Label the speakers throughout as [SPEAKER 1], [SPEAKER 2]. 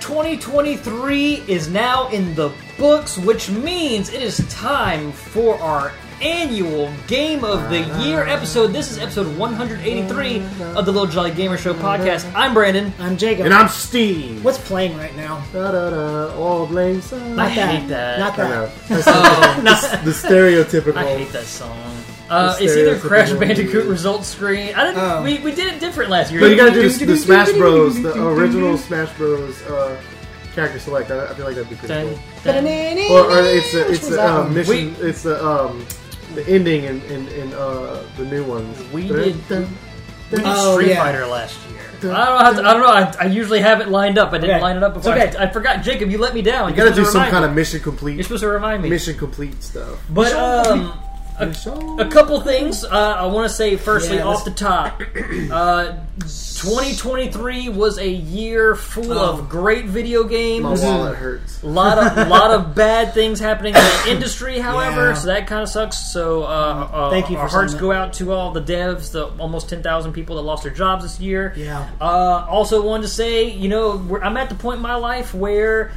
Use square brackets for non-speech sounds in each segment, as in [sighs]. [SPEAKER 1] 2023 is now in the books, which means it is time for our annual Game of the Year episode. This is episode 183 of the Little Jolly Gamer Show podcast. I'm Brandon.
[SPEAKER 2] I'm Jacob.
[SPEAKER 3] And I'm Steve.
[SPEAKER 2] What's playing right now?
[SPEAKER 3] Da, da, da, old lame song.
[SPEAKER 1] I hate that.
[SPEAKER 2] Not
[SPEAKER 3] I
[SPEAKER 2] that.
[SPEAKER 3] know. That's [laughs] the, the stereotypical.
[SPEAKER 1] I hate that song. Uh,
[SPEAKER 3] The
[SPEAKER 1] it's either Crash
[SPEAKER 3] stereotypical
[SPEAKER 1] Bandicoot
[SPEAKER 3] movie.
[SPEAKER 1] results screen. I didn't.
[SPEAKER 2] Oh.
[SPEAKER 1] We, we did it different last year.
[SPEAKER 3] But you gotta do the, the [laughs] Smash Bros, the original Smash Bros uh, character select. I, I feel like that'd be pretty
[SPEAKER 1] Dun,
[SPEAKER 3] cool.
[SPEAKER 1] dun.
[SPEAKER 3] Or, or it's a,
[SPEAKER 2] Which
[SPEAKER 3] it's
[SPEAKER 2] was
[SPEAKER 3] a
[SPEAKER 2] that
[SPEAKER 3] um,
[SPEAKER 2] one?
[SPEAKER 3] mission. It's a, um, the ending in, in, in uh, the new ones.
[SPEAKER 1] We
[SPEAKER 3] Dun,
[SPEAKER 1] did-
[SPEAKER 3] dun,
[SPEAKER 1] We did
[SPEAKER 2] Oh,
[SPEAKER 1] Street
[SPEAKER 2] yeah.
[SPEAKER 1] Fighter last year.
[SPEAKER 3] Dun,
[SPEAKER 1] I don't, have to, I don't know. I, I usually have it lined up. I didn't
[SPEAKER 2] Okay.
[SPEAKER 1] line it up before.
[SPEAKER 2] It's okay.
[SPEAKER 1] I, I forgot. Jacob, you let me down.
[SPEAKER 3] You gotta do
[SPEAKER 1] You're supposed to
[SPEAKER 3] some
[SPEAKER 1] remind
[SPEAKER 3] kind
[SPEAKER 1] me.
[SPEAKER 3] of mission
[SPEAKER 1] You're
[SPEAKER 3] complete.
[SPEAKER 1] supposed to remind me.
[SPEAKER 3] Mission complete stuff.
[SPEAKER 1] But um, a,
[SPEAKER 3] Mission-
[SPEAKER 1] a couple things uh, I want to say. Firstly,
[SPEAKER 2] Yeah,
[SPEAKER 1] off the
[SPEAKER 2] [clears throat]
[SPEAKER 1] top, uh, 2023 was a year full
[SPEAKER 2] Oh.
[SPEAKER 1] of great video
[SPEAKER 3] My
[SPEAKER 1] games.
[SPEAKER 3] wallet hurts.
[SPEAKER 1] lot
[SPEAKER 2] [laughs]
[SPEAKER 1] of lot of bad things happening in the
[SPEAKER 2] [coughs]
[SPEAKER 1] industry, however,
[SPEAKER 2] Yeah.
[SPEAKER 1] so that kind of sucks. So uh, uh,
[SPEAKER 2] Thank you
[SPEAKER 1] our
[SPEAKER 2] for
[SPEAKER 1] hearts
[SPEAKER 2] saying
[SPEAKER 1] go out to all the devs, the almost ten thousand people that lost their jobs this year.
[SPEAKER 2] Yeah.
[SPEAKER 1] Uh, also, wanted to say, you know, we're, I'm at the point in my life where,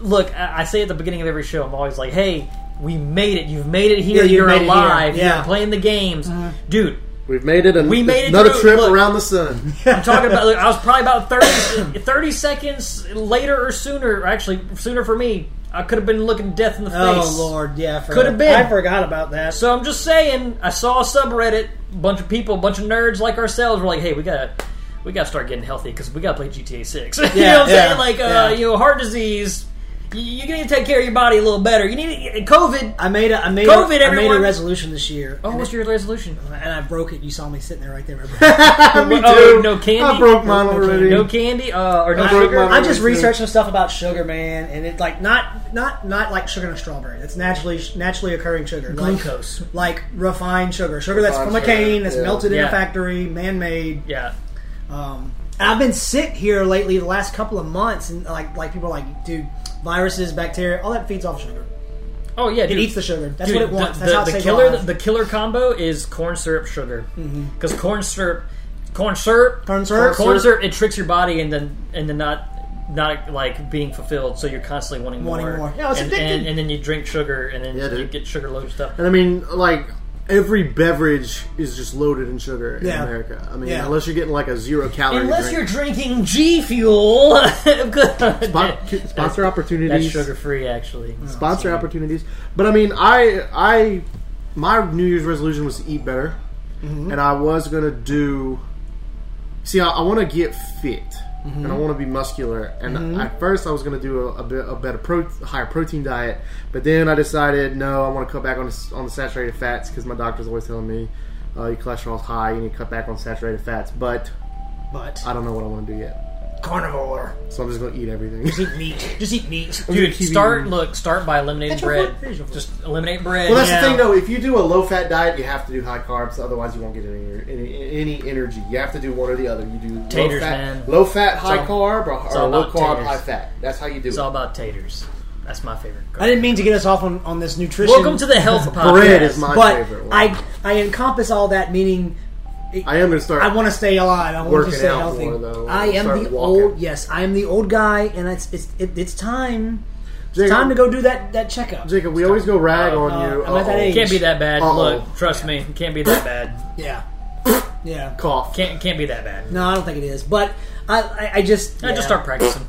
[SPEAKER 1] look, I, I say at the beginning of every show, I'm always like, hey, we made it. You've made it here.
[SPEAKER 2] Yeah, you
[SPEAKER 1] You're
[SPEAKER 2] made it here.
[SPEAKER 1] alive.
[SPEAKER 2] Yeah. Mm-hmm.
[SPEAKER 1] You're playing the games, dude.
[SPEAKER 3] We've made it. An,
[SPEAKER 1] We made it
[SPEAKER 3] another
[SPEAKER 1] through.
[SPEAKER 3] trip
[SPEAKER 1] Look.
[SPEAKER 3] around the [laughs] sun.
[SPEAKER 1] I'm talking about. Like, I was probably about
[SPEAKER 2] [coughs]
[SPEAKER 1] 30, 30 seconds later or sooner. Or actually, sooner for me. I could have been looking death in the face.
[SPEAKER 2] Oh lord, yeah. I forgot-
[SPEAKER 1] Could've been.
[SPEAKER 2] I forgot about that.
[SPEAKER 1] So I'm just saying, I saw a subreddit, bunch of people, bunch of nerds like ourselves were like, "Hey, we gotta, we gotta start getting healthy because we gotta play GTA 6. [laughs] you know
[SPEAKER 2] Yeah,
[SPEAKER 1] what I'm
[SPEAKER 2] yeah,
[SPEAKER 1] saying? Like, uh,
[SPEAKER 2] yeah.
[SPEAKER 1] you know, heart disease. You, you need to take care of your body a little better. You need eh, COVID.
[SPEAKER 2] I made a I made
[SPEAKER 1] COVID,
[SPEAKER 2] a, I made
[SPEAKER 1] everyone.
[SPEAKER 2] a resolution this year.
[SPEAKER 1] Oh,
[SPEAKER 2] and,
[SPEAKER 1] what's your resolution?
[SPEAKER 2] it- and I broke it. You saw me sitting there right there. [laughs]
[SPEAKER 3] Me too.
[SPEAKER 1] Oh, no candy?
[SPEAKER 3] I broke mine
[SPEAKER 2] No
[SPEAKER 3] already.
[SPEAKER 1] No candy uh, or no
[SPEAKER 3] I broke
[SPEAKER 1] sugar?
[SPEAKER 3] my-
[SPEAKER 2] I'm just
[SPEAKER 3] Yeah.
[SPEAKER 2] researching stuff about sugar, man, and it like not not not like sugar and strawberry. That's naturally naturally occurring sugar, like,
[SPEAKER 1] Glucose.
[SPEAKER 2] like refined sugar, sugar that's
[SPEAKER 3] Refined
[SPEAKER 2] from a
[SPEAKER 3] sugar,
[SPEAKER 2] cane, that's
[SPEAKER 3] yeah.
[SPEAKER 2] melted in
[SPEAKER 1] Yeah.
[SPEAKER 2] a factory, man made.
[SPEAKER 1] Yeah.
[SPEAKER 2] Um, and I've been sick here lately, the last couple of months, and like like people are like, dude, viruses, bacteria, all that feeds off sugar.
[SPEAKER 1] Oh yeah.
[SPEAKER 2] It
[SPEAKER 1] dude.
[SPEAKER 2] eats the sugar. That's
[SPEAKER 1] Dude,
[SPEAKER 2] what it wants.
[SPEAKER 1] The,
[SPEAKER 2] That's
[SPEAKER 1] the-
[SPEAKER 2] how it
[SPEAKER 1] the
[SPEAKER 2] stays
[SPEAKER 1] killer,
[SPEAKER 2] alive.
[SPEAKER 1] the killer combo is corn syrup sugar because corn syrup, corn syrup,
[SPEAKER 2] Mm-hmm. Corn syrup?
[SPEAKER 1] corn syrup. It tricks your body and then and then not not like being fulfilled, so you're constantly wanting,
[SPEAKER 2] Wanting
[SPEAKER 1] more.
[SPEAKER 2] more. Yeah, it's
[SPEAKER 1] and,
[SPEAKER 2] addicted.
[SPEAKER 1] and, and then you drink sugar and then
[SPEAKER 3] Yeah,
[SPEAKER 1] you
[SPEAKER 3] dude.
[SPEAKER 1] get sugar loaded stuff.
[SPEAKER 3] And I mean, like every beverage is just loaded in sugar
[SPEAKER 2] Yeah.
[SPEAKER 3] in America. I mean,
[SPEAKER 2] Yeah.
[SPEAKER 3] unless you're getting like a zero calorie.
[SPEAKER 1] Unless you're
[SPEAKER 3] drink.
[SPEAKER 1] drinking G
[SPEAKER 2] [laughs]
[SPEAKER 1] Fuel,
[SPEAKER 3] Spon-
[SPEAKER 1] sponsor
[SPEAKER 3] sponsor
[SPEAKER 1] That's
[SPEAKER 3] opportunities,
[SPEAKER 1] sugar free actually.
[SPEAKER 2] Oh.
[SPEAKER 3] sponsor opportunities. But I mean, I I my New Year's resolution was to eat better, and I was gonna do. See, I, I want to get fit, and I want to be muscular. And at first, I was gonna do a, a bit a better pro, higher protein diet, but then I decided no, I want to cut back on the, s- on the saturated fats because my doctor's always telling me. Uh, your cholesterol's high. You need to cut back on saturated fats, but
[SPEAKER 2] but
[SPEAKER 3] I don't know what I want to do yet.
[SPEAKER 2] carnivore.
[SPEAKER 3] So I'm just gonna eat everything. [laughs]
[SPEAKER 2] Just eat meat. Just eat meat.
[SPEAKER 1] Dude,
[SPEAKER 3] keep
[SPEAKER 1] start
[SPEAKER 3] eating.
[SPEAKER 1] look start by eliminating
[SPEAKER 2] That's your
[SPEAKER 1] bread.
[SPEAKER 2] foot. There's your foot.
[SPEAKER 1] Just eliminate bread.
[SPEAKER 3] Well, that's
[SPEAKER 2] Yeah.
[SPEAKER 3] the thing, though. If you do a low fat diet, you have to do high carbs, otherwise you won't get any any, any energy. You have to do one or the other. You do
[SPEAKER 1] Taters,
[SPEAKER 3] low fat,
[SPEAKER 1] man.
[SPEAKER 3] low fat, high
[SPEAKER 1] all-
[SPEAKER 3] carb, or,
[SPEAKER 1] all
[SPEAKER 3] or low
[SPEAKER 1] about
[SPEAKER 3] carb,
[SPEAKER 1] taters.
[SPEAKER 3] high fat. That's how you do
[SPEAKER 1] it's
[SPEAKER 3] it.
[SPEAKER 1] all about taters. That's my favorite.
[SPEAKER 2] I didn't mean to get us off on, on this nutrition.
[SPEAKER 1] Welcome to the health podcast.
[SPEAKER 3] Bread is my
[SPEAKER 2] but
[SPEAKER 3] favorite one.
[SPEAKER 2] I I encompass all that meaning.
[SPEAKER 3] I am gonna start.
[SPEAKER 2] I want to stay alive. I want
[SPEAKER 3] Working
[SPEAKER 2] to stay
[SPEAKER 3] out
[SPEAKER 2] healthy.
[SPEAKER 3] more, though.
[SPEAKER 2] I am
[SPEAKER 3] Start
[SPEAKER 2] the
[SPEAKER 3] walking.
[SPEAKER 2] old. Yes, I am the old guy, and it's it's it, it's time.
[SPEAKER 3] Jacob,
[SPEAKER 2] Time to go do that that checkup.
[SPEAKER 3] Jacob, we always go rag
[SPEAKER 1] Oh,
[SPEAKER 3] on
[SPEAKER 2] Uh,
[SPEAKER 3] you. Oh,
[SPEAKER 2] I'm at that
[SPEAKER 3] Uh-oh.
[SPEAKER 1] [laughs]
[SPEAKER 2] age.
[SPEAKER 1] Can't be that bad.
[SPEAKER 3] Uh-oh.
[SPEAKER 1] Look, trust me, can't be that bad.
[SPEAKER 2] Yeah, [laughs] yeah.
[SPEAKER 3] Cough.
[SPEAKER 1] Can't can't be that bad.
[SPEAKER 2] No, I don't think it is. But I, I, I just,
[SPEAKER 1] I
[SPEAKER 2] yeah.
[SPEAKER 1] just start practicing.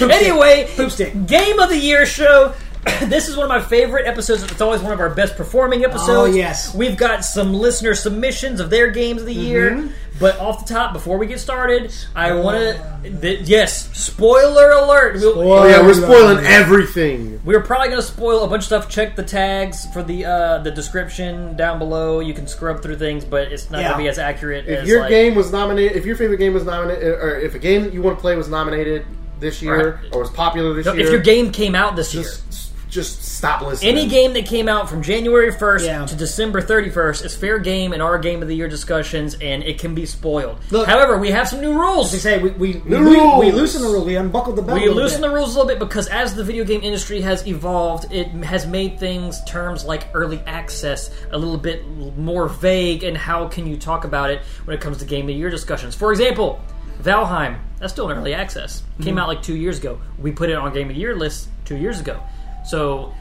[SPEAKER 1] anyway,
[SPEAKER 2] Poop stick.
[SPEAKER 1] game of the year show. [coughs] this is one of my favorite episodes. It's always one of our best
[SPEAKER 3] Oh,
[SPEAKER 1] performing episodes.
[SPEAKER 2] yes.
[SPEAKER 1] we've got some listener submissions of their games
[SPEAKER 3] Mm-hmm.
[SPEAKER 1] of the year. But off the top, before we get started, I
[SPEAKER 3] Oh.
[SPEAKER 1] want to. Th- yes, spoiler alert. We'll-
[SPEAKER 3] Oh yeah, we're
[SPEAKER 2] Spoiler.
[SPEAKER 3] spoiling everything.
[SPEAKER 1] We're probably gonna spoil a bunch of stuff. Check the tags for the uh, the description down below. You can scrub through things, but it's not
[SPEAKER 2] Yeah.
[SPEAKER 1] gonna be as accurate
[SPEAKER 3] If
[SPEAKER 1] as
[SPEAKER 3] your
[SPEAKER 1] like,
[SPEAKER 3] game was nominated, if your favorite game was nominated, or if a game that you want to play was nominated this year
[SPEAKER 1] Right.
[SPEAKER 3] or was popular this
[SPEAKER 1] No,
[SPEAKER 3] year,
[SPEAKER 1] if your game came out this year.
[SPEAKER 3] just just stop listening.
[SPEAKER 1] Any game that came out from January 1st
[SPEAKER 2] Yeah.
[SPEAKER 1] to December 31st is fair game in our game of the year discussions, and it can be spoiled.
[SPEAKER 2] Look-
[SPEAKER 1] However, we have some new rules.
[SPEAKER 2] As they say, we we, we,
[SPEAKER 3] rules.
[SPEAKER 2] we loosen the rule. We unbuckled the belt.
[SPEAKER 1] We loosen the rules a little bit because as the video game industry has evolved, it has made things terms like early access a little bit more vague and how can you talk about it when it comes to game of the year discussions. For example, Valheim. That's still in early access. Came out like two years ago. We put it on Game of the Year list two years ago. So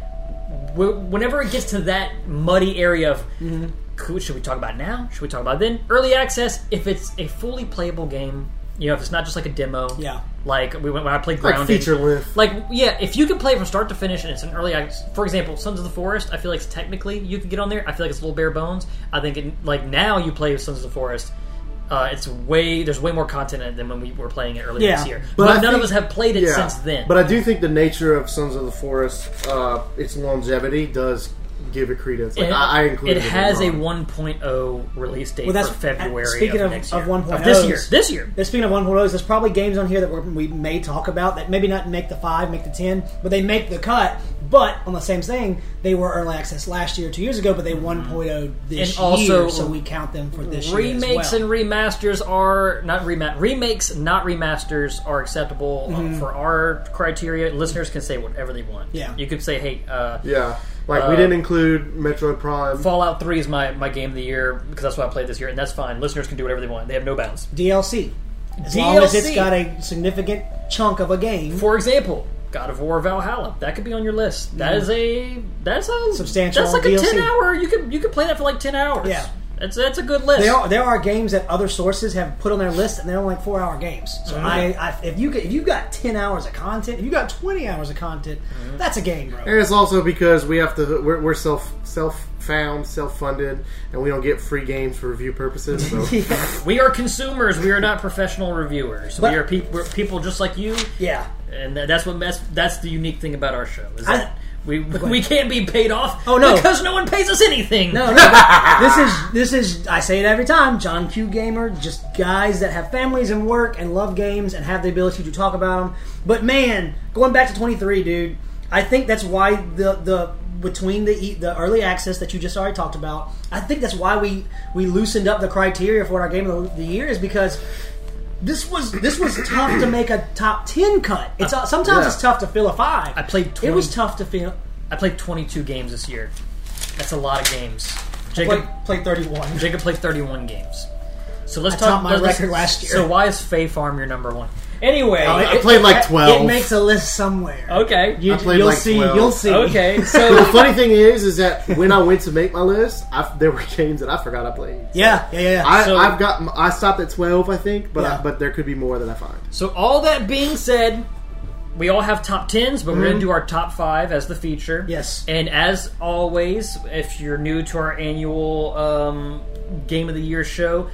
[SPEAKER 1] wh- whenever it gets to that muddy area of cool, should we talk about it now? Should we talk about it then? Early access, if it's a fully playable game, you know, if it's not just like a demo.
[SPEAKER 2] Yeah.
[SPEAKER 1] Like we went when I played
[SPEAKER 3] Like
[SPEAKER 1] Grounded.
[SPEAKER 3] feature length.
[SPEAKER 1] Like yeah, if you can play it from start to finish and it's an early, access- for example, Sons of the Forest, I feel like technically you could get on there. I feel like it's a little bare bones. I think it, like now you play Sons of the Forest, uh, it's way there's way more content in it than when we were playing it earlier
[SPEAKER 2] Yeah.
[SPEAKER 1] this year.
[SPEAKER 3] But
[SPEAKER 1] But,
[SPEAKER 3] I
[SPEAKER 1] none of
[SPEAKER 3] think-
[SPEAKER 1] us have played it
[SPEAKER 3] Yeah.
[SPEAKER 1] since then.
[SPEAKER 3] But I do think the nature of Sons of the Forest, uh, its longevity does give it credence. Like,
[SPEAKER 1] it,
[SPEAKER 3] I, I included
[SPEAKER 1] it has a
[SPEAKER 3] in mine.
[SPEAKER 1] 1.0 release date
[SPEAKER 2] Well, that's-
[SPEAKER 1] for February.
[SPEAKER 2] speaking
[SPEAKER 1] of,
[SPEAKER 2] of-
[SPEAKER 1] next
[SPEAKER 2] of
[SPEAKER 1] year.
[SPEAKER 2] 1.0s.
[SPEAKER 1] this year, this year.
[SPEAKER 2] Now, Speaking of one there's probably games on here that we're, we may talk about that maybe not make the five, make the ten, but they make the cut. But on the same thing, they were early access last year, two years ago, but they 1.0
[SPEAKER 1] Mm-hmm.
[SPEAKER 2] this
[SPEAKER 1] And also,
[SPEAKER 2] year, so we count them for this year
[SPEAKER 1] remakes
[SPEAKER 2] as well.
[SPEAKER 1] and remasters are not rema- remakes not remasters are acceptable uh, for our criteria listeners can say whatever they want
[SPEAKER 2] Mm-hmm. Yeah.
[SPEAKER 1] you could say hey uh,
[SPEAKER 3] Yeah, like
[SPEAKER 1] Uh,
[SPEAKER 3] we didn't include Metroid Prime.
[SPEAKER 1] fallout 3 is my, my game of the year because that's what i played this year and that's fine listeners can do whatever they want they have no bounds
[SPEAKER 2] DLC, as long as it's
[SPEAKER 1] DLC.
[SPEAKER 2] got a significant chunk of a game,
[SPEAKER 1] for example god of war valhalla that could be on your list That is a that's a
[SPEAKER 2] Mm-hmm. Substantial
[SPEAKER 1] that's like a
[SPEAKER 2] DLC.
[SPEAKER 1] 10 hour you could you could play that for like 10 hours
[SPEAKER 2] Yeah.
[SPEAKER 1] that's, that's a good list
[SPEAKER 2] There are, there are games that other sources have put on their list, and they're only like four hour games. So I, I, if you get- if you got ten hours of content, if you got twenty hours of content, that's a game, bro.
[SPEAKER 3] And it's also because we have to we're, we're self self found, self funded, and we don't get free games for review purposes.
[SPEAKER 1] [laughs]
[SPEAKER 3] So
[SPEAKER 1] we are consumers we are not professional reviewers
[SPEAKER 2] But-
[SPEAKER 1] we are peop- we're people just like you
[SPEAKER 2] yeah.
[SPEAKER 1] and tha- that's what that's, that's the unique thing about our show is
[SPEAKER 2] I-
[SPEAKER 1] that we we can't be paid off.
[SPEAKER 2] Oh, no.
[SPEAKER 1] because no one pays us anything.
[SPEAKER 2] No, no. but this
[SPEAKER 1] [laughs]
[SPEAKER 2] is this is. I say it every time. John Q. Gamer, just guys that have families and work and love games and have the ability to talk about them. But man, going back to twenty three, dude. I think that's why the the between the e- the early access that you just already talked about. I think that's why we we loosened up the criteria for what our game of the year is because. This was this was tough to make a top ten cut. It's uh, sometimes
[SPEAKER 3] Yeah.
[SPEAKER 2] it's tough to fill a five.
[SPEAKER 1] I played
[SPEAKER 2] It
[SPEAKER 1] 20,
[SPEAKER 2] was tough to fill.
[SPEAKER 1] I played 22 games this year. That's a lot of games. Jacob
[SPEAKER 2] Play, play thirty one.
[SPEAKER 1] Jacob played 31 games. So let's
[SPEAKER 2] I
[SPEAKER 1] talk
[SPEAKER 2] topped my
[SPEAKER 1] let's-
[SPEAKER 2] record last year.
[SPEAKER 1] So why is Fay Farm your number one? Anyway,
[SPEAKER 2] Oh,
[SPEAKER 3] I played like
[SPEAKER 2] it-
[SPEAKER 3] twelve.
[SPEAKER 2] It makes a list somewhere.
[SPEAKER 1] okay,
[SPEAKER 2] You,
[SPEAKER 3] I played
[SPEAKER 2] will
[SPEAKER 3] like
[SPEAKER 2] see.
[SPEAKER 3] 12.
[SPEAKER 2] You'll see.
[SPEAKER 1] okay.
[SPEAKER 2] [laughs]
[SPEAKER 3] the
[SPEAKER 1] So
[SPEAKER 3] funny thing is, is that when I went to make my list, I, there were [laughs] games that I forgot I played.
[SPEAKER 2] Yeah. Yeah. Yeah. yeah.
[SPEAKER 3] I,
[SPEAKER 1] So-
[SPEAKER 3] I've got I stopped at twelve, I think, but
[SPEAKER 2] Yeah.
[SPEAKER 3] I, but there could be more that I find.
[SPEAKER 1] so all that being said. We all have top tens, but we're going to do our top five as the feature.
[SPEAKER 2] Mm-hmm. yes.
[SPEAKER 1] And as always, if you're new to our annual um, Game of the Year show,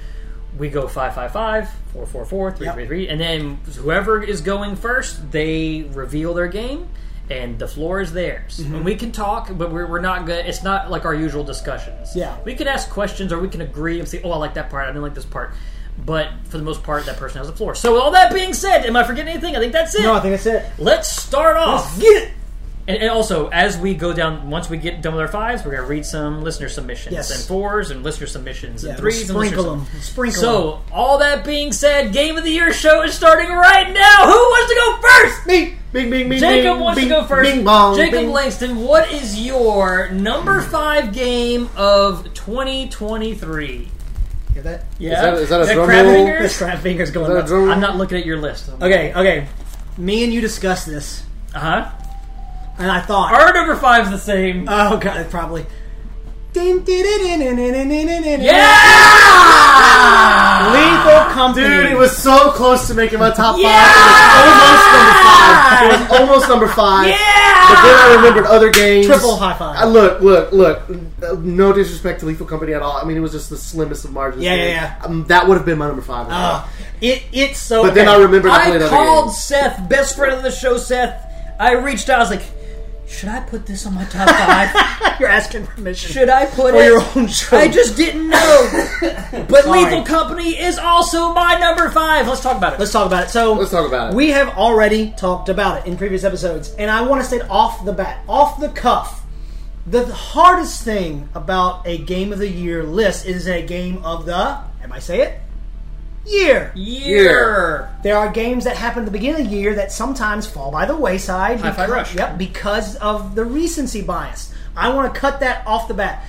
[SPEAKER 1] we go 555, 444, 333, and then whoever is going first, they reveal their game, and the floor is theirs.
[SPEAKER 2] Mm-hmm.
[SPEAKER 1] And we can talk, but we're, we're not going to, it's not like our usual discussions.
[SPEAKER 2] Yeah.
[SPEAKER 1] We can ask questions or we can agree and say, oh, I like that part, I didn't like this part. But for the most part, that person has the floor. So, with all that being said, am I forgetting anything? I think that's it.
[SPEAKER 2] No, I think that's it.
[SPEAKER 1] Let's start off.
[SPEAKER 2] Get it.
[SPEAKER 1] And, and also, as we go down, once we get done with our fives, we're going to read some listener submissions
[SPEAKER 2] Yes.
[SPEAKER 1] and fours and listener submissions
[SPEAKER 2] Yeah,
[SPEAKER 1] and threes. and listener
[SPEAKER 2] sprinkle them.
[SPEAKER 1] sub-
[SPEAKER 2] Sprinkle them.
[SPEAKER 1] So, all that being said, Game of the Year show is starting right now. Who wants to go first?
[SPEAKER 3] Bing, bing, bing, bing.
[SPEAKER 1] Jacob
[SPEAKER 3] bing,
[SPEAKER 1] wants
[SPEAKER 3] bing,
[SPEAKER 1] to go first.
[SPEAKER 3] Bing, bong,
[SPEAKER 1] Jacob
[SPEAKER 3] bing.
[SPEAKER 1] Langston, what is your number five game of 2023?
[SPEAKER 2] Hear that?
[SPEAKER 1] Yeah,
[SPEAKER 3] that- is that a drum
[SPEAKER 1] crab
[SPEAKER 3] roll?
[SPEAKER 1] fingers?
[SPEAKER 2] This crab finger's going.
[SPEAKER 3] Is that a drum
[SPEAKER 2] nuts.
[SPEAKER 3] roll?
[SPEAKER 1] I'm not looking at your list.
[SPEAKER 2] Okay. Okay. Me and you discussed this,
[SPEAKER 1] Uh huh.
[SPEAKER 2] and I thought,
[SPEAKER 1] Our number five's the same.
[SPEAKER 3] Uh,
[SPEAKER 2] oh god, probably. Yeah.
[SPEAKER 1] yeah!
[SPEAKER 2] Lethal Company.
[SPEAKER 3] Ah, Dude, it was so close to making my top
[SPEAKER 1] Yeah!
[SPEAKER 3] five. It was almost number five. It was almost number five.
[SPEAKER 1] Yeah!
[SPEAKER 3] But then I remembered other games.
[SPEAKER 2] Triple high five.
[SPEAKER 3] I- look, look, look. No disrespect to Lethal Company at all. I mean, it was just the slimmest of margins.
[SPEAKER 2] Yeah,
[SPEAKER 3] there.
[SPEAKER 2] yeah, yeah.
[SPEAKER 3] Um, that would have been my number five.
[SPEAKER 2] Uh, it. It's so.
[SPEAKER 3] but then I
[SPEAKER 2] okay.
[SPEAKER 3] remembered I, played
[SPEAKER 1] I
[SPEAKER 3] other
[SPEAKER 1] called
[SPEAKER 3] games.
[SPEAKER 1] Seth, best friend of the show, Seth. I reached out. I was like, "Should I put this on my top
[SPEAKER 2] [laughs]
[SPEAKER 1] five?
[SPEAKER 2] You're asking permission
[SPEAKER 1] Should I put
[SPEAKER 2] for
[SPEAKER 1] it?"
[SPEAKER 2] your own show.
[SPEAKER 1] I just didn't
[SPEAKER 2] [laughs]
[SPEAKER 1] know. but
[SPEAKER 2] Sorry.
[SPEAKER 1] Lethal Company is also my number five. Let's talk about it.
[SPEAKER 2] Let's talk about it. So
[SPEAKER 3] Let's talk about it.
[SPEAKER 2] We have already talked about it in previous episodes, and I want to state off the bat, off the cuff, the hardest thing about a game of the year list is a game of the. Am I say it? Year.
[SPEAKER 1] year.
[SPEAKER 2] There are games that happen at the beginning of the year that sometimes fall by the wayside.
[SPEAKER 1] Hi-Fi
[SPEAKER 2] because-
[SPEAKER 1] Rush.
[SPEAKER 2] Yep, because of the recency bias. I want to cut that off the bat.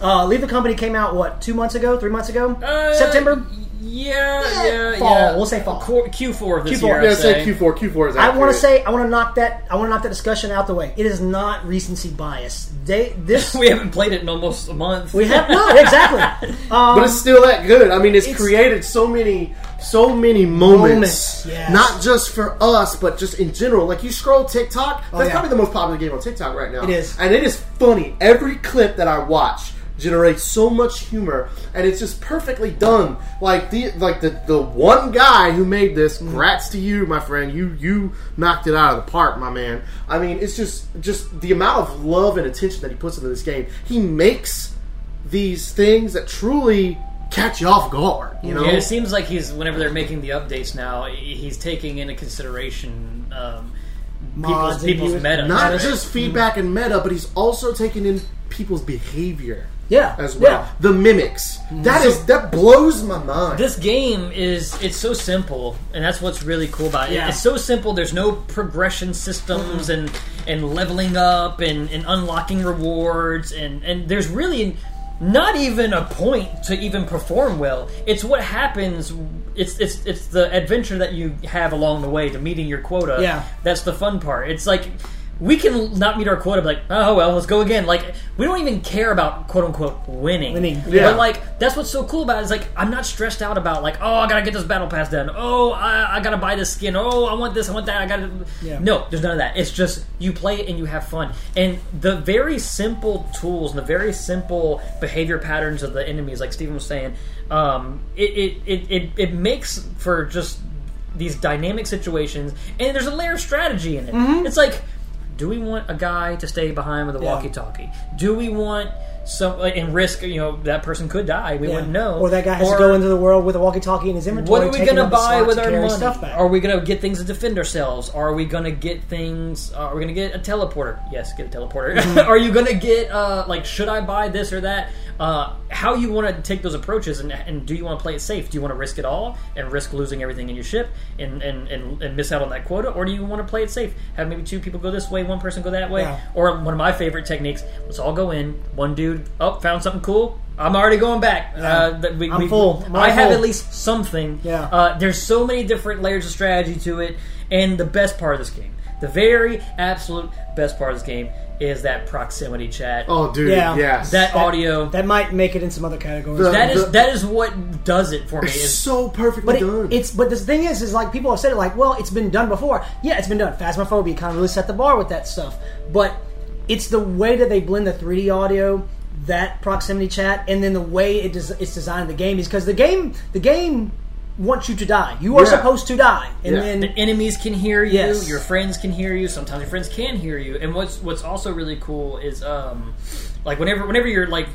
[SPEAKER 2] Uh, Leave the Company came out what two months ago, three months ago,
[SPEAKER 1] Uh,
[SPEAKER 2] September.
[SPEAKER 1] Yeah, yeah,
[SPEAKER 2] Fall.
[SPEAKER 1] yeah.
[SPEAKER 2] We'll say fall.
[SPEAKER 1] Qu- Q4 of this
[SPEAKER 2] Q4.
[SPEAKER 1] year.
[SPEAKER 2] Yeah,
[SPEAKER 1] I'd
[SPEAKER 3] Yeah, say
[SPEAKER 1] say.
[SPEAKER 3] Q4. Q4 is.
[SPEAKER 2] I want
[SPEAKER 3] accurate.
[SPEAKER 2] to say I want to knock that I want to knock that discussion out the way. It is not recency bias. They
[SPEAKER 1] [laughs]
[SPEAKER 2] this
[SPEAKER 1] We haven't played it in almost a month.
[SPEAKER 2] we have
[SPEAKER 1] [laughs]
[SPEAKER 2] no exactly. Um,
[SPEAKER 3] but it's still that good. I mean, it's,
[SPEAKER 2] It's-
[SPEAKER 3] created so many, so many moments.
[SPEAKER 2] Moments, yes.
[SPEAKER 3] Not just for us, but just in general. Like you scroll TikTok, that's
[SPEAKER 2] Oh, yeah.
[SPEAKER 3] probably the most popular game on TikTok right now.
[SPEAKER 2] It is.
[SPEAKER 3] and it is funny. Every clip that I watch generates so much humor, and it's just perfectly done. Like the like the the one guy who made this.
[SPEAKER 2] Mm.
[SPEAKER 3] Congrats to you, my friend. You you knocked it out of the park, my man. I mean, it's just just the amount of love and attention that he puts into this game. He makes these things that truly catch you off guard. You know,
[SPEAKER 1] Yeah, it seems like he's whenever they're making the updates now, he- he's taking into consideration um,
[SPEAKER 2] Mods
[SPEAKER 1] people's,
[SPEAKER 2] and
[SPEAKER 1] people's
[SPEAKER 2] viewers.
[SPEAKER 1] meta.
[SPEAKER 3] not just feedback and meta, but he's also taking in people's behavior
[SPEAKER 2] yeah,
[SPEAKER 3] as well.
[SPEAKER 2] yeah.
[SPEAKER 3] The mimics that is that blows my mind.
[SPEAKER 1] Mm-hmm. this game is it's so simple, and that's what's really cool about it.
[SPEAKER 2] Yeah.
[SPEAKER 1] It's so simple. There's no progression systems and and leveling up and, and unlocking rewards and and there's really not even a point to even perform well. It's what happens. It's it's it's the adventure that you have along the way to meeting your quota.
[SPEAKER 2] Yeah.
[SPEAKER 1] that's the fun part. It's like. We can not meet our quota, but like, oh well, let's go again. Like, we don't even care about quote unquote winning.
[SPEAKER 2] Winning.
[SPEAKER 3] Yeah.
[SPEAKER 1] But like that's what's so cool about it is like I'm not stressed out about like oh I gotta get this battle pass done oh I, I gotta buy this skin oh I want this I want that I gotta
[SPEAKER 2] Yeah.
[SPEAKER 1] no there's none of that it's just you play it and you have fun and the very simple tools and the very simple behavior patterns of the enemies like Steven was saying um, it, it, it, it it makes for just these dynamic situations and there's a layer of strategy in it
[SPEAKER 2] Mm-hmm.
[SPEAKER 1] it's like do we want a guy to stay behind with a walkie-talkie? Do we want some and risk? You know that person could die. We wouldn't know.
[SPEAKER 2] Or that guy has
[SPEAKER 1] Or
[SPEAKER 2] to go into the world with a walkie-talkie in his
[SPEAKER 1] What
[SPEAKER 2] inventory.
[SPEAKER 1] are we
[SPEAKER 2] going to
[SPEAKER 1] buy with
[SPEAKER 2] to
[SPEAKER 1] our
[SPEAKER 2] carry
[SPEAKER 1] money?
[SPEAKER 2] Stuff back.
[SPEAKER 1] Are we going to get things to defend ourselves? Are we going to get things? uh, are we going to get a teleporter? Yes, get a teleporter. [laughs]
[SPEAKER 2] Mm-hmm.
[SPEAKER 1] are you going to get uh, like should I buy this or that? Uh, how you want to take those approaches and, and do you want to play it safe? Do you want to risk it all and risk losing everything in your ship and, and, and, and miss out on that quota, or do you want to play it safe? Have maybe two people go this way, one person go that way,
[SPEAKER 2] Yeah.
[SPEAKER 1] or one of my favorite techniques: let's all go in. One dude, oh, found something cool. I'm already going back. Uh, th- we,
[SPEAKER 2] I'm
[SPEAKER 1] we-
[SPEAKER 2] full. I'm
[SPEAKER 1] I have
[SPEAKER 2] full.
[SPEAKER 1] at least least something.
[SPEAKER 2] Yeah.
[SPEAKER 1] Uh, there's so many different layers of strategy to it, and the best part of this game, the very absolute best part of this game, is that proximity chat.
[SPEAKER 3] oh, dude,
[SPEAKER 2] Yeah.
[SPEAKER 3] yes,
[SPEAKER 1] that, audio.
[SPEAKER 2] That might make it in some other categories.
[SPEAKER 3] The-
[SPEAKER 1] that is that is what does it for me.
[SPEAKER 3] it's
[SPEAKER 1] Is
[SPEAKER 3] so perfectly
[SPEAKER 2] But it-
[SPEAKER 3] done.
[SPEAKER 2] it's but the thing is, is like people have said it, like, well, it's been done before. Yeah, it's been done. Phasmophobia kind of really set the bar with that stuff. But it's the way that they blend the 3D audio, that proximity chat, and then the way it des- it's designed in the game is because the game the game wants you to die. You are
[SPEAKER 3] Yeah.
[SPEAKER 2] supposed to die, and
[SPEAKER 3] Yeah.
[SPEAKER 2] then
[SPEAKER 1] the enemies can hear you.
[SPEAKER 2] Yes.
[SPEAKER 1] Your friends can hear you. Sometimes your friends can hear you. And what's what's also really cool is um, like whenever whenever you're like.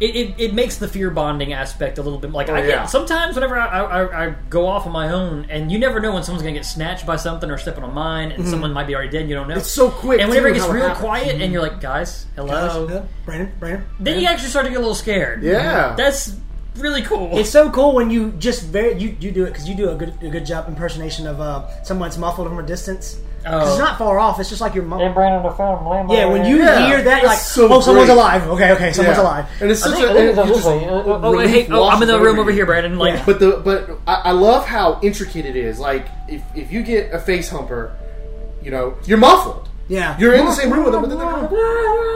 [SPEAKER 1] It, it, it makes the fear bonding aspect a little bit like I get
[SPEAKER 3] Oh, yeah.
[SPEAKER 1] sometimes whenever I, I, I- I go off on my own and you never know when someone's gonna get snatched by something or stepping on mine and someone might be already dead you don't know
[SPEAKER 3] Mm-hmm. It's so quick,
[SPEAKER 1] and whenever
[SPEAKER 3] too,
[SPEAKER 1] it gets
[SPEAKER 3] how it
[SPEAKER 1] real
[SPEAKER 3] happens. Mm-hmm.
[SPEAKER 1] quiet and you're like guys hello
[SPEAKER 2] Uh, Brandon, Brandon.
[SPEAKER 1] then you actually start to get a little scared
[SPEAKER 3] yeah,
[SPEAKER 1] that's really cool
[SPEAKER 2] It's so cool when you just very you, you do it because you do a good a good job impersonation of uh, someone's muffled from a distance. 'Cause
[SPEAKER 1] Oh.
[SPEAKER 2] It's not far off. It's just like your mom.
[SPEAKER 1] Brandon the film
[SPEAKER 2] Yeah, when you
[SPEAKER 3] Yeah.
[SPEAKER 2] hear that,
[SPEAKER 3] It's
[SPEAKER 2] you're like,
[SPEAKER 3] so
[SPEAKER 2] oh, someone's
[SPEAKER 3] great.
[SPEAKER 2] alive. Okay, okay, someone's
[SPEAKER 3] Yeah.
[SPEAKER 2] alive.
[SPEAKER 3] and it's such
[SPEAKER 1] think-
[SPEAKER 3] a.
[SPEAKER 1] I think
[SPEAKER 3] and
[SPEAKER 1] it's
[SPEAKER 3] you
[SPEAKER 1] this
[SPEAKER 3] just-
[SPEAKER 1] way. Oh, oh, oh,
[SPEAKER 3] relief
[SPEAKER 1] hey, oh, I'm in the
[SPEAKER 3] washes
[SPEAKER 1] room
[SPEAKER 3] over
[SPEAKER 1] over
[SPEAKER 3] you.
[SPEAKER 1] here, Brandon. Like,
[SPEAKER 2] Yeah.
[SPEAKER 3] But the but I, I love how intricate it is. Like if, if you get a face humper, you know you're muffled.
[SPEAKER 2] Yeah.
[SPEAKER 3] You're in the same room with them, but then
[SPEAKER 2] [laughs]
[SPEAKER 3] they're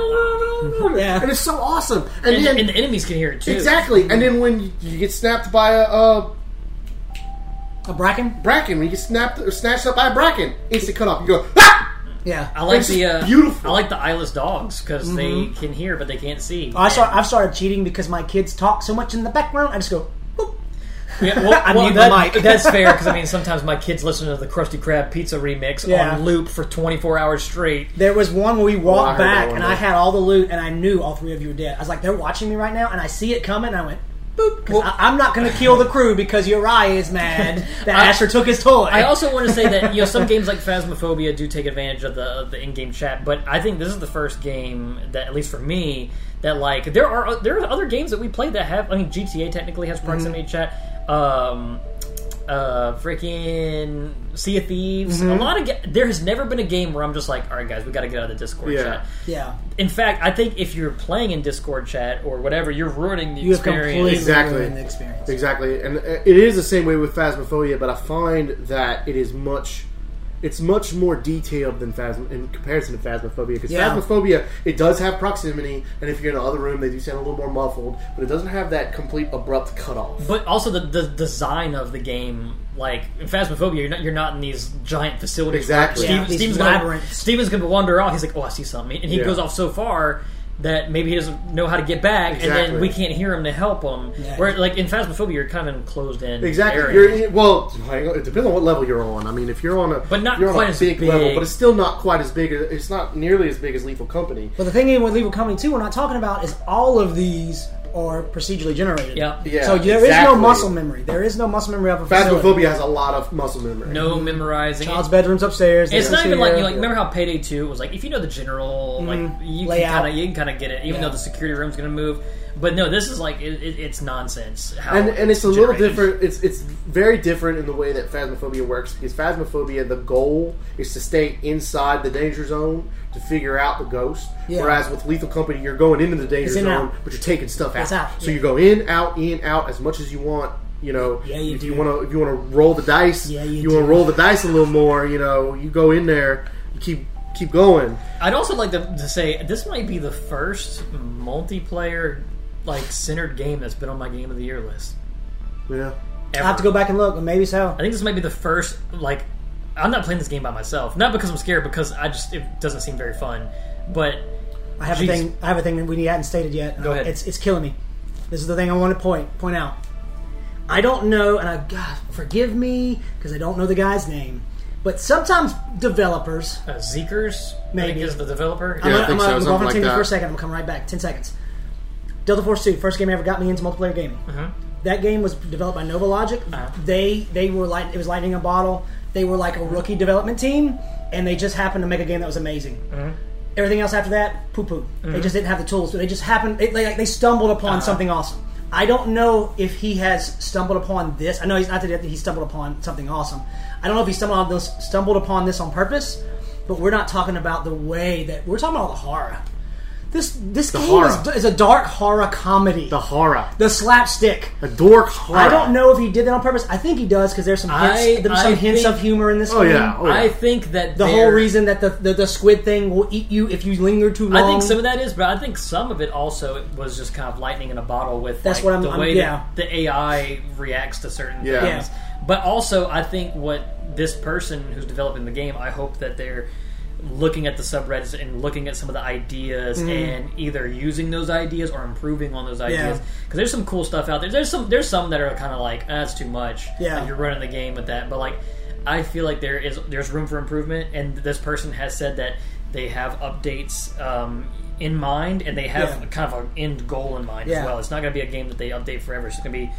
[SPEAKER 3] like,
[SPEAKER 2] Yeah.
[SPEAKER 3] and it's so awesome. And,
[SPEAKER 1] and,
[SPEAKER 3] then
[SPEAKER 1] and the enemies can hear it too.
[SPEAKER 3] exactly, and then when you, you get snapped by a, a
[SPEAKER 2] A bracken?
[SPEAKER 3] bracken, when you get snapped or snatched up by a bracken, instant cut off. You go ah!
[SPEAKER 2] Yeah.
[SPEAKER 1] I like
[SPEAKER 3] It's
[SPEAKER 1] the uh,
[SPEAKER 3] beautiful.
[SPEAKER 1] I like the eyeless dogs because they can hear but they can't see.
[SPEAKER 2] I start, I've started cheating because my kids talk so much in the background. I just go, boop.
[SPEAKER 1] Yeah, well,
[SPEAKER 2] I
[SPEAKER 1] well,
[SPEAKER 2] mute
[SPEAKER 1] that-
[SPEAKER 2] the mic.
[SPEAKER 1] that's fair because I mean sometimes my kids listen to the Krusty Krab pizza remix
[SPEAKER 2] Yeah.
[SPEAKER 1] on loop for 24 hours straight.
[SPEAKER 2] There was one where we
[SPEAKER 3] Oh, I
[SPEAKER 2] walked
[SPEAKER 3] heard that
[SPEAKER 2] back
[SPEAKER 3] one,
[SPEAKER 2] and
[SPEAKER 3] though.
[SPEAKER 2] I had all the loot and I knew all three of you were dead. I was like, they're watching me right now and I see it coming. And I went, boop. 'cause
[SPEAKER 1] Well-
[SPEAKER 2] I, I'm not going to kill the crew because Uriah is mad
[SPEAKER 3] [laughs]
[SPEAKER 2] that
[SPEAKER 1] I-
[SPEAKER 2] Asher took his toy.
[SPEAKER 1] I also want to say that you know some games like Phasmophobia do take advantage of the of the in-game chat, but I think this is the first game that, at least for me, that like there are
[SPEAKER 2] Mm-hmm.
[SPEAKER 1] there are other games that we played that have. I mean, GTA technically has proximity chat. Um, uh, freaking Sea of Thieves.
[SPEAKER 2] Mm-hmm.
[SPEAKER 1] A lot of ga- there has never been a game where I'm just like, all right, guys, we got to get out of the Discord
[SPEAKER 3] Yeah.
[SPEAKER 1] chat.
[SPEAKER 2] Yeah.
[SPEAKER 1] In fact, I think if you're playing in Discord chat or whatever, you're ruining the
[SPEAKER 2] You have completely
[SPEAKER 1] experience.
[SPEAKER 3] Exactly.
[SPEAKER 2] ruined the experience.
[SPEAKER 3] Exactly, and it is the same way with Phasmophobia, but I find that it is much, it's much more detailed than Phasm in comparison to Phasmophobia. Because
[SPEAKER 2] Yeah.
[SPEAKER 3] Phasmophobia, it does have proximity, and if you're in the other room, they do sound a little more muffled, but it doesn't have that complete abrupt cutoff.
[SPEAKER 1] But also the, the design of the game, like in Phasmophobia, you're not you're not in these giant facilities.
[SPEAKER 3] Exactly.
[SPEAKER 1] Steve-
[SPEAKER 2] Yeah, these
[SPEAKER 1] Steven's, gonna,
[SPEAKER 2] labyrinths.
[SPEAKER 1] Steven's gonna wander off. He's like, "Oh, I see something," and he
[SPEAKER 3] Yeah.
[SPEAKER 1] goes off so far that maybe he doesn't know how to get back, and then
[SPEAKER 3] Exactly.
[SPEAKER 1] we can't hear him to help him.
[SPEAKER 2] Yeah.
[SPEAKER 1] Where like in Phasmophobia, you're kind of enclosed in
[SPEAKER 3] Exactly.
[SPEAKER 1] area.
[SPEAKER 3] You're in, well, hang on, it depends on what level you're on. I mean, if you're on a
[SPEAKER 1] But not
[SPEAKER 3] you're
[SPEAKER 1] quite
[SPEAKER 3] on a
[SPEAKER 1] as
[SPEAKER 3] big,
[SPEAKER 1] big.
[SPEAKER 3] level, but it's still not quite as big. as- It's not nearly as big as Lethal Company.
[SPEAKER 2] But the thing is with Legal Company 2, we're not talking about is all of these are procedurally generated.
[SPEAKER 1] Yep.
[SPEAKER 3] Yeah,
[SPEAKER 2] so there is
[SPEAKER 3] exactly.
[SPEAKER 2] no muscle memory. There is no muscle memory of a facility.
[SPEAKER 3] Phasmophobia has a lot of muscle memory.
[SPEAKER 1] no memorizing.
[SPEAKER 2] Child's bedrooms upstairs.
[SPEAKER 1] It's
[SPEAKER 2] they
[SPEAKER 1] not
[SPEAKER 2] don't
[SPEAKER 1] even
[SPEAKER 2] see
[SPEAKER 1] like
[SPEAKER 2] her.
[SPEAKER 1] you like. Remember how Payday Two was like? If you know the general, like you can
[SPEAKER 2] Mm-hmm. Layout.
[SPEAKER 1] kind of you can kind of get it, even though the security room's going to move. But no, this is like it, it, it's nonsense. How
[SPEAKER 3] and and it's a little
[SPEAKER 1] generated.
[SPEAKER 3] different. It's it's very different in the way that phasmophobia works because phasmophobia, the goal is to stay inside the danger zone to figure out the ghost.
[SPEAKER 2] Yeah.
[SPEAKER 3] Whereas with Lethal Company, you're going into the danger
[SPEAKER 2] It's in and
[SPEAKER 3] zone,
[SPEAKER 2] out.
[SPEAKER 3] but you're taking stuff out.
[SPEAKER 2] It's out,
[SPEAKER 3] So
[SPEAKER 2] yeah.
[SPEAKER 3] you go in, out, in, out as much as you want. You know,
[SPEAKER 2] Yeah, you
[SPEAKER 3] if
[SPEAKER 2] do.
[SPEAKER 3] you want to, if you want to roll the dice,
[SPEAKER 2] Yeah, you
[SPEAKER 3] you, want
[SPEAKER 2] do.
[SPEAKER 3] to roll the dice a little more. You know, you go in there, you keep keep going.
[SPEAKER 1] I'd also like to, to say this might be the first multiplayer like centered game that's been on my game of the year list.
[SPEAKER 3] Yeah,
[SPEAKER 1] Ever.
[SPEAKER 2] I have to go back and look, but maybe so.
[SPEAKER 1] I think this might be the first like I'm not playing this game by myself, not because I'm scared, because I just it doesn't seem very fun. But
[SPEAKER 2] I have a
[SPEAKER 1] Jeez.
[SPEAKER 2] thing. I have a thing that we hadn't stated yet.
[SPEAKER 1] Go ahead.
[SPEAKER 2] It's it's killing me. This is the thing I want to point point out. I don't know, and I God forgive me because I don't know the guy's name. But sometimes developers.
[SPEAKER 1] uh, Zekers I think,
[SPEAKER 2] Maybe.
[SPEAKER 1] is the developer.
[SPEAKER 3] Yeah, I
[SPEAKER 2] I'm,
[SPEAKER 3] think
[SPEAKER 2] gonna-
[SPEAKER 3] so,
[SPEAKER 2] I'm
[SPEAKER 3] something
[SPEAKER 2] going
[SPEAKER 3] like
[SPEAKER 2] to
[SPEAKER 3] that.
[SPEAKER 2] for a second. I'm gonna come right back. Ten seconds. Delta Force Two, first game ever got me into multiplayer gaming.
[SPEAKER 3] Uh-huh.
[SPEAKER 2] That game was developed by NovaLogic.
[SPEAKER 1] Uh-huh.
[SPEAKER 2] They they were light. It was lightning in a bottle. They were like a rookie development team, and they just happened to make a game that was amazing. Everything else after that, poo poo. They just didn't have the tools. They just happened. They, they, they stumbled upon something awesome. I don't know if he has stumbled upon this. I know he's not that he stumbled upon something awesome. I don't know if he stumbled on this, stumbled upon this on purpose. But we're not talking about the way that we're talking about the horror. This this game is,
[SPEAKER 3] horror.
[SPEAKER 2] is a dark horror comedy.
[SPEAKER 3] the horror,
[SPEAKER 2] The slapstick.
[SPEAKER 3] the dork horror.
[SPEAKER 2] I don't know if he did that on purpose. I think he does because there's some hints,
[SPEAKER 1] I-
[SPEAKER 2] there's
[SPEAKER 1] I
[SPEAKER 2] some hints
[SPEAKER 1] think-
[SPEAKER 2] of humor in this.
[SPEAKER 3] Oh
[SPEAKER 2] game.
[SPEAKER 3] yeah, oh, yeah.
[SPEAKER 1] I think that
[SPEAKER 2] The whole
[SPEAKER 1] they're-
[SPEAKER 2] reason that the, the the squid thing will eat you if you linger too long.
[SPEAKER 1] I think some of that is, but I think some of it also was just kind of lightning in a bottle with
[SPEAKER 2] That's
[SPEAKER 1] like,
[SPEAKER 2] what I'm-
[SPEAKER 1] the
[SPEAKER 2] I'm-
[SPEAKER 1] way
[SPEAKER 2] yeah.
[SPEAKER 1] that the AI reacts to certain
[SPEAKER 3] Yeah.
[SPEAKER 2] Yeah.
[SPEAKER 1] things. But also, I think what this person who's developing the game, I hope that they're looking at the subreddits and looking at some of the ideas
[SPEAKER 2] Mm-hmm.
[SPEAKER 1] and either using those ideas or improving on those ideas because there's some cool stuff out there. There's some there's some that are kind of like "Ah, that's too much.
[SPEAKER 2] Yeah.
[SPEAKER 1] Like, you're running the game with that, but like I feel like there is there's room for improvement, and this person has said that they have updates um, in mind and they have
[SPEAKER 2] Yeah.
[SPEAKER 1] kind of an end goal in mind
[SPEAKER 2] Yeah.
[SPEAKER 1] as well. It's not going to be a game that they update forever. It's going to be,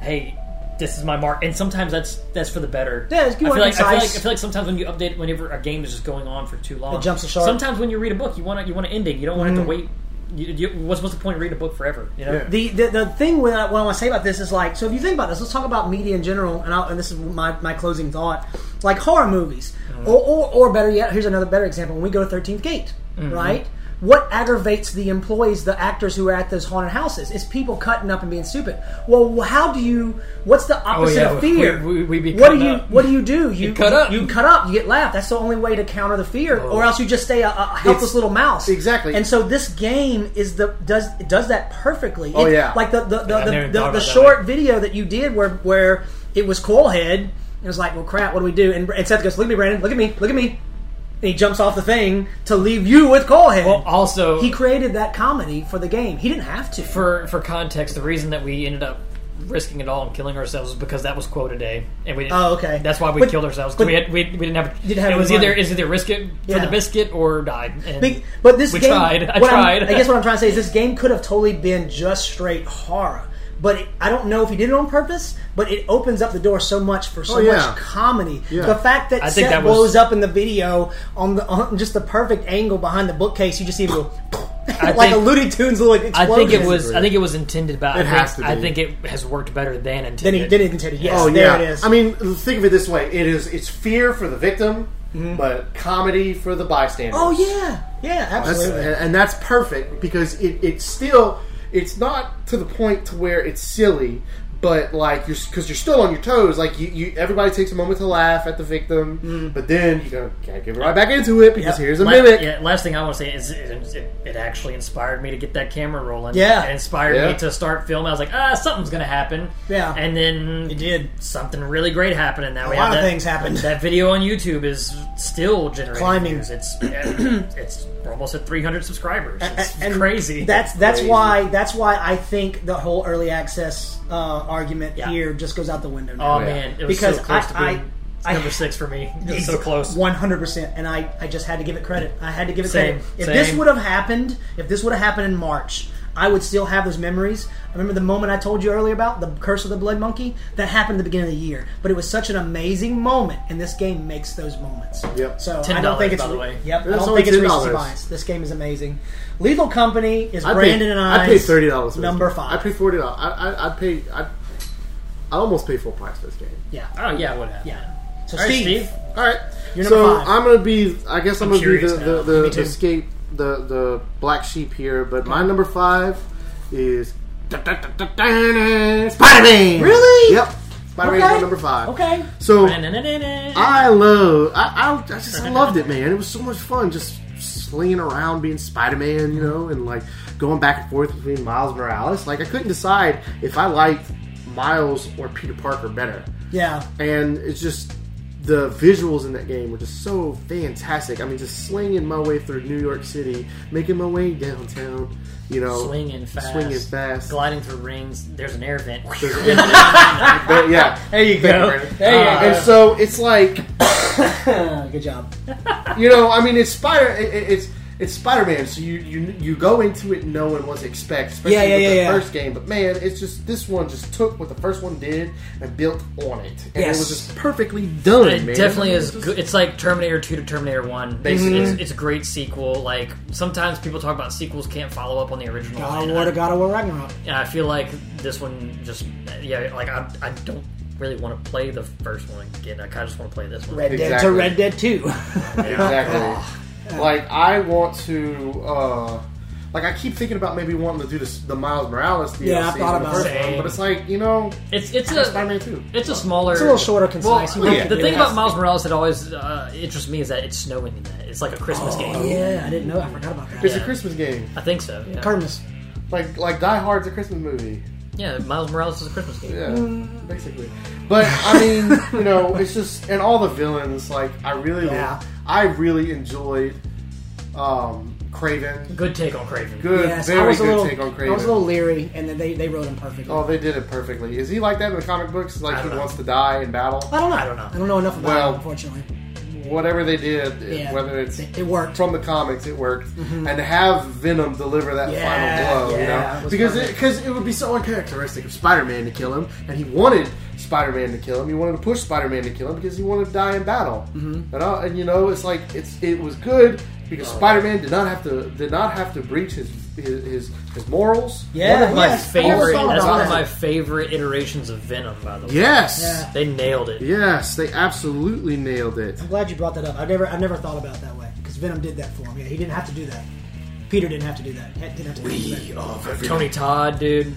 [SPEAKER 1] hey, this is my mark, and sometimes that's that's for the better.
[SPEAKER 2] Yeah, it's
[SPEAKER 1] I
[SPEAKER 2] good
[SPEAKER 1] feel,
[SPEAKER 2] and
[SPEAKER 1] like, I, feel like,
[SPEAKER 2] concise.
[SPEAKER 1] I feel like sometimes when you update, whenever a game is just going on for too long,
[SPEAKER 2] It jumps the shark. Mm.
[SPEAKER 1] Sometimes when you read a book, you want to you want an ending. You don't want it to wait. You, you, what's what's the point of reading a book forever? You know.
[SPEAKER 3] Yeah.
[SPEAKER 2] the, the the thing with what I want to say about this is like so if you think about this let's talk about media in general and, I'll, and this is my, my closing thought like horror movies
[SPEAKER 1] Mm-hmm.
[SPEAKER 2] or, or or better yet here's another better example when we go to 13th gate
[SPEAKER 1] Mm-hmm.
[SPEAKER 2] right what aggravates the employees the actors who are at those haunted houses is people cutting up and being stupid well how do you what's the opposite
[SPEAKER 1] Oh, yeah,
[SPEAKER 2] of fear
[SPEAKER 1] we- we- we be
[SPEAKER 2] what
[SPEAKER 1] cutting
[SPEAKER 2] do you
[SPEAKER 1] up.
[SPEAKER 2] what do you do you,
[SPEAKER 1] cut up. Oh.
[SPEAKER 2] you cut up you get laughed that's the only way to counter the fear or else you just stay a, a helpless
[SPEAKER 3] It's-
[SPEAKER 2] little mouse
[SPEAKER 3] exactly.
[SPEAKER 2] and so this game is the does it does that perfectly
[SPEAKER 3] Oh,
[SPEAKER 2] it-
[SPEAKER 3] yeah.
[SPEAKER 2] like the the, the,
[SPEAKER 1] I
[SPEAKER 2] the,
[SPEAKER 1] never thought
[SPEAKER 2] the, the
[SPEAKER 1] about that
[SPEAKER 2] short video that you did where where it was Coilhead. It was like, well, crap, what do we do? And, and Seth goes, look at me, Brandon, look at me, look at me. And he jumps off the thing to leave you with Coilhead.
[SPEAKER 1] Well, also
[SPEAKER 2] he created that comedy for the game. He didn't have to.
[SPEAKER 1] for for context, the reason that we ended up risking it all and killing ourselves was because that was quota day, and we didn't,
[SPEAKER 2] Oh, okay.
[SPEAKER 1] that's why we
[SPEAKER 2] But-
[SPEAKER 1] killed ourselves 'cause
[SPEAKER 2] but-
[SPEAKER 1] we, had, we we didn't have
[SPEAKER 2] Didn't have
[SPEAKER 1] it
[SPEAKER 2] any
[SPEAKER 1] was
[SPEAKER 2] money.
[SPEAKER 1] either is either risk it for
[SPEAKER 2] Yeah.
[SPEAKER 1] the biscuit or die. And
[SPEAKER 2] Be- but this
[SPEAKER 1] we
[SPEAKER 2] game,
[SPEAKER 1] tried. I
[SPEAKER 2] what I'm-
[SPEAKER 1] tried.
[SPEAKER 2] I guess what I'm trying to say is
[SPEAKER 1] [laughs]
[SPEAKER 2] this game could have totally been just straight horror. But it, I don't know if he did it on purpose. But it opens up the door so much for so
[SPEAKER 3] Oh, yeah.
[SPEAKER 2] much comedy.
[SPEAKER 3] Yeah.
[SPEAKER 2] The fact that
[SPEAKER 1] I think
[SPEAKER 2] Seth
[SPEAKER 1] that was-
[SPEAKER 2] blows up in the video on the on just the perfect angle behind the bookcase, you just see him go.
[SPEAKER 1] I
[SPEAKER 2] [laughs] like a
[SPEAKER 1] think-
[SPEAKER 2] Looney Tunes little
[SPEAKER 1] I
[SPEAKER 2] explosion.
[SPEAKER 1] think it was. uh, I think it was intended by. I
[SPEAKER 3] It
[SPEAKER 1] think-
[SPEAKER 3] has to
[SPEAKER 1] I
[SPEAKER 3] be.
[SPEAKER 1] think it has worked better than
[SPEAKER 2] Then he
[SPEAKER 1] intended.
[SPEAKER 2] did it intended. Yes,
[SPEAKER 3] Oh yeah,
[SPEAKER 2] there it is.
[SPEAKER 3] I mean, think of it this way: it is it's fear for the victim,
[SPEAKER 2] Mm-hmm.
[SPEAKER 3] but comedy for the bystander.
[SPEAKER 2] oh yeah, yeah,
[SPEAKER 3] That's, uh,
[SPEAKER 2] absolutely.
[SPEAKER 3] and and that's perfect because it, it's still it's not to the point to where it's silly, but like you're because you're still on your toes. Like you, you everybody takes a moment to laugh at the victim, but then you go can't get right back into it because
[SPEAKER 2] Mm-hmm. Yep.
[SPEAKER 3] here's a
[SPEAKER 1] La-
[SPEAKER 3] mimic.
[SPEAKER 1] yeah, last thing I want to say is it, it, it actually inspired me to get that camera rolling.
[SPEAKER 2] Yeah.
[SPEAKER 1] It inspired
[SPEAKER 3] Yeah.
[SPEAKER 1] me to start filming. I was like, ah, something's going to happen.
[SPEAKER 2] Yeah.
[SPEAKER 1] And then
[SPEAKER 2] It did.
[SPEAKER 1] something really great happened, and now
[SPEAKER 2] A
[SPEAKER 1] we have
[SPEAKER 2] lot of
[SPEAKER 1] that,
[SPEAKER 2] things happened.
[SPEAKER 1] That video on YouTube is still generating
[SPEAKER 2] Climbing.
[SPEAKER 1] views. It's it's we're almost at 300 subscribers. It's
[SPEAKER 2] and
[SPEAKER 1] crazy.
[SPEAKER 2] That's that's
[SPEAKER 3] Crazy.
[SPEAKER 2] why that's why I think the whole early access uh, argument
[SPEAKER 1] Yeah.
[SPEAKER 2] here just goes out the window now.
[SPEAKER 1] oh
[SPEAKER 3] Yeah.
[SPEAKER 1] man, it was
[SPEAKER 2] Because
[SPEAKER 1] so close
[SPEAKER 2] I-
[SPEAKER 1] to being
[SPEAKER 2] I- I-
[SPEAKER 1] number six for me. It was so close.
[SPEAKER 2] One hundred percent, and I, I just had to give it credit. I had to give it
[SPEAKER 1] Same,
[SPEAKER 2] credit. If
[SPEAKER 1] same.
[SPEAKER 2] this would have happened, if this would have happened in March, I would still have those memories. I remember the moment I told you earlier about the curse of the blood monkey that happened at the beginning of the year, but it was such an amazing moment, and this game makes those moments.
[SPEAKER 3] Yep.
[SPEAKER 2] So I
[SPEAKER 1] $10,
[SPEAKER 2] don't think it's
[SPEAKER 1] by the way.
[SPEAKER 2] Yep, I
[SPEAKER 3] That's
[SPEAKER 2] don't
[SPEAKER 3] only
[SPEAKER 2] think it's
[SPEAKER 3] $10.
[SPEAKER 2] recency bias. This game is amazing. Lethal Company is
[SPEAKER 3] I
[SPEAKER 2] Brandon
[SPEAKER 3] paid,
[SPEAKER 2] and
[SPEAKER 3] I
[SPEAKER 2] I.
[SPEAKER 3] paid thirty dollars.
[SPEAKER 2] Number five.
[SPEAKER 3] I paid forty dollars. I, I I pay I I almost pay full price for this game.
[SPEAKER 2] Yeah.
[SPEAKER 1] Oh yeah, what happened?
[SPEAKER 2] Yeah. So
[SPEAKER 1] All right,
[SPEAKER 2] Steve,
[SPEAKER 1] Steve.
[SPEAKER 3] All right.
[SPEAKER 2] You're number
[SPEAKER 3] so
[SPEAKER 2] five.
[SPEAKER 3] I'm gonna be. I guess I'm,
[SPEAKER 1] I'm
[SPEAKER 3] gonna be
[SPEAKER 1] curious
[SPEAKER 3] the
[SPEAKER 1] now.
[SPEAKER 3] the, the,
[SPEAKER 2] Me
[SPEAKER 3] the
[SPEAKER 2] too.
[SPEAKER 3] escape the the black sheep here. But my number five is Spider Man.
[SPEAKER 2] Really?
[SPEAKER 3] Yep. Spider Man
[SPEAKER 2] Okay.
[SPEAKER 3] number five.
[SPEAKER 2] Okay.
[SPEAKER 3] So
[SPEAKER 1] I,
[SPEAKER 3] I love. I, I, I just I loved it, man. It was so much fun just slinging around, being Spider Man, you know, and like going back and forth between Miles Morales. Like I couldn't decide if I liked Miles or Peter Parker better
[SPEAKER 2] Yeah.
[SPEAKER 3] and it's just the visuals in that game were just so fantastic. I mean, just slinging my way through New York City, making my way downtown, you know,
[SPEAKER 1] swinging fast,
[SPEAKER 3] swinging fast.
[SPEAKER 1] gliding through rings. There's an air vent.
[SPEAKER 3] But, yeah,
[SPEAKER 1] [laughs] There you
[SPEAKER 3] Thank
[SPEAKER 1] go.
[SPEAKER 3] Brandon.
[SPEAKER 1] There you
[SPEAKER 3] Uh,
[SPEAKER 1] go.
[SPEAKER 3] And so it's like
[SPEAKER 2] Uh, Good job.
[SPEAKER 3] you know, I mean, it's Spider, it, it- it's it's Spider Man, so you you you go into it knowing what to expect, especially
[SPEAKER 2] Yeah, yeah,
[SPEAKER 3] with the
[SPEAKER 2] yeah, yeah.
[SPEAKER 3] first game. But man, it's just this one just took what the first one did and built on it, and
[SPEAKER 2] Yes.
[SPEAKER 3] it was just perfectly done.
[SPEAKER 1] It
[SPEAKER 3] man.
[SPEAKER 1] definitely
[SPEAKER 3] I mean,
[SPEAKER 1] is.
[SPEAKER 3] it was
[SPEAKER 1] Good. It's like Terminator Two to Terminator One. Basically, it's, it's a great sequel. Like sometimes people talk about sequels can't follow up on the original.
[SPEAKER 2] God
[SPEAKER 1] and,
[SPEAKER 2] of War to
[SPEAKER 1] I,
[SPEAKER 2] God of War Ragnarok.
[SPEAKER 1] and I feel like this one just yeah. Like I, I don't really want to play the first one again. I kind of just want to play this one.
[SPEAKER 2] Red Dead to
[SPEAKER 3] Exactly.
[SPEAKER 2] Red Dead Two. [laughs]
[SPEAKER 3] Exactly. like I want to. Uh, like I keep thinking about maybe wanting to do this, the Miles Morales DLC,
[SPEAKER 2] Yeah, I thought
[SPEAKER 3] in the
[SPEAKER 2] about
[SPEAKER 3] first
[SPEAKER 1] it.
[SPEAKER 3] one, but it's like you know,
[SPEAKER 1] It's it's a
[SPEAKER 3] Spider-Man Two.
[SPEAKER 1] it's a smaller.
[SPEAKER 2] It's a little shorter, concise.
[SPEAKER 1] Well,
[SPEAKER 3] Oh, yeah.
[SPEAKER 1] the
[SPEAKER 3] It
[SPEAKER 1] thing
[SPEAKER 3] has
[SPEAKER 1] about
[SPEAKER 3] to
[SPEAKER 1] Miles Morales that always uh, interests me is that it's snowing in that. It's like a Christmas game.
[SPEAKER 2] Oh, yeah, I didn't know. I forgot about that.
[SPEAKER 3] It's
[SPEAKER 1] Yeah.
[SPEAKER 3] a Christmas game,
[SPEAKER 1] I think so. Yeah.
[SPEAKER 2] Kermis.
[SPEAKER 3] like like Die Hard's a Christmas movie.
[SPEAKER 1] Yeah, Miles Morales is a Christmas game.
[SPEAKER 3] Yeah,
[SPEAKER 1] Mm.
[SPEAKER 3] basically. But I mean, you know, it's just and all the villains. Like I really,
[SPEAKER 2] Yeah.
[SPEAKER 3] I really enjoyed um, Craven.
[SPEAKER 1] Good take on Craven.
[SPEAKER 3] Good,
[SPEAKER 2] Yes,
[SPEAKER 3] very
[SPEAKER 2] I was
[SPEAKER 3] good
[SPEAKER 2] a little,
[SPEAKER 3] take on
[SPEAKER 2] I
[SPEAKER 3] Craven.
[SPEAKER 2] was a little leery, and then they, they wrote him perfectly.
[SPEAKER 3] Oh, they did it perfectly. Is he like that in the comic books?
[SPEAKER 1] I
[SPEAKER 3] Like he
[SPEAKER 1] don't know.
[SPEAKER 3] wants to die in battle?
[SPEAKER 2] I don't know.
[SPEAKER 1] I don't know.
[SPEAKER 2] I don't know enough about
[SPEAKER 3] Well,
[SPEAKER 2] him, unfortunately.
[SPEAKER 3] whatever they did, it-
[SPEAKER 2] Yeah,
[SPEAKER 3] whether it's
[SPEAKER 2] it, it worked.
[SPEAKER 3] from the comics, it worked, and to have Venom deliver that
[SPEAKER 2] Yeah,
[SPEAKER 3] final blow,
[SPEAKER 2] yeah,
[SPEAKER 3] you
[SPEAKER 2] it
[SPEAKER 3] know,
[SPEAKER 2] was
[SPEAKER 3] because
[SPEAKER 2] perfect.
[SPEAKER 3] because it, would be so uncharacteristic of Spider-Man to kill him, and he wanted Spider-Man to kill him. He wanted to push Spider-Man to kill him because he wanted to die in battle,
[SPEAKER 2] Mm-hmm.
[SPEAKER 3] and all, and you know, it's like it's it was good because Spider-Man did not have to did not have to breach his his his, his morals.
[SPEAKER 2] Yeah,
[SPEAKER 3] One of
[SPEAKER 1] my
[SPEAKER 2] yeah. Yes, I never
[SPEAKER 1] favorite.
[SPEAKER 2] thought
[SPEAKER 1] That's
[SPEAKER 2] about
[SPEAKER 1] one of
[SPEAKER 2] that.
[SPEAKER 1] my favorite iterations of Venom, by the way.
[SPEAKER 3] Yes.
[SPEAKER 2] Yeah.
[SPEAKER 1] They nailed it.
[SPEAKER 3] Yes, they absolutely nailed it.
[SPEAKER 2] I'm glad you brought that up. I never I never thought about it that way because Venom did that for him. Yeah, he didn't have to do that. Peter didn't have to do that. He didn't have to. do that.
[SPEAKER 1] Tony Todd, dude.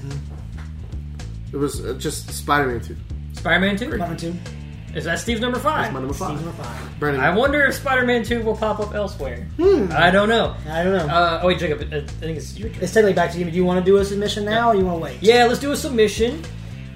[SPEAKER 3] It was uh, just Spider-Man 2.
[SPEAKER 1] Spider-Man Two.
[SPEAKER 2] Spider-Man Two,
[SPEAKER 1] Is that Steve's number five?
[SPEAKER 3] My number
[SPEAKER 2] Steve
[SPEAKER 3] five.
[SPEAKER 2] number five.
[SPEAKER 3] Brandon,
[SPEAKER 1] I wonder if Spider-Man Two will pop up elsewhere.
[SPEAKER 2] Hmm.
[SPEAKER 1] I don't know.
[SPEAKER 2] I don't know.
[SPEAKER 1] Uh, oh wait, Jacob. I I think it's your turn.
[SPEAKER 2] it's technically back to you. Do you want to do a submission now, or you want to wait?
[SPEAKER 1] Yeah, let's do a submission.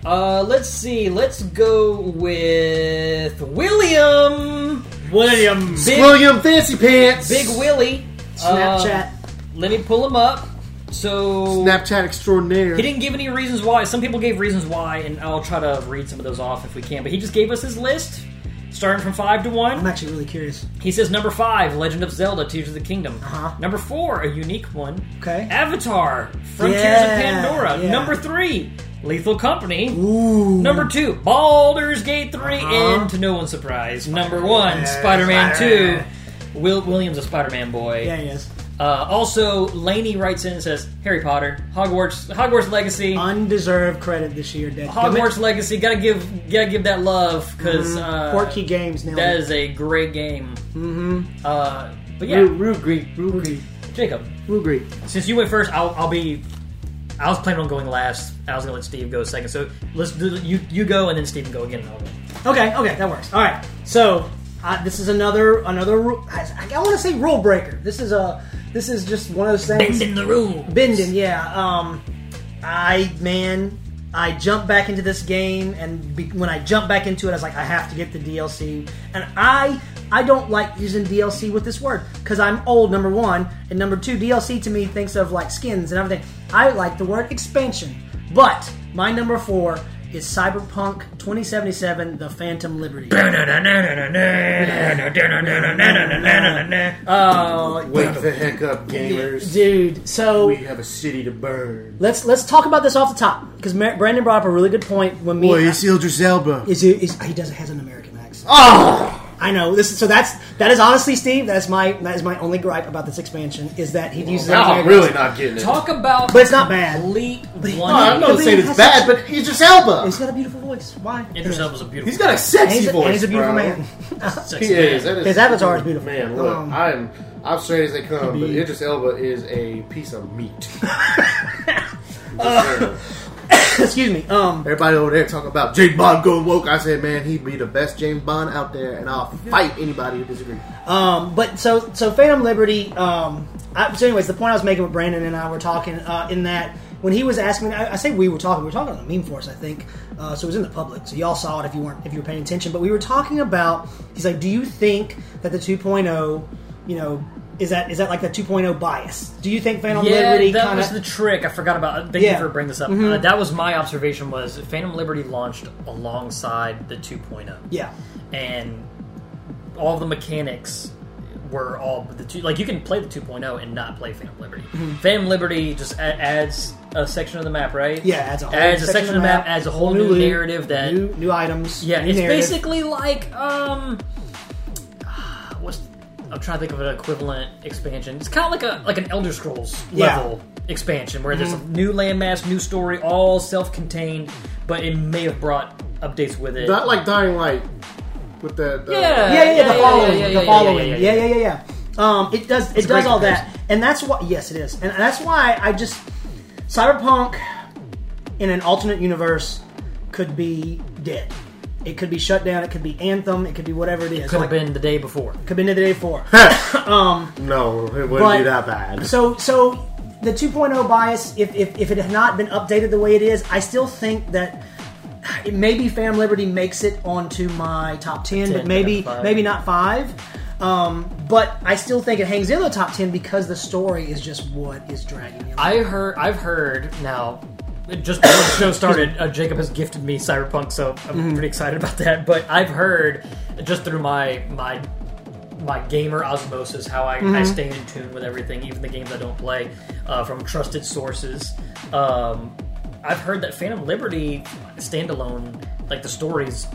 [SPEAKER 1] Uh, let's see. Let's go with William.
[SPEAKER 2] William.
[SPEAKER 1] Big,
[SPEAKER 3] William Fancy Pants.
[SPEAKER 1] Big Willie. Uh,
[SPEAKER 2] Snapchat.
[SPEAKER 1] let me pull him up. So
[SPEAKER 3] Snapchat extraordinaire.
[SPEAKER 1] He didn't give any reasons why. Some people gave reasons why, and I'll try to read some of those off if we can. But he just gave us his list, starting from five to
[SPEAKER 2] I'm
[SPEAKER 1] one.
[SPEAKER 2] actually really curious.
[SPEAKER 1] He says number five, Legend of Zelda: Tears of the Kingdom.
[SPEAKER 2] Uh-huh.
[SPEAKER 1] Number four, a unique one.
[SPEAKER 2] Okay.
[SPEAKER 1] Avatar: Frontiers
[SPEAKER 2] Yeah,
[SPEAKER 1] of Pandora.
[SPEAKER 2] yeah.
[SPEAKER 1] Number three, Lethal Company.
[SPEAKER 2] Ooh.
[SPEAKER 1] Number two, Baldur's Gate 3,
[SPEAKER 2] Uh-huh.
[SPEAKER 1] and to no one's surprise, number one, Spider Man
[SPEAKER 2] Spider-Man.
[SPEAKER 1] 2. Will William's a Spider Man boy.
[SPEAKER 2] Yeah, he is.
[SPEAKER 1] Uh, also, Laney writes in and says Harry Potter, Hogwarts, Hogwarts
[SPEAKER 2] Uh-huh.
[SPEAKER 1] Legacy,
[SPEAKER 2] Undeserved credit this year, Dick.
[SPEAKER 1] Hogwarts Legacy. Gotta give, gotta give that love
[SPEAKER 3] Mm-hmm.
[SPEAKER 1] because uh,
[SPEAKER 2] Portkey Games now.
[SPEAKER 1] that is a great game. Mm-hmm. Uh, but yeah,
[SPEAKER 3] Rue Rue Greek. Rue Greek.
[SPEAKER 1] Jacob,
[SPEAKER 3] Rue Greek.
[SPEAKER 1] since you went first, I'll, I'll be. I was planning on going last. I was gonna let Steve go second. So let's do you you go and then Steve can go again. and I'll go.
[SPEAKER 2] Okay, okay, that works. All right. So uh, this is another another. ru- I, I want to say rule breaker. This is a this is just one of those things.
[SPEAKER 1] Bending the rule.
[SPEAKER 2] Bending, yeah. Um, I man, I jumped back into this game, and be, when I jumped back into it, I was like, I have to get the DLC. And I I don't like using DLC with this word because I'm old. Number one, and number two, DLC to me thinks of like skins and everything. I like the word expansion. But my number four is Cyberpunk 2077: The Phantom Liberty. Oh,
[SPEAKER 3] Wake the heck up, gamers.
[SPEAKER 2] dude. So
[SPEAKER 3] We have a city to burn.
[SPEAKER 2] Let's let's talk about this off the top because Mar- Brandon brought up a really good point when me.
[SPEAKER 3] Boy, it's Idris Elba.
[SPEAKER 2] is it is he does has an American accent.
[SPEAKER 3] Oh!
[SPEAKER 2] I know this. Is, so that's that is honestly, Steve. That's my that is my only gripe about this expansion is that he uses. an
[SPEAKER 3] I'm
[SPEAKER 2] American
[SPEAKER 3] really
[SPEAKER 2] accent.
[SPEAKER 3] not getting it.
[SPEAKER 1] Talk about
[SPEAKER 2] But it's not bad.
[SPEAKER 1] Complete one.
[SPEAKER 3] [laughs] No, I'm not saying it's bad, but Idris Elba.
[SPEAKER 2] He's got a beautiful voice. Why?
[SPEAKER 1] Idris Elba's a beautiful.
[SPEAKER 3] He's got a
[SPEAKER 2] And
[SPEAKER 3] sexy
[SPEAKER 2] he's, a,
[SPEAKER 3] voice.
[SPEAKER 2] and he's a beautiful
[SPEAKER 3] bro.
[SPEAKER 2] man. [laughs]
[SPEAKER 1] sexy
[SPEAKER 3] He is. That is.
[SPEAKER 2] His avatar is beautiful.
[SPEAKER 3] Man, look,
[SPEAKER 2] Um,
[SPEAKER 3] I'm I'm straight as they come, but Idris Elba is a piece
[SPEAKER 2] [laughs]
[SPEAKER 3] of meat.
[SPEAKER 2] Excuse me. Um,
[SPEAKER 3] Everybody over there talking about James Bond go woke. I said, man, he'd be the best James Bond out there, and I'll fight anybody who disagrees.
[SPEAKER 2] um, but so so Phantom Liberty. Um, I, so anyways, the point I was making with Brandon and I were talking uh, in that when he was asking, I, I say we were talking. We were talking on the meme force, I think. Uh, so it was in the public, so y'all saw it if you weren't if you were paying attention. But we were talking about. He's like, do you think that the 2.0, you know, is that is that like the 2.0 bias? Do you think Phantom
[SPEAKER 1] Yeah,
[SPEAKER 2] Liberty
[SPEAKER 1] that
[SPEAKER 2] kind
[SPEAKER 1] was
[SPEAKER 2] of
[SPEAKER 1] the trick. I forgot about. Thank
[SPEAKER 2] Yeah.
[SPEAKER 1] you for bringing this up.
[SPEAKER 3] Mm-hmm.
[SPEAKER 1] Uh, that was my observation. Was Phantom Liberty launched alongside the oh. 2.0?
[SPEAKER 2] yeah?
[SPEAKER 1] and all the mechanics were all but the two. Like you can play the 2.0 and not play Phantom Liberty. Phantom Liberty just a- adds a section of the map, right?
[SPEAKER 2] Yeah, adds a whole
[SPEAKER 1] adds a section of the map, adds a whole new,
[SPEAKER 2] loot,
[SPEAKER 1] narrative that.
[SPEAKER 2] new, new items.
[SPEAKER 1] yeah,
[SPEAKER 2] new
[SPEAKER 1] it's
[SPEAKER 2] narrative.
[SPEAKER 1] basically like um, what's I'm trying to think of an equivalent expansion. It's kind of like a like an Elder Scrolls
[SPEAKER 2] Yeah.
[SPEAKER 1] level expansion where there's a new landmass, new story, all self-contained, but it may have brought updates with it.
[SPEAKER 3] Not like Dying Light with that.
[SPEAKER 1] Yeah.
[SPEAKER 2] yeah, yeah, yeah, the
[SPEAKER 1] yeah, yeah,
[SPEAKER 2] following,
[SPEAKER 1] yeah,
[SPEAKER 2] the
[SPEAKER 1] yeah,
[SPEAKER 2] following,
[SPEAKER 1] yeah,
[SPEAKER 2] yeah,
[SPEAKER 1] yeah,
[SPEAKER 2] yeah, yeah, yeah. Um, it does, it does
[SPEAKER 1] great
[SPEAKER 2] all that, and that's why. Yes, it is, and that's why I just cyberpunk in an alternate universe could be dead. It could be shut down. It could be anthem. It could be whatever it is.
[SPEAKER 1] could
[SPEAKER 2] Like,
[SPEAKER 1] have been the day before.
[SPEAKER 2] Could have been the
[SPEAKER 1] [laughs]
[SPEAKER 2] day four.
[SPEAKER 3] No, it wouldn't
[SPEAKER 2] But-
[SPEAKER 3] be that bad.
[SPEAKER 2] So, so the 2.0 bias, if, if, if it had not been updated the way it is, I still think that it- maybe Phantom Liberty makes it onto my top 10, but
[SPEAKER 1] 10,
[SPEAKER 2] maybe
[SPEAKER 1] yeah, five.
[SPEAKER 2] maybe not five. Um, but I still think it hangs in the top 10 because the story is just what is dragging it.
[SPEAKER 1] I heard. I've heard now. Just before the show started, uh, Jacob has gifted me Cyberpunk, so I'm pretty excited about that. But I've heard just through my my my gamer osmosis how I, I stay in tune with everything, even the games I don't play, uh, from trusted sources. Um, I've heard that Phantom Liberty standalone, like the stories,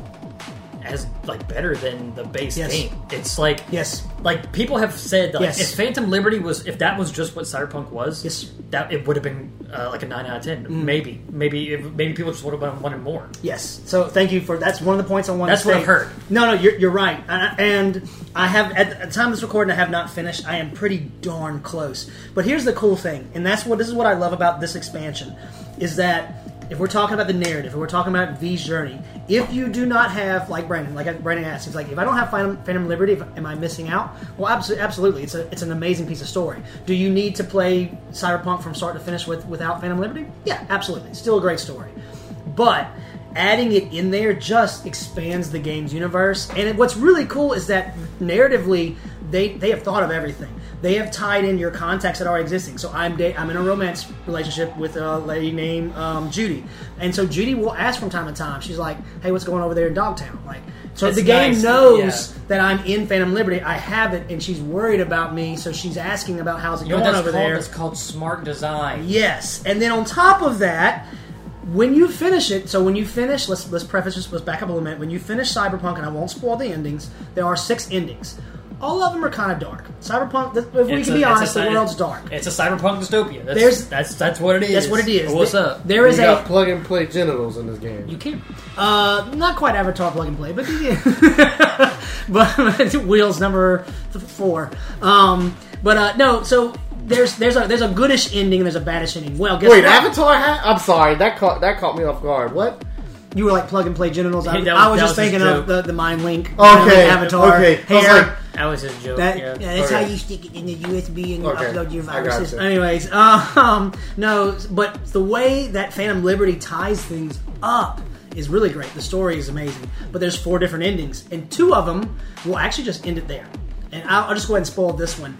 [SPEAKER 1] as like better than the base
[SPEAKER 2] Yes.
[SPEAKER 1] game. It's like
[SPEAKER 2] Yes.
[SPEAKER 1] like people have said that like,
[SPEAKER 2] Yes.
[SPEAKER 1] if Phantom Liberty was if that was just what Cyberpunk was,
[SPEAKER 2] Yes. Mm.
[SPEAKER 1] that it would have been uh, like a nine out of ten. Maybe, maybe, if, maybe people just would have wanted more.
[SPEAKER 2] Yes. So thank you for that's one of the points I wanted.
[SPEAKER 1] That's
[SPEAKER 2] to
[SPEAKER 1] what
[SPEAKER 2] say.
[SPEAKER 1] I've heard.
[SPEAKER 2] No, no, you're, you're right. And I- And I have at the time of this recording, I have not finished. I am pretty darn close. But here's the cool thing, and that's what this is what I love about this expansion, is that if we're talking about the narrative, if we're talking about V's journey, if you do not have like Brandon, like Brandon asked, he's like, if I don't have Phantom, Phantom Liberty, if- am I missing out? Well, absolutely, absolutely. It's a, it's an amazing piece of story. Do you need to play Cyberpunk from start to finish with without Phantom Liberty? Yeah, absolutely. Still a great story but adding it in there just expands the game's universe and it, what's really cool is that narratively they, they have thought of everything they have tied in your contacts that are existing so i'm da- i'm in a romance relationship with a lady named um, judy and so judy will ask from time to time she's like hey what's going over there in dogtown like so
[SPEAKER 1] It's
[SPEAKER 2] the game
[SPEAKER 1] nice,
[SPEAKER 2] knows
[SPEAKER 1] yeah.
[SPEAKER 2] that i'm in phantom liberty i have it and she's worried about me so she's asking about how's it
[SPEAKER 1] You know
[SPEAKER 2] going
[SPEAKER 1] what that's
[SPEAKER 2] over
[SPEAKER 1] called?
[SPEAKER 2] there
[SPEAKER 1] That's called smart design.
[SPEAKER 2] Yes, and then on top of that, when you finish it, so when you finish, let's let's preface this, let's back up a little minute. When you finish Cyberpunk, and I won't spoil the endings, there are six endings. all of them are kind of dark. Cyberpunk. th- If we
[SPEAKER 1] It's
[SPEAKER 2] can
[SPEAKER 1] a- it's
[SPEAKER 2] be
[SPEAKER 1] a
[SPEAKER 2] honest, the
[SPEAKER 1] sci-
[SPEAKER 2] world's dark.
[SPEAKER 1] It's a cyberpunk dystopia. That's,
[SPEAKER 2] There's-
[SPEAKER 1] that's that's what it is.
[SPEAKER 2] That's what it is.
[SPEAKER 1] What's
[SPEAKER 2] Th-
[SPEAKER 1] up?
[SPEAKER 2] There is
[SPEAKER 3] you got
[SPEAKER 2] a
[SPEAKER 3] plug and play genitals in this game.
[SPEAKER 1] you can.
[SPEAKER 2] uh, not quite Avatar plug and play, but yeah. [laughs] but [laughs] wheels number th- four. Um, but uh, no, so there's there's a there's a goodish ending and there's a baddish ending. Well, guess
[SPEAKER 3] Wait,
[SPEAKER 2] what?
[SPEAKER 3] Avatar hat? I'm sorry, that caught that caught me off guard. What?
[SPEAKER 2] You were like plug and play genitals. I,
[SPEAKER 1] Yeah, that
[SPEAKER 2] I
[SPEAKER 1] was-
[SPEAKER 2] was
[SPEAKER 1] that
[SPEAKER 2] just
[SPEAKER 1] was his
[SPEAKER 2] thinking
[SPEAKER 1] joke.
[SPEAKER 2] of the, the Mind Link. you know,
[SPEAKER 3] Okay,
[SPEAKER 2] Avatar.
[SPEAKER 3] okay. I was
[SPEAKER 2] hair.
[SPEAKER 3] like-
[SPEAKER 1] That was his joke.
[SPEAKER 2] That,
[SPEAKER 1] yeah.
[SPEAKER 2] yeah. that's
[SPEAKER 3] Okay.
[SPEAKER 2] how you stick it in the USB and you
[SPEAKER 3] Okay.
[SPEAKER 2] upload your
[SPEAKER 3] I
[SPEAKER 2] viruses.
[SPEAKER 3] gotcha.
[SPEAKER 2] Anyways, [laughs] um, no, but the way that Phantom Liberty ties things up is really great. The story is amazing, but there's four different endings, and two of them will actually just end it there. And I'll, I'll just go ahead and spoil this one.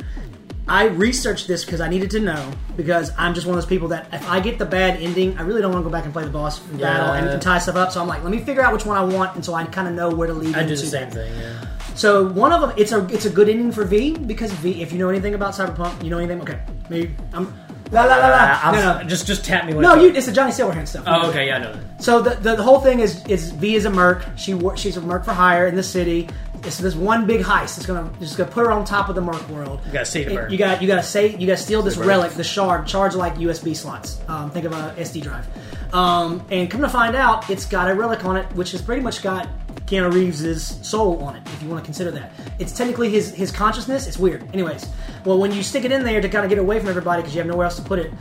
[SPEAKER 2] I researched this because I needed to know because I'm just one of those people that if I get the bad ending, I really don't want to go back and play the boss battle and,
[SPEAKER 1] Yeah.
[SPEAKER 2] and tie stuff up. So I'm like, let me figure out which one I want, and so I kind of know where to lead.
[SPEAKER 1] I do the
[SPEAKER 2] into.
[SPEAKER 1] same thing. Yeah.
[SPEAKER 2] So one of them, it's a it's a good ending for V because V. If you know anything about Cyberpunk, you know anything. Okay, maybe I'm la la la
[SPEAKER 1] Uh,
[SPEAKER 2] la.
[SPEAKER 1] I'm
[SPEAKER 2] No,
[SPEAKER 1] s-
[SPEAKER 2] no.
[SPEAKER 1] Just just tap me. When
[SPEAKER 2] No,
[SPEAKER 1] it's
[SPEAKER 2] you.
[SPEAKER 1] over.
[SPEAKER 2] It's the Johnny Silverhand stuff.
[SPEAKER 1] Oh, okay. Yeah, I know that.
[SPEAKER 2] So the, the the whole thing is is V is a merc. She wor- she's a merc for hire in the city. It's this one big heist. It's gonna it's gonna put her on top of the merc world. You
[SPEAKER 1] gotta save the merc.
[SPEAKER 2] You got you gotta save. You gotta steal this
[SPEAKER 3] Save the merc.
[SPEAKER 2] relic, the shard. Shards are like USB slots. Um, think of a SD drive. Um, and come to find out, it's got a relic on it, which has pretty much got Keanu Reeves's soul on it, if you want to consider that. It's technically his his consciousness. It's weird. Anyways, well, when you stick it in there to kind of get away from everybody because you have nowhere else to put it,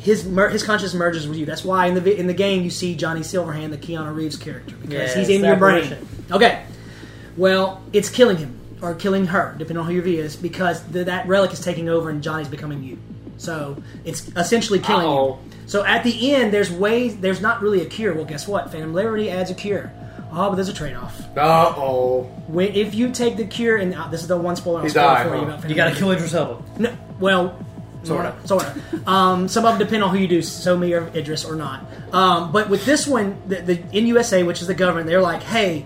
[SPEAKER 2] his mer- his conscious merges with you. That's why in the vi- in the game you see Johnny Silverhand, the Keanu Reeves character, because
[SPEAKER 1] Yeah,
[SPEAKER 2] he's
[SPEAKER 1] it's
[SPEAKER 2] in your
[SPEAKER 1] that
[SPEAKER 2] brain.
[SPEAKER 1] bullshit.
[SPEAKER 2] Okay, well, it's killing him or killing her, depending on who your V is, because th- that relic is taking over and Johnny's becoming you. So it's essentially killing
[SPEAKER 1] Uh-oh.
[SPEAKER 2] you. So at the end, there's ways. There's not really a cure. Well, guess what? Phantom Liberty adds a cure. Oh, but there's a trade-off.
[SPEAKER 3] Uh oh.
[SPEAKER 2] When, if you take the cure, and uh, this is the one spoiler I'll
[SPEAKER 3] You
[SPEAKER 2] spoil
[SPEAKER 3] die,
[SPEAKER 2] for you
[SPEAKER 3] huh?
[SPEAKER 2] about Phantom
[SPEAKER 1] You gotta
[SPEAKER 2] Liberty.
[SPEAKER 1] kill Idris Elba.
[SPEAKER 2] No, well,
[SPEAKER 1] Sorta.
[SPEAKER 2] sorta. Um, some of them depend on who you do, so me or Idris or not. Um, but with this one, the, the in USA, which is the government, they're like, hey,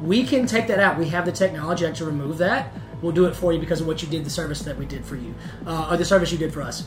[SPEAKER 2] we can take that out. We have the technology to remove that. We'll do it for you because of what you did, the service that we did for you, uh, or the service you did for us.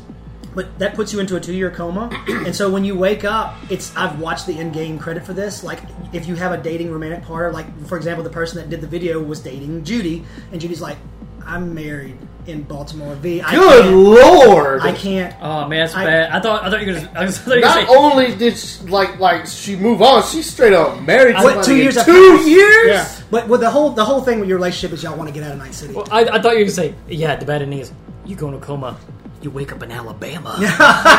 [SPEAKER 2] But that puts you into a two-year
[SPEAKER 3] [clears throat]
[SPEAKER 2] coma, and so when you wake up, it's I've watched the in-game credit for this. Like, if you have a dating romantic partner, like for example, the person that did the video was dating Judy, and Judy's like, "I'm married in Baltimore, V. I
[SPEAKER 3] Good
[SPEAKER 2] can't-
[SPEAKER 3] lord!
[SPEAKER 2] I can't.
[SPEAKER 1] Oh man, that's
[SPEAKER 2] I-
[SPEAKER 1] bad. I thought I thought you were gonna. I was- I thought you were gonna
[SPEAKER 3] Not
[SPEAKER 1] say.
[SPEAKER 3] only did she, like like she move on, she straight up married.
[SPEAKER 2] What,
[SPEAKER 3] somebody
[SPEAKER 2] two
[SPEAKER 3] in
[SPEAKER 2] years after-
[SPEAKER 3] Two years.
[SPEAKER 2] Yeah, but well, the whole the whole thing with your relationship is y'all want to get out of Night City.
[SPEAKER 1] I, I thought you were gonna say. Yeah, the bad ending is you go into a coma. You wake up in Alabama.
[SPEAKER 2] [laughs]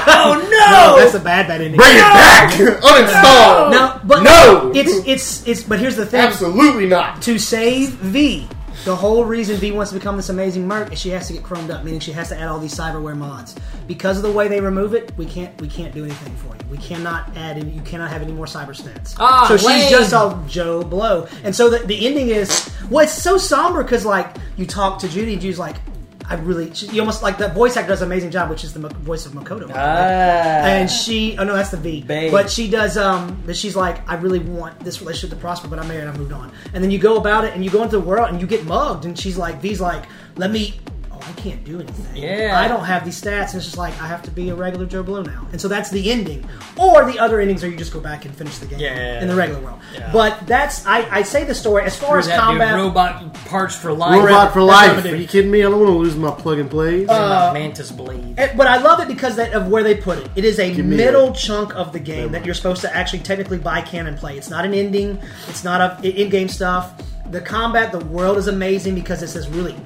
[SPEAKER 2] oh, that's a bad bad ending.
[SPEAKER 3] Bring it back. [laughs] Uninstall.
[SPEAKER 2] No, but
[SPEAKER 3] no.
[SPEAKER 2] it's it's it's. But here's the thing:
[SPEAKER 3] absolutely not.
[SPEAKER 2] to save V, the whole reason V wants to become this amazing merc is she has to get chromed up, meaning she has to add all these cyberware mods. Because of the way they remove it, we can't we can't do anything for you. We cannot add any, you cannot have any more cyber stats.
[SPEAKER 1] Ah,
[SPEAKER 2] so she's
[SPEAKER 1] lame.
[SPEAKER 2] just all Joe Blow, and so the, the ending is well, it's so somber because like you talk to Judy, and Judy's like. I really, she, you almost like the voice actor does an amazing job, which is the Mo- voice of Makoto. by the way Uh,
[SPEAKER 1] Ah,
[SPEAKER 2] and she oh no that's the V
[SPEAKER 1] Babe.
[SPEAKER 2] but she does um but she's like I really want this relationship to prosper but I'm married I moved on and then you go about it and you go into the world and you get mugged and she's like V's like let me oh I can't do anything
[SPEAKER 1] Yeah.
[SPEAKER 2] I don't have these stats and it's just like I have to be a regular Joe Blow now and so that's the ending or the other endings are you just go back and finish the game
[SPEAKER 1] Yeah.
[SPEAKER 2] in the regular world
[SPEAKER 1] Yeah.
[SPEAKER 2] but that's I, I say the story as far as
[SPEAKER 1] that, dude.
[SPEAKER 2] combat
[SPEAKER 1] robot parts for life.
[SPEAKER 3] Robot
[SPEAKER 2] That's
[SPEAKER 3] for
[SPEAKER 2] what I'm
[SPEAKER 3] life.
[SPEAKER 2] gonna
[SPEAKER 3] Are
[SPEAKER 2] do.
[SPEAKER 3] you kidding me? I don't want to lose my plug and plays.
[SPEAKER 2] Uh,
[SPEAKER 1] My mantis blade.
[SPEAKER 2] And- but I love it because that, of where they put it. It is a
[SPEAKER 3] me
[SPEAKER 2] middle
[SPEAKER 3] that.
[SPEAKER 2] chunk of the game that you're supposed to actually technically buy, can, and play. It's not an ending. It's not a i- in-game stuff. The combat, the world is amazing because it's this really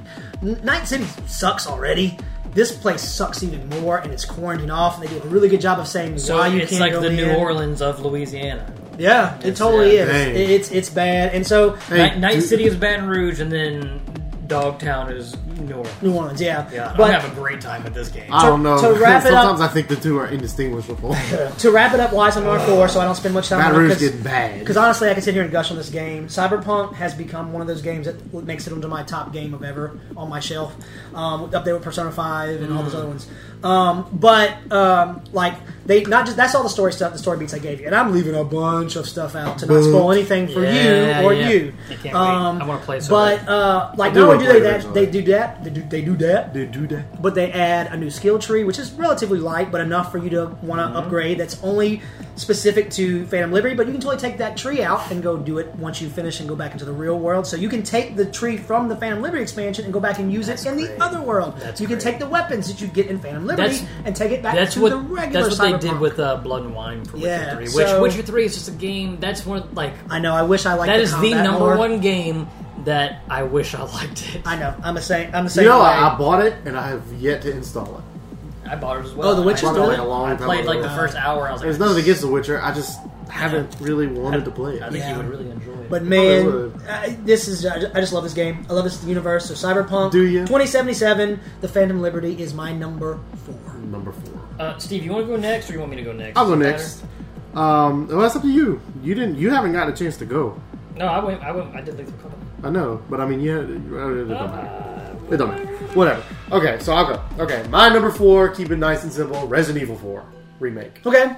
[SPEAKER 2] N- Night City sucks already. This place sucks even more, and it's quarantined off. And they do a really good job of saying
[SPEAKER 1] So
[SPEAKER 2] why you
[SPEAKER 1] it's
[SPEAKER 2] can't
[SPEAKER 1] like
[SPEAKER 2] go
[SPEAKER 1] the New
[SPEAKER 2] in.
[SPEAKER 1] Orleans of Louisiana.
[SPEAKER 2] Yeah, it totally
[SPEAKER 1] yeah.
[SPEAKER 2] is.
[SPEAKER 3] Dang.
[SPEAKER 2] It- It's it's bad, and so
[SPEAKER 3] Hey,
[SPEAKER 1] Night, Night
[SPEAKER 3] dude.
[SPEAKER 1] City is Baton Rouge, and then Dogtown is New Orleans.
[SPEAKER 2] New Orleans, yeah.
[SPEAKER 1] Yeah,
[SPEAKER 2] but
[SPEAKER 1] I'm having a great time with this game.
[SPEAKER 3] I don't know. [laughs]
[SPEAKER 2] to wrap it up-
[SPEAKER 3] Sometimes I think the two
[SPEAKER 2] [laughs]
[SPEAKER 3] are indistinguishable.
[SPEAKER 2] to wrap it up, why I'm on four, so I don't spend much time.
[SPEAKER 3] Baton
[SPEAKER 2] on it,
[SPEAKER 3] Rouge
[SPEAKER 2] 'cause-
[SPEAKER 3] did bad.
[SPEAKER 2] Because honestly, I can sit here and gush on this game. Cyberpunk has become one of those games that
[SPEAKER 1] Mm.
[SPEAKER 2] makes it onto my top game of ever on my shelf, um, up there with Persona Five and all those other ones. Um, but um, like they not just that's all the story stuff, the story beats I gave you, and I'm leaving a bunch of stuff out to not spoil anything for
[SPEAKER 1] Yeah,
[SPEAKER 2] you or
[SPEAKER 1] yeah.
[SPEAKER 2] you.
[SPEAKER 1] I can't wait.
[SPEAKER 2] Um,
[SPEAKER 1] I wanna play it so
[SPEAKER 2] But uh, like
[SPEAKER 3] I do
[SPEAKER 2] not
[SPEAKER 3] wanna
[SPEAKER 2] only do they
[SPEAKER 3] play it
[SPEAKER 2] that,
[SPEAKER 3] eventually.
[SPEAKER 2] they do that, they do they do that,
[SPEAKER 3] They do that.
[SPEAKER 2] but they add a new skill tree, which is relatively light, but enough for you to want to
[SPEAKER 1] Mm-hmm.
[SPEAKER 2] upgrade. That's only specific to Phantom Liberty, but you can totally take that tree out and go do it once you finish and go back into the real world. So you can take the tree from the Phantom Liberty expansion and go back and use
[SPEAKER 1] That's
[SPEAKER 2] it in
[SPEAKER 1] great.
[SPEAKER 2] the other world.
[SPEAKER 1] That's
[SPEAKER 2] you can
[SPEAKER 1] great.
[SPEAKER 2] take the weapons that you get in Phantom Liberty
[SPEAKER 1] That's-
[SPEAKER 2] and take it back
[SPEAKER 1] That's
[SPEAKER 2] to
[SPEAKER 1] what
[SPEAKER 2] the regular.
[SPEAKER 1] that's what they did
[SPEAKER 2] Cyberpunk.
[SPEAKER 1] with uh, Blood and Wine for
[SPEAKER 2] Yeah,
[SPEAKER 1] Witcher Three. Which
[SPEAKER 2] so-
[SPEAKER 1] Witcher Three is just a game that's one like
[SPEAKER 2] I know. I wish I liked
[SPEAKER 1] that
[SPEAKER 2] the
[SPEAKER 1] is the
[SPEAKER 2] combat
[SPEAKER 1] number
[SPEAKER 2] more.
[SPEAKER 1] one game that I wish I liked it.
[SPEAKER 2] I know. I'm the same. I'm the
[SPEAKER 3] You
[SPEAKER 2] same.
[SPEAKER 3] know,
[SPEAKER 2] way.
[SPEAKER 3] I, I bought it and I have yet to install it.
[SPEAKER 1] I bought it as well.
[SPEAKER 2] Oh, The
[SPEAKER 1] I
[SPEAKER 2] Witcher's
[SPEAKER 1] bought it
[SPEAKER 2] doing
[SPEAKER 1] like a
[SPEAKER 2] it?
[SPEAKER 1] long time I played like the first hour. I was like,
[SPEAKER 3] There's nothing against The Witcher. I just haven't really wanted to play
[SPEAKER 1] I
[SPEAKER 3] it.
[SPEAKER 1] think you
[SPEAKER 2] Yeah.
[SPEAKER 1] would really enjoy it.
[SPEAKER 2] But
[SPEAKER 3] Oh,
[SPEAKER 2] man,
[SPEAKER 3] really?
[SPEAKER 2] I, this is I ju- I just love this game. I love this universe. So Cyberpunk
[SPEAKER 3] Do ya?
[SPEAKER 2] 2077, The Phantom Liberty is my number 4.
[SPEAKER 3] Number four.
[SPEAKER 1] uh, Steve, you want to go next, or you want me to go next?
[SPEAKER 3] I'll go
[SPEAKER 1] Does it
[SPEAKER 3] next. Um, well, that's up to you. You didn't. You haven't gotten a chance to go.
[SPEAKER 1] matter? No, I went. I went. I did like the couple.
[SPEAKER 3] I know, but I mean, yeah, it don't matter.
[SPEAKER 1] Uh,
[SPEAKER 3] It don't matter. Whatever. Okay, so I'll go. Okay, my number four. Keep it nice and simple. Resident Evil Four remake.
[SPEAKER 2] Okay.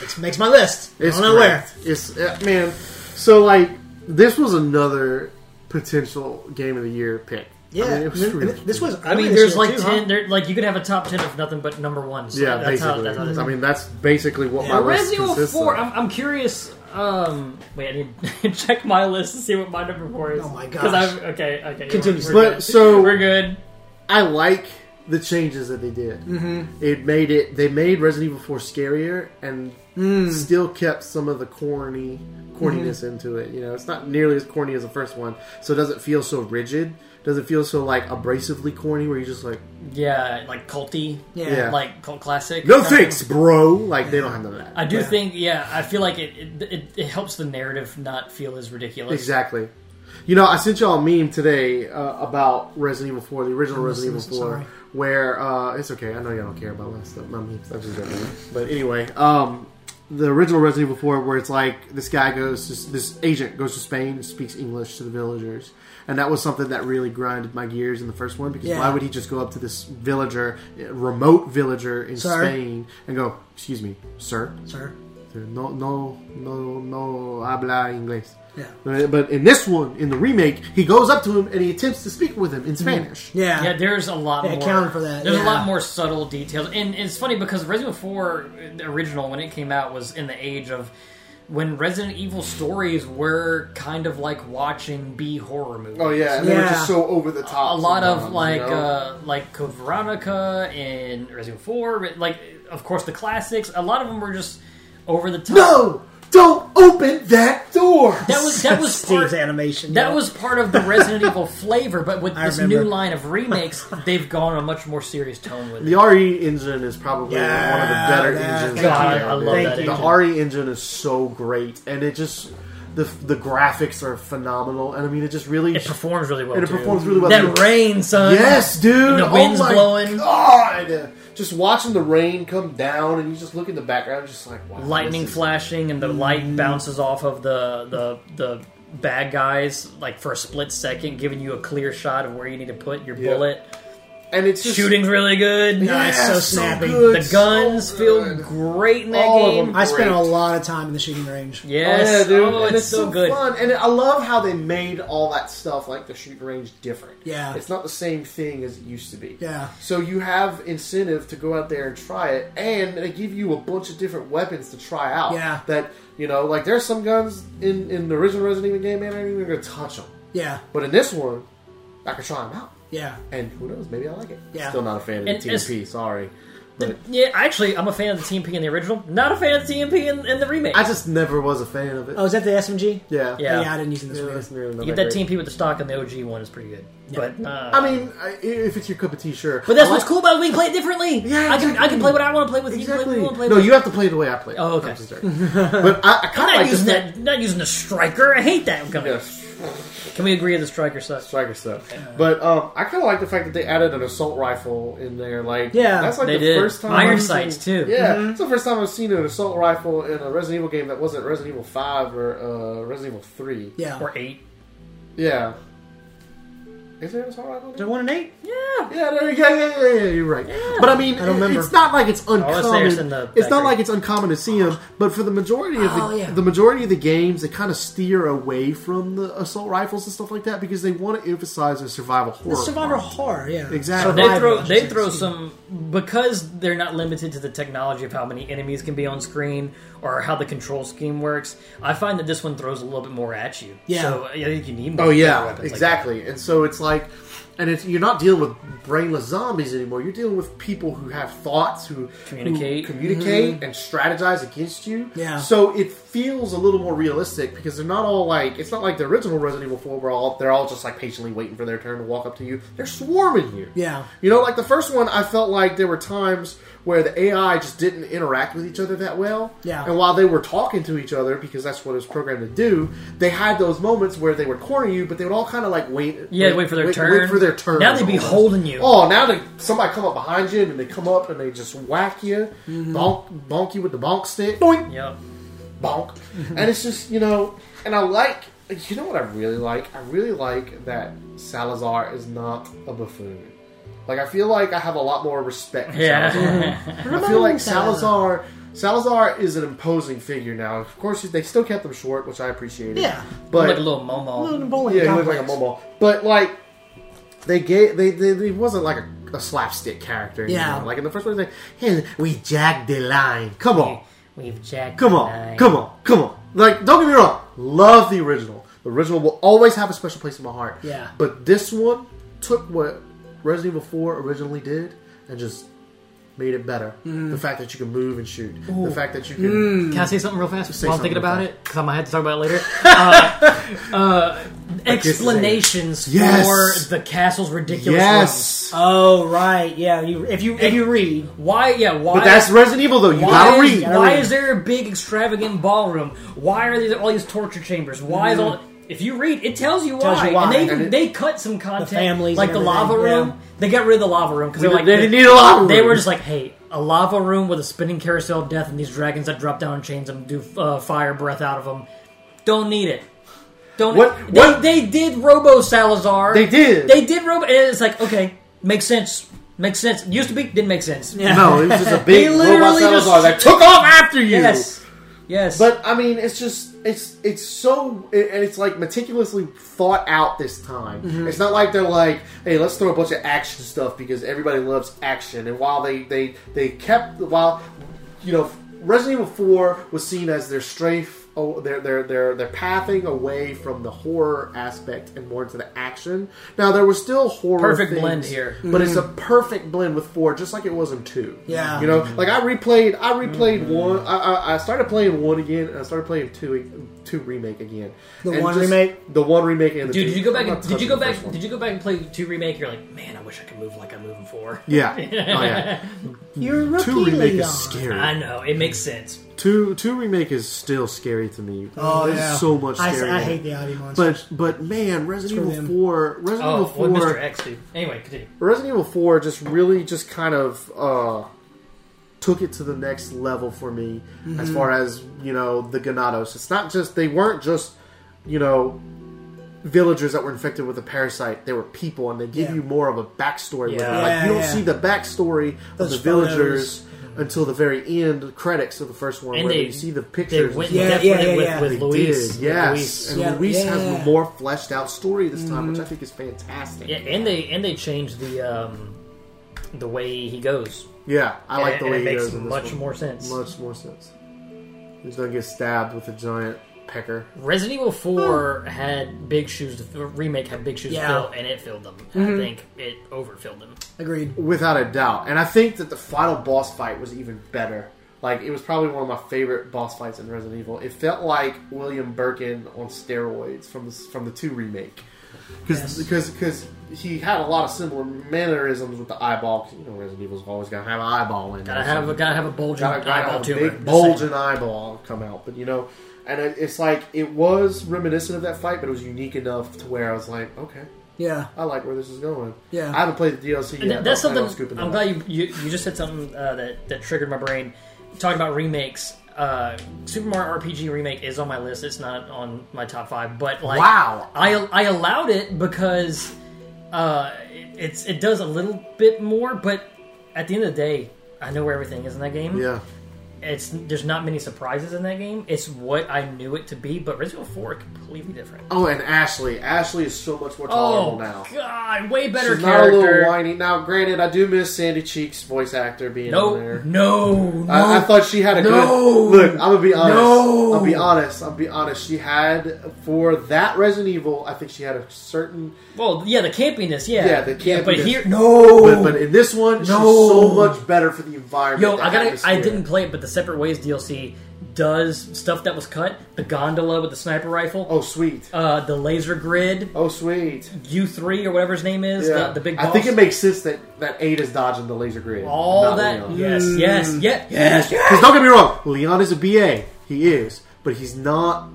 [SPEAKER 2] It makes my list.
[SPEAKER 3] It's
[SPEAKER 2] I don't know
[SPEAKER 3] great.
[SPEAKER 2] where.
[SPEAKER 3] It's uh, man. So like, this was another potential game of the year pick.
[SPEAKER 2] Yeah.
[SPEAKER 3] I mean, it was
[SPEAKER 2] and- and
[SPEAKER 3] really-
[SPEAKER 2] this was
[SPEAKER 1] I
[SPEAKER 2] early
[SPEAKER 1] mean,
[SPEAKER 2] this
[SPEAKER 1] there's
[SPEAKER 2] year,
[SPEAKER 1] like
[SPEAKER 2] too, huh?
[SPEAKER 1] ten. There, like you could have a top ten of nothing but number ones.
[SPEAKER 3] Yeah,
[SPEAKER 1] that's
[SPEAKER 3] basically.
[SPEAKER 1] how. That's how it is.
[SPEAKER 3] I mean, that's basically what my
[SPEAKER 1] Yeah,
[SPEAKER 3] list
[SPEAKER 1] Resident Evil
[SPEAKER 3] consists
[SPEAKER 1] Four.
[SPEAKER 3] of.
[SPEAKER 1] I'm, I'm curious. Um, wait, I need to [laughs] check my list to see what my number four is.
[SPEAKER 2] Oh my
[SPEAKER 1] Because
[SPEAKER 2] gosh.
[SPEAKER 1] I'm okay. Okay,
[SPEAKER 2] Continue.
[SPEAKER 1] We're, we're
[SPEAKER 3] But
[SPEAKER 1] good.
[SPEAKER 3] so
[SPEAKER 1] we're good.
[SPEAKER 3] I like the changes that they did. Mm-hmm. It made it. They made Resident Evil Four scarier and still kept some of the corny corniness into it. You know, it's not nearly as corny as the first one, so it doesn't feel so rigid. Doesn't feel so like abrasively corny, where you just like,
[SPEAKER 1] Yeah, like culty.
[SPEAKER 2] Yeah.
[SPEAKER 1] like cult classic.
[SPEAKER 3] no thanks, bro. Like they don't have none of that.
[SPEAKER 1] I do think, yeah, I feel like it it, it it helps the narrative not feel as ridiculous.
[SPEAKER 3] Exactly. You know, I sent y'all a meme today uh, about Resident Evil 4, the original Resident Evil 4,
[SPEAKER 2] so sorry.
[SPEAKER 3] where uh, it's okay. I know y'all don't care about that stuff. My memes, I just don't know. But anyway, um, the original Resident Evil 4, where it's like this guy goes, to, this agent goes to Spain and speaks English to the villagers. And that was something that really grinded my gears in the first one because
[SPEAKER 2] Yeah.
[SPEAKER 3] why would he just go up to this villager, remote villager in
[SPEAKER 2] Sir?
[SPEAKER 3] Spain, and go, "Excuse me, sir,
[SPEAKER 2] Sir.
[SPEAKER 3] no, no, no, no, habla inglés."
[SPEAKER 2] Yeah.
[SPEAKER 3] But but in this one, in the remake, he goes up to him and he attempts to speak with him in
[SPEAKER 1] Hmm.
[SPEAKER 3] Spanish.
[SPEAKER 2] Yeah.
[SPEAKER 1] Yeah, there's a lot
[SPEAKER 2] Yeah,
[SPEAKER 1] more.
[SPEAKER 2] accounting for that,
[SPEAKER 1] There's a
[SPEAKER 2] yeah.
[SPEAKER 1] lot more subtle details, and it's funny because Resident Evil 4 the original when it came out was in the age of when Resident Evil stories were kind of like watching B horror movies.
[SPEAKER 3] Oh, yeah, and
[SPEAKER 2] they were Oh, Yeah. just
[SPEAKER 3] so over the top.
[SPEAKER 1] a lot of like uh, like Code Veronica and Resident Evil 4, but, like of course the classics. A lot of them were just over the top.
[SPEAKER 3] no, don't open that door.
[SPEAKER 1] that was that
[SPEAKER 2] [laughs]
[SPEAKER 1] was part,
[SPEAKER 2] Steve's animation.
[SPEAKER 1] That
[SPEAKER 2] yeah.
[SPEAKER 1] was part of the Resident
[SPEAKER 3] [laughs]
[SPEAKER 1] Evil flavor, but with
[SPEAKER 2] I
[SPEAKER 1] this
[SPEAKER 2] remember.
[SPEAKER 1] new line of remakes, they've gone a much more serious tone with it.
[SPEAKER 3] the RE engine is probably
[SPEAKER 2] Yeah,
[SPEAKER 3] one of the better
[SPEAKER 2] that-
[SPEAKER 3] engines.
[SPEAKER 1] God,
[SPEAKER 3] out there,
[SPEAKER 1] I
[SPEAKER 3] dude.
[SPEAKER 1] love
[SPEAKER 2] that
[SPEAKER 3] The
[SPEAKER 2] engine.
[SPEAKER 3] RE engine is so great, and it just the the graphics are phenomenal, and I mean it just really
[SPEAKER 1] It performs really well.
[SPEAKER 3] and it
[SPEAKER 1] too.
[SPEAKER 3] performs really well.
[SPEAKER 1] That rain, son.
[SPEAKER 3] Yes, dude.
[SPEAKER 1] And the
[SPEAKER 3] Oh
[SPEAKER 1] wind's
[SPEAKER 3] my
[SPEAKER 1] blowing.
[SPEAKER 3] God. Just watching the rain come down, and you just look in the background, just like wow,
[SPEAKER 1] Lightning
[SPEAKER 3] this is- Mm.
[SPEAKER 1] flashing, and the light bounces off of the the the bad guys like for a split second, giving you a clear shot of where you need to put your
[SPEAKER 3] Yeah.
[SPEAKER 1] bullet.
[SPEAKER 3] and it's just,
[SPEAKER 1] Shooting's really good.
[SPEAKER 3] Yeah,
[SPEAKER 2] it's so snappy.
[SPEAKER 3] good,
[SPEAKER 1] The guns
[SPEAKER 3] so
[SPEAKER 1] feel
[SPEAKER 3] good. Oh,
[SPEAKER 1] great in that
[SPEAKER 3] All of
[SPEAKER 1] game.
[SPEAKER 3] them.
[SPEAKER 2] I spent a
[SPEAKER 3] great.
[SPEAKER 2] lot of time in the shooting range.
[SPEAKER 3] Oh, yeah,
[SPEAKER 1] Yes,
[SPEAKER 3] dude.
[SPEAKER 1] Oh,
[SPEAKER 3] and
[SPEAKER 1] it's, so, good.
[SPEAKER 3] fun. And I love how they made all that stuff, like the shooting range, different.
[SPEAKER 2] Yeah.
[SPEAKER 3] It's not the same thing as it used to be.
[SPEAKER 2] Yeah.
[SPEAKER 3] So you have incentive to go out there and try it, and they give you a bunch of different weapons to try out.
[SPEAKER 2] Yeah.
[SPEAKER 3] That, you know, like there's some guns in, in the original Resident Evil game, man, I ain't even going to touch them.
[SPEAKER 2] Yeah.
[SPEAKER 3] But in this one, I can try them out.
[SPEAKER 2] Yeah.
[SPEAKER 3] And who knows? Maybe I like it.
[SPEAKER 2] Yeah.
[SPEAKER 3] Still not a fan of
[SPEAKER 1] And
[SPEAKER 3] the
[SPEAKER 1] it's-
[SPEAKER 3] TMP. Sorry, but
[SPEAKER 1] Yeah, actually, I'm a fan of the TMP in the original. Not a fan of the TMP in, in the remake.
[SPEAKER 3] I just never was a fan of it.
[SPEAKER 2] Oh, is that the SMG?
[SPEAKER 3] yeah,
[SPEAKER 1] Yeah.
[SPEAKER 2] I didn't use it in this
[SPEAKER 3] Yeah,
[SPEAKER 2] one.
[SPEAKER 3] it's really not
[SPEAKER 1] you
[SPEAKER 3] that
[SPEAKER 1] get that
[SPEAKER 3] great.
[SPEAKER 1] TMP with the stock and the OG one is pretty good. But uh,
[SPEAKER 3] I mean, I- if it's your cup of tea, sure.
[SPEAKER 1] but that's
[SPEAKER 3] I
[SPEAKER 1] what's
[SPEAKER 3] like-
[SPEAKER 1] cool about it. We can play it differently.
[SPEAKER 3] Yeah,
[SPEAKER 1] I can I can
[SPEAKER 3] exactly.
[SPEAKER 1] play what I want to play with.
[SPEAKER 3] Exactly.
[SPEAKER 1] You can play what
[SPEAKER 3] no,
[SPEAKER 1] want to play
[SPEAKER 3] you have to play the way I play. it.
[SPEAKER 1] Oh, okay.
[SPEAKER 3] I'm [laughs] just sorry. but I, I
[SPEAKER 1] with. not
[SPEAKER 3] kind of like
[SPEAKER 1] using
[SPEAKER 3] the
[SPEAKER 1] that. Not using the striker. I hate that. Come on. Can we agree the striker sucks?
[SPEAKER 3] striker stuff. But um, I kind of like the fact that they added an assault rifle in there. Like,
[SPEAKER 2] Yeah,
[SPEAKER 3] that's like
[SPEAKER 1] they
[SPEAKER 3] the
[SPEAKER 1] did.
[SPEAKER 3] first time
[SPEAKER 1] Iron
[SPEAKER 3] I've seen-
[SPEAKER 1] sights, too.
[SPEAKER 3] Yeah, it's the first time I've seen an assault rifle in a Resident Evil game that wasn't Resident Evil Five or uh, Resident Evil Three.
[SPEAKER 2] Yeah.
[SPEAKER 1] Or eight.
[SPEAKER 3] Yeah. Is there a Starlight on
[SPEAKER 2] They're
[SPEAKER 3] there?
[SPEAKER 2] one and eight.
[SPEAKER 1] Yeah.
[SPEAKER 3] Yeah, there you go. yeah, yeah, yeah, you're right. But I mean,
[SPEAKER 2] don't remember.
[SPEAKER 3] it's not like it's
[SPEAKER 4] Unless there's in
[SPEAKER 3] uncommon.
[SPEAKER 4] the
[SPEAKER 3] it's not
[SPEAKER 4] factory.
[SPEAKER 3] like it's uncommon to see them. But for the majority of the,
[SPEAKER 1] Oh, yeah.
[SPEAKER 3] the majority of the games, they kind of steer away from the assault rifles and stuff like that because they want to emphasize the survival horror.
[SPEAKER 2] The survivor
[SPEAKER 3] part.
[SPEAKER 2] horror, yeah.
[SPEAKER 3] Exactly.
[SPEAKER 1] They
[SPEAKER 2] Survival,
[SPEAKER 1] throw
[SPEAKER 2] I should
[SPEAKER 1] they
[SPEAKER 2] say.
[SPEAKER 1] throw some because they're not limited to the technology of how many enemies can be on screen or how the control scheme works. I find that this one throws a little bit more at you.
[SPEAKER 2] Yeah.
[SPEAKER 1] So I think you need more.
[SPEAKER 3] Oh yeah,
[SPEAKER 1] weapons like
[SPEAKER 3] exactly. and so it's like, and it's you're not dealing with brainless zombies anymore. You're dealing with people who have thoughts, who
[SPEAKER 1] Communicate.
[SPEAKER 3] who communicate,
[SPEAKER 1] Mm-hmm.
[SPEAKER 3] and strategize against you.
[SPEAKER 2] Yeah.
[SPEAKER 3] So it feels a little more realistic because they're not all like it's not like the original Resident Evil Four, where all they're all just like patiently waiting for their turn to walk up to you. They're swarming you.
[SPEAKER 2] Yeah.
[SPEAKER 3] You know, like the first one, I felt like there were times where the AI just didn't interact with each other that well.
[SPEAKER 2] Yeah.
[SPEAKER 3] And while they were talking to each other, because that's what it was programmed to do, they had those moments where they would corner you, but they would all kind of like wait.
[SPEAKER 1] Yeah, wait for their turn.
[SPEAKER 3] Wait for their turn.
[SPEAKER 1] Now they'd be
[SPEAKER 3] almost.
[SPEAKER 1] holding you.
[SPEAKER 3] Oh, now they, somebody come up behind you and they come up and they just whack you, bonk, bonk you with the bonk stick, boink,
[SPEAKER 1] that. Mm-hmm. Yep. Mm-hmm.
[SPEAKER 3] bonk. and it's just, you know, and I like, you know what I really like? I really like that Salazar is not a buffoon. Like, I feel like I have a lot more respect for
[SPEAKER 1] [laughs]
[SPEAKER 3] Salazar.
[SPEAKER 1] Yeah.
[SPEAKER 3] I feel like Salazar. Salazar is an imposing figure now. Of course, they still kept him short, which I appreciated.
[SPEAKER 2] Yeah.
[SPEAKER 3] but
[SPEAKER 1] like a little Momo.
[SPEAKER 2] Napoleon
[SPEAKER 3] yeah, he looked like a
[SPEAKER 2] complex.
[SPEAKER 3] momo. But like, they gave they they, they wasn't like a, a slapstick character.
[SPEAKER 2] Yeah.
[SPEAKER 3] anymore. like in the first one, they hey, we jagged the line. Come on,
[SPEAKER 1] We've jacked.
[SPEAKER 3] come on, come on, come on. Like, don't get me wrong, love the original. The original will always have a special place in my heart.
[SPEAKER 2] Yeah.
[SPEAKER 3] but this one took what Resident Evil Four originally did and just. Made it better.
[SPEAKER 1] Mm-hmm.
[SPEAKER 3] The fact that you can move and shoot. The fact that you can
[SPEAKER 1] Can I say something real fast
[SPEAKER 3] Say
[SPEAKER 1] while I'm
[SPEAKER 3] something
[SPEAKER 1] thinking
[SPEAKER 3] real
[SPEAKER 1] about
[SPEAKER 3] fast.
[SPEAKER 1] it? Because I might have to talk about it later. Uh, [laughs] uh, explanations
[SPEAKER 3] Yes.
[SPEAKER 1] for the castle's ridiculous rooms.
[SPEAKER 3] Yes.
[SPEAKER 2] Oh right, yeah. You if you if you read,
[SPEAKER 1] Why? Yeah. Why?
[SPEAKER 3] But that's Resident Evil though. You
[SPEAKER 1] why
[SPEAKER 3] gotta
[SPEAKER 1] is,
[SPEAKER 3] read.
[SPEAKER 1] Why is there a big extravagant ballroom? Why are there all these torture chambers? Why is all? If you read, it tells you why.
[SPEAKER 2] Tells you why.
[SPEAKER 1] And they
[SPEAKER 3] And it-
[SPEAKER 1] they cut some content,
[SPEAKER 2] families
[SPEAKER 1] like the
[SPEAKER 2] and everything,
[SPEAKER 1] lava room.
[SPEAKER 2] yeah.
[SPEAKER 1] They got rid of the lava room because they're like
[SPEAKER 3] they didn't need a lava room.
[SPEAKER 1] They were just like, hey, a lava room with a spinning carousel of death and these dragons that drop down and chains them, do uh, fire breath out of them. Don't need it. Don't.
[SPEAKER 3] What-
[SPEAKER 1] They,
[SPEAKER 3] what-
[SPEAKER 1] they did Robo Salazar.
[SPEAKER 3] They did.
[SPEAKER 1] They did Robo. And it's like, okay, makes sense. Makes sense. Used to be, didn't make sense.
[SPEAKER 3] No, it was just
[SPEAKER 1] [laughs]
[SPEAKER 3] a big
[SPEAKER 1] They
[SPEAKER 3] robot
[SPEAKER 1] literally
[SPEAKER 3] Salazar
[SPEAKER 1] just-
[SPEAKER 3] that took off after you.
[SPEAKER 1] Yes. Yes.
[SPEAKER 3] But I mean, it's just it's it's so it- and it's like meticulously thought out this time. It's not like they're like, hey, let's throw a bunch of action stuff because everybody loves action. And while they they they kept while you know Resident Evil Four was seen as their strafe. Oh, they're they're they're they're pathing away from the horror aspect and more into the action. Now there was still horror
[SPEAKER 1] Perfect
[SPEAKER 3] things,
[SPEAKER 1] blend here.
[SPEAKER 3] but it's a perfect blend with four, just like it was in two.
[SPEAKER 2] Mm. Yeah. Mm-hmm.
[SPEAKER 3] you know, like I replayed, I replayed one. I, I, I started playing one again, and I started playing two, two remake again.
[SPEAKER 2] The
[SPEAKER 3] And
[SPEAKER 2] one remake?
[SPEAKER 3] the one remake, and the
[SPEAKER 1] Dude,
[SPEAKER 3] two.
[SPEAKER 1] did you go back?
[SPEAKER 3] I'm not
[SPEAKER 1] And, did you
[SPEAKER 3] touching
[SPEAKER 1] go
[SPEAKER 3] the
[SPEAKER 1] back?
[SPEAKER 3] first one.
[SPEAKER 1] Did you go back and play two remake? You're like, man, I wish I could move like I move in four.
[SPEAKER 3] Yeah, oh,
[SPEAKER 1] [laughs]
[SPEAKER 3] yeah.
[SPEAKER 2] you're a rookie
[SPEAKER 3] two remake
[SPEAKER 2] Leon.
[SPEAKER 3] is scary.
[SPEAKER 1] I know it makes sense.
[SPEAKER 3] Two two remake is still scary to me.
[SPEAKER 2] Oh
[SPEAKER 3] There's
[SPEAKER 2] yeah,
[SPEAKER 3] so much.
[SPEAKER 2] I,
[SPEAKER 3] Scary
[SPEAKER 2] I hate the Audi monster.
[SPEAKER 3] But but man, Resident
[SPEAKER 2] Screw
[SPEAKER 3] Evil
[SPEAKER 2] them.
[SPEAKER 3] Four, Resident
[SPEAKER 1] Oh,
[SPEAKER 3] Evil Four,
[SPEAKER 1] what Mr. X dude. Anyway, continue.
[SPEAKER 3] Resident Evil 4 just really just kind of uh, took it to the next level for me as
[SPEAKER 2] Mm-hmm.
[SPEAKER 3] far as, you know, the Ganados. It's not just, they weren't just, you know, villagers that were infected with a parasite. They were people and they give
[SPEAKER 2] Yeah.
[SPEAKER 3] you more of a backstory. with
[SPEAKER 1] Yeah.
[SPEAKER 3] them. Like, you don't
[SPEAKER 2] Yeah, yeah.
[SPEAKER 3] see the backstory of
[SPEAKER 2] Those
[SPEAKER 3] the villagers until the very end credits of the first one
[SPEAKER 1] And
[SPEAKER 3] where
[SPEAKER 1] they-
[SPEAKER 3] you see the
[SPEAKER 1] They
[SPEAKER 3] pictures. and
[SPEAKER 1] went
[SPEAKER 3] stuff.
[SPEAKER 2] Yeah,
[SPEAKER 1] depth
[SPEAKER 2] yeah,
[SPEAKER 1] with,
[SPEAKER 2] yeah,
[SPEAKER 1] with,
[SPEAKER 2] yeah.
[SPEAKER 1] with
[SPEAKER 3] They
[SPEAKER 1] Luis.
[SPEAKER 3] did,
[SPEAKER 1] with
[SPEAKER 3] yes,
[SPEAKER 1] Luis.
[SPEAKER 3] and
[SPEAKER 2] Yeah,
[SPEAKER 3] Luis has
[SPEAKER 2] yeah. Mm-hmm.
[SPEAKER 3] a more fleshed out story this time, which I think is fantastic.
[SPEAKER 1] Yeah, and they and they changed the um, the way he goes.
[SPEAKER 3] Yeah, I
[SPEAKER 1] and,
[SPEAKER 3] like the
[SPEAKER 1] and
[SPEAKER 3] way
[SPEAKER 1] it
[SPEAKER 3] he
[SPEAKER 1] makes
[SPEAKER 3] goes in this
[SPEAKER 1] much
[SPEAKER 3] one.
[SPEAKER 1] more sense.
[SPEAKER 3] Much more sense. He's gonna get stabbed with a giant pecker.
[SPEAKER 1] Resident Evil Four had big shoes. To, fill- remake had big shoes
[SPEAKER 2] Yeah.
[SPEAKER 1] to fill, and it filled them. I think it overfilled them.
[SPEAKER 2] Agreed.
[SPEAKER 3] Without a doubt. And I think that the final boss fight was even better. Like, it was probably one of my favorite boss fights in Resident Evil. It felt like William Birkin on steroids from the, from the 2 remake. Because because he had a lot of similar mannerisms with the eyeball. 'Cause, You know, Resident Evil's always gonna have an eyeball in.
[SPEAKER 1] Gotta
[SPEAKER 3] there,
[SPEAKER 1] have
[SPEAKER 3] so-
[SPEAKER 1] a gotta have a bulging
[SPEAKER 3] got a, got
[SPEAKER 1] eyeball
[SPEAKER 3] a
[SPEAKER 1] tumor.
[SPEAKER 3] big
[SPEAKER 1] Just
[SPEAKER 3] bulge
[SPEAKER 1] saying.
[SPEAKER 3] and eyeball come out. But you know, and it, it's like it was reminiscent of that fight, but it was unique enough to where I was like, okay,
[SPEAKER 2] Yeah,
[SPEAKER 3] I like where this is going.
[SPEAKER 2] Yeah.
[SPEAKER 3] I haven't played the DLC yet.
[SPEAKER 1] And that- that's
[SPEAKER 3] I don't- I don't scoop
[SPEAKER 1] something.
[SPEAKER 3] it
[SPEAKER 1] I'm
[SPEAKER 3] up.
[SPEAKER 1] glad you, you you just said something uh, that that triggered my brain. Talking about remakes, uh, Super Mario RPG remake is on my list. It's not on my top five, but like
[SPEAKER 3] Wow.
[SPEAKER 1] I I allowed it because Uh, it, it's it does a little bit more, but at the end of the day, I know where everything is in that game.
[SPEAKER 3] Yeah.
[SPEAKER 1] It's there's not many surprises in that game. It's what I knew it to be, but Resident Evil Four completely different.
[SPEAKER 3] Oh, and Ashley. Ashley is so much more tolerable
[SPEAKER 1] Oh
[SPEAKER 3] now.
[SPEAKER 1] God, way better
[SPEAKER 3] She's not a
[SPEAKER 1] character.
[SPEAKER 3] little whiny. Now, granted, I do miss Sandy Cheek's voice actor being
[SPEAKER 1] no,
[SPEAKER 3] in there.
[SPEAKER 1] no, no.
[SPEAKER 3] I, I thought she had a
[SPEAKER 1] No.
[SPEAKER 3] good look. I'm gonna be honest.
[SPEAKER 1] No.
[SPEAKER 3] I'll be honest. I'll be honest. She had for that Resident Evil. I think she had a certain.
[SPEAKER 1] well, yeah, the campiness, yeah,
[SPEAKER 3] Yeah, the
[SPEAKER 1] but
[SPEAKER 3] campiness.
[SPEAKER 1] here, no,
[SPEAKER 3] But, but in this one, she's
[SPEAKER 1] No.
[SPEAKER 3] so much better for the environment.
[SPEAKER 1] Yo,
[SPEAKER 3] the
[SPEAKER 1] I gotta. I
[SPEAKER 3] atmosphere.
[SPEAKER 1] didn't play it, but the Separate Ways DLC does stuff that was cut. The gondola with the sniper rifle.
[SPEAKER 3] Oh sweet.
[SPEAKER 1] Uh, the laser grid,
[SPEAKER 3] Oh sweet.
[SPEAKER 1] U three or whatever his name is, the, the big. Boss.
[SPEAKER 3] I think it makes sense that that eight is dodging the laser grid.
[SPEAKER 1] all
[SPEAKER 3] not
[SPEAKER 1] that.
[SPEAKER 3] Leon.
[SPEAKER 1] Yes, yes, Mm. yes, yes,
[SPEAKER 3] Because don't get me wrong, Leon is a BA. He is, but he's not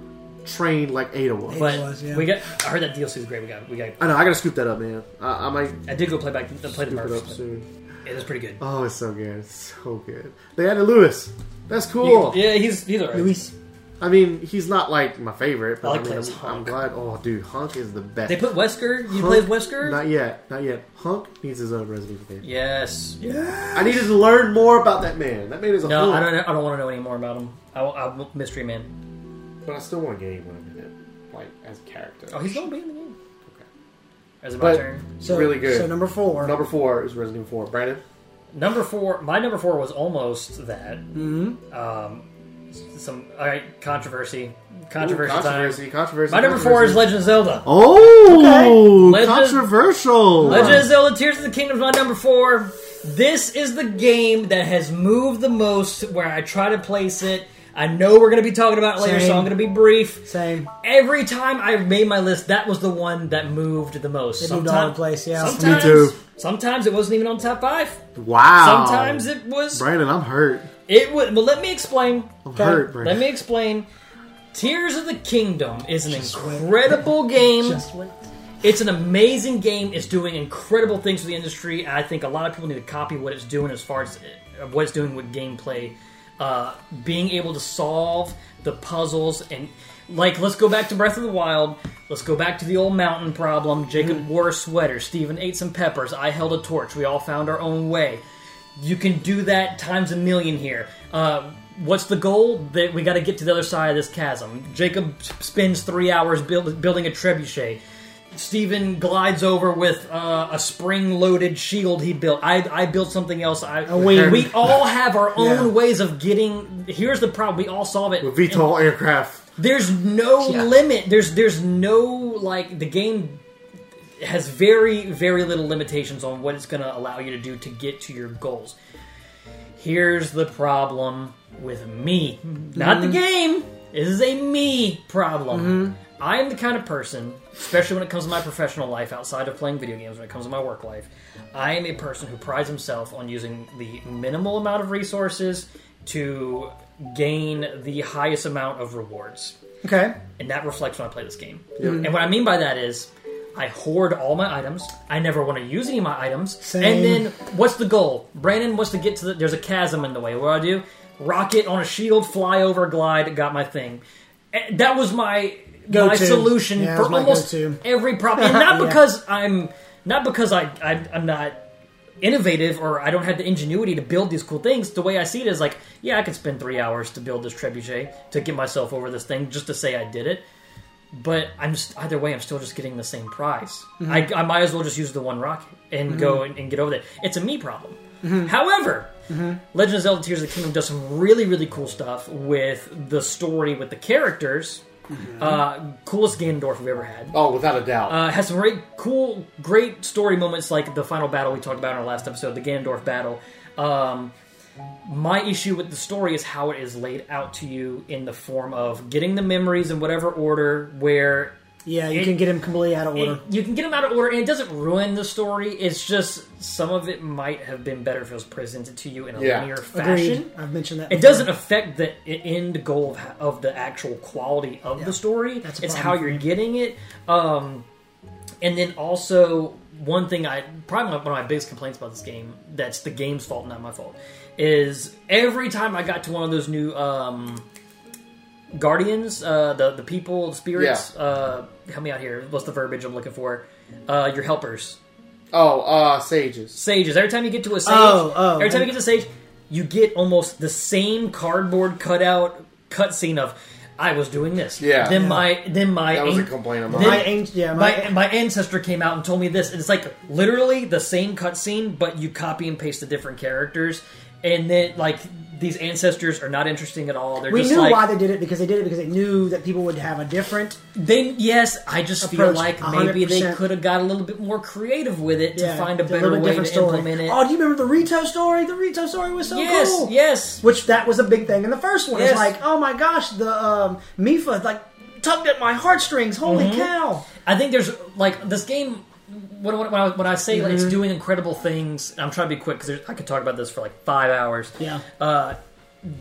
[SPEAKER 3] trained like Ada was.
[SPEAKER 1] But
[SPEAKER 2] It was, yeah.
[SPEAKER 1] we got. I heard that DLC is great. We got. We got.
[SPEAKER 3] I know. I gotta scoop that up, man. I, I might
[SPEAKER 1] I did go play back. Play the
[SPEAKER 3] scoop it up
[SPEAKER 1] Murphs.
[SPEAKER 3] soon.
[SPEAKER 1] It was pretty good.
[SPEAKER 3] Oh, it's so good. It's so good. They added Lewis. That's cool.
[SPEAKER 1] Yeah, he's he's alright.
[SPEAKER 2] Luis.
[SPEAKER 3] I mean, he's not like my favorite, but
[SPEAKER 1] I
[SPEAKER 3] I,
[SPEAKER 1] like
[SPEAKER 3] mean,
[SPEAKER 1] Clint's
[SPEAKER 3] I'm, I'm
[SPEAKER 1] Hunk.
[SPEAKER 3] glad. Oh, dude, Hunk is the best.
[SPEAKER 1] They put Wesker. You
[SPEAKER 3] Hunk-
[SPEAKER 1] played Wesker.
[SPEAKER 3] Not yet. Not yet. Hunk needs his own Resident Evil game.
[SPEAKER 1] Yes.
[SPEAKER 3] I needed to learn more about that man. That man is a
[SPEAKER 1] No,
[SPEAKER 3] hunk.
[SPEAKER 1] I don't. know- I don't want to know any more about him. I, will- I will- mystery man.
[SPEAKER 3] But I still want to game one in it, like as a character.
[SPEAKER 1] Oh, he's gonna be in the game. Okay. Is it my
[SPEAKER 3] But-
[SPEAKER 1] turn?
[SPEAKER 3] It's
[SPEAKER 2] So,
[SPEAKER 3] really good.
[SPEAKER 2] So number four.
[SPEAKER 3] Number four is Resident Evil 4. Brandon?
[SPEAKER 1] Number four, my number four was almost that. Mm-hmm. Um, some all right, controversy, controversy,
[SPEAKER 3] Ooh, controversy,
[SPEAKER 1] time.
[SPEAKER 3] controversy.
[SPEAKER 1] My number four is
[SPEAKER 3] controversy.
[SPEAKER 1] Legend of Zelda.
[SPEAKER 3] Oh,
[SPEAKER 1] Okay. Legend-
[SPEAKER 3] controversial.
[SPEAKER 1] Legend of Zelda: Tears of the Kingdom is my number four. This is the game that has moved the most. Where I try to place it, I know we're going to be talking about it later, so
[SPEAKER 2] Same.
[SPEAKER 1] I'm going to be brief.
[SPEAKER 2] Same.
[SPEAKER 1] Every time I made my list, that was the one that moved the most.
[SPEAKER 2] It moved all over the place, yeah. Me
[SPEAKER 1] sometimes,
[SPEAKER 3] too. Oh.
[SPEAKER 1] Sometimes it wasn't even on top five.
[SPEAKER 3] Wow.
[SPEAKER 1] Sometimes it was.
[SPEAKER 3] Brandon, I'm hurt.
[SPEAKER 1] It was. Well, let me explain.
[SPEAKER 3] I'm Oh, hurt, Brandon.
[SPEAKER 1] Let me explain. Tears of the Kingdom is an incredible game.
[SPEAKER 2] Just wait.
[SPEAKER 1] It's an amazing game. It's doing incredible things for the industry. and I think a lot of people need to copy what it's doing as far as uh, what it's doing with gameplay, uh, being able to solve the puzzles and like let's go back to Breath of the Wild. Let's go back to the old mountain problem. Jacob wore a sweater. Steven ate some peppers. I held a torch. We all found our own way. You can do that times a million here. Uh, what's the goal? That we got to get to the other side of this chasm. Jacob s- spends three hours build, building a trebuchet. Steven glides over with uh, a spring-loaded shield he built. I, I built something else. I,
[SPEAKER 2] wing.
[SPEAKER 1] We all have our own
[SPEAKER 2] Yeah.
[SPEAKER 1] ways of getting. Here's the problem. We all solve it.
[SPEAKER 3] With VTOL aircraft.
[SPEAKER 1] There's no
[SPEAKER 2] Yeah.
[SPEAKER 1] limit. There's there's no like the game has very very little limitations on what it's going to allow you to do to get to your goals. Here's the problem with me. Not the game. This is a me problem. I am the kind of person, especially when it comes to my professional life outside of playing video games, when it comes to my work life, I am a person who prides himself on using the minimal amount of resources to gain the highest amount of rewards.
[SPEAKER 2] Okay.
[SPEAKER 1] And that reflects when I play this game. And what I mean by that is I hoard all my items. I never want to use any of my items.
[SPEAKER 2] Same.
[SPEAKER 1] And then what's the goal? Brandon wants to get to the there's a chasm in the way. What do I do? Rocket on a shield, fly over, glide, got my thing. Eh, That was my my
[SPEAKER 2] Go-to.
[SPEAKER 1] solution
[SPEAKER 2] Yeah, that
[SPEAKER 1] for
[SPEAKER 2] was my
[SPEAKER 1] almost
[SPEAKER 2] go-to.
[SPEAKER 1] every problem. And not
[SPEAKER 2] Yeah.
[SPEAKER 1] because I'm not because I, I I'm not innovative or I don't have the ingenuity to build these cool things. The way I see it is like, yeah, I could spend three hours to build this trebuchet to get myself over this thing just to say I did it. But I'm just, either way, I'm still just getting the same prize. I, I might as well just use the one rocket and go and, and get over that. It's a me problem. However, Legend of Zelda: Tears of the Kingdom does some really really cool stuff with the story, with the characters. Uh, coolest Ganondorf we've ever had.
[SPEAKER 3] Oh, without a doubt.
[SPEAKER 1] Uh, has some very cool, great story moments, like the final battle we talked about in our last episode, the Ganondorf battle. Um, my issue with the story is how it is laid out to you in the form of getting the memories in whatever order, where
[SPEAKER 2] Yeah, you
[SPEAKER 1] It-
[SPEAKER 2] can get him completely out of order.
[SPEAKER 1] it- you can get them out of order, and it doesn't ruin the story. It's just some of it might have been better if it was presented to you in a
[SPEAKER 3] Yeah.
[SPEAKER 1] linear
[SPEAKER 2] Agreed.
[SPEAKER 1] fashion.
[SPEAKER 2] I've mentioned that.
[SPEAKER 1] It doesn't affect the e- end goal of, ho- of the actual quality of the story.
[SPEAKER 2] That's a
[SPEAKER 1] it's how
[SPEAKER 2] problem
[SPEAKER 1] you're getting it. Um, and then also one thing I probably one of my biggest complaints about this game that's the game's fault, not my fault, is every time I got to one of those new um, guardians, uh, the the people, the spirits.
[SPEAKER 3] Yeah.
[SPEAKER 1] Uh, help me out here. What's the verbiage I'm looking for? Uh, your helpers.
[SPEAKER 3] Oh, uh, Sages.
[SPEAKER 1] Sages. Every time you get to a sage,
[SPEAKER 2] Oh, oh.
[SPEAKER 1] every time you get to a sage, you get almost the same cardboard cutout cutscene of I was doing this.
[SPEAKER 3] Yeah.
[SPEAKER 1] Then
[SPEAKER 3] Yeah.
[SPEAKER 1] my then my
[SPEAKER 3] That was a
[SPEAKER 1] an-
[SPEAKER 3] complaint of
[SPEAKER 2] My
[SPEAKER 3] mine.
[SPEAKER 2] ancient, yeah, my,
[SPEAKER 1] my, my ancestor came out and told me this. And it's like literally the same cutscene, but you copy and paste the different characters, and then like these ancestors are not interesting at all. They're
[SPEAKER 2] we
[SPEAKER 1] just
[SPEAKER 2] knew
[SPEAKER 1] like
[SPEAKER 2] why they did it because they did it because they knew that people would have a different.
[SPEAKER 1] they. Yes, I just feel
[SPEAKER 2] Approach,
[SPEAKER 1] like maybe they
[SPEAKER 2] 100%.
[SPEAKER 1] could have got a little bit more creative with it to
[SPEAKER 2] yeah,
[SPEAKER 1] find a
[SPEAKER 2] little
[SPEAKER 1] better
[SPEAKER 2] bit
[SPEAKER 1] way to
[SPEAKER 2] different story.
[SPEAKER 1] implement it.
[SPEAKER 2] Oh, do you remember the Rito story? The Rito story was so
[SPEAKER 1] yes,
[SPEAKER 2] cool.
[SPEAKER 1] yes.
[SPEAKER 2] Which that was a big thing in the first one.
[SPEAKER 1] Yes.
[SPEAKER 2] It's like, oh my gosh, the um, Mifa like tugged at my heartstrings. Holy
[SPEAKER 1] Mm-hmm.
[SPEAKER 2] cow!
[SPEAKER 1] I think there's like this game. When, when, when, I, when I say like, it's
[SPEAKER 2] Mm-hmm.
[SPEAKER 1] doing incredible things, and I'm trying to be quick because I could talk about this for like five hours.
[SPEAKER 2] Yeah.
[SPEAKER 1] Uh,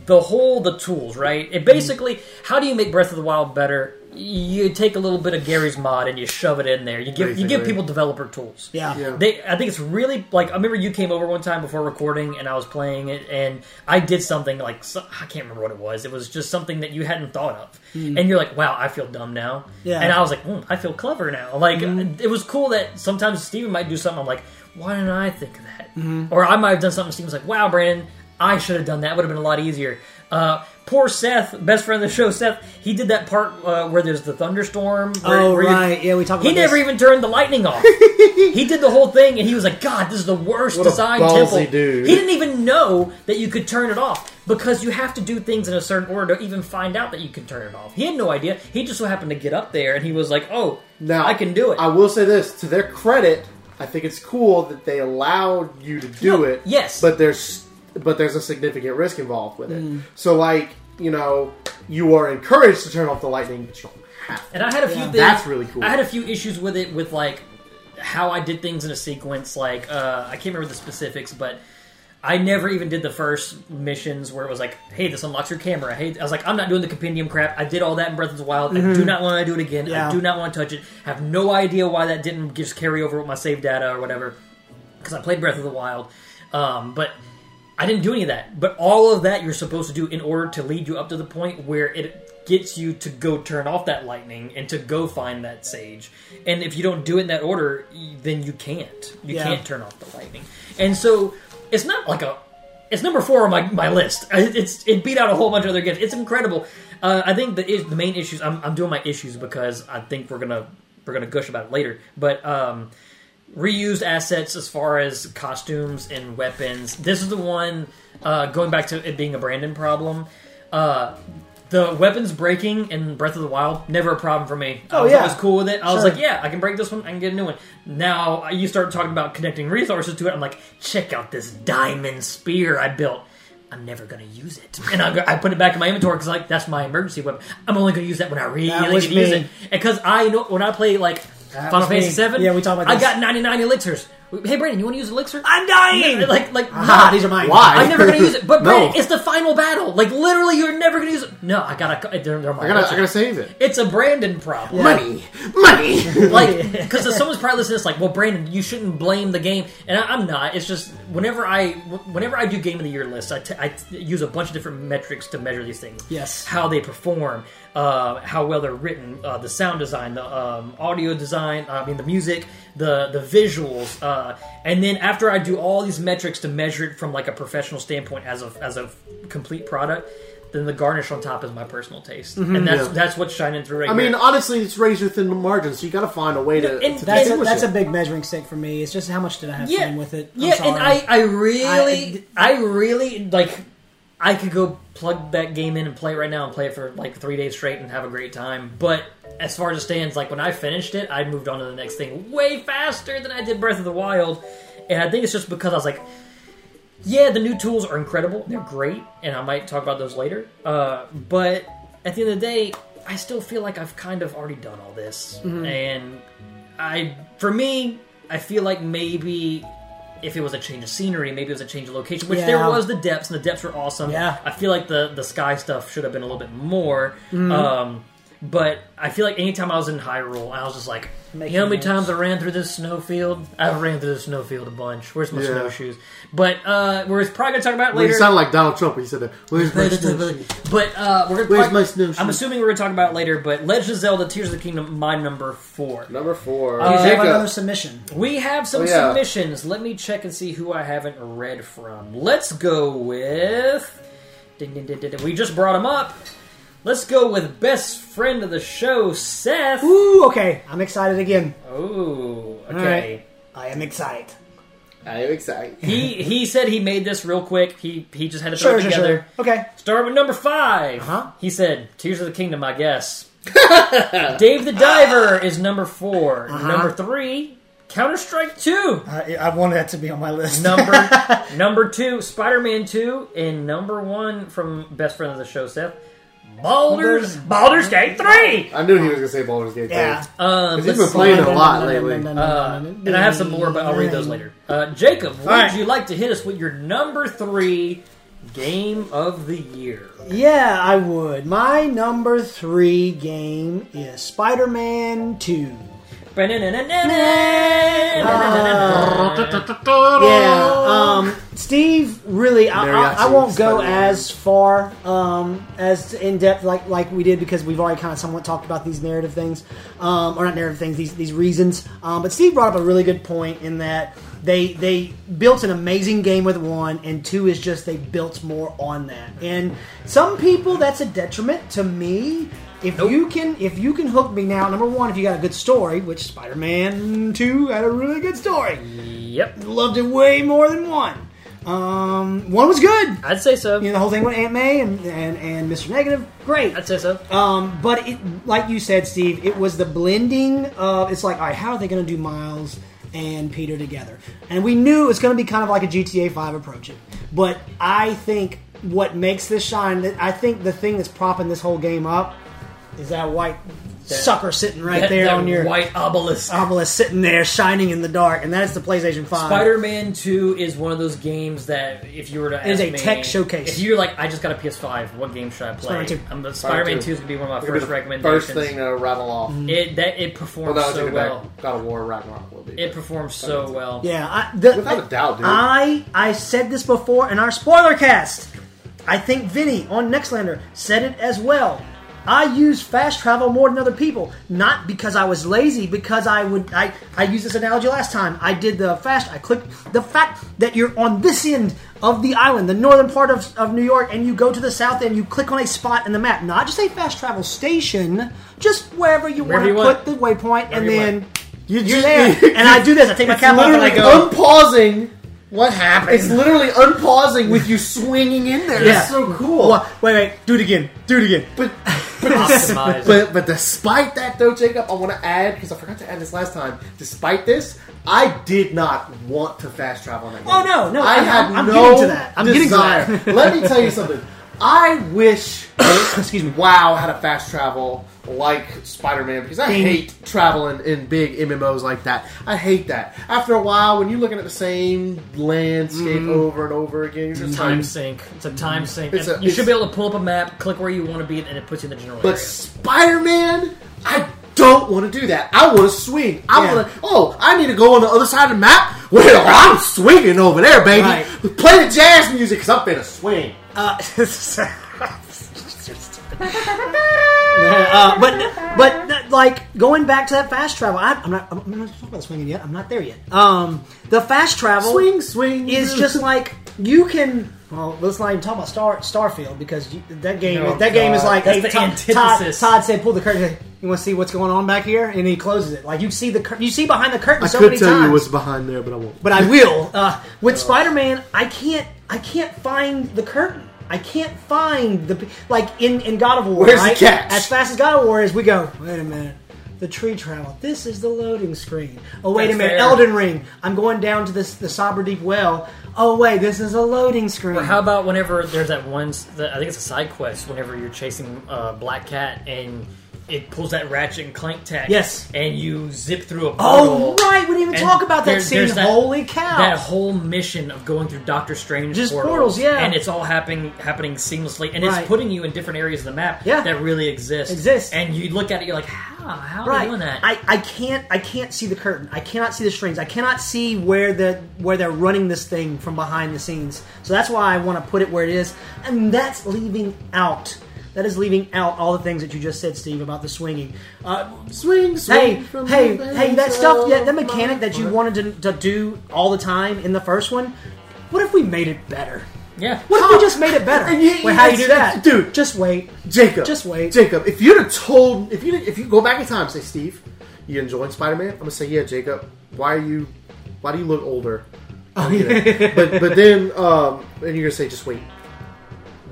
[SPEAKER 1] the whole the tools, right? It basically, how do you make Breath of the Wild better? You take a little bit of Gary's mod and you shove it in there. You give you give
[SPEAKER 3] Basically.
[SPEAKER 1] people developer tools.
[SPEAKER 2] Yeah.
[SPEAKER 3] Yeah.
[SPEAKER 1] They, I think it's really like I remember you came over one time before recording, and I was playing it, and I did something like so, I can't remember what it was. It was just something that you hadn't thought of,
[SPEAKER 2] Hmm.
[SPEAKER 1] and you're like, "Wow, I feel dumb now."
[SPEAKER 2] Yeah. Mm-hmm.
[SPEAKER 1] And I was like, mm, "I feel clever now." Like it was cool that sometimes Steven might do something. I'm like, "Why didn't I think of that?"
[SPEAKER 2] Mm-hmm.
[SPEAKER 1] Or I might have done something. Steven's like, "Wow, Brandon, I should have done that. Would have been a lot easier." Uh, poor Seth, best friend of the show, Seth. He did that part uh, where there's the thunderstorm. Where,
[SPEAKER 2] Oh,
[SPEAKER 1] where you-
[SPEAKER 2] right. Yeah, we talked
[SPEAKER 1] He
[SPEAKER 2] about
[SPEAKER 1] never
[SPEAKER 2] this.
[SPEAKER 1] even turned the lightning
[SPEAKER 2] [laughs]
[SPEAKER 1] off. he did the whole thing, and he was like, "God, this is the worst
[SPEAKER 3] What a
[SPEAKER 1] design
[SPEAKER 3] ballsy
[SPEAKER 1] temple."
[SPEAKER 3] dude.
[SPEAKER 1] He didn't even know that you could turn it off because you have to do things in a certain order to even find out that you can turn it off. He had no idea. He just so happened to get up there, and he was like, "Oh,
[SPEAKER 3] Now
[SPEAKER 1] I can do it."
[SPEAKER 3] I will say this to their credit. I think it's cool that they allowed you to do
[SPEAKER 1] No,
[SPEAKER 3] it.
[SPEAKER 1] yes.
[SPEAKER 3] but there's but there's a significant risk involved with it.
[SPEAKER 1] Mm.
[SPEAKER 3] So like you know you are encouraged to turn off the lightning, but you don't have to.
[SPEAKER 1] and I had a few.
[SPEAKER 2] Yeah.
[SPEAKER 1] things.
[SPEAKER 3] That's really cool.
[SPEAKER 1] I had a few issues with it, with like how I did things in a sequence. Like uh, I can't remember the specifics, but I never even did the first missions where it was like, "Hey, this unlocks your camera." Hey, I was like, "I'm not doing the compendium crap. I did all that in Breath of the Wild. I do not want to do it again. I
[SPEAKER 2] Yeah.
[SPEAKER 1] do not want to touch it. Have no idea why that didn't just carry over with my save data or whatever." Because I played Breath of the Wild, um, but I didn't do any of that. But all of that you're supposed to do in order to lead you up to the point where it gets you to go turn off that lightning and to go find that sage. And if you don't do it in that order, y- then you can't. You
[SPEAKER 2] Yeah.
[SPEAKER 1] can't turn off the lightning. And so it's not like a. It's number four on my, my list. [laughs] I- It's it beat out a whole bunch of other games. It's incredible. Uh, I think the is- the main issues. I'm, I'm doing my issues because I think we're gonna we're gonna gush about it later. But um, reused assets as far as costumes and weapons. This is the one uh, going back to it being a Brandon problem. Uh, the weapons breaking in Breath of the Wild never a problem for me. I
[SPEAKER 2] Oh,
[SPEAKER 1] was
[SPEAKER 2] yeah.
[SPEAKER 1] always cool with it. I was
[SPEAKER 2] Sure.
[SPEAKER 1] like, yeah, I can break this one. I can get a new one. Now uh, you start talking about connecting resources to it. I'm like, check out this diamond spear I built. I'm never gonna use it, and I, go, I put it back in my inventory because like that's my emergency weapon. I'm only gonna use that when I really
[SPEAKER 2] That
[SPEAKER 1] need
[SPEAKER 2] was
[SPEAKER 1] to use
[SPEAKER 2] me.
[SPEAKER 1] it, because I know when I play like
[SPEAKER 2] That
[SPEAKER 1] Final
[SPEAKER 2] was me.
[SPEAKER 1] Fantasy Seven.
[SPEAKER 2] Yeah, we talked about
[SPEAKER 1] I
[SPEAKER 2] this.
[SPEAKER 1] got 99 elixirs. Hey, Brandon, you want to use elixir?
[SPEAKER 2] I'm dying.
[SPEAKER 1] Like, like,
[SPEAKER 2] Ah,
[SPEAKER 1] no.
[SPEAKER 2] these are mine.
[SPEAKER 3] Why?
[SPEAKER 1] I'm never gonna use it. But
[SPEAKER 3] No.
[SPEAKER 1] Brandon, it's the final battle. Like literally, you're never gonna use it. No, I gotta. uh, They're, they're my
[SPEAKER 3] I gotta,
[SPEAKER 1] elixir.
[SPEAKER 3] I gotta save it.
[SPEAKER 1] It's a Brandon problem.
[SPEAKER 3] Money,
[SPEAKER 1] [laughs]
[SPEAKER 3] money.
[SPEAKER 1] Like, because someone's probably listening, to this, like, well, Brandon, you shouldn't blame the game, and I, I'm not. It's just whenever I, whenever I do game of the year lists, I, t- I t- use a bunch of different metrics to measure these things.
[SPEAKER 2] Yes.
[SPEAKER 1] how they perform, uh, how well they're written, uh, the sound design, the um, audio design. I mean, the music, the the visuals, uh, and then after I do all these metrics to measure it from like a professional standpoint as a as a complete product. Then the garnish on top is my personal taste, and that's
[SPEAKER 3] Mm-hmm. Yeah.
[SPEAKER 1] that's what's shining through right
[SPEAKER 3] I
[SPEAKER 1] here.
[SPEAKER 3] mean, honestly, it's razor thin margins, so you gotta find a way to.
[SPEAKER 1] No, and
[SPEAKER 2] That's
[SPEAKER 3] to
[SPEAKER 2] a,
[SPEAKER 3] distinguish
[SPEAKER 2] that's
[SPEAKER 3] it.
[SPEAKER 2] a big measuring stick for me. It's just how much did I have fun with it? I'm
[SPEAKER 1] yeah, and
[SPEAKER 2] sorry.
[SPEAKER 1] I, I really, I, really like. I could go plug that game in and play it right now and play it for like three days straight and have a great time. But as far as it stands, like when I finished it, I moved on to the next thing way faster than I did Breath of the Wild, and I think it's just because I was like, yeah, the new tools are incredible. They're great, and I might talk about those later. Uh, but at the end of the day, I still feel like I've kind of already done all this,
[SPEAKER 2] Mm-hmm.
[SPEAKER 1] and I, for me, I feel like maybe if it was a change of scenery, maybe it was a change of location, which there
[SPEAKER 2] Yeah.
[SPEAKER 1] was the depths, and the depths were awesome.
[SPEAKER 2] Yeah. Mm-hmm.
[SPEAKER 1] I feel like the the sky stuff should have been a little bit more. Um, But I feel like anytime I was in Hyrule, I was just like,
[SPEAKER 2] Making
[SPEAKER 1] you know how many
[SPEAKER 2] notes.
[SPEAKER 1] times I ran through this snowfield? I've ran through the snowfield a bunch. Where's my
[SPEAKER 3] Yeah.
[SPEAKER 1] snowshoes? But uh, we're probably gonna talk about it
[SPEAKER 3] Well, you
[SPEAKER 1] later.
[SPEAKER 3] sound like Donald Trump when you said that. Where's my snowshoe?
[SPEAKER 1] But uh, we're gonna
[SPEAKER 3] Where's
[SPEAKER 1] probably-
[SPEAKER 3] my snowshoe?
[SPEAKER 1] I'm assuming we're gonna talk about it later. But Legend of Zelda: Tears of the Kingdom, my number four.
[SPEAKER 4] Number four.
[SPEAKER 1] Uh,
[SPEAKER 2] We have
[SPEAKER 3] Jacob.
[SPEAKER 2] another submission.
[SPEAKER 1] We have some
[SPEAKER 4] Oh, yeah.
[SPEAKER 1] submissions. Let me check and see who I haven't read from. Let's go with. Ding, ding, ding, ding, ding. We just brought him up. Let's go with best friend of the show, Seth.
[SPEAKER 2] Ooh, okay. I'm excited again.
[SPEAKER 1] Oh, okay.
[SPEAKER 2] right. I am excited.
[SPEAKER 4] I am excited.
[SPEAKER 1] He he said he made this real quick. He he just had to throw
[SPEAKER 2] Sure,
[SPEAKER 1] it
[SPEAKER 2] sure,
[SPEAKER 1] together.
[SPEAKER 2] sure. Okay.
[SPEAKER 1] Start with number 5
[SPEAKER 2] Uh-huh.
[SPEAKER 1] He said, Tears of the Kingdom, I [laughs] guess. Dave the Diver is number 4 Number three, Counter Strike 2.
[SPEAKER 2] I, I wanted that to be on my list.
[SPEAKER 1] Number [laughs] number two, Spider Man 2. And number one from Best Friend of the Show, Seth. Baldur's Baldur's Gate 3.
[SPEAKER 4] I knew he was gonna say Baldur's Gate.
[SPEAKER 2] [laughs] yeah.
[SPEAKER 4] three.
[SPEAKER 1] Um,
[SPEAKER 3] He's been
[SPEAKER 1] let's-
[SPEAKER 3] playing a lot lately.
[SPEAKER 1] uh, and I have some more, but I'll read those later. Uh, Jacob, would
[SPEAKER 2] right.
[SPEAKER 1] you like to hit us with your number three game of the year?
[SPEAKER 2] Yeah, I would. My number three game is Spider Man 2. Yeah, um, Steve really. I, I, I
[SPEAKER 3] Mariachi
[SPEAKER 2] won't go
[SPEAKER 3] Spider-Man.
[SPEAKER 2] as far um, as in depth like like we did because we've already kind of somewhat talked about these narrative things, um, or not narrative things, these these reasons. Um, but Steve brought up a really good point in that they they built an amazing game with one, and two is just they built more on that. And some people that's a detriment to me. If you can, if you can hook me now, number one, if you got a good story, which Spider-Man Two had a really good story
[SPEAKER 1] Yep,
[SPEAKER 2] loved it way more than one. Um, one was good.
[SPEAKER 1] I'd say so.
[SPEAKER 2] You know, the whole thing with Aunt May and, and, and Mr. Negative, great.
[SPEAKER 1] I'd say so.
[SPEAKER 2] Um, but it, like you said, Steve, it was the blending of. It's like, all right, how are they going to do Miles and Peter together? And we knew it was going to be kind of like a GTA Five approach. It, but I think what makes this shine, I think the thing that's propping this whole game up is that white sucker sitting right
[SPEAKER 1] That-
[SPEAKER 2] there
[SPEAKER 1] that
[SPEAKER 2] on your Ah.
[SPEAKER 1] white obelisk.
[SPEAKER 2] obelisk, sitting there shining in the dark, and that's the PlayStation Five.
[SPEAKER 1] Spider-Man Two is one of those games that if you were to
[SPEAKER 2] It's
[SPEAKER 1] ask
[SPEAKER 2] a
[SPEAKER 1] me,
[SPEAKER 2] tech showcase.
[SPEAKER 1] If you're like, I just got a PS5, what game should I play?
[SPEAKER 2] Spider-Man 2.
[SPEAKER 1] I'm the-
[SPEAKER 4] Spider-Man
[SPEAKER 1] Spider-Man
[SPEAKER 4] 2.
[SPEAKER 1] Two is gonna be one of my
[SPEAKER 4] It'll be
[SPEAKER 1] first
[SPEAKER 4] the
[SPEAKER 1] recommendations.
[SPEAKER 4] First thing to rattle off.
[SPEAKER 1] It that it performs
[SPEAKER 4] Well,
[SPEAKER 1] so
[SPEAKER 4] so
[SPEAKER 1] well.
[SPEAKER 4] God of War Ragnarok will be.
[SPEAKER 1] It performs so well.
[SPEAKER 2] Yeah, I, the,
[SPEAKER 4] Without a doubt, dude.
[SPEAKER 2] I I said this before in our spoiler cast. I think Vinny on Nextlander said it as well. I use fast travel more than other people, not because I was lazy, because I would I I used this analogy last time. I did the fast. I clicked the fact that you're on this end of the island, the northern part of, of New York, and you go to the south end. You click on a spot in the map, not just a fast travel station, just wherever you
[SPEAKER 1] Wherever you
[SPEAKER 2] want to
[SPEAKER 1] want.
[SPEAKER 2] put the waypoint, and
[SPEAKER 1] you
[SPEAKER 2] then.
[SPEAKER 1] want.
[SPEAKER 3] You
[SPEAKER 2] You're
[SPEAKER 3] just-
[SPEAKER 2] there,
[SPEAKER 3] [laughs]
[SPEAKER 2] and I do this. I take my
[SPEAKER 3] It's
[SPEAKER 2] cap off and I
[SPEAKER 3] literally
[SPEAKER 2] go.
[SPEAKER 3] unpausing. What happened? It's literally unpausing with you swinging in there.
[SPEAKER 2] Yeah.
[SPEAKER 3] It's so cool.
[SPEAKER 2] Wha- Wait, wait, do it again. Do it again.
[SPEAKER 3] But
[SPEAKER 1] Optimized.
[SPEAKER 3] but but despite that though, Jacob, I want to add because I forgot to add this last time. Despite this, I did not want to fast travel on that. Game.
[SPEAKER 2] Oh, no, no,
[SPEAKER 3] I
[SPEAKER 2] I'm-
[SPEAKER 3] had
[SPEAKER 2] I'm- I'm
[SPEAKER 3] no
[SPEAKER 2] getting to that. I'm getting to
[SPEAKER 3] desire.
[SPEAKER 2] that.
[SPEAKER 3] Let me tell you something. I
[SPEAKER 2] [coughs]
[SPEAKER 3] wish, excuse me, WoW had a fast travel like Spider-Man because I
[SPEAKER 2] Ding.
[SPEAKER 3] hate traveling in big MMOs like that. I hate that. After a while, when you're looking at the same landscape
[SPEAKER 2] Mm-hmm.
[SPEAKER 3] over and over again, you're just
[SPEAKER 1] Time
[SPEAKER 3] like,
[SPEAKER 1] sync. It's a time sync.
[SPEAKER 3] It's
[SPEAKER 1] And
[SPEAKER 3] a-
[SPEAKER 1] you should
[SPEAKER 3] it's-
[SPEAKER 1] be able to pull up a map, click where you want to be, and it puts you in the general
[SPEAKER 3] But
[SPEAKER 1] area.
[SPEAKER 3] Spider Man, I don't want to do that. I want to swing. I
[SPEAKER 2] Yeah.
[SPEAKER 3] want to. Oh, I need to go on the other side of the map. Well, I'm swinging over there, baby.
[SPEAKER 2] Right.
[SPEAKER 3] Play the jazz music because I'm finna swing.
[SPEAKER 2] Uh, [laughs] uh, but but uh, like going back to that fast travel, I, I'm not. I'm not talking about swinging yet. I'm not there yet. Um, the fast travel
[SPEAKER 3] Swing, swing.
[SPEAKER 2] is just
[SPEAKER 3] [laughs]
[SPEAKER 2] like you can. Well, let's not even talk about Star Starfield because you, that game
[SPEAKER 1] No,
[SPEAKER 2] that game is
[SPEAKER 1] God.
[SPEAKER 2] like
[SPEAKER 1] That's
[SPEAKER 2] hey,
[SPEAKER 1] the
[SPEAKER 2] Todd, Todd,
[SPEAKER 1] antithesis.
[SPEAKER 2] Todd said, "Pull the curtain." You want to see what's going on back here, and he closes it. Like you see the cur- you see behind the curtain
[SPEAKER 3] I
[SPEAKER 2] so
[SPEAKER 3] could
[SPEAKER 2] many
[SPEAKER 3] tell
[SPEAKER 2] times.
[SPEAKER 3] you what's behind there, but I won't.
[SPEAKER 2] but I will. Uh, with Spider-Man, I can't. I can't find the curtain. I can't find the p- like in in God of War.
[SPEAKER 3] Where's the
[SPEAKER 2] right?
[SPEAKER 3] catch?
[SPEAKER 2] As fast as God of War is, we go. Wait a minute. The tree travel. This is the loading screen. Oh wait a
[SPEAKER 1] That's
[SPEAKER 2] minute.
[SPEAKER 1] fair.
[SPEAKER 2] Elden Ring. I'm going down to this the Sober Deep Well. Oh wait, this is a loading screen.
[SPEAKER 1] Or how about whenever there's that one? s- That, I think it's a side quest. Whenever you're chasing uh, Black Cat and it pulls that ratchet and clank tag.
[SPEAKER 2] Yes.
[SPEAKER 1] and you zip through a portal.
[SPEAKER 2] Oh right, we didn't even
[SPEAKER 1] And
[SPEAKER 2] talk about that
[SPEAKER 1] there's-
[SPEAKER 2] scene.
[SPEAKER 1] there's that-
[SPEAKER 2] Holy cow!
[SPEAKER 1] That whole mission of going through Doctor Strange
[SPEAKER 2] Just portals, yeah.
[SPEAKER 1] and it's all happening happening seamlessly, and
[SPEAKER 2] Right.
[SPEAKER 1] it's putting you in different areas of the map
[SPEAKER 2] Yeah.
[SPEAKER 1] that really exist.
[SPEAKER 2] Exist.
[SPEAKER 1] and you look at it, you're like, how? How are they
[SPEAKER 2] right.
[SPEAKER 1] doing that?
[SPEAKER 2] I, I can't I can't see the curtain. I cannot see the strings. I cannot see where the where they're running this thing from behind the scenes. So that's why I want to put it where it is. And that's leaving out. That is leaving out all the things that you just said, Steve, about the swinging. Uh,
[SPEAKER 3] Swing, swing
[SPEAKER 2] hey,
[SPEAKER 3] from
[SPEAKER 2] hey,
[SPEAKER 3] the
[SPEAKER 2] hey! That
[SPEAKER 3] banks
[SPEAKER 2] stuff, yeah,
[SPEAKER 3] of
[SPEAKER 2] that mechanic that you
[SPEAKER 3] my-
[SPEAKER 2] wanted to, to do all the time in the first one. What if we made it better?
[SPEAKER 1] yeah,
[SPEAKER 2] What if we just made it
[SPEAKER 3] [laughs]
[SPEAKER 2] better?
[SPEAKER 3] And you-
[SPEAKER 2] Wait, how you do
[SPEAKER 3] it's-
[SPEAKER 2] that,
[SPEAKER 3] dude.
[SPEAKER 2] Just wait.
[SPEAKER 3] Jacob,
[SPEAKER 2] Just wait.
[SPEAKER 3] Jacob, if you'd have told, if you if you go back in time, and say Steve, you enjoying Spider Man? I'm gonna say yeah, Jacob. Why are you, why do you look older? Oh, yeah. but but then um, and you're gonna say just wait.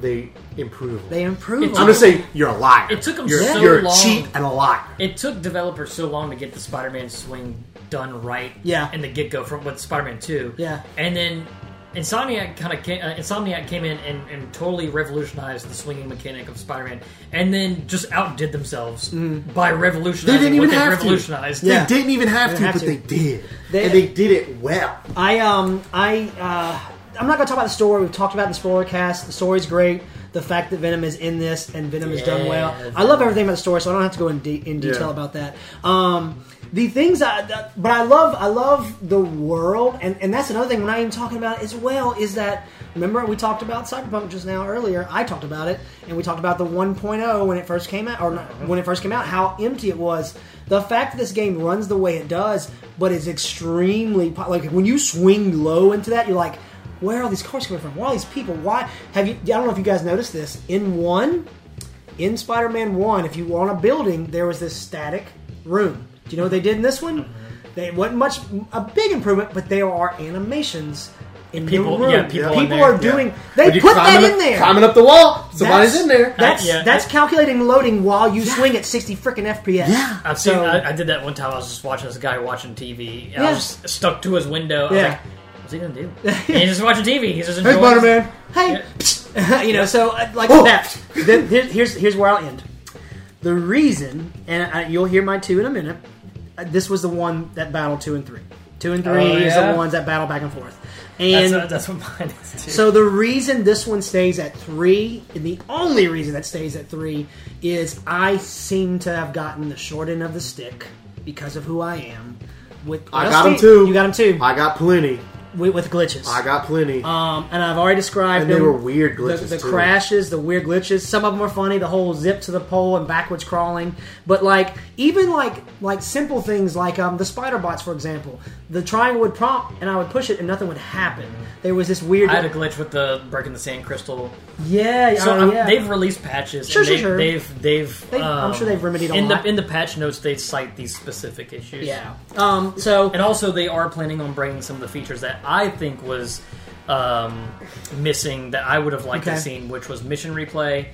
[SPEAKER 3] They improve.
[SPEAKER 2] They improve.
[SPEAKER 1] It's
[SPEAKER 2] on
[SPEAKER 3] I'm
[SPEAKER 2] it.
[SPEAKER 3] gonna say you're a liar.
[SPEAKER 1] It took 'em
[SPEAKER 3] you're,
[SPEAKER 1] so
[SPEAKER 3] you're
[SPEAKER 1] long.
[SPEAKER 3] a cheat and a liar.
[SPEAKER 1] it took developers so long to get the Spider-Man swing done right.
[SPEAKER 2] Yeah.
[SPEAKER 1] in the get-go from with Spider-Man Two.
[SPEAKER 2] Yeah.
[SPEAKER 1] and then Insomniac kind of came, uh, Insomniac came in and, and totally revolutionized the swinging mechanic of Spider-Man, and then just outdid themselves by revolutionizing.
[SPEAKER 3] They didn't
[SPEAKER 1] what
[SPEAKER 3] even
[SPEAKER 1] they
[SPEAKER 3] have
[SPEAKER 1] revolutionized.
[SPEAKER 3] to.
[SPEAKER 2] Yeah.
[SPEAKER 3] They didn't even have
[SPEAKER 2] They
[SPEAKER 3] to,
[SPEAKER 2] didn't
[SPEAKER 3] but
[SPEAKER 2] have
[SPEAKER 3] they did,
[SPEAKER 2] They-
[SPEAKER 3] and they did it well.
[SPEAKER 2] I um I uh I'm not gonna talk about the story. We've talked about it in the spoiler cast. The story's great. The fact that Venom is in this and Venom is done well.
[SPEAKER 1] Yeah,
[SPEAKER 2] I love everything about the story, so I don't have to go in, de- in detail
[SPEAKER 3] Yeah.
[SPEAKER 2] about that. Um, the things I, that- but I love I love the world, and and that's another thing we're not even talking about as well is that remember we talked about Cyberpunk just now earlier. I talked about it, and we talked about the 1.0 when it first came out, or not, when it first came out, how empty it was. The fact that this game runs the way it does, but is extremely po- like when you swing low into that, you're like, where are these cars coming from? Where are these people? Why have you? I don't know if you guys noticed this in one in Spider-Man One, if you were on a building, there was this static room. Do you know what they did in this one? They wasn't much a big improvement, but there are animations in
[SPEAKER 1] People-
[SPEAKER 2] the room.
[SPEAKER 1] yeah, people in there,
[SPEAKER 2] are
[SPEAKER 1] yeah.
[SPEAKER 2] doing.
[SPEAKER 3] When
[SPEAKER 2] They
[SPEAKER 3] you
[SPEAKER 2] put that
[SPEAKER 3] climbing
[SPEAKER 2] in
[SPEAKER 3] up-
[SPEAKER 2] there.
[SPEAKER 3] climbing up the wall. Somebody's
[SPEAKER 2] That's-
[SPEAKER 3] in there.
[SPEAKER 2] That's
[SPEAKER 1] Yeah.
[SPEAKER 2] that's calculating loading while you swing at sixty freaking FPS.
[SPEAKER 3] Yeah.
[SPEAKER 1] I've seen.
[SPEAKER 2] So-
[SPEAKER 1] I, I did that one time. I was just watching this guy watching TV. And I
[SPEAKER 2] Yeah.
[SPEAKER 1] was stuck to his window. I was
[SPEAKER 2] Yeah.
[SPEAKER 1] like, "What's he gonna do?" and he's just watching TV. He's just
[SPEAKER 3] Hey,
[SPEAKER 1] enjoying.
[SPEAKER 3] Spider Man.
[SPEAKER 2] hey, [laughs] you know, so uh, like
[SPEAKER 3] Oh.
[SPEAKER 2] that. Then here- here's here's where I'll end. The reason, and I, you'll hear my two in a minute. uh, This was the one that battled two and three. Two and three
[SPEAKER 1] Oh,
[SPEAKER 2] is
[SPEAKER 1] yeah?
[SPEAKER 2] the ones that battle back and forth.
[SPEAKER 1] That's,
[SPEAKER 2] And
[SPEAKER 1] uh, that's what mine is too.
[SPEAKER 2] so the reason this one stays at three, and the only reason that stays at three, is I seem to have gotten the short end of the stick because of who I am. With
[SPEAKER 3] I
[SPEAKER 2] Well,
[SPEAKER 3] got him
[SPEAKER 2] Steve,
[SPEAKER 3] too.
[SPEAKER 2] You got him too.
[SPEAKER 3] I got plenty.
[SPEAKER 2] with, with glitches.
[SPEAKER 3] I got plenty.
[SPEAKER 2] um, and I've already described
[SPEAKER 3] and they
[SPEAKER 2] them.
[SPEAKER 3] were weird glitches.
[SPEAKER 2] The, the
[SPEAKER 3] too.
[SPEAKER 2] crashes, the weird glitches. Some of them are funny. The whole zip to the pole and backwards crawling. But like even like like simple things like um, the spider bots, for example. The triangle would prompt, and I would push it, and nothing would happen. There was this weird.
[SPEAKER 1] I had a glitch with the breaking the sand crystal.
[SPEAKER 2] yeah,
[SPEAKER 1] So
[SPEAKER 2] uh,
[SPEAKER 1] um,
[SPEAKER 2] yeah.
[SPEAKER 1] they've released patches.
[SPEAKER 2] Sure,
[SPEAKER 1] and
[SPEAKER 2] sure,
[SPEAKER 1] they,
[SPEAKER 2] sure.
[SPEAKER 1] They've they've. um,
[SPEAKER 2] They- I'm sure they've remedied a
[SPEAKER 1] in
[SPEAKER 2] lot.
[SPEAKER 1] the in the patch notes. They cite these specific issues.
[SPEAKER 2] yeah. Um. So
[SPEAKER 1] and also they are planning on bringing some of the features that I think was um, missing that I would have liked to
[SPEAKER 2] Okay. Mm,
[SPEAKER 1] have seen, which was mission replay,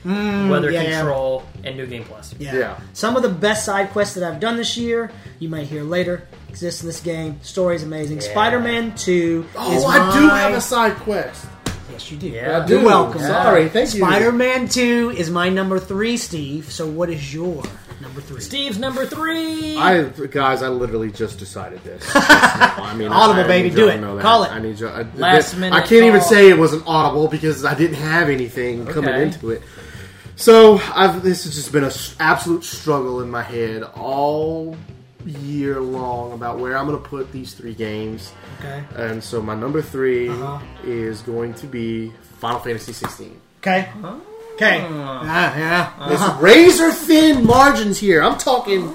[SPEAKER 1] weather
[SPEAKER 2] yeah, yeah.
[SPEAKER 1] control, and new game plus.
[SPEAKER 2] Yeah.
[SPEAKER 3] Yeah.
[SPEAKER 2] Some of the best side quests that I've done this year, you might hear later, exist in this game. Story's amazing. Spider Man 2 is
[SPEAKER 3] Oh, I do
[SPEAKER 2] my-
[SPEAKER 3] have a side quest.
[SPEAKER 2] Yes, you do.
[SPEAKER 1] Yeah. I
[SPEAKER 2] You're
[SPEAKER 3] do.
[SPEAKER 2] welcome.
[SPEAKER 3] Sorry, thank you.
[SPEAKER 2] Spider Man 2 uh, is my number three, Steve. So what is your number three?
[SPEAKER 1] Steve's number three.
[SPEAKER 3] I guys, I literally just
[SPEAKER 2] [laughs]
[SPEAKER 3] decided this. Just now. I mean,
[SPEAKER 2] Audible,
[SPEAKER 3] I, I
[SPEAKER 2] baby,
[SPEAKER 3] need
[SPEAKER 2] do
[SPEAKER 3] y'all
[SPEAKER 2] it.
[SPEAKER 3] to Know that.
[SPEAKER 2] Call it.
[SPEAKER 3] I need you. I,
[SPEAKER 1] Last
[SPEAKER 3] I
[SPEAKER 1] minute
[SPEAKER 3] can't
[SPEAKER 1] call.
[SPEAKER 3] even say it was an audible because I didn't have anything coming
[SPEAKER 1] Okay.
[SPEAKER 3] into it. So I've, this has just been an absolute struggle in my head all year long about where I'm going to put these three games.
[SPEAKER 2] Okay.
[SPEAKER 3] And so my number 3
[SPEAKER 2] Uh-huh.
[SPEAKER 3] is going to be Final Fantasy 16.
[SPEAKER 2] Okay. Okay. Ah, yeah.
[SPEAKER 3] There's razor thin margins here. I'm talking.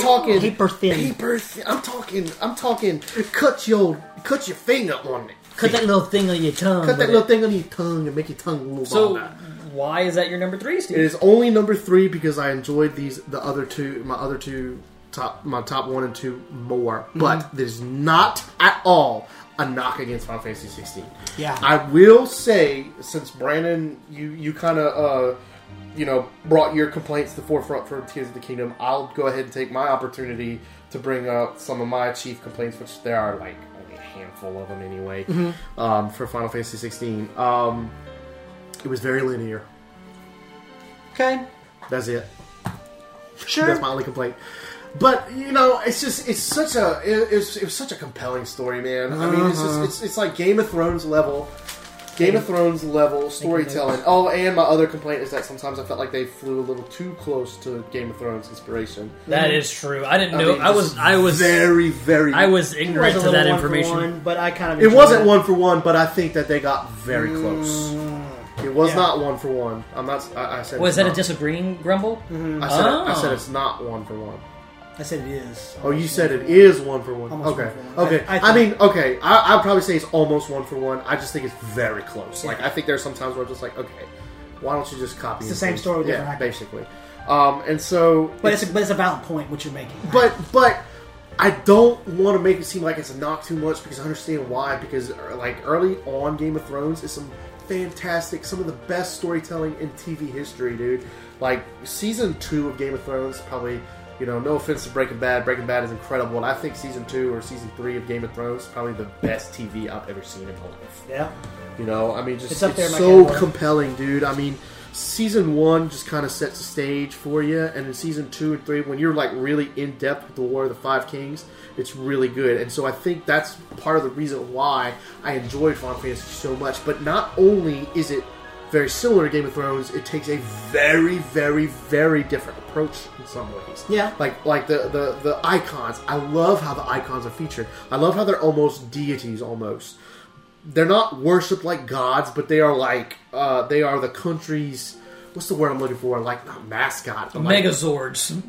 [SPEAKER 2] Pa-
[SPEAKER 3] talking
[SPEAKER 2] paper thin.
[SPEAKER 3] Paper thin. I'm talking. I'm talking. Cut your cut your finger on it.
[SPEAKER 2] Cut that little thing on your tongue.
[SPEAKER 3] Cut
[SPEAKER 2] with
[SPEAKER 3] that
[SPEAKER 2] it.
[SPEAKER 3] little thing on your tongue and make your tongue move
[SPEAKER 1] so
[SPEAKER 3] on. out.
[SPEAKER 1] why is that your number three, Steve?
[SPEAKER 3] It is only number three because I enjoyed these the other two my other two top my top one and two more. But there's not at all a knock against Final Fantasy 16.
[SPEAKER 2] Yeah.
[SPEAKER 3] I will say since Brandon, you you kind of uh, you know brought your complaints to the forefront for Tears of the Kingdom. I'll go ahead and take my opportunity to bring up some of my chief complaints, which there are like only a handful of them anyway. Um, for Final Fantasy 16, um, it was very linear.
[SPEAKER 2] Okay.
[SPEAKER 3] That's it.
[SPEAKER 2] Sure.
[SPEAKER 3] That's my only complaint. But you know, it's just it's such a it, it's, it was such a compelling story, man. I mean, it's
[SPEAKER 1] Uh-huh.
[SPEAKER 3] just it's, it's like Game of Thrones level, Game of Thrones level storytelling. Oh, and my other complaint is that sometimes I felt like they flew a little too close to Game of Thrones inspiration.
[SPEAKER 1] That is true. I didn't know. I,
[SPEAKER 3] mean,
[SPEAKER 1] was.
[SPEAKER 3] just
[SPEAKER 1] I was.
[SPEAKER 3] very very.
[SPEAKER 1] I was ignorant
[SPEAKER 2] was a
[SPEAKER 1] to that
[SPEAKER 2] little one for
[SPEAKER 1] information.
[SPEAKER 2] one, but I kind of
[SPEAKER 3] It
[SPEAKER 2] enjoyed
[SPEAKER 3] wasn't one for one, but I think that they got very
[SPEAKER 1] Mm.
[SPEAKER 3] close. It was
[SPEAKER 2] Yeah.
[SPEAKER 3] not one for one. I'm not. I, I said
[SPEAKER 1] Was
[SPEAKER 3] it's
[SPEAKER 1] that a
[SPEAKER 3] not.
[SPEAKER 1] disagreeing grumble?
[SPEAKER 2] Mm-hmm.
[SPEAKER 3] I said, I
[SPEAKER 1] Oh.
[SPEAKER 3] said it's not one for one.
[SPEAKER 2] I said it is.
[SPEAKER 3] Oh, you said it is one for one.
[SPEAKER 2] Almost
[SPEAKER 3] okay,
[SPEAKER 2] one for one.
[SPEAKER 3] okay.
[SPEAKER 2] I-
[SPEAKER 3] I,
[SPEAKER 2] I think-
[SPEAKER 3] mean, okay. I, I'd probably say it's almost one for one. I just think it's very close. Like I think there's some times where I'm just like, okay, why don't you just copy?
[SPEAKER 2] It's the
[SPEAKER 3] and
[SPEAKER 2] same
[SPEAKER 3] paste?
[SPEAKER 2] story with
[SPEAKER 3] yeah,
[SPEAKER 2] different actors.
[SPEAKER 3] basically. Um, and so,
[SPEAKER 2] But it's, a, but it's a valid point what you're making.
[SPEAKER 3] but but I don't want to make it seem like it's a knock too much because I understand why. Because er, like early on, Game of Thrones is some fantastic, some of the best storytelling in TV history, dude. Like season two of Game of Thrones, probably. You know, no offense to Breaking Bad. Breaking Bad is incredible, and I think season two or season three of Game of Thrones is probably the best TV I've ever seen in my life.
[SPEAKER 2] Yeah.
[SPEAKER 3] You know, I mean, just
[SPEAKER 2] It's
[SPEAKER 3] it's,
[SPEAKER 2] up there in my
[SPEAKER 3] so
[SPEAKER 2] catalog.
[SPEAKER 3] compelling, dude. I mean, season one just kind of sets the stage for you, and in season two and three, when you're like really in depth with the War of the Five Kings, it's really good. And so I think that's part of the reason why I enjoyed Final Fantasy so much. But not only is it very similar to Game of Thrones, it takes a very, very, very different approach in some ways.
[SPEAKER 2] Yeah.
[SPEAKER 3] Like like the, the, the icons. I love how the icons are featured. I love how they're almost deities almost they're not worshipped like gods, but they are like uh, they are the country's what's the word I'm looking for? Like not mascot, but like,
[SPEAKER 1] Megazords.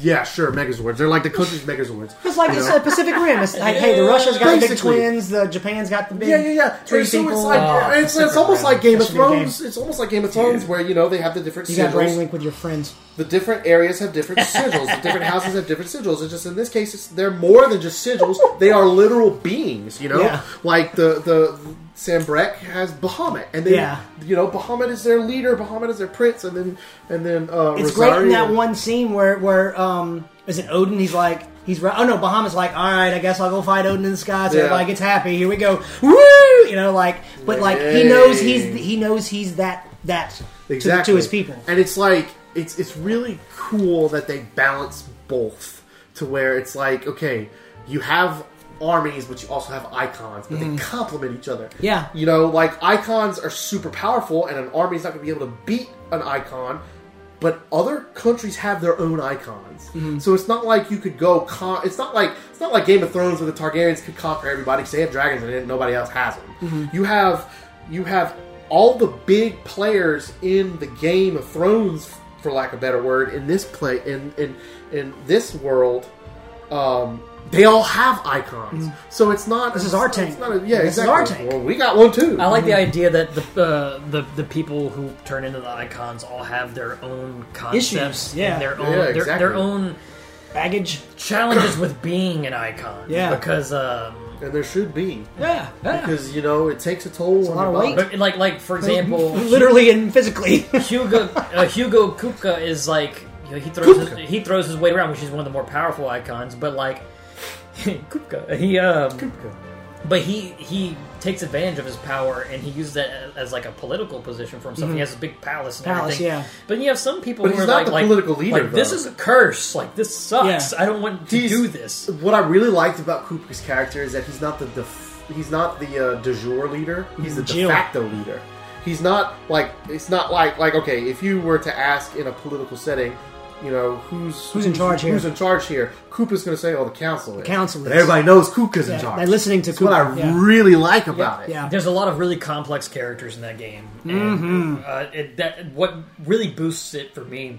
[SPEAKER 3] yeah, sure, megazords. They're like the country's megazords.
[SPEAKER 2] [laughs] It's like
[SPEAKER 3] you
[SPEAKER 2] it's
[SPEAKER 3] know?
[SPEAKER 2] a Pacific Rim. It's like, hey, the Russia's got the big
[SPEAKER 3] Basically.
[SPEAKER 2] twins, the Japan's got the big
[SPEAKER 3] yeah, yeah, yeah.
[SPEAKER 2] three
[SPEAKER 3] And so
[SPEAKER 2] people. uh,
[SPEAKER 3] it's like
[SPEAKER 1] Oh,
[SPEAKER 3] it's, it's almost like Game
[SPEAKER 2] That
[SPEAKER 3] of
[SPEAKER 2] should be a game.
[SPEAKER 3] Thrones. It's almost like Game of Thrones where you know they have the different
[SPEAKER 2] you got brain
[SPEAKER 3] sigils.
[SPEAKER 2] link with your friends.
[SPEAKER 3] The different areas have different sigils. The different houses have different sigils. It's just in this case, it's, they're more than just sigils. They are literal beings. You know,
[SPEAKER 2] Yeah.
[SPEAKER 3] like the the Sambrek has Bahamut, and then
[SPEAKER 2] Yeah.
[SPEAKER 3] you know Bahamut is their leader. Bahamut is their prince, and then and then uh,
[SPEAKER 2] It's great in
[SPEAKER 3] Rosario-
[SPEAKER 2] that one scene where where um is it Odin? He's like he's right. Oh no, Bahamut's like all right, I guess I'll go fight Odin in the sky. So
[SPEAKER 3] Yeah.
[SPEAKER 2] everybody gets happy. Here we go, woo! You know, like but like he knows he's
[SPEAKER 3] Yay.
[SPEAKER 2] he knows he's that that to-
[SPEAKER 3] exactly.
[SPEAKER 2] to, his people.
[SPEAKER 3] And it's like it's it's really cool that they balance both to where it's like okay, you have armies but you also have icons but they complement each other
[SPEAKER 2] Mm. Yeah.
[SPEAKER 3] you know like icons are super powerful and an army's not going to be able to beat an icon but other countries have their own icons
[SPEAKER 2] Mm-hmm.
[SPEAKER 3] so it's not like you could go con- it's not like it's not like game of thrones where the targaryens could conquer everybody 'cause they have dragons and nobody else has them
[SPEAKER 2] Mm-hmm.
[SPEAKER 3] you have you have all the big players in the game of thrones for lack of a better word in this play in in in this world um they all have icons, so it's not.
[SPEAKER 2] Mm-hmm. This is our
[SPEAKER 3] it's
[SPEAKER 2] tank.
[SPEAKER 3] not a- yeah,
[SPEAKER 2] This is
[SPEAKER 3] exactly.
[SPEAKER 2] our tank.
[SPEAKER 3] Well, we got one too.
[SPEAKER 1] I like the
[SPEAKER 2] Um,
[SPEAKER 1] idea that the, uh, the the people who turn into the icons all have their own concepts
[SPEAKER 2] Issues, yeah.
[SPEAKER 1] and their
[SPEAKER 3] Yeah,
[SPEAKER 1] own their, their
[SPEAKER 3] exactly.
[SPEAKER 1] own
[SPEAKER 2] Baggage.
[SPEAKER 1] challenges with being an icon.
[SPEAKER 2] Yeah.
[SPEAKER 1] because um,
[SPEAKER 3] and there should be
[SPEAKER 1] yeah,
[SPEAKER 3] because you know it takes a toll.
[SPEAKER 2] a
[SPEAKER 3] on
[SPEAKER 2] lot
[SPEAKER 3] your
[SPEAKER 2] of weight.
[SPEAKER 3] body.
[SPEAKER 1] But like like for example,
[SPEAKER 2] Literally and physically. [laughs]
[SPEAKER 1] Hugo uh, Hugo Kupka is like you know, he throws his, he throws his weight around, which is one of the more powerful icons. But like [laughs] Kupka, he um, but he he takes advantage of his power and he uses that as, as like a political position for himself. He has a big palace and
[SPEAKER 2] Mm-hmm. Palace,
[SPEAKER 1] everything.
[SPEAKER 2] yeah.
[SPEAKER 1] But you have some people
[SPEAKER 3] But
[SPEAKER 1] who
[SPEAKER 3] he's
[SPEAKER 1] are
[SPEAKER 3] not
[SPEAKER 1] like,
[SPEAKER 3] the
[SPEAKER 1] like-
[SPEAKER 3] political leader,
[SPEAKER 1] like, this
[SPEAKER 3] though.
[SPEAKER 1] is a curse. Like this sucks.
[SPEAKER 2] Yeah.
[SPEAKER 1] I don't want to
[SPEAKER 3] He's-
[SPEAKER 1] do this.
[SPEAKER 3] What I really liked about Kubrick's character is that he's not the def- he's not the uh, de jure leader. He's the de
[SPEAKER 2] Jill.
[SPEAKER 3] facto leader. He's not like it's not like like okay, if you were to ask in a political setting, you know who's
[SPEAKER 2] Who's in charge here?
[SPEAKER 3] Who's in charge here? Koopa's going to say, "Oh, the council." The
[SPEAKER 2] council
[SPEAKER 3] But
[SPEAKER 2] is.
[SPEAKER 3] everybody knows Koopa's in
[SPEAKER 2] Yeah,
[SPEAKER 3] charge.
[SPEAKER 2] they're listening to
[SPEAKER 3] That's what I
[SPEAKER 2] Kubrick, yeah.
[SPEAKER 3] really like about it.
[SPEAKER 2] yeah.
[SPEAKER 1] There's a lot of really complex characters in that game, and
[SPEAKER 2] Mm-hmm.
[SPEAKER 1] uh, it, that what really boosts it for me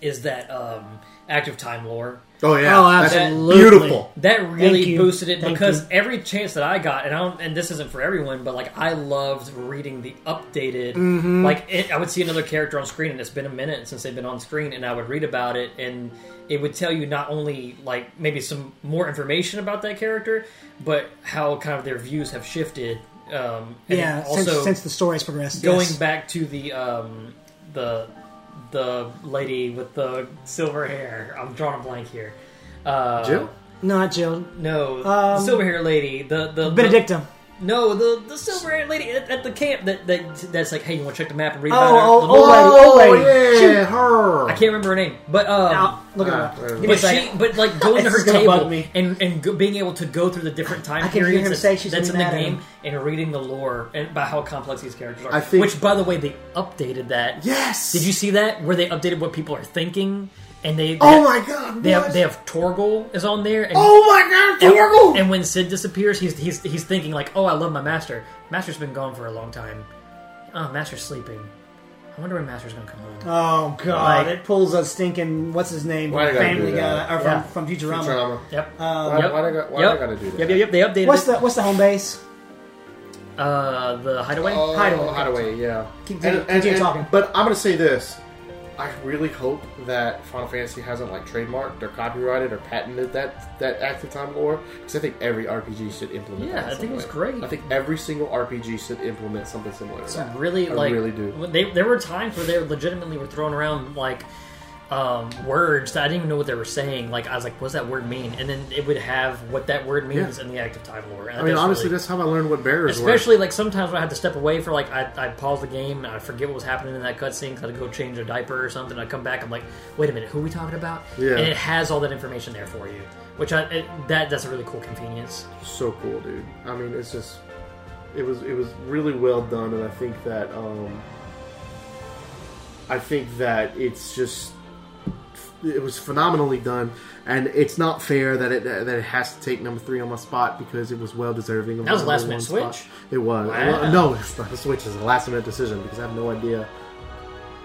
[SPEAKER 1] is that um, active time lore.
[SPEAKER 3] Oh yeah.
[SPEAKER 2] Oh,
[SPEAKER 3] That's
[SPEAKER 2] absolutely.
[SPEAKER 3] beautiful.
[SPEAKER 1] That really
[SPEAKER 2] you.
[SPEAKER 1] boosted it
[SPEAKER 2] Thank
[SPEAKER 1] because
[SPEAKER 2] you.
[SPEAKER 1] every chance that I got, and I don't, and this isn't for everyone, but like I loved reading the updated.
[SPEAKER 2] Mm-hmm.
[SPEAKER 1] Like it, I would see another character on screen, and it's been a minute since they've been on screen, and I would read about it, and it would tell you not only like maybe some more information about that character, but how kind of their views have shifted. Um, and
[SPEAKER 2] yeah, since,
[SPEAKER 1] also
[SPEAKER 2] since the story's progressed.
[SPEAKER 1] going
[SPEAKER 2] yes.
[SPEAKER 1] back to the um, the the lady with the silver hair. I'm drawing a blank here. Uh,
[SPEAKER 3] Jill.
[SPEAKER 2] Not Jill.
[SPEAKER 1] no,
[SPEAKER 2] Um,
[SPEAKER 1] the silver hair lady. The the
[SPEAKER 2] Benedicta.
[SPEAKER 1] The, No, the the silver haired lady at, at the camp that, that that's like, hey, you want to check the map and read about her?
[SPEAKER 2] Oh,
[SPEAKER 1] The
[SPEAKER 2] oh, oh,
[SPEAKER 1] little-
[SPEAKER 2] lady, oh, lady.
[SPEAKER 3] yeah,
[SPEAKER 2] Shoot.
[SPEAKER 3] her.
[SPEAKER 1] I can't remember her name, but um,
[SPEAKER 2] Now, look
[SPEAKER 3] Ah,
[SPEAKER 2] at
[SPEAKER 3] wait a
[SPEAKER 2] that. Give
[SPEAKER 3] minute.
[SPEAKER 2] me a
[SPEAKER 1] but she,
[SPEAKER 2] second.
[SPEAKER 1] but like going to
[SPEAKER 2] This
[SPEAKER 1] her
[SPEAKER 2] is gonna
[SPEAKER 1] table
[SPEAKER 2] bug me.
[SPEAKER 1] and and go, being able to go through the different time
[SPEAKER 2] I can hear
[SPEAKER 1] periods
[SPEAKER 2] him
[SPEAKER 1] that-
[SPEAKER 2] say she's
[SPEAKER 1] that's in the
[SPEAKER 2] gonna be mad at
[SPEAKER 1] game
[SPEAKER 2] him.
[SPEAKER 1] and reading the lore and by how complex these characters are.
[SPEAKER 3] I think-
[SPEAKER 1] Which, by the way, they updated that.
[SPEAKER 3] Yes.
[SPEAKER 1] Did you see that where they updated what people are thinking and they? they
[SPEAKER 3] Oh
[SPEAKER 1] have-
[SPEAKER 3] my god.
[SPEAKER 1] They have
[SPEAKER 3] what?
[SPEAKER 1] they have Torgel is on there. And,
[SPEAKER 3] Oh my god,
[SPEAKER 1] and-
[SPEAKER 3] Torgle!
[SPEAKER 1] And, when Sid disappears, he's he's he's thinking like, oh, I love my master. Master's been gone for a long time. Oh, master's sleeping. I wonder when master's gonna come home.
[SPEAKER 2] Oh god,
[SPEAKER 1] Like-
[SPEAKER 2] it pulls a stinking what's his name
[SPEAKER 4] Why
[SPEAKER 2] from
[SPEAKER 4] they gotta
[SPEAKER 2] Family
[SPEAKER 4] do that?
[SPEAKER 2] Guy or from,
[SPEAKER 1] Yeah.
[SPEAKER 2] from Futurama.
[SPEAKER 4] Drama.
[SPEAKER 1] yep.
[SPEAKER 4] Why,
[SPEAKER 2] Uh,
[SPEAKER 1] Yep.
[SPEAKER 4] why they got- why
[SPEAKER 1] Yep.
[SPEAKER 4] they gotta do that?
[SPEAKER 1] Yep, yep, yep. They updated
[SPEAKER 2] what's
[SPEAKER 1] it.
[SPEAKER 2] the what's the home base?
[SPEAKER 1] uh the hideaway?
[SPEAKER 4] Oh,
[SPEAKER 2] Hideaway.
[SPEAKER 4] hideaway. yeah.
[SPEAKER 2] Keep- continue talking.
[SPEAKER 4] But I'm gonna say this. I really hope that Final Fantasy hasn't like trademarked or copyrighted or patented that that active time lore because I think every RPG should implement.
[SPEAKER 1] Yeah,
[SPEAKER 4] that
[SPEAKER 1] I think it's
[SPEAKER 4] somewhere.
[SPEAKER 1] great.
[SPEAKER 4] I think every single RPG should implement something similar. To that.
[SPEAKER 1] really
[SPEAKER 4] I
[SPEAKER 1] like
[SPEAKER 4] really do.
[SPEAKER 1] when They, there were times where they legitimately were throwing around like um, words that I didn't even know what they were saying. Like I was like, "What's that word mean?" And then it would have what that word means
[SPEAKER 3] Yeah.
[SPEAKER 1] in the active time lore. And
[SPEAKER 3] I mean,
[SPEAKER 1] that's
[SPEAKER 3] honestly,
[SPEAKER 1] really-
[SPEAKER 3] that's how I learned what bears were.
[SPEAKER 1] Especially like sometimes when I had to step away for like I I pause the game and I forget what was happening in that cutscene because I had to go change a diaper or something. I come back, I'm like, wait a minute, who are we talking about?
[SPEAKER 3] Yeah.
[SPEAKER 1] And it has all that information there for you, which I it, that that's a really cool convenience.
[SPEAKER 3] so cool, dude. I mean, it's just it was it was really well done, and I think that um, I think that it's just it was phenomenally done, and it's not fair that it that it has to take number three on my spot because it was well deserving. Of
[SPEAKER 1] That was
[SPEAKER 3] my
[SPEAKER 1] last
[SPEAKER 3] number
[SPEAKER 1] minute
[SPEAKER 3] one spot.
[SPEAKER 1] switch?
[SPEAKER 3] It was
[SPEAKER 1] Wow.
[SPEAKER 3] no, it's not a switch. It's a last minute decision because I have no idea.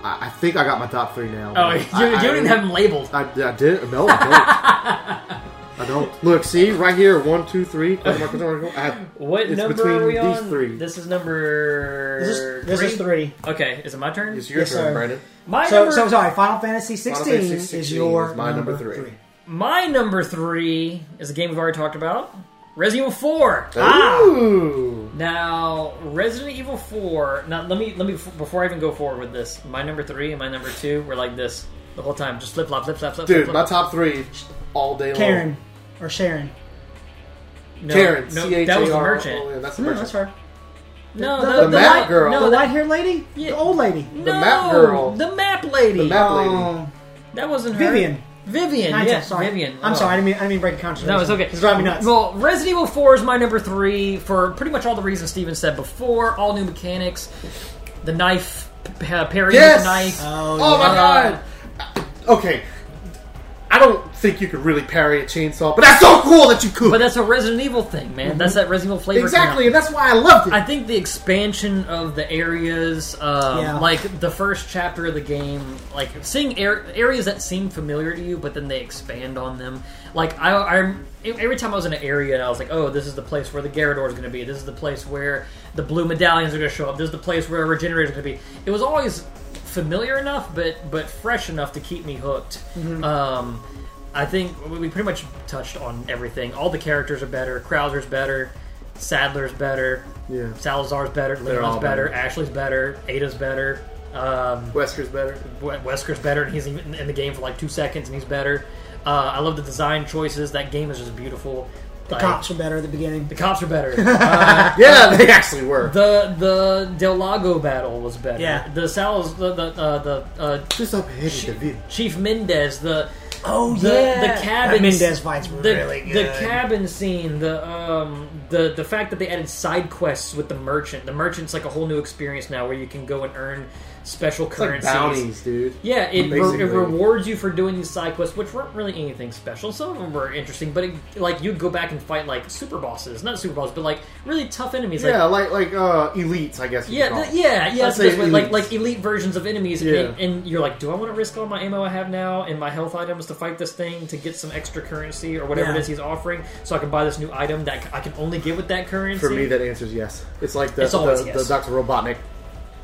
[SPEAKER 3] I, I think I got my top three now.
[SPEAKER 1] Oh, [laughs]
[SPEAKER 3] I-
[SPEAKER 1] you, you
[SPEAKER 3] I-
[SPEAKER 1] don't even have them labeled.
[SPEAKER 3] I, I did. No, I
[SPEAKER 1] [laughs]
[SPEAKER 3] don't. I don't. Look, see, right here, one, two, three. question mark, question mark, question mark. I have-
[SPEAKER 1] What
[SPEAKER 3] it's
[SPEAKER 1] number
[SPEAKER 3] between
[SPEAKER 1] are we
[SPEAKER 3] these
[SPEAKER 1] on?
[SPEAKER 3] three.
[SPEAKER 1] This is number.
[SPEAKER 2] This is, this is three.
[SPEAKER 1] Okay, is it my turn?
[SPEAKER 4] It's your
[SPEAKER 2] Yes,
[SPEAKER 4] turn,
[SPEAKER 2] sir.
[SPEAKER 4] Brandon.
[SPEAKER 1] My
[SPEAKER 2] So,
[SPEAKER 1] number.
[SPEAKER 2] so sorry, Final Fantasy 16,
[SPEAKER 4] Final Fantasy
[SPEAKER 2] is
[SPEAKER 4] 16
[SPEAKER 2] your
[SPEAKER 4] is my number three.
[SPEAKER 1] my number three is a game we've already talked about. Resident Evil Four.
[SPEAKER 3] Ooh.
[SPEAKER 1] Now, Resident Evil Four. Now, let me let me before I even go forward with this. My number three and my number two were like this the whole time, just flip flop, flip flop, flip
[SPEAKER 4] Dude,
[SPEAKER 1] flop.
[SPEAKER 4] my top three all day
[SPEAKER 2] Karen or Sharon.
[SPEAKER 1] top, no,
[SPEAKER 4] long. Karen.
[SPEAKER 1] no,
[SPEAKER 4] C-H-A-R.
[SPEAKER 1] that was the
[SPEAKER 4] Oh,
[SPEAKER 1] merchant.
[SPEAKER 4] yeah, that's the
[SPEAKER 2] No,
[SPEAKER 4] merchant.
[SPEAKER 2] that's her.
[SPEAKER 1] No,
[SPEAKER 2] The-
[SPEAKER 1] the,
[SPEAKER 2] the
[SPEAKER 4] map
[SPEAKER 1] white-
[SPEAKER 4] girl.
[SPEAKER 1] No,
[SPEAKER 2] The
[SPEAKER 1] that-
[SPEAKER 2] white haired lady?
[SPEAKER 1] Yeah.
[SPEAKER 2] The old lady.
[SPEAKER 1] no,
[SPEAKER 4] map girl.
[SPEAKER 1] The map lady.
[SPEAKER 4] The map- lady.
[SPEAKER 2] Oh,
[SPEAKER 1] That wasn't her.
[SPEAKER 2] Vivian.
[SPEAKER 1] Vivian.
[SPEAKER 2] Nigel,
[SPEAKER 1] yeah,
[SPEAKER 2] sorry.
[SPEAKER 1] Vivian.
[SPEAKER 2] I'm
[SPEAKER 1] Oh.
[SPEAKER 2] sorry, I didn't mean, I didn't mean break concentration.
[SPEAKER 1] No, it's okay.
[SPEAKER 2] It's driving me nuts.
[SPEAKER 1] Well, Resident Evil 4 is my number three for pretty much all the reasons Steven said before. All new mechanics, the knife, p- uh, parry
[SPEAKER 4] Yes!
[SPEAKER 1] with the knife.
[SPEAKER 2] oh,
[SPEAKER 4] Oh
[SPEAKER 2] yeah.
[SPEAKER 4] my god! Okay, I don't think you could really parry a chainsaw, but that's so cool that you could.
[SPEAKER 1] but that's a Resident Evil thing, man.
[SPEAKER 2] Mm-hmm.
[SPEAKER 1] That's that Resident Evil flavor. coming out.
[SPEAKER 4] exactly, and that's why I loved it.
[SPEAKER 1] I think the expansion of the areas, um,
[SPEAKER 2] Yeah.
[SPEAKER 1] like the first chapter of the game, like seeing air areas that seem familiar to you, but then they expand on them. Like I, I'm every time I was in an area, I was like, oh, this is the place where the Garador is going to be. This is the place where the blue medallions are going to show up. This is the place where a regenerator is going to be. It was always familiar enough, but but fresh enough to keep me hooked. Um, I think we we pretty much touched on everything. All the characters are better. Krauser's better. Sadler's better.
[SPEAKER 3] Yeah.
[SPEAKER 1] Salazar's better, Leon's
[SPEAKER 3] all
[SPEAKER 1] better,
[SPEAKER 3] better.
[SPEAKER 1] Ashley's better, Ada's better, um,
[SPEAKER 3] Wesker's better.
[SPEAKER 1] We- Wesker's better, and he's even in the game for like two seconds, and he's better. Uh, I love the design choices. That game is just beautiful.
[SPEAKER 2] The cops were better at the beginning.
[SPEAKER 1] The cops are better. Uh,
[SPEAKER 3] Yeah, they actually were.
[SPEAKER 1] the the Del Lago battle was better.
[SPEAKER 2] Yeah.
[SPEAKER 1] The Salaz the the uh, the uh,
[SPEAKER 3] Just up ahead of the vid.
[SPEAKER 1] Chief Mendez the
[SPEAKER 2] Oh,
[SPEAKER 1] the, the cabin
[SPEAKER 2] That Mendez fights were
[SPEAKER 1] the,
[SPEAKER 2] really good.
[SPEAKER 1] the cabin scene the um the the fact that they added side quests with the merchant the merchant's like a whole new experience now where you can go and earn special
[SPEAKER 4] it's like
[SPEAKER 1] currencies
[SPEAKER 4] bounties, dude.
[SPEAKER 1] yeah it, re-
[SPEAKER 4] Basically.
[SPEAKER 1] it rewards you for doing these side quests which weren't really anything special some of them were interesting but it, like you'd go back and fight like super bosses not super bosses but like really tough enemies like
[SPEAKER 3] Yeah, like like uh, elites, I guess. you
[SPEAKER 1] yeah,
[SPEAKER 3] could call
[SPEAKER 1] th-
[SPEAKER 3] them.
[SPEAKER 1] yeah, yeah.
[SPEAKER 3] I'd
[SPEAKER 1] it's this
[SPEAKER 3] say
[SPEAKER 1] way, like
[SPEAKER 3] elites.
[SPEAKER 1] like elite versions of enemies,
[SPEAKER 3] Yeah.
[SPEAKER 1] and, and you're like, do I want to risk all my ammo I have now and my health items to fight this thing to get some extra currency or whatever
[SPEAKER 2] Yeah.
[SPEAKER 1] it is he's offering, so I can buy this new item that c- I can only get with that currency?
[SPEAKER 3] For me, that answers yes. It's like the
[SPEAKER 1] It's always
[SPEAKER 3] the,
[SPEAKER 1] yes.
[SPEAKER 3] the Doctor Robotnik.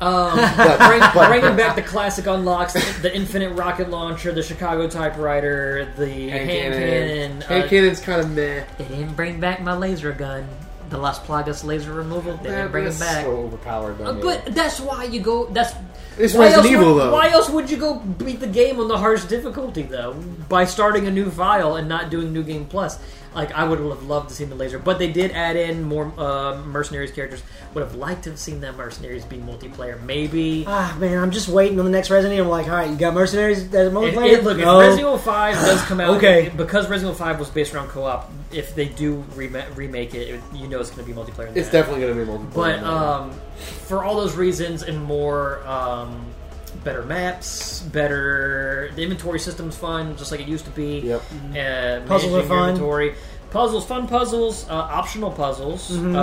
[SPEAKER 4] [laughs]
[SPEAKER 1] um,
[SPEAKER 3] But,
[SPEAKER 1] bring,
[SPEAKER 3] [laughs] but-
[SPEAKER 1] bringing back the classic unlocks, the, the infinite rocket launcher, the Chicago typewriter, the hand, cannon.
[SPEAKER 4] Hand
[SPEAKER 1] uh,
[SPEAKER 4] cannon's kind of meh.
[SPEAKER 1] They didn't bring back my laser gun, the Las Plagas laser removal. They
[SPEAKER 4] Yeah,
[SPEAKER 1] didn't bring
[SPEAKER 4] but
[SPEAKER 1] it
[SPEAKER 4] it's
[SPEAKER 1] back.
[SPEAKER 4] So overpowered, though,
[SPEAKER 1] Uh,
[SPEAKER 4] man.
[SPEAKER 1] But that's why you go. That's
[SPEAKER 3] It's
[SPEAKER 1] why
[SPEAKER 3] Resident
[SPEAKER 1] else
[SPEAKER 3] Evil,
[SPEAKER 1] would,
[SPEAKER 3] though.
[SPEAKER 1] Why else would you go beat the game on the hardest difficulty though? By starting a new file and not doing New Game Plus. Like I would have loved to see the laser, but they did add in more uh, mercenaries characters. Would have liked to have seen that mercenaries be multiplayer. Maybe
[SPEAKER 2] Ah man, I'm just waiting on the next Resident Evil. I'm like, all right, you got mercenaries that
[SPEAKER 1] If,
[SPEAKER 2] multiplayer.
[SPEAKER 1] if, look,
[SPEAKER 2] no.
[SPEAKER 1] if Resident Evil Five does come out,
[SPEAKER 2] Oh. Okay.
[SPEAKER 1] because Resident Evil Five was based around co-op, if they do rema remake it, it- you know it's going to be multiplayer. in
[SPEAKER 4] It's
[SPEAKER 1] that.
[SPEAKER 4] definitely going to be multiplayer.
[SPEAKER 1] But um, for all those reasons and more, um, better maps, better the inventory system's fun, just like it used to be.
[SPEAKER 4] Yep.
[SPEAKER 1] Uh,
[SPEAKER 2] Puzzles are
[SPEAKER 1] managing your
[SPEAKER 2] fun.
[SPEAKER 1] Inventory. Puzzles, fun puzzles, uh, optional puzzles. Um,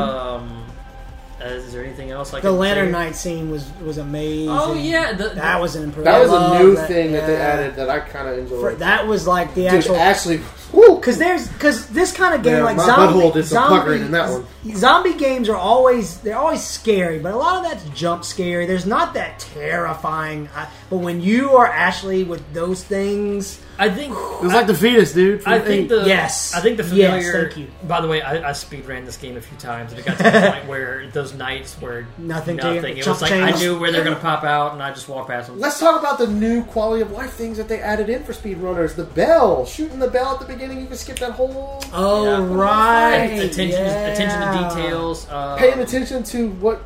[SPEAKER 1] uh, is there anything else? I
[SPEAKER 2] Mm-hmm. the
[SPEAKER 1] can
[SPEAKER 2] Lantern
[SPEAKER 1] say?
[SPEAKER 2] Knight scene was was amazing.
[SPEAKER 1] Oh yeah, the,
[SPEAKER 2] that was an improvement.
[SPEAKER 4] that was
[SPEAKER 2] I
[SPEAKER 4] a new
[SPEAKER 2] love
[SPEAKER 4] thing that they
[SPEAKER 2] yeah.
[SPEAKER 4] added that I kind of enjoyed.
[SPEAKER 2] For- that was like the
[SPEAKER 4] Dude,
[SPEAKER 2] actual
[SPEAKER 4] Ashley,
[SPEAKER 2] because there's because this kind of game
[SPEAKER 4] Yeah,
[SPEAKER 2] like
[SPEAKER 4] my
[SPEAKER 2] zombie,
[SPEAKER 4] butthole did some
[SPEAKER 2] zombie-
[SPEAKER 4] puckering in that one.
[SPEAKER 2] Zombie games are always they're always scary, but a lot of that's jump scary. There's not that terrifying. I, but when you are Ashley with those things,
[SPEAKER 1] I think.
[SPEAKER 3] It was like the fetus, dude. from
[SPEAKER 1] I think
[SPEAKER 3] eight.
[SPEAKER 1] the
[SPEAKER 2] Yes.
[SPEAKER 1] I think the familiar.
[SPEAKER 2] Yes, thank you.
[SPEAKER 1] By the way, I, I speed ran this game a few times, and it got to
[SPEAKER 2] [laughs]
[SPEAKER 1] the point where those nights were
[SPEAKER 2] Nothing to you.
[SPEAKER 1] Nothing. It
[SPEAKER 2] Chump
[SPEAKER 1] was like I
[SPEAKER 2] change.
[SPEAKER 1] knew where they're going to pop out, and I just walked past them.
[SPEAKER 4] let's talk about the new quality of life things that they added in for speedrunners. The bell, shooting the bell at the beginning, you can skip that whole.
[SPEAKER 2] oh
[SPEAKER 1] Yeah.
[SPEAKER 2] right,
[SPEAKER 1] attention,
[SPEAKER 2] yeah.
[SPEAKER 1] attention to details. Uh,
[SPEAKER 4] paying attention to what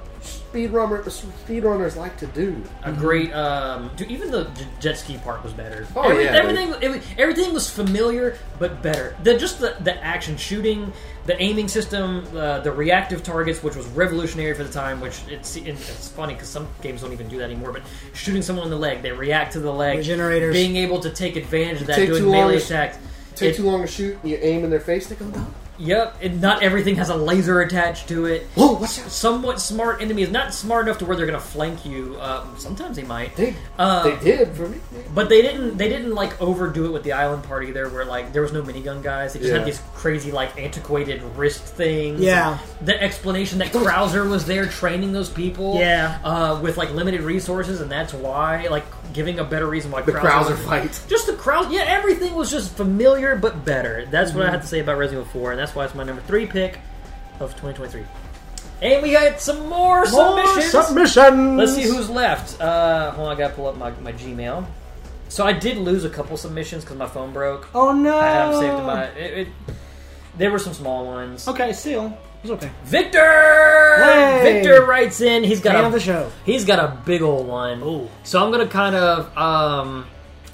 [SPEAKER 4] speedrunner speedrunners like to do.
[SPEAKER 1] A great, um, dude. Even the j- jet ski part was better.
[SPEAKER 4] Oh, yeah, dude.
[SPEAKER 1] everything, it was- everything was familiar but better. The just the, the action shooting, the aiming system, uh, the reactive targets, which was revolutionary for the time. Which it's it's funny because some games don't even do that anymore. But shooting someone in the leg, they react to the leg.
[SPEAKER 2] Regenerators.
[SPEAKER 1] being able to take advantage of that,
[SPEAKER 4] take
[SPEAKER 1] doing
[SPEAKER 4] too long
[SPEAKER 1] melee
[SPEAKER 4] to-
[SPEAKER 1] attacks.
[SPEAKER 4] Take
[SPEAKER 1] It-
[SPEAKER 4] too long to shoot, and you aim in their face, they go down.
[SPEAKER 1] Yep, and not everything has a laser attached to it.
[SPEAKER 4] [gasps] Whoa, what's that?
[SPEAKER 1] Somewhat smart enemies, not smart enough to where they're going to flank you. Uh, sometimes they might.
[SPEAKER 4] They,
[SPEAKER 1] Uh,
[SPEAKER 4] they did for me.
[SPEAKER 1] But they didn't. They didn't like overdo it with the island part either, where like there was no minigun guys. They just
[SPEAKER 4] Yeah.
[SPEAKER 1] had these crazy like antiquated wrist things.
[SPEAKER 2] Yeah.
[SPEAKER 1] The explanation that Krauser was there training those people.
[SPEAKER 2] Yeah.
[SPEAKER 1] Uh, with like limited resources, and that's why like giving a better reason why
[SPEAKER 4] The Krauser
[SPEAKER 1] was-
[SPEAKER 4] fight.
[SPEAKER 1] Just the crowd. Yeah, everything was just familiar but better. That's what I have to say about Resident Evil 4, and that's why it's my number three pick of 2023. And we got some more,
[SPEAKER 3] More
[SPEAKER 1] submissions.
[SPEAKER 3] submissions.
[SPEAKER 1] Let's see who's left. Uh, hold on, I gotta pull up my, my Gmail. So I did lose a couple submissions because my phone broke.
[SPEAKER 2] Oh no!
[SPEAKER 1] I have saved in my. It, it, there were some small ones.
[SPEAKER 2] Okay, still it's okay.
[SPEAKER 1] Victor.
[SPEAKER 2] Hey!
[SPEAKER 1] Victor writes in. He's got
[SPEAKER 2] Fan
[SPEAKER 1] a
[SPEAKER 2] of the show.
[SPEAKER 1] He's got a big old one. So I'm gonna kind of, um,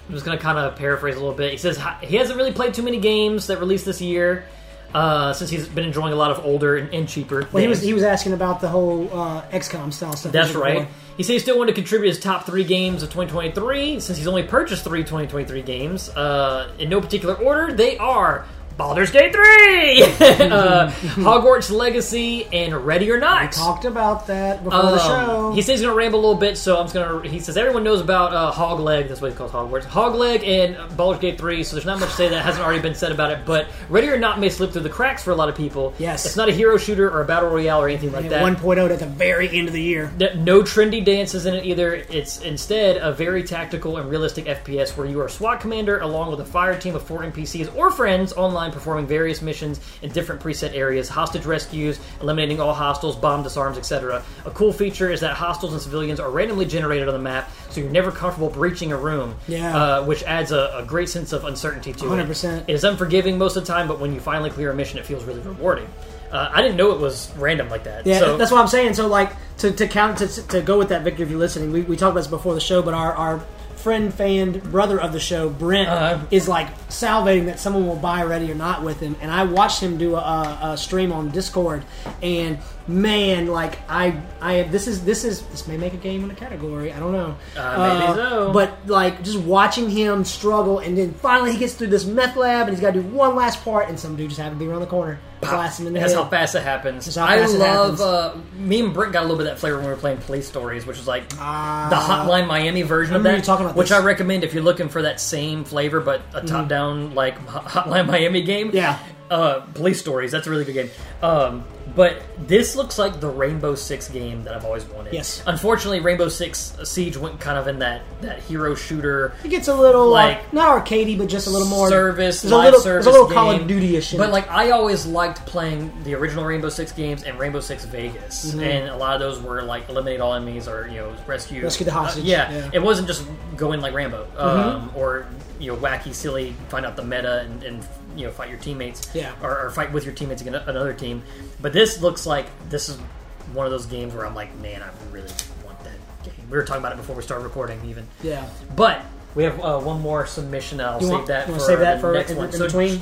[SPEAKER 1] I'm just gonna kind of paraphrase a little bit. He says "Hi- he hasn't really played too many games that released this year, uh, since he's been enjoying a lot of older and, and cheaper.
[SPEAKER 2] Well, he was
[SPEAKER 1] games.
[SPEAKER 2] he was asking about the whole uh, XCOM style stuff.
[SPEAKER 1] That's right. He said he still wanted to contribute his top three games of 2023, since he's only purchased three 2023 games uh, in no particular order. They are. Baldur's Gate 3! [laughs]
[SPEAKER 2] [laughs]
[SPEAKER 1] uh, Hogwarts Legacy, and Ready or Not.
[SPEAKER 2] Talked about that before
[SPEAKER 1] Um,
[SPEAKER 2] the show.
[SPEAKER 1] He says he's gonna ramble a little bit, so I'm just gonna. He says everyone knows about uh, Hog Leg. That's what he calls Hogwarts. Hog Leg and Baldur's Gate Three. So there's not much to say that hasn't already been said about it. But Ready or Not may slip through the cracks for a lot of people.
[SPEAKER 2] Yes.
[SPEAKER 1] it's not a hero shooter or a battle royale or anything like
[SPEAKER 2] at
[SPEAKER 1] that.
[SPEAKER 2] 1.0 at oh the very end of the year.
[SPEAKER 1] Th- no trendy dances in it either. It's instead a very tactical and realistic FPS where you are a SWAT commander along with a fire team of four NPCs or friends online performing various missions in different preset areas, hostage rescues, eliminating all hostiles, bomb disarms, etc. A cool feature is that hostiles and civilians are randomly generated on the map, so you're never comfortable breaching a room,
[SPEAKER 2] Yeah.
[SPEAKER 1] uh, which adds a, a great sense of uncertainty to it.
[SPEAKER 2] 100%.
[SPEAKER 1] It is unforgiving most of the time, but when you finally clear a mission, it feels really rewarding. Uh, I didn't know it was random like that.
[SPEAKER 2] Yeah,
[SPEAKER 1] so-
[SPEAKER 2] that's what I'm saying. So, like, to, to count to, to go with that, Victor, if you're listening, we, we talked about this before the show, but our, our friend, fan, brother of the show, Brent,
[SPEAKER 1] Uh-huh.
[SPEAKER 2] is like salivating that someone will buy Ready or Not with him. And I watched him do a, a, a stream on Discord, and man, like, I, I, this is this is this may make a game in a category. I don't know,
[SPEAKER 1] Uh, maybe so.
[SPEAKER 2] But like, just watching him struggle, and then finally he gets through this meth lab, and he's got to do one last part, and some dude just happened to be around the corner, blast him in the
[SPEAKER 1] That's
[SPEAKER 2] head.
[SPEAKER 1] how fast it happens.
[SPEAKER 2] how
[SPEAKER 1] I
[SPEAKER 2] fast it
[SPEAKER 1] love.
[SPEAKER 2] happens.
[SPEAKER 1] Uh, me and Britt got a little bit of that flavor when we were playing Police Stories, which is like
[SPEAKER 2] Ah.
[SPEAKER 1] the Hotline Miami version of
[SPEAKER 2] remember
[SPEAKER 1] that.
[SPEAKER 2] you talking about
[SPEAKER 1] which
[SPEAKER 2] this. Mm-hmm.
[SPEAKER 1] I recommend if you're looking for that same flavor, but a top-down like Hotline Miami game.
[SPEAKER 2] Yeah.
[SPEAKER 1] Uh, Police Stories. That's a really good game. Um, But this looks like the Rainbow Six game that I've always wanted.
[SPEAKER 2] Yes.
[SPEAKER 1] Unfortunately, Rainbow Six Siege went kind of in that that hero shooter.
[SPEAKER 2] It gets a little like
[SPEAKER 1] Like-
[SPEAKER 2] not arcadey, but just a little more
[SPEAKER 1] service,
[SPEAKER 2] There's a
[SPEAKER 1] live
[SPEAKER 2] little,
[SPEAKER 1] service,
[SPEAKER 2] there's a little Call
[SPEAKER 1] game.
[SPEAKER 2] of Duty ish.
[SPEAKER 1] But like, I always liked playing the original Rainbow Six games and Rainbow Six Vegas,
[SPEAKER 2] Mm-hmm.
[SPEAKER 1] and a lot of those were like eliminate all enemies or you know rescue
[SPEAKER 2] Rescue the hostage,
[SPEAKER 1] Uh, yeah.
[SPEAKER 2] yeah. Mm-hmm.
[SPEAKER 1] it wasn't just go in like Rambo um, or you know wacky, silly, find out the meta and. and you know, fight your teammates,
[SPEAKER 2] Yeah.
[SPEAKER 1] or, or fight with your teammates against another team. But this looks like this is one of those games where I'm like, man, I really want that game. We were talking about it before we started recording, even.
[SPEAKER 2] yeah,
[SPEAKER 1] But we have uh, one more submission. I'll
[SPEAKER 2] You
[SPEAKER 1] save
[SPEAKER 2] want-
[SPEAKER 1] that
[SPEAKER 2] you
[SPEAKER 1] for
[SPEAKER 2] wanna save that
[SPEAKER 1] the
[SPEAKER 2] for
[SPEAKER 1] next
[SPEAKER 2] in-
[SPEAKER 1] one.
[SPEAKER 2] in between?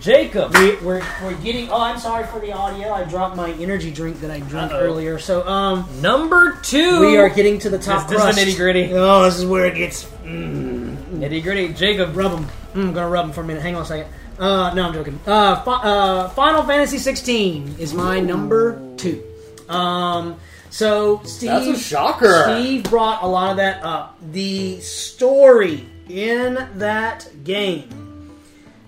[SPEAKER 1] Jacob,
[SPEAKER 2] we, we're we're getting. Oh, I'm sorry for the audio. I dropped my energy drink that I drank
[SPEAKER 1] Uh-oh.
[SPEAKER 2] earlier. So um,
[SPEAKER 1] number two.
[SPEAKER 2] we are getting to the top.
[SPEAKER 1] this is
[SPEAKER 2] crust.
[SPEAKER 1] the nitty-gritty?
[SPEAKER 2] Oh, this is where it gets mm.
[SPEAKER 1] nitty gritty. Jacob,
[SPEAKER 2] rub them. I'm Mm, gonna rub them for a minute. Hang on a second. Uh, no, I'm joking. Uh, fi- uh, Final Fantasy 16 is my number two. Um, so Steve,
[SPEAKER 4] That's a shocker.
[SPEAKER 2] Steve brought a lot of that up. The story in that game,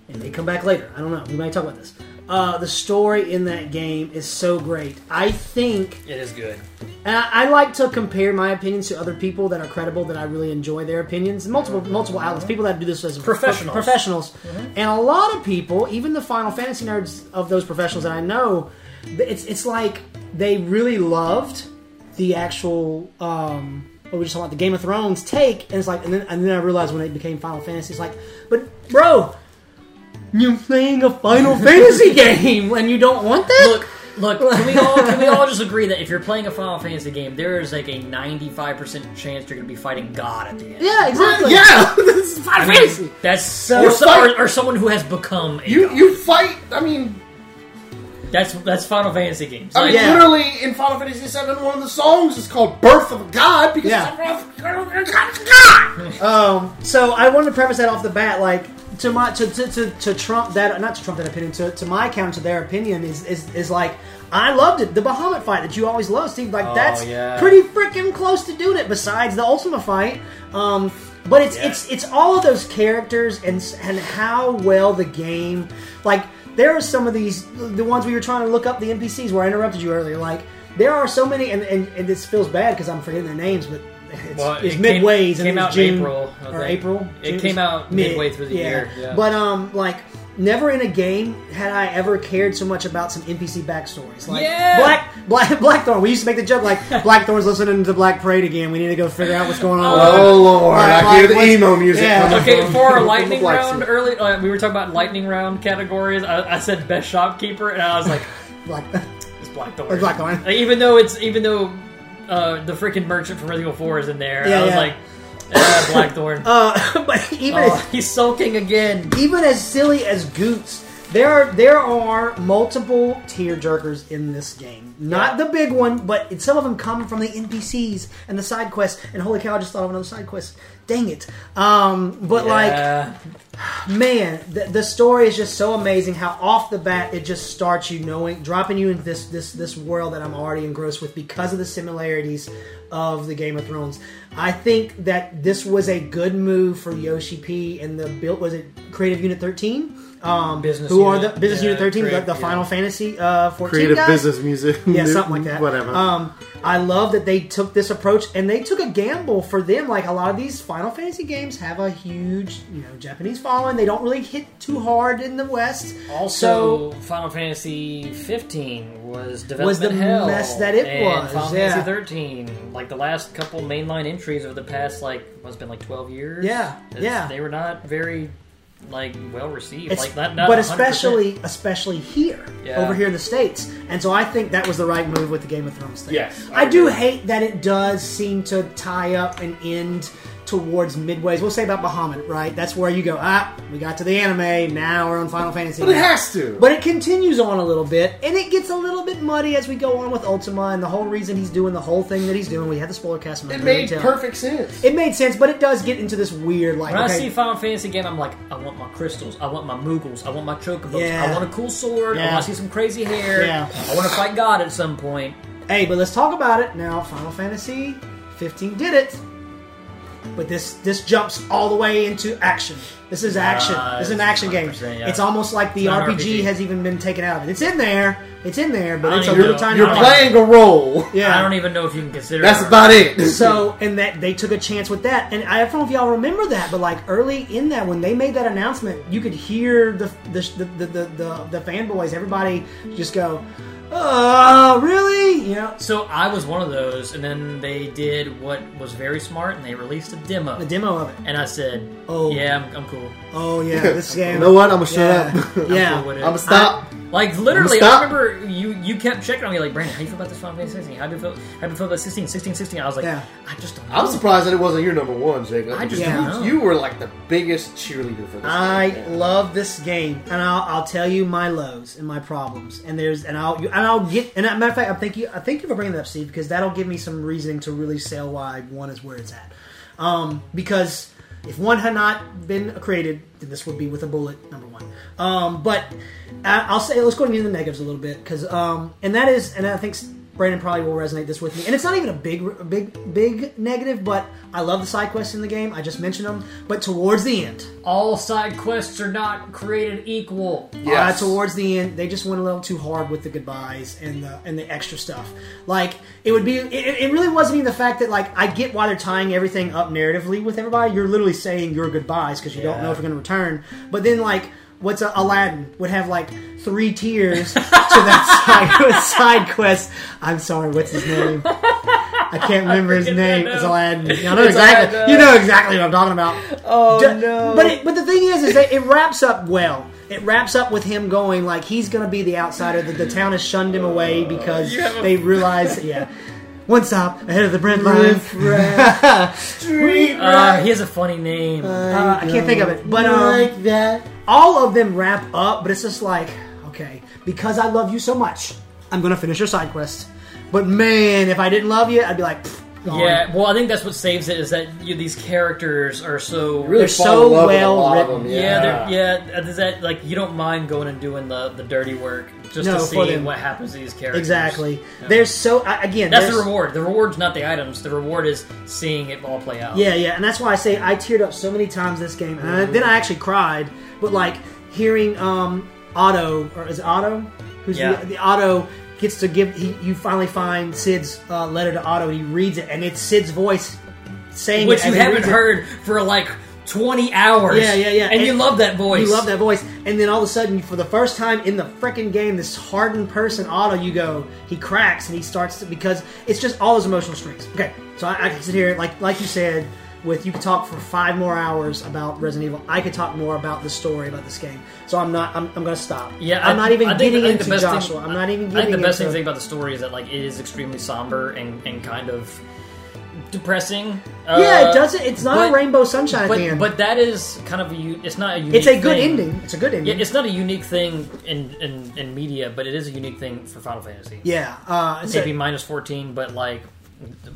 [SPEAKER 2] and they come back later. I don't know. We might talk about this. Uh, the story in that game is so great. I think
[SPEAKER 1] it is good.
[SPEAKER 2] and I, I like to compare my opinions to other people that are credible, that I really enjoy their opinions. Multiple multiple outlets, people that do this as
[SPEAKER 1] Professionals. Mm-hmm.
[SPEAKER 2] pro- professionals, and a lot of people, even the Final Fantasy nerds of those professionals that I know, th- it's it's like they really loved the actual. Um, what we just talking about the Game of Thrones take, and it's like, and then and then I realized when it became Final Fantasy, it's like, but bro. You're playing a
[SPEAKER 1] [laughs]
[SPEAKER 2] Final Fantasy game, and you don't want that.
[SPEAKER 1] Look, look. Can we all can we all just agree that if you're playing a Final Fantasy game, there is like a 95 percent chance you're going to be fighting God at the end.
[SPEAKER 2] yeah, [laughs] exactly.
[SPEAKER 4] Yeah, this is
[SPEAKER 1] I
[SPEAKER 4] Final
[SPEAKER 1] mean,
[SPEAKER 4] Fantasy.
[SPEAKER 1] that's so, or, so-
[SPEAKER 4] fight-
[SPEAKER 1] or, or someone who has become a
[SPEAKER 4] You
[SPEAKER 1] god.
[SPEAKER 4] you fight. I mean,
[SPEAKER 1] That's that's Final Fantasy games.
[SPEAKER 4] I mean,
[SPEAKER 2] Yeah.
[SPEAKER 4] literally in Final Fantasy VII, one of the songs is called "Birth of God" because
[SPEAKER 2] Yeah.
[SPEAKER 4] it's like, God.
[SPEAKER 2] Um, so I wanted to preface that off the bat, like to my to to, to, to trump that not to trump that opinion to, to my counter to their opinion is, is is like I loved it the Bahamut fight that you always love Steve like that's
[SPEAKER 1] Oh, yeah.
[SPEAKER 2] pretty freaking close to doing it besides the Ultima fight um but it's
[SPEAKER 1] Yeah.
[SPEAKER 2] it's it's all of those characters and s- and how well the game like there are some of these the ones we were trying to look up the NPCs where I interrupted you earlier like there are so many and and, and this feels bad because I'm forgetting their names but. It's,
[SPEAKER 1] Well,
[SPEAKER 2] it's
[SPEAKER 1] it came-
[SPEAKER 2] midways and
[SPEAKER 1] came
[SPEAKER 2] it was
[SPEAKER 1] out in
[SPEAKER 2] June
[SPEAKER 1] April, I
[SPEAKER 2] or
[SPEAKER 1] think.
[SPEAKER 2] April.
[SPEAKER 1] It
[SPEAKER 2] June-
[SPEAKER 1] came out midway through the year, yeah.
[SPEAKER 2] But um, like never in a game had I ever cared so much about some NPC backstories. Like
[SPEAKER 1] Yeah!
[SPEAKER 2] Black Black [laughs] Blackthorn. We used to make the joke like Blackthorn's listening to Black Parade again. We need to go figure out what's going on.
[SPEAKER 4] Oh Lord,
[SPEAKER 2] Alright,
[SPEAKER 4] I hear the
[SPEAKER 2] what's-
[SPEAKER 4] emo music.
[SPEAKER 2] yeah.
[SPEAKER 4] coming
[SPEAKER 1] Okay,
[SPEAKER 4] from-
[SPEAKER 1] for our
[SPEAKER 4] from the
[SPEAKER 1] lightning
[SPEAKER 4] black
[SPEAKER 1] round
[SPEAKER 4] suit.
[SPEAKER 1] early, uh, we were talking about lightning round categories. I, I said best shopkeeper, and I was like, [laughs]
[SPEAKER 2] Black.
[SPEAKER 1] it's Blackthorn.
[SPEAKER 2] It's [laughs] Blackthorn.
[SPEAKER 1] Like, even though it's even though uh, the freaking merchant from Resident Evil Four is in there,
[SPEAKER 2] Yeah,
[SPEAKER 1] I was
[SPEAKER 2] yeah.
[SPEAKER 1] like, ah, Blackthorn.
[SPEAKER 2] [laughs] Uh, but even
[SPEAKER 1] Oh,
[SPEAKER 2] as,
[SPEAKER 1] he's sulking again.
[SPEAKER 2] even as silly as Goots, there are there are multiple tear jerkers in this game. Not
[SPEAKER 1] Yeah.
[SPEAKER 2] the big one, but it, some of them come from the NPCs and the side quests. And holy cow, I just thought of another side quest. Dang it! Um, but
[SPEAKER 1] Yeah.
[SPEAKER 2] like, man, the, the story is just so amazing. How off the bat it just starts you knowing, dropping you into this this this world that I'm already engrossed with because of the similarities of the Game of Thrones. I think that this was a good move for Yoshi P and the build was it Creative Unit 13, um,
[SPEAKER 1] Business
[SPEAKER 2] who are
[SPEAKER 1] Unit,
[SPEAKER 2] the Business
[SPEAKER 1] yeah,
[SPEAKER 2] Unit 13,
[SPEAKER 1] creative,
[SPEAKER 2] the, the
[SPEAKER 1] yeah.
[SPEAKER 2] Final Fantasy uh, 14
[SPEAKER 3] Creative
[SPEAKER 2] guys?
[SPEAKER 3] business music.
[SPEAKER 2] Yeah, something like that.
[SPEAKER 3] Whatever.
[SPEAKER 2] Um, I love that they took this approach and they took a gamble for them. Like a lot of these Final Fantasy games have a huge, you know, Japanese following. They don't really hit too hard in the West.
[SPEAKER 1] Also, Final Fantasy 15 was development
[SPEAKER 2] Was the
[SPEAKER 1] hell,
[SPEAKER 2] mess that it
[SPEAKER 1] and
[SPEAKER 2] was,
[SPEAKER 1] Final
[SPEAKER 2] yeah.
[SPEAKER 1] Fantasy 13, like the last couple mainline entries over the past like what's been like 12 years.
[SPEAKER 2] Yeah, yeah.
[SPEAKER 1] They were not very like well received.
[SPEAKER 2] It's-
[SPEAKER 1] like not, not
[SPEAKER 2] but
[SPEAKER 1] 100%.
[SPEAKER 2] especially, especially here,
[SPEAKER 1] Yeah.
[SPEAKER 2] over here in the states, and so I think that was the right move with the Game of Thrones thing.
[SPEAKER 4] Yes, I
[SPEAKER 2] I, do
[SPEAKER 4] agree.
[SPEAKER 2] hate that it does seem to tie up and end towards midways. We'll say about Bahamut, right? That's where you go. Ah, we got to the anime. Now we're on Final Fantasy.
[SPEAKER 4] But it
[SPEAKER 2] now."
[SPEAKER 4] has to.
[SPEAKER 2] But it continues on a little bit, and it gets a little bit muddy as we go on with Ultima, and the whole reason he's doing the whole thing that he's doing. We had the spoiler cast. I'm not
[SPEAKER 4] it
[SPEAKER 2] gonna
[SPEAKER 4] made
[SPEAKER 2] tell.
[SPEAKER 4] perfect sense.
[SPEAKER 2] It made sense, but it does get into this weird like.
[SPEAKER 1] When I
[SPEAKER 2] okay,
[SPEAKER 1] see Final Fantasy game, I'm like, I want my crystals, I want my moogles, I want my chocobos,
[SPEAKER 2] Yeah.
[SPEAKER 1] I want a cool sword, I
[SPEAKER 2] Yeah.
[SPEAKER 1] want to see some crazy hair,
[SPEAKER 2] Yeah.
[SPEAKER 1] I want to fight God at some point.
[SPEAKER 2] hey, but let's talk about it now. Final Fantasy 15 did it. But this this jumps all the way into action. This is action. this is an action game.
[SPEAKER 1] 100%, yeah.
[SPEAKER 2] It's almost like the
[SPEAKER 1] It's not an
[SPEAKER 2] RPG,
[SPEAKER 1] RPG.
[SPEAKER 2] has even been taken out of it. It's in there. It's in there, but
[SPEAKER 1] I
[SPEAKER 2] it's a
[SPEAKER 1] don't even
[SPEAKER 2] little
[SPEAKER 1] know.
[SPEAKER 2] tiny.
[SPEAKER 1] I
[SPEAKER 4] You're
[SPEAKER 1] don't
[SPEAKER 2] part.
[SPEAKER 4] playing a role.
[SPEAKER 2] Yeah.
[SPEAKER 1] I don't even know if you can consider.
[SPEAKER 4] That's
[SPEAKER 1] it or-
[SPEAKER 4] about it.
[SPEAKER 2] So and that they took a chance with that, and I don't know if y'all remember that, but like early in that when they made that announcement, you could hear the the the the, the, the, the fanboys, everybody just go, "Uh, really?" You know,
[SPEAKER 1] So I was one of those, and then they did what was very smart, and they released a demo.
[SPEAKER 2] the demo of it.
[SPEAKER 1] and I said,
[SPEAKER 2] Oh.
[SPEAKER 1] yeah, I'm, I'm cool.
[SPEAKER 2] Oh yeah, this game.
[SPEAKER 3] You know what? I'm gonna shut
[SPEAKER 2] Yeah,
[SPEAKER 3] up. [laughs]
[SPEAKER 1] I'm
[SPEAKER 2] yeah.
[SPEAKER 1] cool with it.
[SPEAKER 4] I'ma stop.
[SPEAKER 1] I- like literally,
[SPEAKER 4] I'ma
[SPEAKER 1] I
[SPEAKER 4] stop.
[SPEAKER 1] remember you you kept checking on me like, Brandon, how you feel about this Final Fantasy 16? How do you feel? How do you feel about 16, 16, 16? I was like,
[SPEAKER 2] Yeah.
[SPEAKER 1] I just don't.
[SPEAKER 4] I'm
[SPEAKER 1] know.
[SPEAKER 4] surprised that it wasn't your number one, Jacob.
[SPEAKER 1] I just
[SPEAKER 2] Yeah.
[SPEAKER 1] don't know.
[SPEAKER 4] you, you were like the biggest cheerleader for this.
[SPEAKER 2] I
[SPEAKER 4] game.
[SPEAKER 2] love this game, and I'll, I'll tell you my lows and my problems. And there's and I'll you- and I'll get and as a matter of fact, I thank you. I thank you for bringing that up, Steve, because that'll give me some reasoning to really say why one is where it's at. Um, because if one had not been created, then this would be with a bullet, number one. Um, but I, I'll say let's go into the negatives a little bit because um, and that is and I think. Brandon probably will resonate this with me, and it's not even a big, a big, big negative. But I love the side quests in the game. I just mentioned them, but towards the end,
[SPEAKER 1] All side quests are not created equal.
[SPEAKER 4] Yes.
[SPEAKER 2] uh, towards the end, they just went a little too hard with the goodbyes and the and the extra stuff. Like it would be, it, it it really wasn't even the fact that like I get why they're tying everything up narratively with everybody. You're literally saying your goodbyes because you don't know if you're going to return. But then like. What's a, Aladdin would have like three tiers [laughs] to that side, [laughs] side quest. I'm sorry, what's his name? I can't
[SPEAKER 1] [laughs]
[SPEAKER 2] remember his
[SPEAKER 1] forget that
[SPEAKER 2] name. It's
[SPEAKER 1] now.
[SPEAKER 2] Aladdin. Y'all know
[SPEAKER 1] It's
[SPEAKER 2] exactly.
[SPEAKER 1] Aladdin.
[SPEAKER 2] You know exactly what I'm talking about.
[SPEAKER 1] Oh
[SPEAKER 2] D- But it, but the thing is, is that it wraps up well. It wraps up with him going like he's going to be the outsider. That the town has shunned him
[SPEAKER 1] Oh,
[SPEAKER 2] away because they realize, yeah. One stop ahead of the
[SPEAKER 1] [laughs]
[SPEAKER 2] bread line.
[SPEAKER 1] uh, he has a funny name.
[SPEAKER 2] Uh, I can't think of it, but um,
[SPEAKER 3] like that.
[SPEAKER 2] all of them wrap up. But it's just like, okay, because I love you so much, I'm going to finish your side quest. But man, if I didn't love you, I'd be like, pfft, gone.
[SPEAKER 1] yeah, well, I think that's what saves it is that you, these characters are so
[SPEAKER 4] really
[SPEAKER 2] they're
[SPEAKER 4] fall
[SPEAKER 2] so
[SPEAKER 4] in love with a
[SPEAKER 2] well
[SPEAKER 4] lot of
[SPEAKER 2] written.
[SPEAKER 4] them,
[SPEAKER 1] Yeah, yeah. yeah. Is that like you don't mind going and doing the, the dirty work just
[SPEAKER 2] No,
[SPEAKER 1] to
[SPEAKER 2] for
[SPEAKER 1] see
[SPEAKER 2] them.
[SPEAKER 1] what happens to these characters?
[SPEAKER 2] exactly. They're so I- again.
[SPEAKER 1] That's the
[SPEAKER 2] there's-
[SPEAKER 1] reward. The reward's not the items. The reward is seeing it all play out.
[SPEAKER 2] Yeah, yeah, and that's why I say I teared up so many times this game, and I, then I actually cried. But like hearing um Otto or is it Otto? Who's
[SPEAKER 1] Yeah.
[SPEAKER 2] the, the Otto gets to give? He, you finally find Sid's uh, letter to Otto, and he reads it, and it's Sid's voice saying
[SPEAKER 1] Which
[SPEAKER 2] it
[SPEAKER 1] you
[SPEAKER 2] as he
[SPEAKER 1] haven't
[SPEAKER 2] reads it.
[SPEAKER 1] heard for like 20 hours.
[SPEAKER 2] Yeah, yeah, yeah.
[SPEAKER 1] And, you
[SPEAKER 2] And
[SPEAKER 1] love that voice.
[SPEAKER 2] You love that voice, and then all of a sudden, for the first time in the freaking game, this hardened person, Otto, you go, he cracks and he starts to, because it's just all his emotional strings. Okay, so I, I can sit here, like like you said, with you could talk for five more hours about Resident Evil. I could talk more about the story about this game, so I'm not. I'm, I'm going to stop.
[SPEAKER 1] Yeah,
[SPEAKER 2] I'm
[SPEAKER 1] I-
[SPEAKER 2] not even
[SPEAKER 1] I think-
[SPEAKER 2] getting
[SPEAKER 1] I think the
[SPEAKER 2] into
[SPEAKER 1] best thing-
[SPEAKER 2] Joshua. I'm not even
[SPEAKER 1] I
[SPEAKER 2] getting
[SPEAKER 1] think the best
[SPEAKER 2] into.
[SPEAKER 1] thing about the story is that like it is extremely somber and, and kind of depressing.
[SPEAKER 2] yeah,
[SPEAKER 1] Uh,
[SPEAKER 2] it doesn't. It's not a
[SPEAKER 1] but-
[SPEAKER 2] rainbow sunshine at the
[SPEAKER 1] But,
[SPEAKER 2] end.
[SPEAKER 1] but that is kind of a. u- It's not a unique.
[SPEAKER 2] it's a good
[SPEAKER 1] thing.
[SPEAKER 2] ending. It's a good ending.
[SPEAKER 1] Yeah, it's not a unique thing in, in, in media, but it is a unique thing for Final Fantasy.
[SPEAKER 2] yeah, uh, it's a-
[SPEAKER 1] Maybe minus 14, but like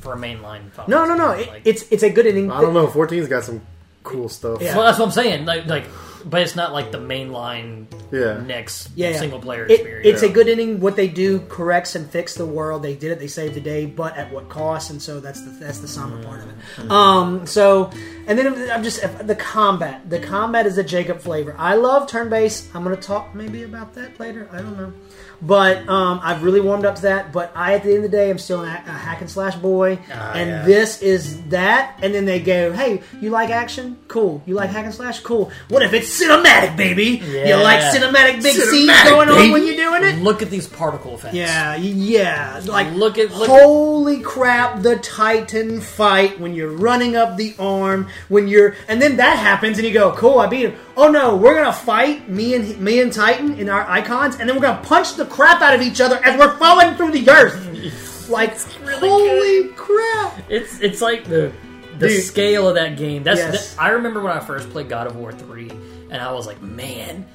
[SPEAKER 1] for a mainline. Final
[SPEAKER 2] no, no, no.
[SPEAKER 1] Fantasy,
[SPEAKER 2] It,
[SPEAKER 1] like-
[SPEAKER 2] it's it's a good ending.
[SPEAKER 3] I don't know. 14's got some cool stuff.
[SPEAKER 2] Yeah.
[SPEAKER 1] Well, that's what I'm saying. Like, like, but it's not like the mainline
[SPEAKER 3] Yeah.
[SPEAKER 1] next
[SPEAKER 2] yeah, yeah.
[SPEAKER 1] single player
[SPEAKER 2] It-
[SPEAKER 1] experience.
[SPEAKER 2] It's a good ending. What they do corrects and fix the world. They did it. They saved the day, but at what cost? And so that's the that's the somber part of
[SPEAKER 1] Mm-hmm.
[SPEAKER 2] it. Um. So, and then I'm just the combat. The combat is a Jacob flavor. I love turn based. I'm gonna talk maybe about that later. I don't know. But um, I've really warmed up to that. But I, at the end of the day, am still a, a hack and slash boy, and
[SPEAKER 1] Ah, yeah.
[SPEAKER 2] this is that. And then they go, "Hey, you like action? Cool. You like hack and slash? Cool. What if it's cinematic, baby? You like
[SPEAKER 1] Yeah.
[SPEAKER 2] cinematic big scenes
[SPEAKER 4] Cinematic,
[SPEAKER 2] going on
[SPEAKER 4] baby.
[SPEAKER 2] when you're doing it?
[SPEAKER 1] Look at these particle effects.
[SPEAKER 2] Yeah, yeah. Like,
[SPEAKER 1] Look at- look-
[SPEAKER 2] holy crap, the Titan fight when you're running up the arm, when you're, and then that happens, and you go, "Cool, I beat him." Oh no, we're gonna fight me and me and Titan in our icons, and then we're gonna punch the crap out of each other as we're falling through the [laughs] earth. Like, holy crap!
[SPEAKER 1] It's it's like the the
[SPEAKER 2] Dude.
[SPEAKER 1] scale of that game. That's
[SPEAKER 2] Yes.
[SPEAKER 1] that- I remember when I first played God of War three, and I was like, man.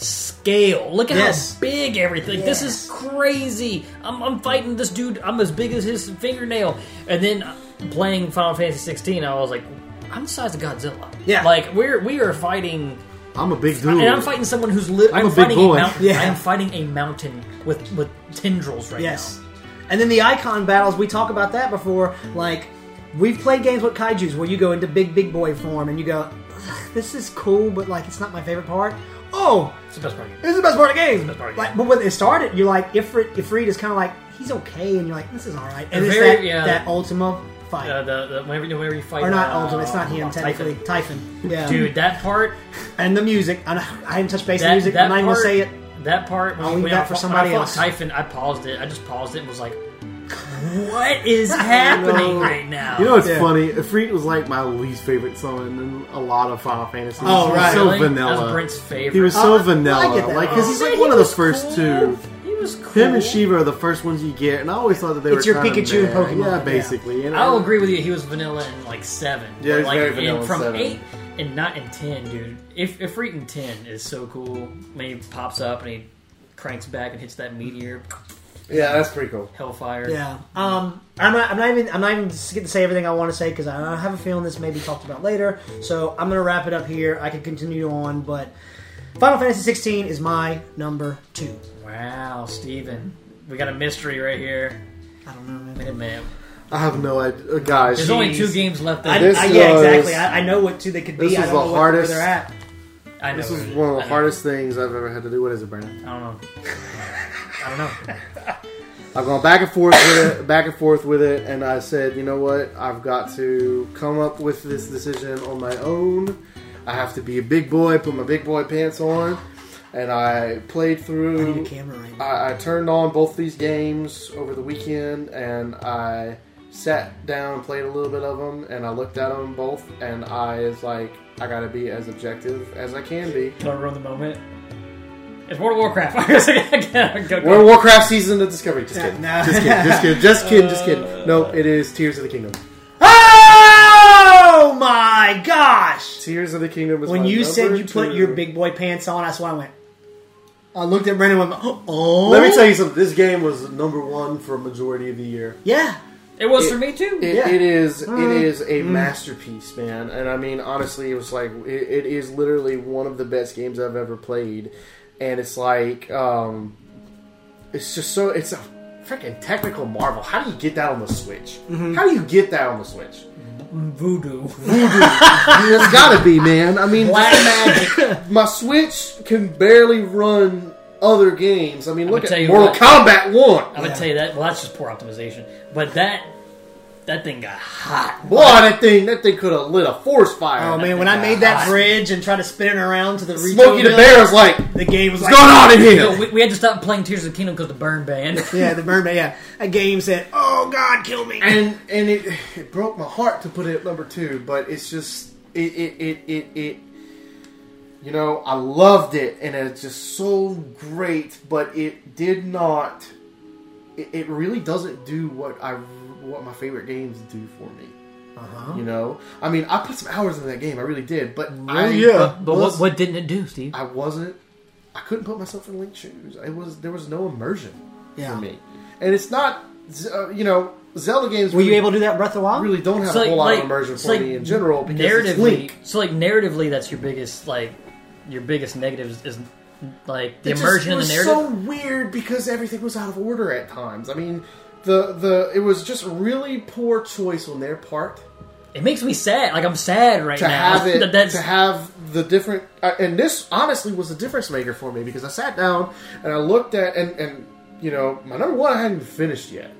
[SPEAKER 1] Scale. Look at
[SPEAKER 2] Yes.
[SPEAKER 1] how big everything. This
[SPEAKER 2] Yes.
[SPEAKER 1] is crazy. I'm, I'm fighting this dude. I'm as big as his fingernail. And then uh, playing Final Fantasy 16, I was like, I'm the size of Godzilla.
[SPEAKER 2] Yeah.
[SPEAKER 1] like we're we are fighting
[SPEAKER 3] I'm a big dude.
[SPEAKER 1] And I'm fighting someone who's li- I'm,
[SPEAKER 3] I'm a big
[SPEAKER 1] fighting
[SPEAKER 3] boy.
[SPEAKER 1] a mountain.
[SPEAKER 2] Yeah.
[SPEAKER 1] I'm fighting a mountain with with tendrils right
[SPEAKER 2] Yes, and then the icon battles. We talked about that before, like. We've played games with kaiju's where you go into big, big boy form and you go, "Ugh, this is cool, but like it's not my favorite part. Oh,
[SPEAKER 1] It's the best part. of the game.
[SPEAKER 2] this is the best part of the game.
[SPEAKER 1] best part of the
[SPEAKER 2] Like, but when it started, you're like, Ifrit, Ifrit is kind of like, he's okay, and you're like, this is all right. And it's
[SPEAKER 1] Very-
[SPEAKER 2] that,
[SPEAKER 1] yeah.
[SPEAKER 2] that Ultima fight.
[SPEAKER 1] Uh, the, the, whenever, whenever you fight,
[SPEAKER 2] or not
[SPEAKER 1] uh,
[SPEAKER 2] Ultima, it's not him,
[SPEAKER 1] Titan.
[SPEAKER 2] technically. Typhon. Yeah.
[SPEAKER 1] Dude, that part,
[SPEAKER 2] And the music. I, I haven't touched base
[SPEAKER 1] that,
[SPEAKER 2] in music.
[SPEAKER 1] that
[SPEAKER 2] I'm not even
[SPEAKER 1] part,
[SPEAKER 2] going to say it.
[SPEAKER 1] That part, when,
[SPEAKER 2] I'll
[SPEAKER 1] you-
[SPEAKER 2] leave
[SPEAKER 1] when I,
[SPEAKER 2] that for
[SPEAKER 1] fought- when
[SPEAKER 2] somebody
[SPEAKER 1] I fought
[SPEAKER 2] else.
[SPEAKER 1] Typhon, I paused it. I just paused it and was like, "What
[SPEAKER 2] [laughs]
[SPEAKER 1] is happening right now?"
[SPEAKER 3] You know what's
[SPEAKER 2] Yeah.
[SPEAKER 3] funny? Ifrit was like my least favorite song in a lot of Final Fantasy.
[SPEAKER 2] Oh,
[SPEAKER 3] he was
[SPEAKER 2] right.
[SPEAKER 3] so
[SPEAKER 1] Really?
[SPEAKER 3] vanilla.
[SPEAKER 1] That was Brent's favorite.
[SPEAKER 3] He was so
[SPEAKER 2] Uh, I
[SPEAKER 3] vanilla.
[SPEAKER 2] get that.
[SPEAKER 3] like, because he's
[SPEAKER 1] But
[SPEAKER 3] like
[SPEAKER 1] he
[SPEAKER 3] one of the
[SPEAKER 1] was
[SPEAKER 3] first
[SPEAKER 1] cool.
[SPEAKER 3] two.
[SPEAKER 1] He was cool.
[SPEAKER 3] Him and Shiva are the first ones you get, and I always thought that they
[SPEAKER 2] It's
[SPEAKER 3] were
[SPEAKER 2] your
[SPEAKER 3] kinda
[SPEAKER 2] Pikachu
[SPEAKER 3] meh.
[SPEAKER 2] Pokemon, yeah.
[SPEAKER 3] Yeah, basically. And
[SPEAKER 1] I'll
[SPEAKER 3] I-
[SPEAKER 1] agree with you. He was vanilla in like seven.
[SPEAKER 4] Yeah, he
[SPEAKER 1] But,
[SPEAKER 4] was
[SPEAKER 1] like
[SPEAKER 4] very
[SPEAKER 1] in-
[SPEAKER 4] vanilla in
[SPEAKER 1] from
[SPEAKER 4] seven.
[SPEAKER 1] eight and not in ten, dude. If if reading ten is so cool when he pops up and he cranks back and hits that meteor,
[SPEAKER 4] Yeah, that's pretty cool.
[SPEAKER 1] hellfire.
[SPEAKER 2] Yeah. Um, I'm not, I'm not even. I'm not even just getting to say everything I want to say because I have a feeling this may be talked about later. So I'm gonna wrap it up here. I could continue on, but Final Fantasy 16 is my number two.
[SPEAKER 1] Wow, Steven. We got a mystery right here.
[SPEAKER 2] I don't know. Man.
[SPEAKER 1] Wait a minute.
[SPEAKER 3] I have no idea. Uh, Guys,
[SPEAKER 1] There's only
[SPEAKER 3] jeez.
[SPEAKER 1] two games left.
[SPEAKER 2] I,
[SPEAKER 1] That
[SPEAKER 3] This
[SPEAKER 2] I, yeah,
[SPEAKER 3] was-
[SPEAKER 2] exactly. I, I know what two they could be.
[SPEAKER 3] this
[SPEAKER 2] I
[SPEAKER 3] was
[SPEAKER 2] don't know
[SPEAKER 3] the
[SPEAKER 2] what,
[SPEAKER 3] hardest-
[SPEAKER 2] where they're at.
[SPEAKER 1] I know.
[SPEAKER 3] This
[SPEAKER 1] it.
[SPEAKER 3] is one of
[SPEAKER 1] I
[SPEAKER 3] the
[SPEAKER 1] know.
[SPEAKER 3] hardest things I've ever had to do. What is it, Brandon?
[SPEAKER 1] I don't know. I don't know.
[SPEAKER 3] I've gone back and forth with it, back and forth with it, and I said, you know what? I've got to come up with this decision on my own. I have to be a big boy, put my big boy pants on, and I played
[SPEAKER 2] I need
[SPEAKER 3] through.
[SPEAKER 2] a camera right now.
[SPEAKER 3] I, I turned on both these games over the weekend, and I sat down and played a little bit of them, and I looked at them both, and I is like, I gotta be as objective as I can be.
[SPEAKER 1] Can I ruin the moment? It's World of Warcraft. [laughs] go, go.
[SPEAKER 3] World of Warcraft season of Discovery. Just
[SPEAKER 2] Yeah,
[SPEAKER 3] kidding.
[SPEAKER 2] no.
[SPEAKER 3] Just kidding. Just
[SPEAKER 2] [laughs]
[SPEAKER 3] kidding. Just kidding. Just kidding. No, it is Tears of the Kingdom.
[SPEAKER 2] Oh my gosh!
[SPEAKER 3] Tears of the Kingdom is
[SPEAKER 2] When
[SPEAKER 3] my
[SPEAKER 2] you said
[SPEAKER 3] number
[SPEAKER 2] you put
[SPEAKER 3] two.
[SPEAKER 2] your big boy pants on, that's why I went. I looked at Brandon and went, [gasps] oh.
[SPEAKER 3] Let me tell you something. This game was number one for a majority of the year.
[SPEAKER 2] Yeah.
[SPEAKER 1] It was
[SPEAKER 3] It-
[SPEAKER 1] for me too.
[SPEAKER 3] It,
[SPEAKER 2] Yeah.
[SPEAKER 3] it is.
[SPEAKER 2] Hmm.
[SPEAKER 3] It is a masterpiece, man. And I mean, honestly, it was like it, it is literally one of the best games I've ever played. And it's like, um, it's just so. It's a freaking technical marvel. How do you get that on the Switch?
[SPEAKER 2] Mm-hmm.
[SPEAKER 3] How do you get that on the Switch?
[SPEAKER 1] Voodoo.
[SPEAKER 3] It's gotta be, man. I mean,
[SPEAKER 1] Black magic.
[SPEAKER 3] [laughs] my Switch can barely run other games. I mean, look
[SPEAKER 1] tell
[SPEAKER 3] at
[SPEAKER 1] you
[SPEAKER 3] Mortal
[SPEAKER 1] what.
[SPEAKER 3] Kombat One.
[SPEAKER 1] I'm gonna tell you that. Well, that's just poor optimization. But that that thing got hot.
[SPEAKER 3] Boy, that thing, that thing could have lit a forest fire.
[SPEAKER 2] Oh man, when I made that bridge and tried to spin it around to the
[SPEAKER 3] Smokey the
[SPEAKER 2] retail
[SPEAKER 3] Bear is like,
[SPEAKER 2] bill, the game was
[SPEAKER 3] what's
[SPEAKER 2] like,
[SPEAKER 3] going on in
[SPEAKER 1] You know,
[SPEAKER 3] here?
[SPEAKER 1] we, we had to stop playing Tears of the Kingdom because the burn ban.
[SPEAKER 2] Yeah, the mermaid. Yeah, a game said, [laughs] "Oh God, kill me."
[SPEAKER 3] And and it, it broke my heart to put it at number two, but it's just it it it it. it you know, I loved it, and it's just so great. But it did not. It, it really doesn't do what I what my favorite games do for me.
[SPEAKER 2] Uh-huh.
[SPEAKER 3] You know, I mean, I put some hours into that game. I really did, but I,
[SPEAKER 1] But, but what,
[SPEAKER 3] was,
[SPEAKER 1] what didn't it do, Steve?
[SPEAKER 3] I wasn't. I couldn't put myself in Link shoes. It was there was no immersion
[SPEAKER 2] Yeah.
[SPEAKER 3] for me, and it's not. Uh, you know, Zelda games.
[SPEAKER 2] Were you able to do that in Breath of the Wild?
[SPEAKER 3] really don't have
[SPEAKER 1] So,
[SPEAKER 3] a whole
[SPEAKER 1] like-
[SPEAKER 3] lot
[SPEAKER 1] like-
[SPEAKER 3] of immersion
[SPEAKER 1] so,
[SPEAKER 3] for
[SPEAKER 1] like,
[SPEAKER 3] me in general because
[SPEAKER 1] narratively,
[SPEAKER 3] it's Link.
[SPEAKER 1] so like narratively, that's your biggest like your biggest negative is, is like the
[SPEAKER 3] It just-
[SPEAKER 1] immersion
[SPEAKER 3] it
[SPEAKER 1] in the
[SPEAKER 3] was
[SPEAKER 1] narrative.
[SPEAKER 3] so weird because everything was out of order at times. I mean, the the it was just really poor choice on their part.
[SPEAKER 1] it makes me sad. Like I'm sad right
[SPEAKER 3] to
[SPEAKER 1] now.
[SPEAKER 3] have
[SPEAKER 1] [laughs]
[SPEAKER 3] it
[SPEAKER 1] that that's
[SPEAKER 3] to have the different uh, and this honestly was a difference maker for me because I sat down and I looked at and and you know my number one I hadn't even finished yet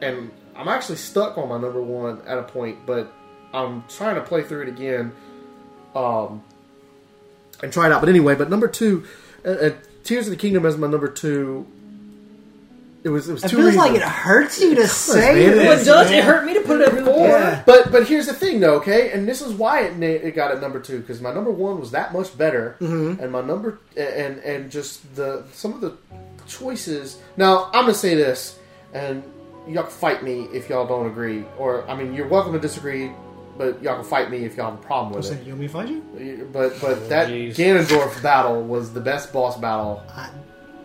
[SPEAKER 3] and I'm actually stuck on my number one at a point but I'm trying to play through it again um and try it out but anyway but number two uh, uh, Tears of the Kingdom as my number two it was it was
[SPEAKER 2] It
[SPEAKER 3] two
[SPEAKER 2] feels
[SPEAKER 3] reasons.
[SPEAKER 2] like it hurts you to say
[SPEAKER 3] man.
[SPEAKER 1] Well, it
[SPEAKER 2] this.
[SPEAKER 1] does.
[SPEAKER 2] man.
[SPEAKER 1] It hurt me to put it at four.
[SPEAKER 2] Yeah.
[SPEAKER 3] But but here's the thing though, okay, and this is why it na- it got at number two because my number one was that much better,
[SPEAKER 2] Mm-hmm.
[SPEAKER 3] and my number and and just the some of the choices. Now I'm gonna say this, and y'all can fight me if y'all don't agree, or I mean you're welcome to disagree, but y'all can fight me if y'all have a problem with
[SPEAKER 2] So,
[SPEAKER 3] it.
[SPEAKER 2] you want me to fight you?
[SPEAKER 3] But but that
[SPEAKER 1] jeez.
[SPEAKER 3] Ganondorf battle was the best boss battle
[SPEAKER 2] I-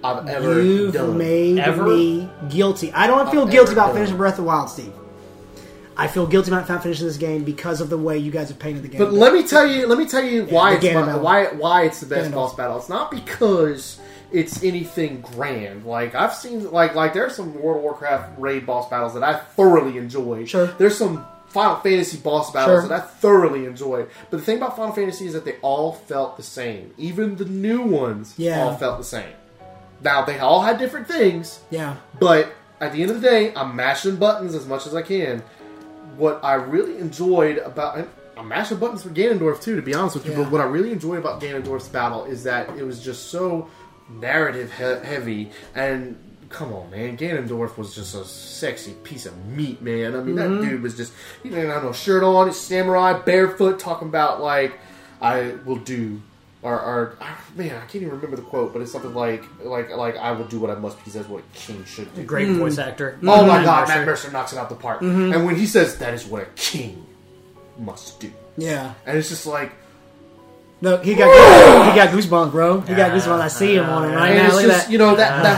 [SPEAKER 3] I've ever
[SPEAKER 2] You've
[SPEAKER 3] done.
[SPEAKER 2] made
[SPEAKER 1] Ever?
[SPEAKER 2] me guilty. I don't feel
[SPEAKER 3] I've
[SPEAKER 2] guilty
[SPEAKER 3] ever
[SPEAKER 2] about
[SPEAKER 3] done.
[SPEAKER 2] finishing Breath of the Wild, Steve. I feel guilty about not finishing this game because of the way you guys have painted the game.
[SPEAKER 3] But let me tell you, let me tell you why
[SPEAKER 2] the
[SPEAKER 3] it's my,
[SPEAKER 2] Ganondorf.
[SPEAKER 3] why why it's the best
[SPEAKER 2] Ganondorf.
[SPEAKER 3] boss battle. It's not because it's anything grand. Like I've seen, like like there's some World of Warcraft raid boss battles that I thoroughly enjoy.
[SPEAKER 2] Sure.
[SPEAKER 3] there's some Final Fantasy boss battles
[SPEAKER 2] Sure.
[SPEAKER 3] that I thoroughly enjoyed. But the thing about Final Fantasy is that they all felt the same. Even the new ones
[SPEAKER 2] Yeah.
[SPEAKER 3] all felt the same. Now they all had different things,
[SPEAKER 2] Yeah.
[SPEAKER 3] but at the end of the day, I'm mashing buttons as much as I can. What I really enjoyed about and I'm mashing buttons for Ganondorf too, to be honest with you.
[SPEAKER 2] Yeah.
[SPEAKER 3] But what I really enjoy about Ganondorf's battle is that it was just so narrative he- heavy. And come on, man, Ganondorf was just a sexy piece of meat, man. I mean, that dude was just he didn't have no shirt on, he's samurai, barefoot, talking about like I will do or, or ah, man, I can't even remember the quote, but it's something like like like I will do what I must because that's what a king should do.
[SPEAKER 1] Great voice actor.
[SPEAKER 3] Oh
[SPEAKER 2] Mm-hmm.
[SPEAKER 3] my god, Mm-hmm. Matt Mercer knocks it out the park. And when he says that is what a king must do.
[SPEAKER 2] Yeah.
[SPEAKER 3] And it's just like
[SPEAKER 2] No, he
[SPEAKER 3] [sighs]
[SPEAKER 2] got he got goosebumps, bro. He got goosebumps. I see him on him right
[SPEAKER 3] and
[SPEAKER 2] now.
[SPEAKER 3] it's
[SPEAKER 2] Look at
[SPEAKER 3] just
[SPEAKER 2] that.
[SPEAKER 3] you know that, that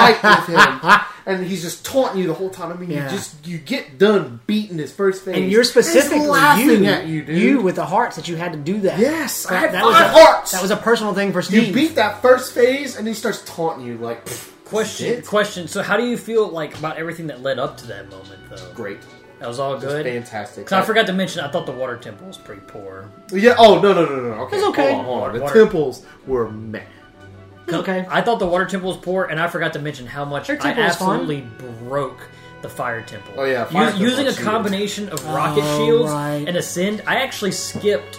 [SPEAKER 2] [laughs]
[SPEAKER 3] fight with him and he's just taunting you the whole time. I mean
[SPEAKER 2] Yeah.
[SPEAKER 3] you just you get done beating his first face.
[SPEAKER 2] and you're specifically
[SPEAKER 3] He's laughing
[SPEAKER 2] you,
[SPEAKER 3] at you, dude.
[SPEAKER 2] you with the hearts that you had to do that.
[SPEAKER 3] Yes, I had
[SPEAKER 2] that
[SPEAKER 3] five
[SPEAKER 2] was a,
[SPEAKER 3] hearts.
[SPEAKER 2] That was a personal thing for Steve.
[SPEAKER 3] you beat that first phase and he starts taunting you like "Pfft,
[SPEAKER 1] Question,
[SPEAKER 3] shit."
[SPEAKER 1] question. So, how do you feel like about everything that led up to that moment, though?
[SPEAKER 3] Great.
[SPEAKER 1] That was all good.
[SPEAKER 3] Fantastic.
[SPEAKER 1] 'Cause I forgot to mention, I thought the water temple was pretty poor.
[SPEAKER 3] Yeah. Oh no no no no. no. Okay.
[SPEAKER 2] It's okay.
[SPEAKER 3] Hold on. Hold on. The
[SPEAKER 1] Water.
[SPEAKER 3] temples were meh.
[SPEAKER 2] okay.
[SPEAKER 1] I thought the water temple was poor, and I forgot to mention how much
[SPEAKER 2] Their
[SPEAKER 1] I
[SPEAKER 2] temple was fun.
[SPEAKER 1] absolutely broke the fire temple.
[SPEAKER 3] Oh, yeah,
[SPEAKER 1] U-
[SPEAKER 3] fire temple
[SPEAKER 1] using a
[SPEAKER 3] cheated.
[SPEAKER 1] combination of rocket
[SPEAKER 2] Oh,
[SPEAKER 1] shields
[SPEAKER 2] right.
[SPEAKER 1] and ascend, I actually skipped.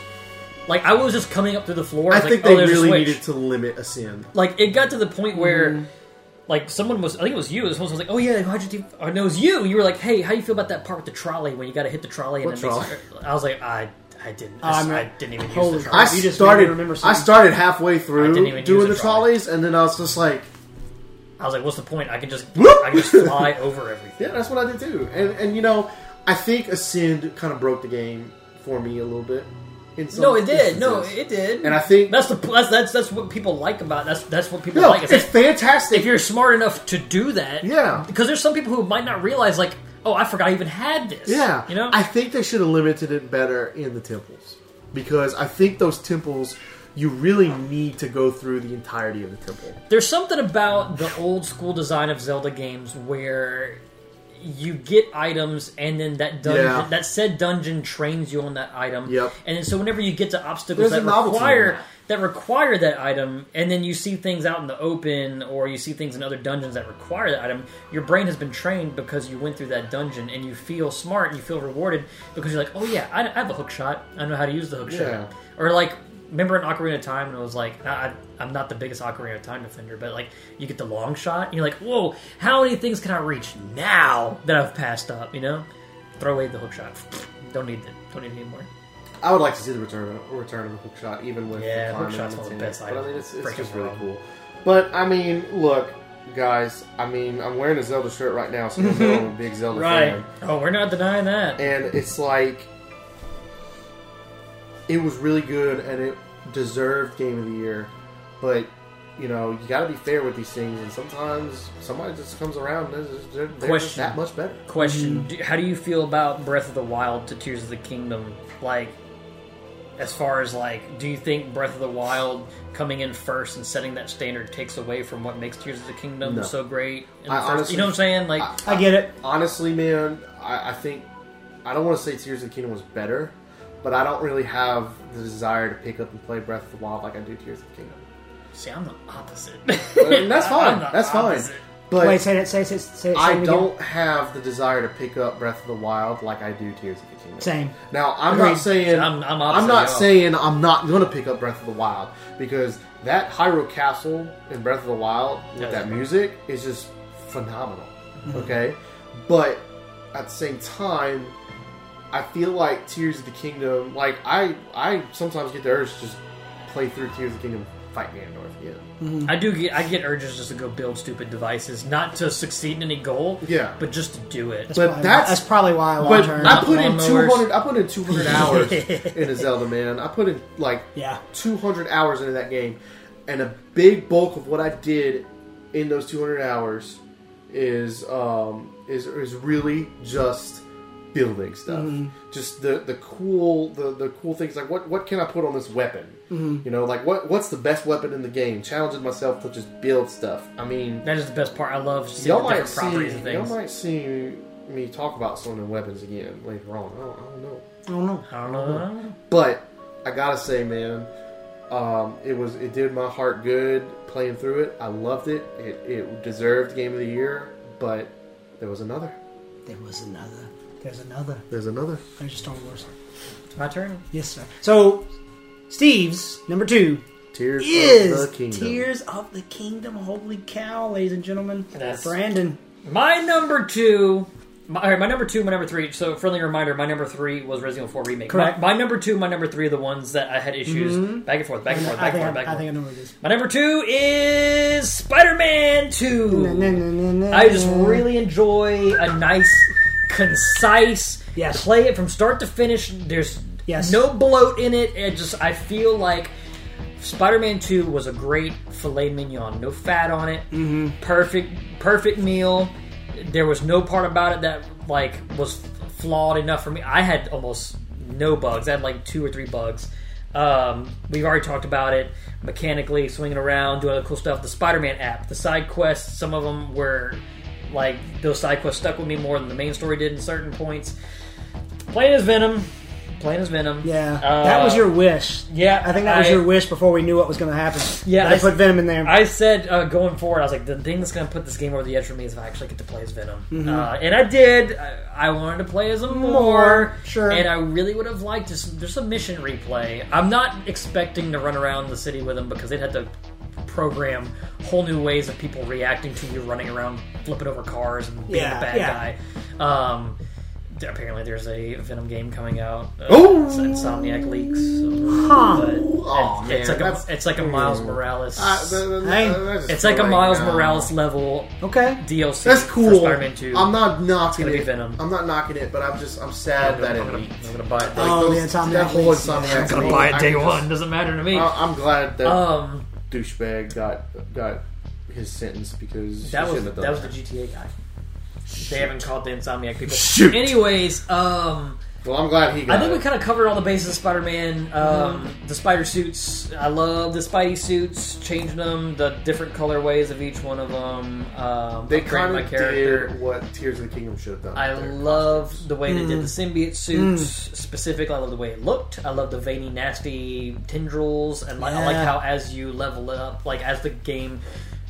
[SPEAKER 1] Like I was just coming up through the floor.
[SPEAKER 3] I
[SPEAKER 1] was like,
[SPEAKER 3] think
[SPEAKER 1] oh,
[SPEAKER 3] they
[SPEAKER 1] there's a
[SPEAKER 3] really
[SPEAKER 1] switch.
[SPEAKER 3] needed to limit Ascend.
[SPEAKER 1] Like it got to the point where.
[SPEAKER 2] Mm-hmm.
[SPEAKER 1] Like someone was, I think it was you. This one was like, "Oh yeah, how'd you?" do- Or no, it was you. You were like, "Hey, how you feel about that part with the trolley when you got to hit the trolley?" And
[SPEAKER 3] What
[SPEAKER 1] it makes- I was like, "I, I didn't, I,
[SPEAKER 2] I'm
[SPEAKER 1] I
[SPEAKER 2] not-
[SPEAKER 1] didn't even
[SPEAKER 2] Holy
[SPEAKER 1] use the
[SPEAKER 2] crap.
[SPEAKER 1] trolley."
[SPEAKER 3] I
[SPEAKER 2] You just made
[SPEAKER 3] started.
[SPEAKER 2] me remember
[SPEAKER 3] I
[SPEAKER 2] something.
[SPEAKER 3] started halfway
[SPEAKER 1] I didn't even
[SPEAKER 3] through
[SPEAKER 1] use
[SPEAKER 3] doing
[SPEAKER 1] the
[SPEAKER 3] the
[SPEAKER 1] trolley.
[SPEAKER 3] trolleys, and then I was just like,
[SPEAKER 1] I was like, "What's the point? I can just,
[SPEAKER 3] Whoop!
[SPEAKER 1] I can just fly over everything."
[SPEAKER 3] "Yeah, that's what I did too." And and you know, I think Ascend kind of broke the game for me a little bit. In some
[SPEAKER 1] No, it did. No,
[SPEAKER 3] instances.
[SPEAKER 1] it did.
[SPEAKER 3] and I think
[SPEAKER 1] That's the that's that's, that's what people like about that's that's what people
[SPEAKER 3] no,
[SPEAKER 1] like.
[SPEAKER 3] it's
[SPEAKER 1] It's like,
[SPEAKER 3] fantastic.
[SPEAKER 1] if you're smart enough to do that,
[SPEAKER 3] Yeah.
[SPEAKER 1] Because there's some people who might not realize, like, oh, I forgot I even had this.
[SPEAKER 3] Yeah,
[SPEAKER 1] you know,
[SPEAKER 3] I think they should have limited it better in the temples because I think those temples you really need to go through the entirety of the temple.
[SPEAKER 1] there's something about the old school design of Zelda games where you get items and then that dungeon
[SPEAKER 3] Yeah.
[SPEAKER 1] that said dungeon trains you on that item.
[SPEAKER 3] Yep.
[SPEAKER 1] And then so whenever you get to obstacles
[SPEAKER 3] There's a
[SPEAKER 1] that
[SPEAKER 3] novelty in
[SPEAKER 1] require
[SPEAKER 3] that.
[SPEAKER 1] that. require that item and then you see things out in the open or you see things in other dungeons that require that item, your brain has been trained because you went through that dungeon and you feel smart and you feel rewarded because you're like, "Oh yeah, I, I have a hook shot. I know how to use the hook
[SPEAKER 3] Yeah.
[SPEAKER 1] shot." Or like, remember in Ocarina of Time, and it was like, I, I- I'm not the biggest Ocarina of Time defender, but like, you get the long shot, and you're like, whoa, how many things can I reach now that I've passed up? You know, throw away the hook shot. Don't need it. Don't need it anymore.
[SPEAKER 3] I would like to see the return of, return of the hook shot, even with
[SPEAKER 1] Yeah,
[SPEAKER 3] the climbing
[SPEAKER 1] hook shot's
[SPEAKER 3] and
[SPEAKER 1] one of the
[SPEAKER 3] things.
[SPEAKER 1] best
[SPEAKER 3] But I
[SPEAKER 1] items.
[SPEAKER 3] mean, it's, it's
[SPEAKER 1] Freaking
[SPEAKER 3] just really
[SPEAKER 1] wild.
[SPEAKER 3] cool. But I mean, look, guys. I mean, I'm wearing a Zelda shirt right now, so you know I'm a
[SPEAKER 1] [laughs]
[SPEAKER 3] big Zelda fan.
[SPEAKER 1] Oh, we're not denying that.
[SPEAKER 3] And it's like, it was really good, and it deserved Game of the Year. But you know, you got to be fair with these things, and sometimes somebody just comes around. and They're, they're just
[SPEAKER 1] Question.
[SPEAKER 3] that much better.
[SPEAKER 1] Question: do- How do you feel about Breath of the Wild to Tears of the Kingdom? Like, as far as like, do you think Breath of the Wild coming in first and setting that standard takes away from what makes Tears of the Kingdom
[SPEAKER 3] No.
[SPEAKER 1] so great? in the
[SPEAKER 3] I
[SPEAKER 1] first-
[SPEAKER 3] honestly-
[SPEAKER 1] you know what I'm saying? Like,
[SPEAKER 3] I-
[SPEAKER 2] I get it.
[SPEAKER 3] honestly, man, I, I think I don't want to say Tears of the Kingdom was better, but I don't really have the desire to pick up and play Breath of the Wild like I do Tears of the Kingdom.
[SPEAKER 1] See, I'm the opposite. [laughs]
[SPEAKER 3] And that's fine. That's fine. But
[SPEAKER 2] Wait, say that. Say say say. say it
[SPEAKER 3] I
[SPEAKER 2] again.
[SPEAKER 3] don't have the desire to pick up Breath of the Wild like I do Tears of the Kingdom.
[SPEAKER 2] Same.
[SPEAKER 3] Now I'm
[SPEAKER 2] Agreed.
[SPEAKER 3] not saying
[SPEAKER 1] I'm- I'm opposite
[SPEAKER 3] I'm not
[SPEAKER 1] y'all.
[SPEAKER 3] saying I'm not going to pick up Breath of the Wild because that Hyrule Castle in Breath of the Wild with
[SPEAKER 1] Yes.
[SPEAKER 3] that music is just phenomenal.
[SPEAKER 2] Mm-hmm.
[SPEAKER 3] Okay, but at the same time, I feel like Tears of the Kingdom. Like I, I sometimes get the urge to just play through Tears of the Kingdom, fight Ganondorf again.
[SPEAKER 1] I do get I get urges just to go build stupid devices, not to succeed in any goal,
[SPEAKER 3] Yeah.
[SPEAKER 1] but just to do it.
[SPEAKER 2] That's
[SPEAKER 3] but
[SPEAKER 2] probably,
[SPEAKER 3] that's-
[SPEAKER 2] that's probably why I long
[SPEAKER 3] But
[SPEAKER 2] term.
[SPEAKER 3] I put in two
[SPEAKER 1] Lawnmowers.
[SPEAKER 3] hundred. I put in two hundred hours in a Zelda man. I put in like
[SPEAKER 2] Yeah.
[SPEAKER 3] two hundred hours into that game, and a big bulk of what I did in those two hundred hours is um, is is really just building stuff. Just the the cool the the cool things like what what can I put on this weapon? You know, like what what's the best weapon in the game? Challenging myself to just build stuff. I mean,
[SPEAKER 1] That is the best part. I love seeing
[SPEAKER 3] y'all
[SPEAKER 1] the
[SPEAKER 3] might
[SPEAKER 1] different properties
[SPEAKER 3] see
[SPEAKER 1] and
[SPEAKER 3] y'all
[SPEAKER 1] things.
[SPEAKER 3] might see
[SPEAKER 4] me talk about summoning weapons again later on. I don't, I don't know.
[SPEAKER 2] I don't know.
[SPEAKER 1] I don't know.
[SPEAKER 4] But I gotta say, man, um, it was it did my heart good playing through it. I loved it. It it deserved game of the year, but there was another.
[SPEAKER 2] There was another. There's another.
[SPEAKER 4] There's another.
[SPEAKER 2] There's a Star Wars.
[SPEAKER 1] It's my turn.
[SPEAKER 2] Yes, sir. So, Steve's number two
[SPEAKER 4] Tears
[SPEAKER 2] is
[SPEAKER 4] of the Kingdom.
[SPEAKER 2] Tears of the Kingdom. Holy cow, ladies and gentlemen.
[SPEAKER 1] That's-
[SPEAKER 2] Brandon.
[SPEAKER 1] My number two. My, all right, my number two, my number three. So, friendly reminder: my number three was Resident Evil Four remake.
[SPEAKER 2] Correct. Mm-hmm.
[SPEAKER 1] My, my number two, my number three are the ones that I had issues back and forth, back and forth,
[SPEAKER 2] I
[SPEAKER 1] back and
[SPEAKER 2] think I,
[SPEAKER 1] forth, back
[SPEAKER 2] I
[SPEAKER 1] and
[SPEAKER 2] think
[SPEAKER 1] forth.
[SPEAKER 2] I know where it is.
[SPEAKER 1] My number two is Spider-Man Two. I
[SPEAKER 2] I
[SPEAKER 1] just really enjoy a nice, concise
[SPEAKER 2] Yes.
[SPEAKER 1] play it from start to finish. There's
[SPEAKER 2] Yes.
[SPEAKER 1] no bloat in it. It just I feel like Spider-Man Two was a great filet mignon, no fat on it. Mm-hmm. Perfect, perfect meal. There was no part about it that like was flawed enough for me. I had almost no bugs. I had like two or three bugs. Um, we've already talked about it mechanically, swinging around, doing other cool stuff. The Spider-Man app, the side quests. Some of them were like those side quests stuck with me more than the main story did in certain points. Playing as Venom, playing as Venom.
[SPEAKER 2] Yeah,
[SPEAKER 1] Uh,
[SPEAKER 2] that was your wish.
[SPEAKER 1] yeah.
[SPEAKER 2] I think that was
[SPEAKER 1] I-
[SPEAKER 2] your wish before we knew what was going to happen.
[SPEAKER 1] Yeah,
[SPEAKER 2] I
[SPEAKER 1] I-
[SPEAKER 2] put Venom in there.
[SPEAKER 1] I said uh, going forward, I was like, the thing that's going to put this game over the edge for me is if I actually get to play as Venom, uh, and I did. I, I wanted to play as him more,
[SPEAKER 2] sure.
[SPEAKER 1] and I really would have liked to. There's a mission replay. I'm not expecting to run around the city with him because they'd had to program whole new ways of people reacting to you running around, flipping over cars, and being
[SPEAKER 2] Yeah,
[SPEAKER 1] a bad
[SPEAKER 2] yeah.
[SPEAKER 1] guy. Um, th- apparently, there's a Venom game coming out. Uh,
[SPEAKER 3] Oh!
[SPEAKER 1] it's Insomniac leaks. So,
[SPEAKER 2] Huh.
[SPEAKER 1] but
[SPEAKER 4] Oh man,
[SPEAKER 1] it's like a,
[SPEAKER 4] that's,
[SPEAKER 1] it's like a Miles Morales.
[SPEAKER 3] Uh,
[SPEAKER 4] I- that- that-
[SPEAKER 2] Hey.
[SPEAKER 4] that- that's
[SPEAKER 1] It's like a
[SPEAKER 4] right
[SPEAKER 1] Miles
[SPEAKER 4] now.
[SPEAKER 1] Morales level
[SPEAKER 2] okay.
[SPEAKER 1] DLC.
[SPEAKER 4] That's
[SPEAKER 1] For
[SPEAKER 4] cool.
[SPEAKER 1] Spider-Man 2.
[SPEAKER 4] I'm not knocking
[SPEAKER 1] gonna be
[SPEAKER 4] it.
[SPEAKER 1] Venom.
[SPEAKER 4] I'm not knocking it, but I'm just I'm sad
[SPEAKER 1] I'm
[SPEAKER 4] that
[SPEAKER 1] gonna,
[SPEAKER 4] it
[SPEAKER 1] I'm gonna,
[SPEAKER 4] leaked.
[SPEAKER 1] I'm gonna buy it.
[SPEAKER 2] Oh, the Insomniac
[SPEAKER 4] that Uh, whole
[SPEAKER 2] leaks.
[SPEAKER 4] Insomniac.
[SPEAKER 1] I'm gonna
[SPEAKER 4] leak,
[SPEAKER 1] buy it
[SPEAKER 4] I
[SPEAKER 1] day
[SPEAKER 4] can just-
[SPEAKER 1] one. Doesn't matter to me.
[SPEAKER 4] I- Oh, I'm glad that
[SPEAKER 1] um,
[SPEAKER 4] douchebag got got his sentence because
[SPEAKER 1] that
[SPEAKER 4] he
[SPEAKER 1] was
[SPEAKER 4] shouldn't have done
[SPEAKER 1] that was the GTA guy. They haven't called the Insomniac people.
[SPEAKER 3] Shoot.
[SPEAKER 1] Anyways, um,
[SPEAKER 4] Well, I'm glad he got.
[SPEAKER 1] I think we
[SPEAKER 4] it.
[SPEAKER 1] kind of covered all the bases of Spider-Man. Um,
[SPEAKER 4] Mm-hmm.
[SPEAKER 1] The spider suits. I love the Spidey suits. Changing them, the different colorways of each one of them. Um,
[SPEAKER 4] they
[SPEAKER 1] upgrading
[SPEAKER 4] kind
[SPEAKER 1] my
[SPEAKER 4] of
[SPEAKER 1] character.
[SPEAKER 4] did what Tears of the Kingdom should have done.
[SPEAKER 1] I
[SPEAKER 4] there.
[SPEAKER 1] love the way they did the
[SPEAKER 2] Mm.
[SPEAKER 1] symbiote suits. Specifically, I love the way it looked. I love the veiny, nasty tendrils, and like, I like
[SPEAKER 2] Yeah.
[SPEAKER 1] how as you level it up, like as the game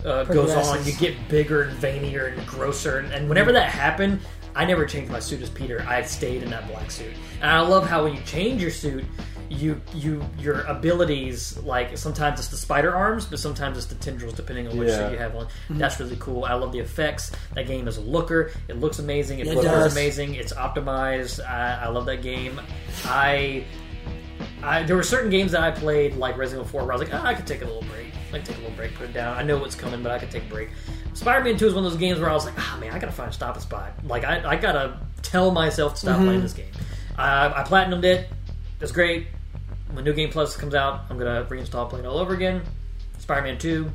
[SPEAKER 1] uh, goes on, you
[SPEAKER 2] Progresses.
[SPEAKER 1] get bigger and veinier and grosser. And, and whenever that happened, I never changed my suit as Peter. I stayed in that black suit, and I love how when you change your suit. You, you, your abilities like sometimes it's the spider arms, but sometimes it's the tendrils, depending on which
[SPEAKER 4] Yeah.
[SPEAKER 1] suit you have on.
[SPEAKER 2] Mm-hmm.
[SPEAKER 1] That's really cool. I love the effects. That game is a looker. It looks amazing. It,
[SPEAKER 2] It
[SPEAKER 1] looks
[SPEAKER 2] does.
[SPEAKER 1] amazing. It's optimized. I, I love that game. I, I there were certain games that I played like Resident Evil 4 where I was like, "Ah, I could take a little break. I could take a little break, put it down. I know what's coming, but I could take a break. Spider-Man 2 is one of those games where I was like, ah man, I gotta find a stop and spot. Like I, I gotta tell myself to stop playing this game. Uh, I platinumed it. That's great. When New Game Plus comes out, I'm gonna reinstall playing all over again. Spider-Man 2.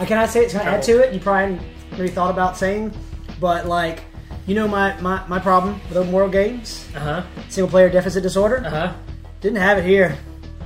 [SPEAKER 2] Uh, Can I say can I add to it? You probably hadn't really thought about saying, but like, you know, my my, my problem with open world games,
[SPEAKER 1] Uh huh.
[SPEAKER 2] single player deficit disorder,
[SPEAKER 1] Uh huh.
[SPEAKER 2] didn't have it here.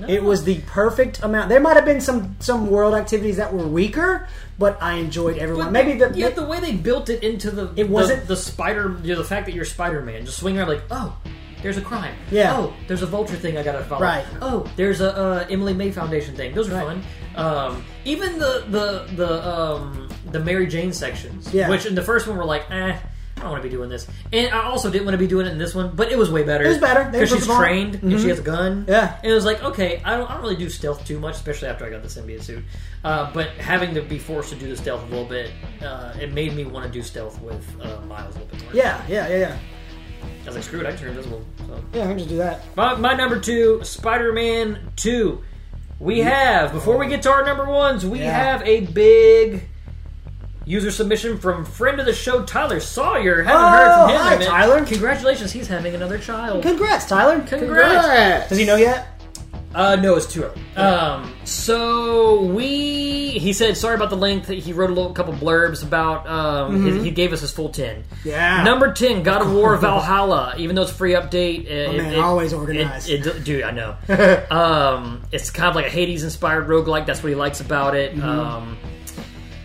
[SPEAKER 2] It was the perfect amount. There might have been some some world activities that were weaker, but I enjoyed everyone. Maybe the
[SPEAKER 1] yeah, the way they built it into the
[SPEAKER 2] It wasn't-
[SPEAKER 1] the, the spider. You know, the fact that you're Spider Man, just swinging around like, oh, there's a crime.
[SPEAKER 2] Yeah.
[SPEAKER 1] Oh, there's a vulture thing I gotta follow.
[SPEAKER 2] Right.
[SPEAKER 1] Oh, there's a uh, Emily May Foundation thing. Those are fun. Um, even the the the um, the Mary Jane sections,
[SPEAKER 2] Yeah.
[SPEAKER 1] which in the first one were like, eh. I don't want to be doing this, and I also didn't want to be doing it in this one, but it was way better. It
[SPEAKER 2] was better. They
[SPEAKER 1] because she's
[SPEAKER 2] improved upon it.
[SPEAKER 1] trained and she has a gun.
[SPEAKER 2] Yeah.
[SPEAKER 1] and it was like, okay, I don't, I don't really do stealth too much, especially after I got the symbiote suit. Uh, but having to be forced to do the stealth a little bit, uh, it made me want to do stealth with uh, Miles a little bit more.
[SPEAKER 2] yeah, yeah, yeah, yeah.
[SPEAKER 1] I was like, screw it, I can turn invisible. So.
[SPEAKER 2] Yeah, I can just do that.
[SPEAKER 1] My, my number two, Spider Man 2. We have, before we get to our number ones, we
[SPEAKER 2] Yeah.
[SPEAKER 1] have a big user submission from friend of the show, Tyler Sawyer. Haven't heard
[SPEAKER 2] Oh,
[SPEAKER 1] from him in
[SPEAKER 2] hi,
[SPEAKER 1] a minute.
[SPEAKER 2] Tyler.
[SPEAKER 1] Congratulations, he's having another child.
[SPEAKER 2] Congrats, Tyler.
[SPEAKER 1] Congrats.
[SPEAKER 4] Congrats.
[SPEAKER 2] Does he know yet?
[SPEAKER 1] Uh, no, it's too early. Um, so we, he said, sorry about the length. He wrote a little couple blurbs about. Um, his- he gave us his full ten.
[SPEAKER 2] Yeah.
[SPEAKER 1] Number ten, God of
[SPEAKER 2] [laughs]
[SPEAKER 1] War Valhalla. Even though it's a free update, it,
[SPEAKER 2] Oh, man,
[SPEAKER 1] it-
[SPEAKER 2] always
[SPEAKER 1] it-
[SPEAKER 2] organized.
[SPEAKER 1] It, dude, I
[SPEAKER 2] [laughs]
[SPEAKER 1] know.
[SPEAKER 2] Mm-hmm.
[SPEAKER 1] um, it's kind of like a Hades-inspired roguelike. That's what he likes about it. Um,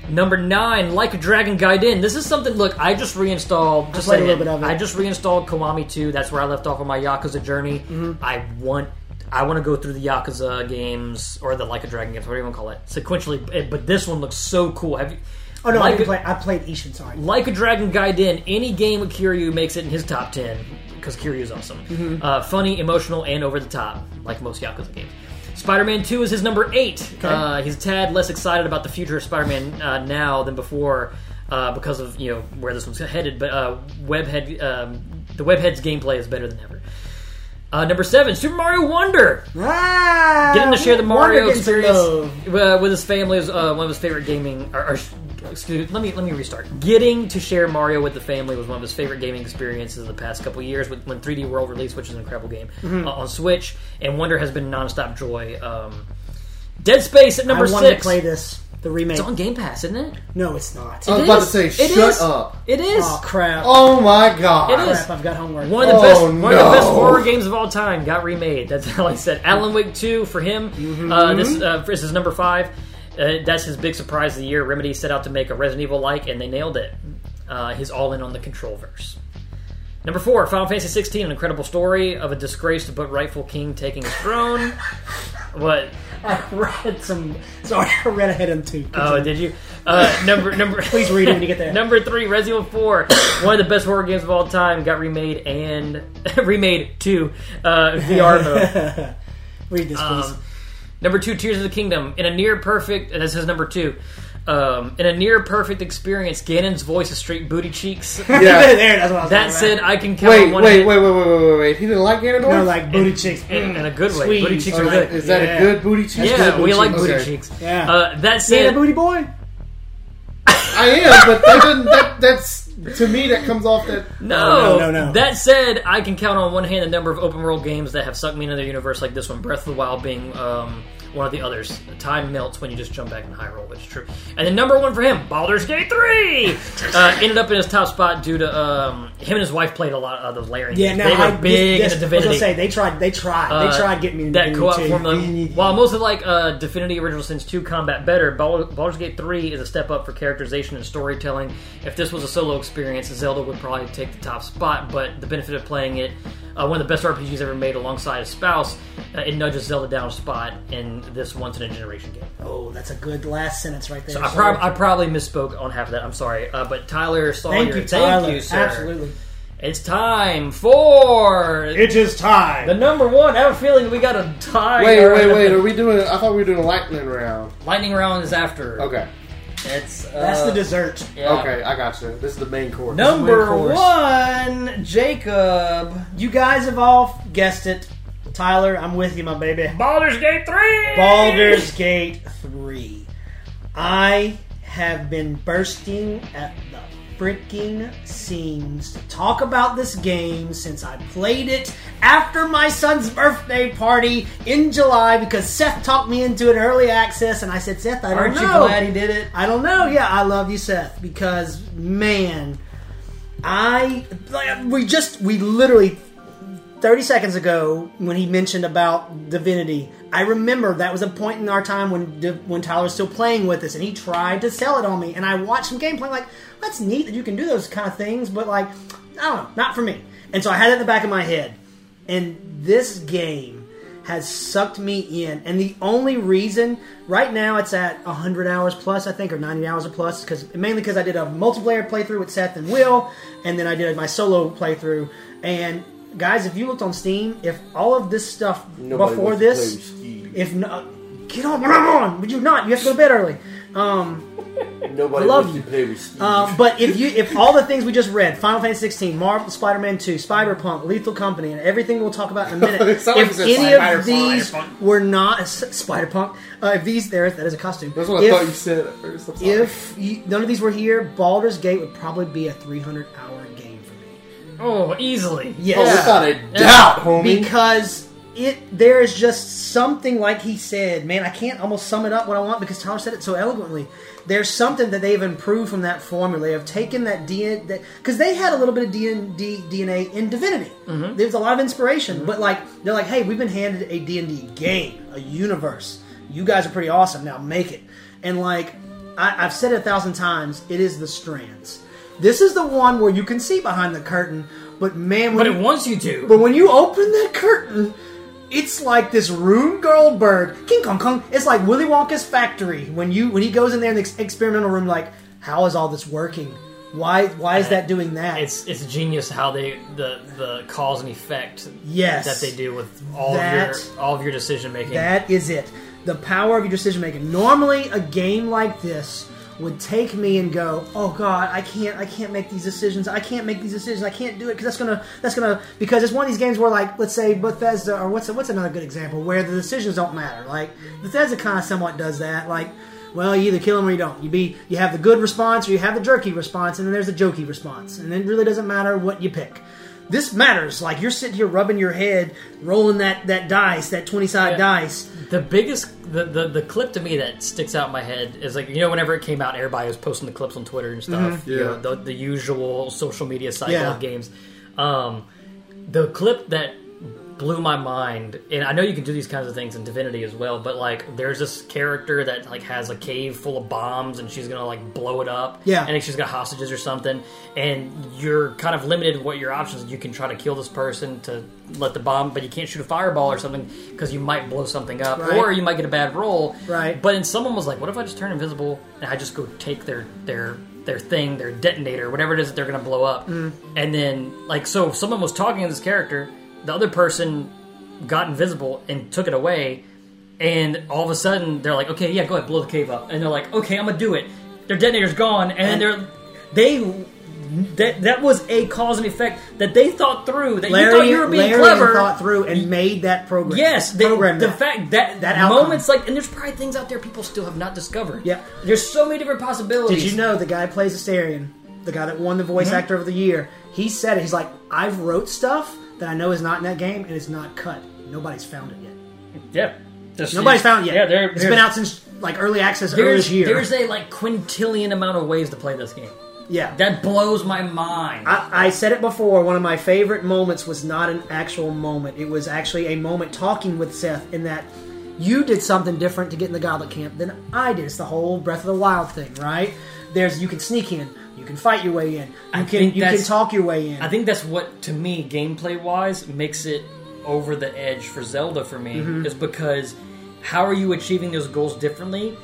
[SPEAKER 1] Number nine, like a Dragon Gaiden. This is something. Look, I just reinstalled. Just
[SPEAKER 2] played a
[SPEAKER 1] saying,
[SPEAKER 2] little bit of it.
[SPEAKER 1] I just reinstalled Koami 2. That's where I left off on my Yakuza journey.
[SPEAKER 2] Mm-hmm.
[SPEAKER 1] I want. I want to go through the Yakuza games or the Like a Dragon games, whatever you want to call it, sequentially. eh, But this one looks so cool. Have you?
[SPEAKER 2] Oh no, I
[SPEAKER 1] like
[SPEAKER 2] didn't
[SPEAKER 1] a-
[SPEAKER 2] play. I played Ishin. Sorry.
[SPEAKER 1] like a Dragon Gaiden, any game with Kiryu makes it in his top 10 because Kiryu's awesome. Uh, funny, emotional, and over the top, like most Yakuza games. Spider Man 2 is his number 8. Uh, he's a tad less excited about the future of Spider Man uh, now than before uh, because of you know where this one's headed, but uh, Webhead, um, the Webhead's gameplay is better than ever. Uh, number 7, Super Mario Wonder.
[SPEAKER 2] Ah,
[SPEAKER 1] Getting to share the Mario
[SPEAKER 2] Wonder gets
[SPEAKER 1] experience
[SPEAKER 2] love.
[SPEAKER 1] uh, with his family is uh, one of his favorite gaming. Or, or, excuse, let me let me restart. Getting to share Mario with the family was one of his favorite gaming experiences of the past couple years. With, when 3D World released, which is an incredible game
[SPEAKER 4] Mm-hmm.
[SPEAKER 1] uh, on Switch, and Wonder has been nonstop joy. Um, Dead Space at
[SPEAKER 2] I
[SPEAKER 1] number
[SPEAKER 2] wanted to
[SPEAKER 1] six.
[SPEAKER 2] play this. The remake.
[SPEAKER 1] It's on Oh, Game Pass, isn't it?
[SPEAKER 2] no, it's not.
[SPEAKER 4] I was
[SPEAKER 1] It
[SPEAKER 4] about
[SPEAKER 1] is.
[SPEAKER 4] to say,
[SPEAKER 1] It
[SPEAKER 4] shut
[SPEAKER 1] is.
[SPEAKER 4] up.
[SPEAKER 1] It is.
[SPEAKER 2] Oh crap!
[SPEAKER 4] Oh my god.
[SPEAKER 1] It is.
[SPEAKER 2] crap! I've got homework.
[SPEAKER 1] One of the
[SPEAKER 4] Oh,
[SPEAKER 1] best, one of the best
[SPEAKER 4] no.
[SPEAKER 1] horror games of all time got remade. That's how I said. Alan Wake Two for him.
[SPEAKER 2] Mm-hmm.
[SPEAKER 1] Uh, this, uh, this is number five. Uh, that's his big surprise of the year. Remedy set out to make a Resident Evil like, and they nailed it. Uh, he's all in on the Control verse. Number four, Final Fantasy 16, an incredible story of a disgraced but rightful king taking his throne.
[SPEAKER 2] [laughs]
[SPEAKER 1] what?
[SPEAKER 2] I read some. Sorry, [laughs] I read ahead of two.
[SPEAKER 1] Oh, did you? Uh, number number.
[SPEAKER 2] [laughs] Please read it when you get there.
[SPEAKER 1] Number three, Resident Evil Four, one of the best horror games of all time, got remade and [laughs] remade to uh, VR
[SPEAKER 2] [laughs]
[SPEAKER 1] mode.
[SPEAKER 2] read this, please.
[SPEAKER 1] Um, number two, Tears of the Kingdom, in a near perfect. And this is number two. Um, in a near perfect experience, Ganon's voice is straight booty
[SPEAKER 2] [laughs]
[SPEAKER 1] cheeks. [laughs]
[SPEAKER 4] Yeah.
[SPEAKER 2] there, that's what I was
[SPEAKER 1] That
[SPEAKER 2] talking
[SPEAKER 1] said,
[SPEAKER 2] about.
[SPEAKER 1] I can count
[SPEAKER 4] Wait,
[SPEAKER 1] on one
[SPEAKER 4] wait, wait,
[SPEAKER 1] hand-
[SPEAKER 4] wait, wait, wait, wait, wait. He didn't like Ganondorf?
[SPEAKER 2] no, like booty chicks.
[SPEAKER 1] in, in a good way.
[SPEAKER 2] Squeeze.
[SPEAKER 1] Booty cheeks
[SPEAKER 4] Oh,
[SPEAKER 1] are
[SPEAKER 4] is
[SPEAKER 1] good.
[SPEAKER 4] that- is that
[SPEAKER 2] Yeah.
[SPEAKER 4] a good booty cheek?
[SPEAKER 1] yeah,
[SPEAKER 4] Good booty
[SPEAKER 1] we like
[SPEAKER 4] cheek.
[SPEAKER 1] booty
[SPEAKER 4] Okay.
[SPEAKER 1] cheeks.
[SPEAKER 2] Yeah.
[SPEAKER 1] Uh, that
[SPEAKER 2] yeah,
[SPEAKER 1] said,
[SPEAKER 2] booty boy.
[SPEAKER 4] I am, but that doesn't. That, that's to me. That comes off
[SPEAKER 1] [laughs]
[SPEAKER 4] that.
[SPEAKER 1] No,
[SPEAKER 2] Oh, No, no, no.
[SPEAKER 1] That said, I can count on one hand the number of open world games that have sucked me into their universe, like this one, Breath of the Wild being um, one of the others. Time melts when you just jump back in Hyrule, which is true. And then number one for him, Baldur's Gate
[SPEAKER 2] [laughs]
[SPEAKER 1] 3! Uh, ended up in his top spot due to um, him and his wife played a lot of those layering
[SPEAKER 2] Yeah,
[SPEAKER 1] games.
[SPEAKER 2] no,
[SPEAKER 1] They were
[SPEAKER 2] I,
[SPEAKER 1] big into
[SPEAKER 2] this, this, I was
[SPEAKER 1] Divinity.
[SPEAKER 2] gonna say they tried. They tried.
[SPEAKER 1] Uh,
[SPEAKER 2] they tried getting me into
[SPEAKER 1] that co-op
[SPEAKER 2] Divinity.
[SPEAKER 1] formula. While most of like uh, Divinity Original Sins 2 combat better, Bal- Baldur's Gate 3 is a step up for characterization and storytelling. If this was a solo experience, Zelda would probably take the top spot, but the benefit of playing it, uh, one of the best RPGs ever made alongside a spouse, uh, it nudges Zelda down a spot in this once in a generation game.
[SPEAKER 2] Oh, that's a good last sentence right there.
[SPEAKER 1] I,
[SPEAKER 2] sir.
[SPEAKER 1] prob- I probably misspoke on half of that. I'm sorry, uh, but Tyler Sawyer,
[SPEAKER 2] Thank you, Tyler.
[SPEAKER 1] thank you, sir.
[SPEAKER 2] Absolutely.
[SPEAKER 1] It's time for
[SPEAKER 2] It is time.
[SPEAKER 1] the number one. I have a feeling we got a tie.
[SPEAKER 4] Wait,
[SPEAKER 1] or-
[SPEAKER 4] wait, wait.
[SPEAKER 1] [laughs]
[SPEAKER 4] Are we doing? I thought we were doing a lightning round.
[SPEAKER 1] Lightning round is after.
[SPEAKER 4] Okay,
[SPEAKER 1] It's uh,
[SPEAKER 2] That's the dessert.
[SPEAKER 1] yeah.
[SPEAKER 4] okay. I got you. This is the main course.
[SPEAKER 2] Number
[SPEAKER 1] course.
[SPEAKER 2] one, Jacob. You guys have all guessed it. Tyler, I'm with you, my baby.
[SPEAKER 1] Baldur's Gate three.
[SPEAKER 2] Baldur's Gate 3. I have been bursting at the freaking seams to talk about this game since I played it after my son's birthday party in July because Seth talked me into an early access and I said, Seth, I don't
[SPEAKER 1] Aren't
[SPEAKER 2] know.
[SPEAKER 1] you glad he did it?
[SPEAKER 2] I don't know. Yeah, I love you, Seth, because man, I like, we just we literally thirty seconds ago when he mentioned about divinity. I remember that was a point in our time when Div- when Tyler was still playing with us, and he tried to sell it on me, and I watched some gameplay like that's neat that you can do those kind of things, but like I don't know, not for me. And so I had it in the back of my head, and this game has sucked me in. And the only reason right now it's at 100 hours plus, I think, or 90 hours or plus, because mainly because I did a multiplayer playthrough with Seth and Will, and then I did my solo playthrough. And guys, if you looked on Steam, if all of this stuff
[SPEAKER 4] Nobody
[SPEAKER 2] before
[SPEAKER 4] wants to
[SPEAKER 2] this,
[SPEAKER 4] play with Steve.
[SPEAKER 2] if not, get on, get on, would you not? You have to go to bed early.
[SPEAKER 4] Nobody
[SPEAKER 2] I love
[SPEAKER 4] wants
[SPEAKER 2] you.
[SPEAKER 4] to play with Steve.
[SPEAKER 2] Um, but if you if all the things we just read, Final Fantasy 16, Marvel, Spider Man 2, Cyberpunk, Lethal Company, and everything we'll talk
[SPEAKER 4] [laughs]
[SPEAKER 2] about in a minute,
[SPEAKER 4] It
[SPEAKER 2] if
[SPEAKER 4] sounded like you said
[SPEAKER 2] any of
[SPEAKER 4] Spider-Punk,
[SPEAKER 2] these
[SPEAKER 4] Spider-Punk.
[SPEAKER 2] were not s- Spider-Punk, uh, if these there that is a costume.
[SPEAKER 4] That's what I
[SPEAKER 2] if,
[SPEAKER 4] thought you said at first. I'm sorry.
[SPEAKER 2] If you, none of these were here, Baldur's Gate would probably be a 300 hour game for me.
[SPEAKER 1] Oh, easily.
[SPEAKER 2] Yes.
[SPEAKER 4] oh, without a doubt, homie.
[SPEAKER 2] because it there is just something like he said man i can't almost sum it up what i want because tyler said it so eloquently there's something that they've improved from that formula they have taken that dna because they had a little bit of D&D dna in divinity
[SPEAKER 1] Mm-hmm.
[SPEAKER 2] there's a lot of inspiration but like they're like hey we've been handed a d&d game a universe you guys are pretty awesome now make it and like I, I've said it a thousand times. It is the strands. This is the one where you can see behind the curtain, but man, when
[SPEAKER 1] But
[SPEAKER 2] you-
[SPEAKER 1] it wants you to.
[SPEAKER 2] but when you open that curtain, it's like this Rune Goldberg, King Kong Kong. It's like Willy Wonka's factory when you when he goes in there in the ex- experimental room. Like, how is all this working? Why why is that doing that?
[SPEAKER 1] It's it's genius how they the the cause and effect
[SPEAKER 2] Yes.
[SPEAKER 1] that they do with all
[SPEAKER 2] That-
[SPEAKER 1] of your all of your decision making.
[SPEAKER 2] That is it. The power of your decision making. Normally, a game like this would take me and go, "Oh God, I can't, I can't make these decisions. I can't make these decisions. I can't do it because that's gonna, that's gonna, because it's one of these games where, like, let's say Bethesda or what's what's another good example where the decisions don't matter. Like Bethesda kind of somewhat does that. Like, well, you either kill him or you don't. You be, you have the good response or you have the jerky response, and then there's the jokey response, and it really doesn't matter what you pick. This matters. Like you're sitting here rubbing your head, rolling that that dice, that twenty side
[SPEAKER 1] Yeah.
[SPEAKER 2] dice.
[SPEAKER 1] The biggest the, the the clip to me that sticks out in my head is like you know whenever it came out, everybody was posting the clips on Twitter and stuff. You
[SPEAKER 3] Yeah.
[SPEAKER 1] know, the, the usual social media cycle
[SPEAKER 2] Mm-hmm. Yeah.
[SPEAKER 1] of games. Um, the clip that blew my mind, and I know you can do these kinds of things in Divinity as well, but like there's this character that like has a cave full of bombs and she's gonna like blow it up.
[SPEAKER 2] Yeah.
[SPEAKER 1] And like, she's got hostages or something, and you're kind of limited in what your options. You can try to kill this person to let the bomb, but you can't shoot a fireball or something because you might blow something up,
[SPEAKER 2] Right.
[SPEAKER 1] or you might get a bad roll.
[SPEAKER 2] Right.
[SPEAKER 1] But then someone was like, "What if I just turn invisible and I just go take their their their thing, their detonator, whatever it is that they're going to blow up?"
[SPEAKER 2] Mm.
[SPEAKER 1] And then like so, someone was talking to this character. The other person got invisible and took it away. And all of a sudden, they're like, "Okay, yeah, go ahead, blow the cave up." And they're like, "Okay, I'm gonna do it." Their detonator's gone, and they're they that that was a cause and effect that they thought through. That
[SPEAKER 2] Larry,
[SPEAKER 1] you thought you were being
[SPEAKER 2] Larry
[SPEAKER 1] clever.
[SPEAKER 2] thought through and made that program.
[SPEAKER 1] Yes, the,
[SPEAKER 2] program
[SPEAKER 1] the
[SPEAKER 2] that.
[SPEAKER 1] fact that
[SPEAKER 2] That
[SPEAKER 1] that
[SPEAKER 2] outcome.
[SPEAKER 1] moments like, and there's probably things out there people still have not discovered.
[SPEAKER 2] Yeah.
[SPEAKER 1] there's so many different possibilities.
[SPEAKER 2] Did you know the guy who plays Asterion, the guy that won the voice
[SPEAKER 1] Mm-hmm.
[SPEAKER 2] actor of the year? He said it. He's like, I've wrote stuff that I know is not in that game and it's not cut. Nobody's found it yet.
[SPEAKER 1] Yeah, Just-
[SPEAKER 2] Nobody's found it yet.
[SPEAKER 1] Yeah, there,
[SPEAKER 2] it's
[SPEAKER 1] there-
[SPEAKER 2] been out since like early access early
[SPEAKER 1] There's,
[SPEAKER 2] this year.
[SPEAKER 1] there's a like quintillion amount of ways to play this game.
[SPEAKER 2] yeah.
[SPEAKER 1] That blows my mind.
[SPEAKER 2] I, I said it before. One of my favorite moments was not an actual moment. It was actually a moment talking with Seth in that you did something different to get in the Goblet camp than I did. It's the whole Breath of the Wild thing, right? There's you can sneak in, you can fight your way in, you
[SPEAKER 1] I
[SPEAKER 2] can
[SPEAKER 1] think
[SPEAKER 2] you can
[SPEAKER 1] that's-
[SPEAKER 2] talk your way in.
[SPEAKER 1] I think that's what, to me, gameplay wise, makes it over the edge for Zelda for me,
[SPEAKER 2] Mm-hmm.
[SPEAKER 1] is because how are you achieving those goals differently?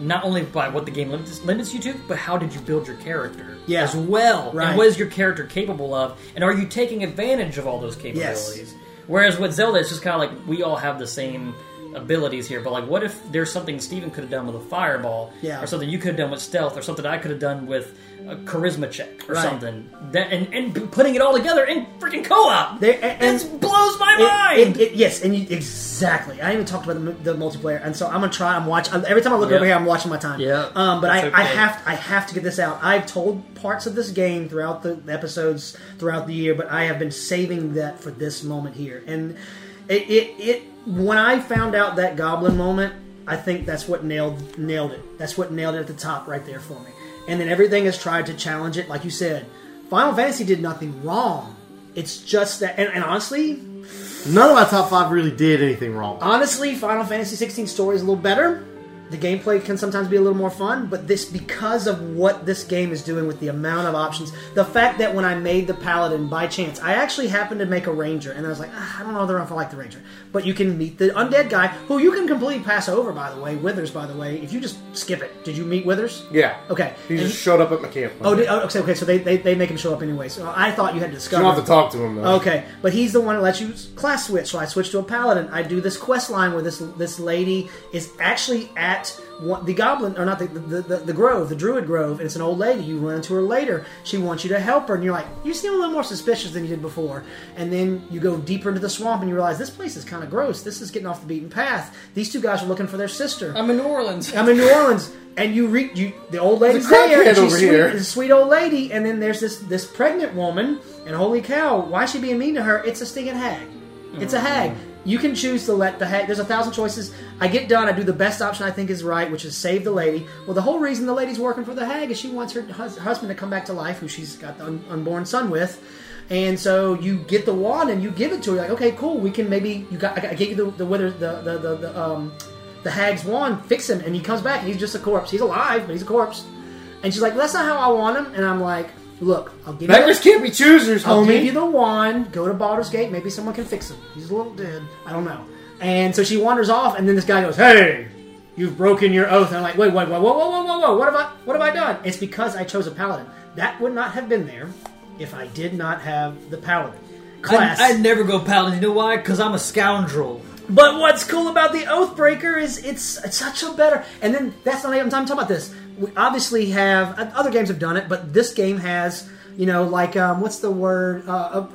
[SPEAKER 1] Not only by what the game limits, limits you to, but how did you build your character
[SPEAKER 2] Yeah.
[SPEAKER 1] as well?
[SPEAKER 2] Right.
[SPEAKER 1] And what is your character capable of? And are you taking advantage of all those capabilities? Whereas with Zelda, it's just kind of like we all have the same abilities here, but like, what if there's something Steven could have done with a fireball,
[SPEAKER 2] Yeah.
[SPEAKER 1] or something you could have done with stealth, or something I could have done with a charisma check or
[SPEAKER 2] Right.
[SPEAKER 1] something? That and, and putting it all together in freaking co-op,
[SPEAKER 2] There- and-
[SPEAKER 1] this blows my
[SPEAKER 2] It-
[SPEAKER 1] mind.
[SPEAKER 2] it- it- yes, and you, exactly. I even talked about the, mu- the multiplayer, and so I'm gonna try. I'm watching every time I look
[SPEAKER 1] Yeah.
[SPEAKER 2] over here. I'm watching my time.
[SPEAKER 1] Yeah,
[SPEAKER 2] Um, but I,
[SPEAKER 1] that's
[SPEAKER 2] I
[SPEAKER 1] okay.
[SPEAKER 2] have I have to get this out. I've told parts of this game throughout the episodes throughout the year, but I have been saving that for this moment here. And it it, it when I found out that goblin moment, I think that's what nailed nailed it. That's what nailed it at the top right there for me. And then everything has tried to challenge it, like you said. Final Fantasy did nothing wrong. It's just that, and, and honestly,
[SPEAKER 3] None of my top five really did anything wrong.
[SPEAKER 4] Uh,
[SPEAKER 2] honestly, Final Fantasy 16 story is a little better. The gameplay can sometimes be a little more fun, but this because of what this game is doing with the amount of options, the fact that when I made the paladin by chance, I actually happened to make a ranger, and I was like, "Ah, I don't know whether I like the ranger, but you can meet the undead guy who you can completely pass over. By the way, Withers. By the way, if you just skip it, did you meet Withers?
[SPEAKER 4] Yeah.
[SPEAKER 2] Okay.
[SPEAKER 4] He
[SPEAKER 2] And-
[SPEAKER 4] just showed up at my camp.
[SPEAKER 2] oh,
[SPEAKER 4] one day.
[SPEAKER 2] did, oh, okay, okay. So they, they, they make him show up anyway. So I thought you had
[SPEAKER 4] You
[SPEAKER 2] discovered.
[SPEAKER 4] don't have to talk to him though.
[SPEAKER 2] Okay, but he's the one that lets you class switch. So I switch to a paladin. I do this quest line where this this lady is actually at one, the goblin, or not the the, the the grove, the druid grove, and it's an old lady. You run into her later. She wants you to help her, and you're like, you seem a little more suspicious than you did before. And then you go deeper into the swamp, and you realize this place is kind of gross. This is getting off the beaten path. These two guys are looking for their sister.
[SPEAKER 1] I'm in New Orleans.
[SPEAKER 2] I'm in New Orleans, and you re- you the old lady's
[SPEAKER 4] There's a
[SPEAKER 2] there, and
[SPEAKER 4] crackhead
[SPEAKER 2] she's
[SPEAKER 4] over
[SPEAKER 2] sweet,
[SPEAKER 4] here.
[SPEAKER 2] it's a sweet old lady, and then there's this this pregnant woman, and holy cow, why is she being mean to her? It's a stinking hag. It's a
[SPEAKER 4] Mm-hmm.
[SPEAKER 2] hag. You can choose to let the hag. There's a thousand choices. I get done. I do the best option I think is right, which is save the lady. Well, the whole reason the lady's working for the hag is she wants her hus- husband to come back to life, who she's got the un- unborn son with. And so you get the wand and you give it to her. You're like, okay, cool. We can maybe you got. I I gave you the the wither the the the, the um the hag's wand, fix him, and he comes back and he's just a corpse. He's alive, but he's a corpse. And she's like, "That's not how I want him." And I'm like, "Look, I'll give you."
[SPEAKER 4] Beggars can't be choosers,
[SPEAKER 2] I'll give
[SPEAKER 4] homie.
[SPEAKER 2] you the wand. Go to Baldur's Gate. Maybe someone can fix him. He's a little dead. I don't know. And so she wanders off, and then this guy goes, "Hey, you've broken your oath." And I'm like, "Wait, wait, wait, whoa, whoa, whoa, whoa, whoa! What have I, what have I done?" It's because I chose a paladin. That would not have been there if I did not have the paladin class.
[SPEAKER 1] I, I never go paladin. You know why? Because I'm a scoundrel.
[SPEAKER 2] But what's cool about the Oathbreaker is it's, it's such a better. And then that's not even I'm talking about this. We obviously have uh, other games have done it, but this game has you know like um, what's the word? Uh, uh,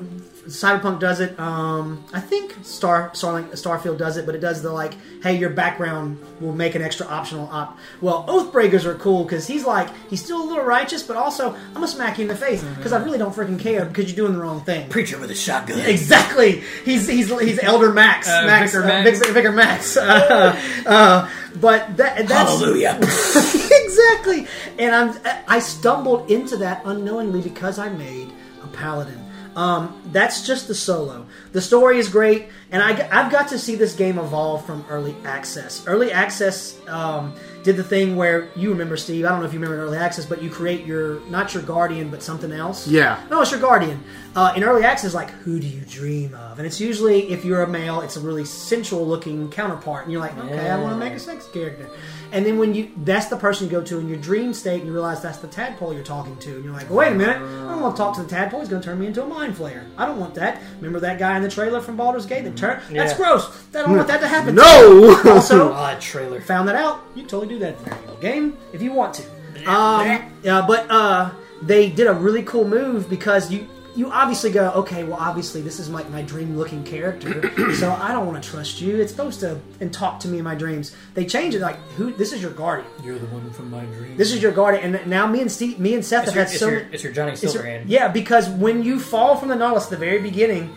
[SPEAKER 2] Cyberpunk does it. Um, I think Star Starlink, Starfield does it, but it does the like, hey, your background will make an extra optional op. Well, Oathbreakers are cool because he's like he's still a little righteous, but also I'm gonna smack you in the face because I really don't freaking care because you're doing the wrong thing.
[SPEAKER 1] Preacher with a shotgun.
[SPEAKER 2] Exactly. He's he's he's Elder Max.
[SPEAKER 1] Uh,
[SPEAKER 2] Max.
[SPEAKER 1] Vicar
[SPEAKER 2] uh,
[SPEAKER 1] Max.
[SPEAKER 2] Vic- Vicar Max. [laughs] Uh, uh, but that that's [laughs]
[SPEAKER 1] Hallelujah. [laughs]
[SPEAKER 2] exactly. And I'm I stumbled into that unknowingly because I made a paladin. Um, that's just the solo. The story is great, and I, have got to see this game evolve from early access. Early access um, did the thing where you remember Steve. I don't know if you remember early access, but you create your not your guardian, but something else.
[SPEAKER 3] Yeah.
[SPEAKER 2] No, it's your guardian. Uh, in early access, like who do you dream of? And it's usually if you're a male, it's a really sensual looking counterpart, and you're like, okay, I want to make a sex character. And then when you that's the person you go to in your dream state, and you realize that's the tadpole you're talking to, and you're like, wait a minute, I don't want to talk to the tadpole. He's going to turn me into a mind flayer. I don't want that. Remember that guy in the trailer from Baldur's Gate? That turn. That's gross. I don't want that to happen. to
[SPEAKER 3] No!
[SPEAKER 2] me. also,
[SPEAKER 1] Odd trailer.
[SPEAKER 2] found that out, you can totally do that in the video game if you want to. Um, yeah, but uh, they did a really cool move because you you obviously go, okay, well, obviously this is like my dream
[SPEAKER 1] [clears throat]
[SPEAKER 2] looking character, so I don't want to trust you. It's supposed to and talk to me in my dreams. They change it like who this is your guardian.
[SPEAKER 1] You're the one from my dream.
[SPEAKER 2] This is your guardian, and now me and Steve, me and Seth
[SPEAKER 1] It's
[SPEAKER 2] have
[SPEAKER 1] your,
[SPEAKER 2] had
[SPEAKER 1] it's
[SPEAKER 2] so
[SPEAKER 1] your-
[SPEAKER 2] many-
[SPEAKER 1] it's your Johnny
[SPEAKER 2] it's your-
[SPEAKER 1] Silverhand.
[SPEAKER 2] yeah, because when you fall from the Nautilus at the very beginning,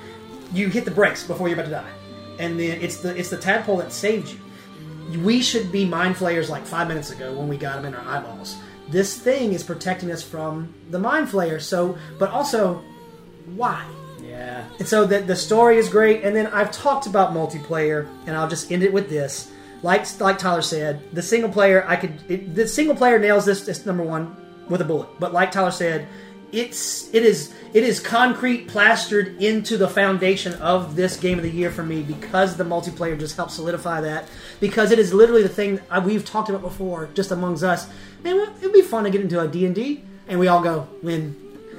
[SPEAKER 2] you hit the brakes before you're about to die, and then it's the it's the tadpole that saved you. We should be mind flayers like five minutes ago when we got them in our eyeballs. This thing is protecting us from the mind flayer. So, but also, why?
[SPEAKER 1] Yeah.
[SPEAKER 2] And so the, the story is great. And then I've talked about multiplayer, and I'll just end it with this. Like like Tyler said, the single player I could it, the single player nails this, this number one with a bullet. But like Tyler said, it's it is it is concrete plastered into the foundation of this game of the year for me because the multiplayer just helps solidify that because it is literally the thing I, we've talked about before just amongst us. Man, it would be fun to get into a D and D, and we all go when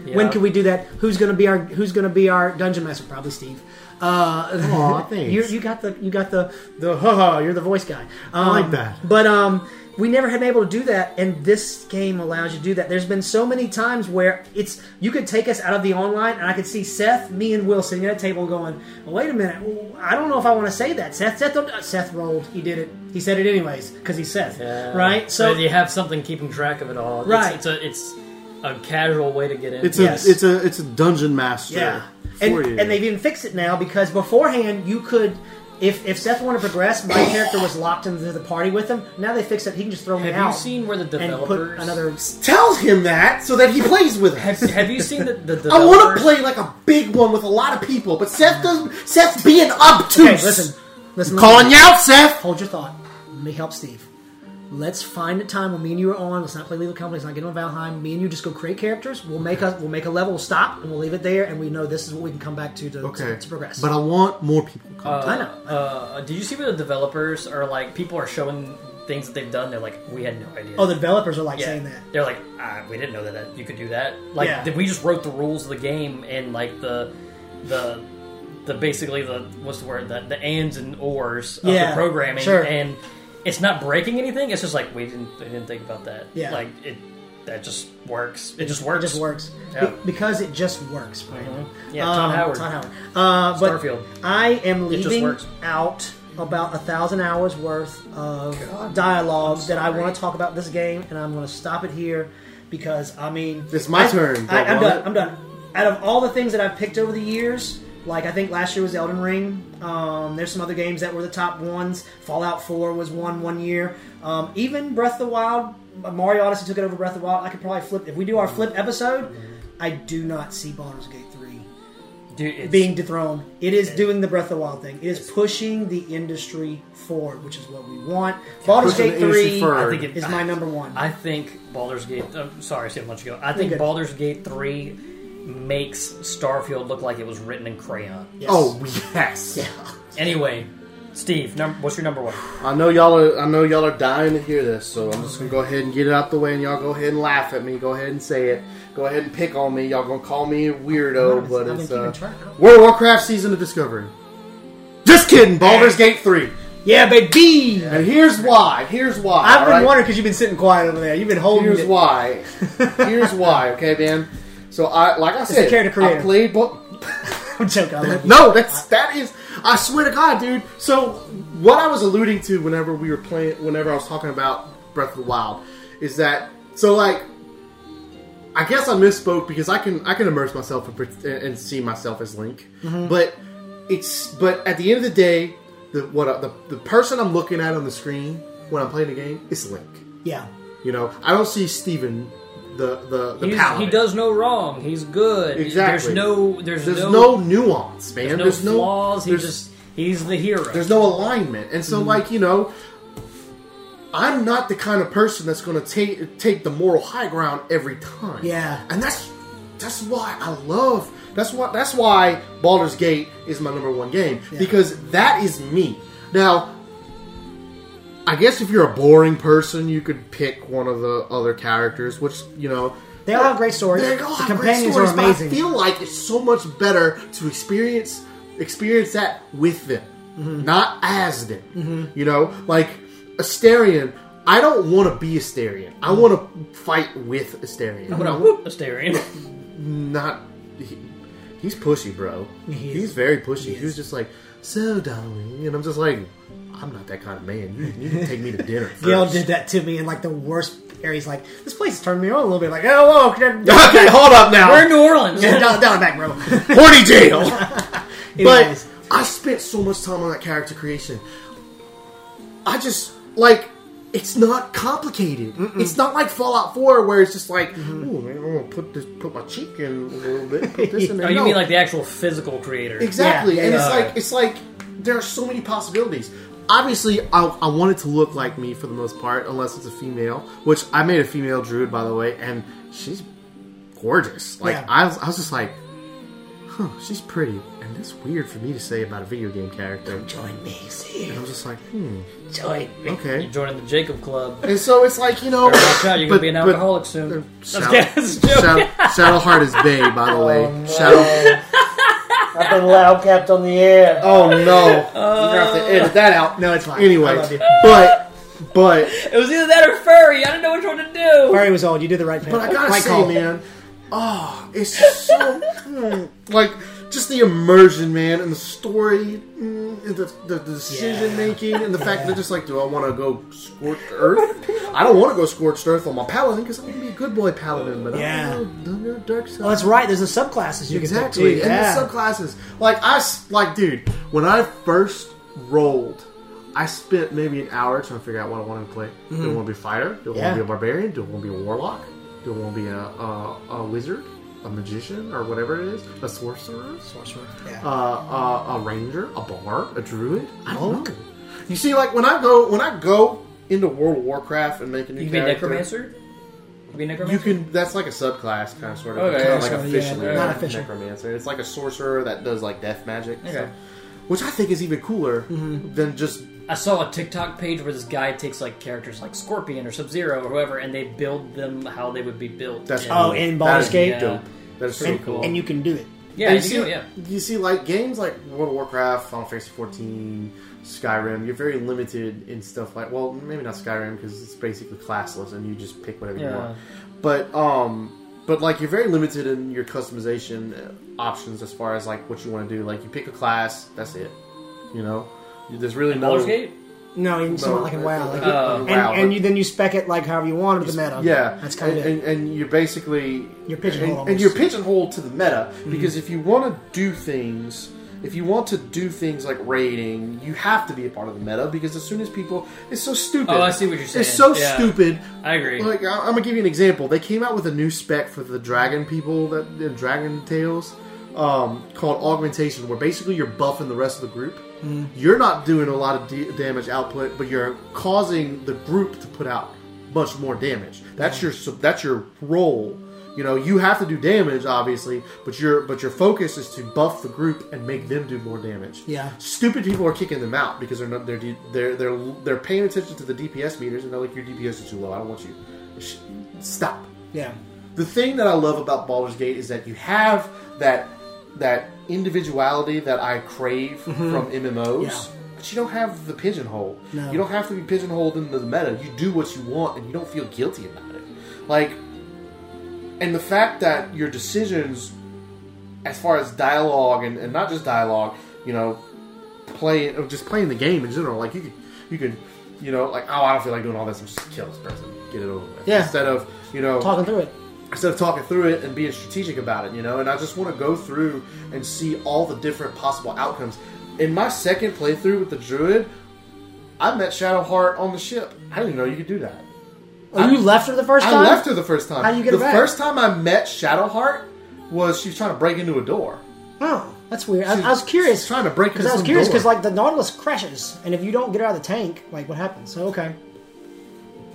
[SPEAKER 2] when
[SPEAKER 1] Yeah.
[SPEAKER 2] can we do that? Who's gonna be our Who's gonna be our dungeon master? Probably Steve. Uh,
[SPEAKER 3] Aw,
[SPEAKER 2] [laughs]
[SPEAKER 3] thanks.
[SPEAKER 2] you, you got the you got the the [laughs] haha. You're the voice guy. Um,
[SPEAKER 3] like that.
[SPEAKER 2] But um, we never had been able to do that, and this game allows you to do that. There's been so many times where it's you could take us out of the online, and I could see Seth, me, and Will sitting at a table going, well, "Wait a minute, I don't know if I want to say that." Seth, Seth, don't, uh, Seth rolled. He did it. He said it anyways because he's Seth, right?
[SPEAKER 1] So
[SPEAKER 2] So
[SPEAKER 1] you have something keeping track of it all. It's-
[SPEAKER 2] Right.
[SPEAKER 1] It's, a it's a casual way to get in.
[SPEAKER 3] It's a
[SPEAKER 2] Yes.
[SPEAKER 3] it's a it's a dungeon master. for
[SPEAKER 2] and,
[SPEAKER 3] you.
[SPEAKER 2] and they've even fixed it now because beforehand you could, if if Seth wanted to progress, my character was locked into the party with him. Now they fixed it; he can just throw me
[SPEAKER 1] have
[SPEAKER 2] out
[SPEAKER 1] you seen where the
[SPEAKER 2] and put
[SPEAKER 1] developers
[SPEAKER 2] another.
[SPEAKER 4] Tell him that so that he plays with
[SPEAKER 1] Have,
[SPEAKER 4] us.
[SPEAKER 1] have you seen the, the
[SPEAKER 2] [laughs]
[SPEAKER 4] I want to
[SPEAKER 1] developers-
[SPEAKER 4] play like a big one with a lot of people, but Seth doesn't. Seth's being obtuse.
[SPEAKER 2] Okay, listen, listen.
[SPEAKER 4] Calling
[SPEAKER 2] listen.
[SPEAKER 4] you out, Seth.
[SPEAKER 2] Hold your thought. Let me help Steve. Let's find a time when me and you are on. Let's not play Legal Company. Let's not get on Valheim. Me and you just go create characters. We'll make a we'll make a level. We'll stop and we'll leave it there. And we know this is what we can come back to to,
[SPEAKER 3] okay.
[SPEAKER 2] to, to progress.
[SPEAKER 3] But I want more people. Coming.
[SPEAKER 2] I know.
[SPEAKER 1] Uh, did you see where the developers are like? People are showing things that they've done. They're like, we had no idea.
[SPEAKER 2] Oh, the developers are like
[SPEAKER 1] yeah.
[SPEAKER 2] saying that.
[SPEAKER 1] They're like, ah, we didn't know that, that you could do that. Like,
[SPEAKER 2] Yeah.
[SPEAKER 1] th- we just wrote the rules of the game and like the the the basically the what's the word the the ands and ors of
[SPEAKER 2] Yeah,
[SPEAKER 1] the programming
[SPEAKER 2] sure.
[SPEAKER 1] and it's not breaking anything. It's just like we didn't they didn't think about that.
[SPEAKER 2] Yeah.
[SPEAKER 1] like it that just works. It just works.
[SPEAKER 2] It just works
[SPEAKER 1] Yeah. Mm-hmm.
[SPEAKER 2] Be- because it just works. Brandon.
[SPEAKER 1] Yeah, Todd
[SPEAKER 2] Um,
[SPEAKER 1] Howard.
[SPEAKER 2] Todd Howard. Uh, but
[SPEAKER 1] Starfield.
[SPEAKER 2] I am
[SPEAKER 1] just
[SPEAKER 2] leaving
[SPEAKER 1] works.
[SPEAKER 2] out about a thousand hours worth of dialogue that I want to talk about this game, and I'm going to stop it here because I mean,
[SPEAKER 3] It's my
[SPEAKER 2] I-
[SPEAKER 3] turn,
[SPEAKER 2] I, I'm
[SPEAKER 3] Bob.
[SPEAKER 2] done. I'm done. Out of all the things that I've picked over the years, like I think last year was Elden Ring. Um, there's some other games that were the top ones. Fallout 4 was one one year. Um, even Breath of the Wild, Mario Odyssey took it over Breath of the Wild. I could probably flip if we do our flip episode. I do not see Baldur's Gate 3
[SPEAKER 1] Dude, it's,
[SPEAKER 2] being dethroned. It is doing the Breath of the Wild thing. It is pushing the industry forward, which is what we want. Baldur's
[SPEAKER 3] Pushing
[SPEAKER 2] Gate
[SPEAKER 3] the industry
[SPEAKER 2] 3
[SPEAKER 3] forward.
[SPEAKER 1] I think it,
[SPEAKER 2] is my number one.
[SPEAKER 1] I think Baldur's Gate. I'm sorry, I said a bunch ago. I think
[SPEAKER 2] good.
[SPEAKER 1] Baldur's Gate three makes Starfield look like it was written in crayon.
[SPEAKER 2] Yes.
[SPEAKER 3] Oh yes.
[SPEAKER 1] Anyway, Steve, num- what's your number one?
[SPEAKER 3] I know y'all are I know y'all are dying to hear this, so I'm just gonna go ahead and get it out the way and y'all go ahead and laugh at me, go ahead and say it. Go ahead and pick on me. Y'all gonna call me a weirdo, but
[SPEAKER 2] I've been
[SPEAKER 3] it's
[SPEAKER 2] keeping
[SPEAKER 3] uh,
[SPEAKER 2] track.
[SPEAKER 3] World of Warcraft Season of Discovery. Just kidding, Baldur's Gate 3.
[SPEAKER 2] Yeah, baby.
[SPEAKER 3] And here's why. Here's why.
[SPEAKER 2] I've been
[SPEAKER 3] alright?
[SPEAKER 2] wondering because you've been sitting quiet over there. You've been holding
[SPEAKER 3] Here's
[SPEAKER 2] it. [laughs]
[SPEAKER 3] why. Here's why, okay, man? So I like I said,
[SPEAKER 2] character creator.
[SPEAKER 3] I played Bo- [laughs]
[SPEAKER 2] I'm joking. I love you.
[SPEAKER 3] No, that's that is. I swear to God, dude. So what I was alluding to whenever we were playing, whenever I was talking about Breath of the Wild, is that so like. I guess I misspoke because I can I can immerse myself and, pret- and and see myself as Link,
[SPEAKER 1] Mm-hmm.
[SPEAKER 3] but it's but at the end of the day, the what I- the the person I'm looking at on the screen when I'm playing the game is Link.
[SPEAKER 2] Yeah.
[SPEAKER 3] You know, I don't see Steven, the the the
[SPEAKER 1] He's-
[SPEAKER 3] paladin.
[SPEAKER 1] he does no wrong. He's good. There's
[SPEAKER 3] Exactly.
[SPEAKER 1] no. There's,
[SPEAKER 3] There's
[SPEAKER 1] no.
[SPEAKER 3] no, nuance,
[SPEAKER 1] there's
[SPEAKER 3] man.
[SPEAKER 1] no
[SPEAKER 3] There's no
[SPEAKER 1] flaws. He
[SPEAKER 3] there's-
[SPEAKER 1] just. He's the hero.
[SPEAKER 3] There's no alignment, and so
[SPEAKER 2] Mm-hmm.
[SPEAKER 3] like you know, I'm not the kind of person that's going to take take the moral high ground every time.
[SPEAKER 2] Yeah.
[SPEAKER 3] and that's that's why I love that's why that's why Baldur's Gate is my number one game because that is me. Now, I guess if you're a boring person, you could pick one of the other characters, which you know.
[SPEAKER 2] They all have great stories.
[SPEAKER 3] They all
[SPEAKER 2] the
[SPEAKER 3] have great
[SPEAKER 2] companions
[SPEAKER 3] stories,
[SPEAKER 2] are
[SPEAKER 3] but
[SPEAKER 2] amazing.
[SPEAKER 3] I feel like it's so much better to experience experience that with them,
[SPEAKER 2] Mm-hmm.
[SPEAKER 3] not as them. You know, like Asterion. I don't want to be Asterion. I
[SPEAKER 2] Mm-hmm.
[SPEAKER 3] want to fight with Asterion.
[SPEAKER 1] What
[SPEAKER 3] [laughs]
[SPEAKER 1] a whoop, Asterion.
[SPEAKER 3] Not he, he's pushy, bro.
[SPEAKER 2] He is.
[SPEAKER 3] he's very pushy. He, was just like, "So, darling," and I'm just like, "I'm not that kind of man. You, you can take me to dinner."
[SPEAKER 2] [laughs]
[SPEAKER 3] First.
[SPEAKER 2] Gail did that to me in like the worst areas. Like this place has turned me on a little bit. Like oh whoa, can I-
[SPEAKER 3] [laughs] okay, hold up now.
[SPEAKER 1] We're in New Orleans.
[SPEAKER 2] down, down the back,
[SPEAKER 3] [laughs]
[SPEAKER 2] bro.
[SPEAKER 3] horny jail.
[SPEAKER 2] Anyways.
[SPEAKER 3] but I spent so much time on that character creation. I just like it's not complicated. It's not like Fallout Four where it's just like,
[SPEAKER 1] Mm-hmm.
[SPEAKER 3] "Ooh, man, I'm gonna put this, put my cheek in a little bit,
[SPEAKER 1] [laughs]
[SPEAKER 3] put this in
[SPEAKER 1] [laughs]
[SPEAKER 3] there.
[SPEAKER 1] Oh, you
[SPEAKER 3] No.
[SPEAKER 1] mean like the actual physical creator?
[SPEAKER 3] exactly?
[SPEAKER 2] Yeah, yeah,
[SPEAKER 3] and
[SPEAKER 2] yeah.
[SPEAKER 3] it's like it's like there are so many possibilities. Obviously, I, I want it to look like me for the most part, unless it's a female. Which I made a female druid, by the way, and she's gorgeous. Like
[SPEAKER 2] Yeah.
[SPEAKER 3] I, was, I was just like, huh, she's pretty, and that's weird for me to say about a video game character.
[SPEAKER 2] Join me,
[SPEAKER 3] And
[SPEAKER 2] see,
[SPEAKER 3] I was just like, hmm,
[SPEAKER 2] join me.
[SPEAKER 1] You're
[SPEAKER 3] okay.
[SPEAKER 1] joining the Jacob
[SPEAKER 3] [laughs]
[SPEAKER 1] Club.
[SPEAKER 3] And so it's like you know,
[SPEAKER 2] [laughs]
[SPEAKER 1] Watch out, you're gonna
[SPEAKER 3] but-
[SPEAKER 1] be an
[SPEAKER 3] but-
[SPEAKER 1] alcoholic soon.
[SPEAKER 3] Shadow,
[SPEAKER 1] kidding, it's a joke.
[SPEAKER 3] Shadow, Shadowheart is Bay, by the way.
[SPEAKER 2] Oh,
[SPEAKER 3] Shadow.
[SPEAKER 2] I've been loud kept on the air.
[SPEAKER 3] Oh [laughs] no, you're gonna have to edit that out.
[SPEAKER 2] No, it's fine. I love
[SPEAKER 3] Uh. Anyway,
[SPEAKER 2] you.
[SPEAKER 3] but but
[SPEAKER 1] It was either that or furry. I didn't know which one to do.
[SPEAKER 2] Murray was old. You did the right thing.
[SPEAKER 3] But I gotta
[SPEAKER 2] right
[SPEAKER 3] say,
[SPEAKER 2] call.
[SPEAKER 3] man, oh, it's so mm, like just the immersion, man, and the story, mm, and the, the, the decision making, and the fact that just like, do I want to go scorched earth? I don't want to go scorched earth on my paladin because I'm gonna be a good boy paladin, but
[SPEAKER 2] Yeah.
[SPEAKER 3] I don't know, no dark side.
[SPEAKER 2] Well, that's right. There's the subclasses you
[SPEAKER 3] Exactly,
[SPEAKER 2] can pick too.
[SPEAKER 3] and
[SPEAKER 2] Yeah.
[SPEAKER 3] the subclasses. Like I, s- like dude, when I first rolled, I spent maybe an hour trying to figure out what I wanted to play. Do I want to be a fighter? Do I
[SPEAKER 2] Mm-hmm. Yeah.
[SPEAKER 3] want to be a barbarian? Do I want to be a warlock? Do I want to be a, a, a wizard, a magician, or whatever it is, a sorcerer,
[SPEAKER 2] Sorcerer. Yeah.
[SPEAKER 3] uh, a, a ranger, a bard, a druid? I don't
[SPEAKER 2] Oh.
[SPEAKER 3] know. You see, like when I go when I go into World of Warcraft and make a new
[SPEAKER 1] You can be a
[SPEAKER 3] character,
[SPEAKER 1] necromancer. You be a necromancer.
[SPEAKER 3] you can. That's like a subclass, kind of sort of.
[SPEAKER 1] Okay,
[SPEAKER 3] kind of like
[SPEAKER 1] so,
[SPEAKER 2] yeah,
[SPEAKER 3] officially,
[SPEAKER 2] not
[SPEAKER 3] like
[SPEAKER 2] official.
[SPEAKER 3] necromancer. It's like a sorcerer that does like death magic, and
[SPEAKER 1] Okay.
[SPEAKER 3] stuff, which I think is even cooler
[SPEAKER 2] Mm-hmm.
[SPEAKER 3] than just.
[SPEAKER 1] I saw a TikTok page where this guy takes like characters like Scorpion or Sub Zero or whoever, and they build them how they would be built.
[SPEAKER 3] That's
[SPEAKER 1] And-
[SPEAKER 2] Oh,
[SPEAKER 3] cool.
[SPEAKER 2] in
[SPEAKER 3] That
[SPEAKER 2] Baldur's
[SPEAKER 3] is
[SPEAKER 2] Gate?
[SPEAKER 3] dope. That is so
[SPEAKER 1] And-
[SPEAKER 3] cool.
[SPEAKER 2] And you can do it.
[SPEAKER 1] yeah,
[SPEAKER 3] And
[SPEAKER 1] you
[SPEAKER 3] you see,
[SPEAKER 1] do, yeah.
[SPEAKER 3] you see, like games like World of Warcraft, Final Fantasy fourteen, Skyrim. You're very limited in stuff like, well, maybe not Skyrim because it's basically classless, and you just pick whatever you
[SPEAKER 1] Yeah.
[SPEAKER 3] want. But um, but like you're very limited in your customization uh, options as far as like what you want to do. Like you pick a class, that's it. You know, there's really no
[SPEAKER 1] Baldur's Gate.
[SPEAKER 2] No, in somewhat
[SPEAKER 3] No,
[SPEAKER 2] like in
[SPEAKER 3] uh,
[SPEAKER 2] WoW. Like,
[SPEAKER 1] uh,
[SPEAKER 2] and
[SPEAKER 3] WoW,
[SPEAKER 2] and
[SPEAKER 3] but-
[SPEAKER 2] you, then you spec it like however you want with the meta.
[SPEAKER 3] Yeah,
[SPEAKER 2] That's kind of it.
[SPEAKER 3] and, and, and you're basically
[SPEAKER 2] You're pigeonholed
[SPEAKER 3] and, and you're
[SPEAKER 2] almost.
[SPEAKER 3] pigeonholed to the meta
[SPEAKER 1] Mhm.
[SPEAKER 3] because if you want to do things, if you want to do things like raiding, you have to be a part of the meta because as soon as people, it's so stupid.
[SPEAKER 1] Oh, I see what you're saying.
[SPEAKER 3] It's so
[SPEAKER 1] Yeah.
[SPEAKER 3] stupid.
[SPEAKER 1] I agree.
[SPEAKER 3] Like I- I'm gonna give you an example. They came out with a new spec for the dragon people that the Dragon Tales. um, called augmentation, where basically you're buffing the rest of the group. You're not doing a lot of d- damage output, but you're causing the group to put out much more damage. That's your su- that's your role. You know, you have to do damage, obviously, but your but your focus is to buff the group and make them do more damage.
[SPEAKER 2] Yeah.
[SPEAKER 3] stupid people are kicking them out because they're not they're de- they're they're they're paying attention to the DPS meters and they're like, your DPS is too low. I don't want you. Sh- Stop
[SPEAKER 2] Yeah.
[SPEAKER 3] the thing that I love about Baldur's Gate is that you have that that individuality that I crave from MMOs.
[SPEAKER 2] Mm-hmm. Yeah.
[SPEAKER 3] But you don't have the pigeonhole.
[SPEAKER 2] No.
[SPEAKER 3] You don't have to be pigeonholed into the meta. You do what you want and you don't feel guilty about it. Like and the fact that your decisions as far as dialogue and, and not just dialogue, you know, playing or just playing the game in general, like you could you could you know, like, oh I don't feel like doing all this, I'm just gonna kill this person, get it over with.
[SPEAKER 2] Yeah.
[SPEAKER 3] Instead of, you know
[SPEAKER 2] Talking through it.
[SPEAKER 3] instead of talking through it and being strategic about it, you know. And I just want to go through and see all the different possible outcomes. In my second playthrough with the druid, I met Shadowheart on the ship. I didn't know you could do that.
[SPEAKER 2] Oh, you left her the first
[SPEAKER 3] I
[SPEAKER 2] time?
[SPEAKER 3] left her the first time.
[SPEAKER 2] How you get
[SPEAKER 3] the
[SPEAKER 2] her back?
[SPEAKER 3] first time I met Shadowheart was she was trying to break into a door.
[SPEAKER 2] Oh, that's weird. I, I was curious.
[SPEAKER 3] She's trying to break
[SPEAKER 2] Because
[SPEAKER 3] into
[SPEAKER 2] I was
[SPEAKER 3] some
[SPEAKER 2] curious
[SPEAKER 3] door.
[SPEAKER 2] because like the Nautilus crashes, and if you don't get her out of the tank, like what happens? So okay,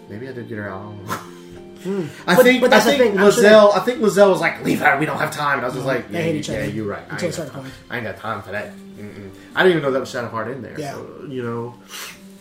[SPEAKER 3] Maybe I did get her out. I don't know. I
[SPEAKER 2] Hmm. But-
[SPEAKER 3] think
[SPEAKER 2] but
[SPEAKER 3] I
[SPEAKER 2] that's the
[SPEAKER 3] think
[SPEAKER 2] thing, I'm sure they-
[SPEAKER 3] Lozelle I think Lozelle was like, "Leave her. We don't have time." And I was just like,
[SPEAKER 2] they
[SPEAKER 3] "Yeah,
[SPEAKER 2] hate
[SPEAKER 3] you-
[SPEAKER 2] each
[SPEAKER 3] yeah,
[SPEAKER 2] other
[SPEAKER 3] you're right. I
[SPEAKER 2] until a
[SPEAKER 3] ain't, got
[SPEAKER 2] certain
[SPEAKER 3] time.
[SPEAKER 2] point.
[SPEAKER 3] I ain't got time for that." Mm-mm. I didn't even know that was Shadowheart in there.
[SPEAKER 2] Yeah.
[SPEAKER 3] so, you know,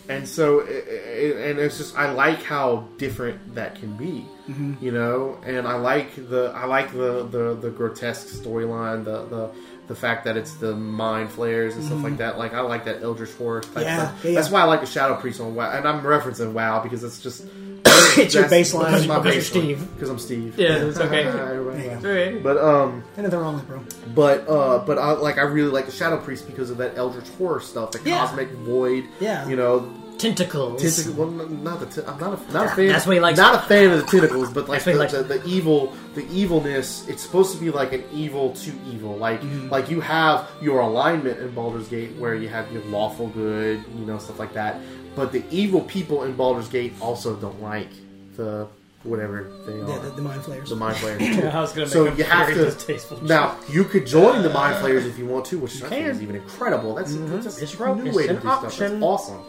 [SPEAKER 3] and so i- i- and it's just I like how different that can be,
[SPEAKER 2] Mm-hmm.
[SPEAKER 3] you know, and I like the I like the the, the grotesque storyline, the the the fact that it's the mind flares and stuff
[SPEAKER 2] Mm-hmm.
[SPEAKER 3] like that. Like I like that Eldritch horror type
[SPEAKER 2] Yeah,
[SPEAKER 3] stuff.
[SPEAKER 2] yeah,
[SPEAKER 3] That's
[SPEAKER 2] yeah.
[SPEAKER 3] why I like the Shadow Priest on WoW, and I'm referencing WoW because it's just
[SPEAKER 2] [coughs] it's your baseline.
[SPEAKER 3] That's my
[SPEAKER 1] Because
[SPEAKER 3] baseline.
[SPEAKER 1] you're Steve.
[SPEAKER 3] Because I'm Steve.
[SPEAKER 1] Yeah, it's
[SPEAKER 3] [laughs]
[SPEAKER 1] okay.
[SPEAKER 3] Everybody laughs.
[SPEAKER 1] Alright.
[SPEAKER 3] But um,
[SPEAKER 2] Ain't nothing wrong with it, bro.
[SPEAKER 3] but uh, but I like I really like the Shadow Priest because of that Eldritch horror stuff, the
[SPEAKER 2] Yeah.
[SPEAKER 3] cosmic void.
[SPEAKER 2] Yeah.
[SPEAKER 3] You know,
[SPEAKER 1] Tentacles.
[SPEAKER 3] tentacle. Well, n- not the. T- I'm not a, not a fan.
[SPEAKER 1] That's what he likes.
[SPEAKER 3] Not a fan of the tentacles,
[SPEAKER 1] [laughs]
[SPEAKER 3] but like
[SPEAKER 1] That's what he
[SPEAKER 3] the,
[SPEAKER 1] likes.
[SPEAKER 3] the, the evil, the evilness. It's supposed to be like an evil to evil. Like
[SPEAKER 1] Mm-hmm.
[SPEAKER 3] like you have your alignment in Baldur's Gate, where you have your lawful good, you know, stuff like that. But the evil people in Baldur's Gate also don't like the whatever they are.
[SPEAKER 2] Yeah, the, the mind flayers.
[SPEAKER 3] the mind
[SPEAKER 1] [laughs]
[SPEAKER 3] players.
[SPEAKER 1] I was gonna make
[SPEAKER 3] So
[SPEAKER 1] a
[SPEAKER 3] you have
[SPEAKER 1] very
[SPEAKER 3] to-
[SPEAKER 1] distasteful joke.
[SPEAKER 3] Now you could join
[SPEAKER 1] [laughs]
[SPEAKER 3] the Mind Flayers if you want to, which I think
[SPEAKER 2] can.
[SPEAKER 3] is even incredible. That's
[SPEAKER 1] Mm-hmm.
[SPEAKER 3] that's just
[SPEAKER 2] It's
[SPEAKER 3] a
[SPEAKER 2] ro-
[SPEAKER 3] new
[SPEAKER 2] it's
[SPEAKER 3] way to
[SPEAKER 2] an
[SPEAKER 3] do stuff. That's
[SPEAKER 2] option.
[SPEAKER 3] awesome.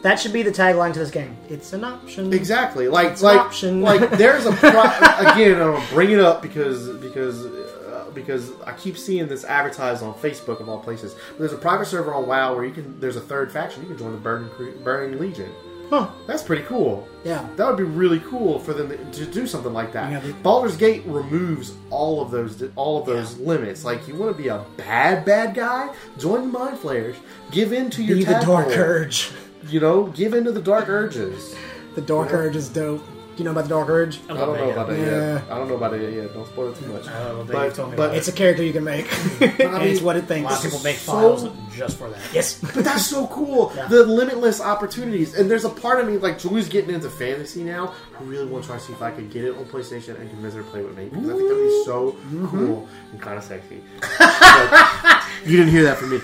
[SPEAKER 2] That should be the tagline to this game. It's an option.
[SPEAKER 3] Exactly. Like
[SPEAKER 2] an
[SPEAKER 3] like
[SPEAKER 2] option. [laughs]
[SPEAKER 3] like there's a pro- again. I'm gonna bring it up because because uh, because I keep seeing this advertised on Facebook of all places. But there's a private server on WoW where you can. There's a third faction. You can join the Burning Cre- Burning Legion.
[SPEAKER 2] Huh.
[SPEAKER 3] That's pretty cool.
[SPEAKER 2] Yeah.
[SPEAKER 3] That would be really cool for them to, to do something like that.
[SPEAKER 2] Yeah, they-
[SPEAKER 3] Baldur's Gate removes all of those all of those limits. Like you want to be a bad bad guy, join the Mind Flayers, give in to your
[SPEAKER 2] Be the
[SPEAKER 3] tadpole,
[SPEAKER 2] Dark Urge.
[SPEAKER 3] You know, give in to the dark urges.
[SPEAKER 2] The Dark Urge is dope. Do you know about the Dark Urge?
[SPEAKER 1] I
[SPEAKER 3] I
[SPEAKER 1] love
[SPEAKER 3] don't know
[SPEAKER 1] that. Uh,
[SPEAKER 3] about it
[SPEAKER 2] Yeah.
[SPEAKER 3] yet. I don't know about it yet. Don't spoil it too much.
[SPEAKER 1] I don't think
[SPEAKER 3] But-
[SPEAKER 1] you've Oh, told me
[SPEAKER 3] but-
[SPEAKER 1] about it.
[SPEAKER 2] It's a character you can make. and it's what it
[SPEAKER 1] A lot of
[SPEAKER 2] thinks.
[SPEAKER 1] people make
[SPEAKER 3] so-
[SPEAKER 1] files just for that.
[SPEAKER 2] Yes.
[SPEAKER 3] But that's so cool. The limitless opportunities. And there's a part of me, like Julie's getting into fantasy now. I really want to try to see if I can get it on PlayStation and convince her to play with me. Because I think that'd be so cool and kind of sexy. But you didn't hear that from me.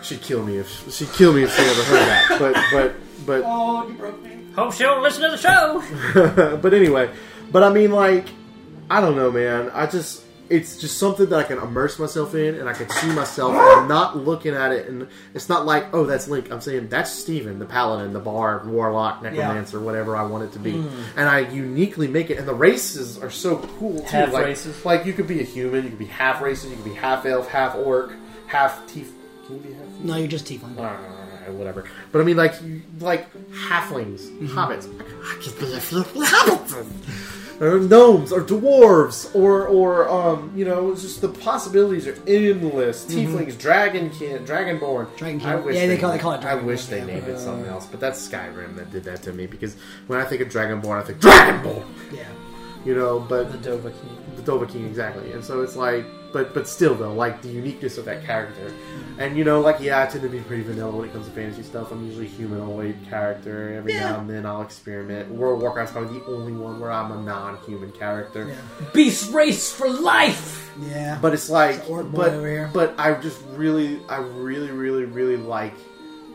[SPEAKER 3] She'd kill me if she'd kill me if she ever heard that. But but but
[SPEAKER 1] Hope she'll listen to the show.
[SPEAKER 3] [laughs] but anyway, but I mean, like, I don't know, man. I just, it's just something that I can immerse myself in, and I can see myself. and I'm not looking at it, and it's not like, oh, that's Link. I'm saying that's Steven, the Paladin, the Bard, Warlock, Necromancer, whatever I want it to be.
[SPEAKER 1] Hmm.
[SPEAKER 3] And I uniquely make it. And the races are so cool too.
[SPEAKER 1] Half
[SPEAKER 3] like,
[SPEAKER 1] races.
[SPEAKER 3] like you could be a human, you could be half races, you could be half elf, half orc, half teeth. Can you be
[SPEAKER 2] [laughs]
[SPEAKER 3] half?
[SPEAKER 2] No, you're just Tiefling.
[SPEAKER 3] Uh, whatever. But I mean, like, you- like halflings,
[SPEAKER 2] Mm-hmm.
[SPEAKER 3] hobbits. I could be a few hobbits. Or gnomes, or dwarves, or or um, you know, it's just the possibilities are endless. Tieflings, dragonkin, dragonborn.
[SPEAKER 2] Dragonkin.
[SPEAKER 3] I
[SPEAKER 2] Mm-hmm.
[SPEAKER 3] wish
[SPEAKER 2] Yeah, they call- they call it
[SPEAKER 3] I wish
[SPEAKER 2] dragonborn,
[SPEAKER 3] they
[SPEAKER 2] yeah. Uh.
[SPEAKER 3] named it something else, but that's Skyrim that did that to me because when I think of dragonborn, I think dragonborn.
[SPEAKER 2] Yeah.
[SPEAKER 3] You know, but
[SPEAKER 1] The Dova King.
[SPEAKER 3] the Dovahkiin exactly, and so it's like, but but still though, like the uniqueness of that character, and you know, like yeah, I tend to be pretty vanilla when it comes to fantasy stuff. I'm usually a humanoid character. Every now and then I'll experiment. World of Warcraft's probably the only one where I'm a non-human character.
[SPEAKER 1] Beast race for life.
[SPEAKER 2] Yeah.
[SPEAKER 3] But it's like,
[SPEAKER 2] It's an orc boy
[SPEAKER 3] but
[SPEAKER 2] over here.
[SPEAKER 3] but I just really, I really, really, really like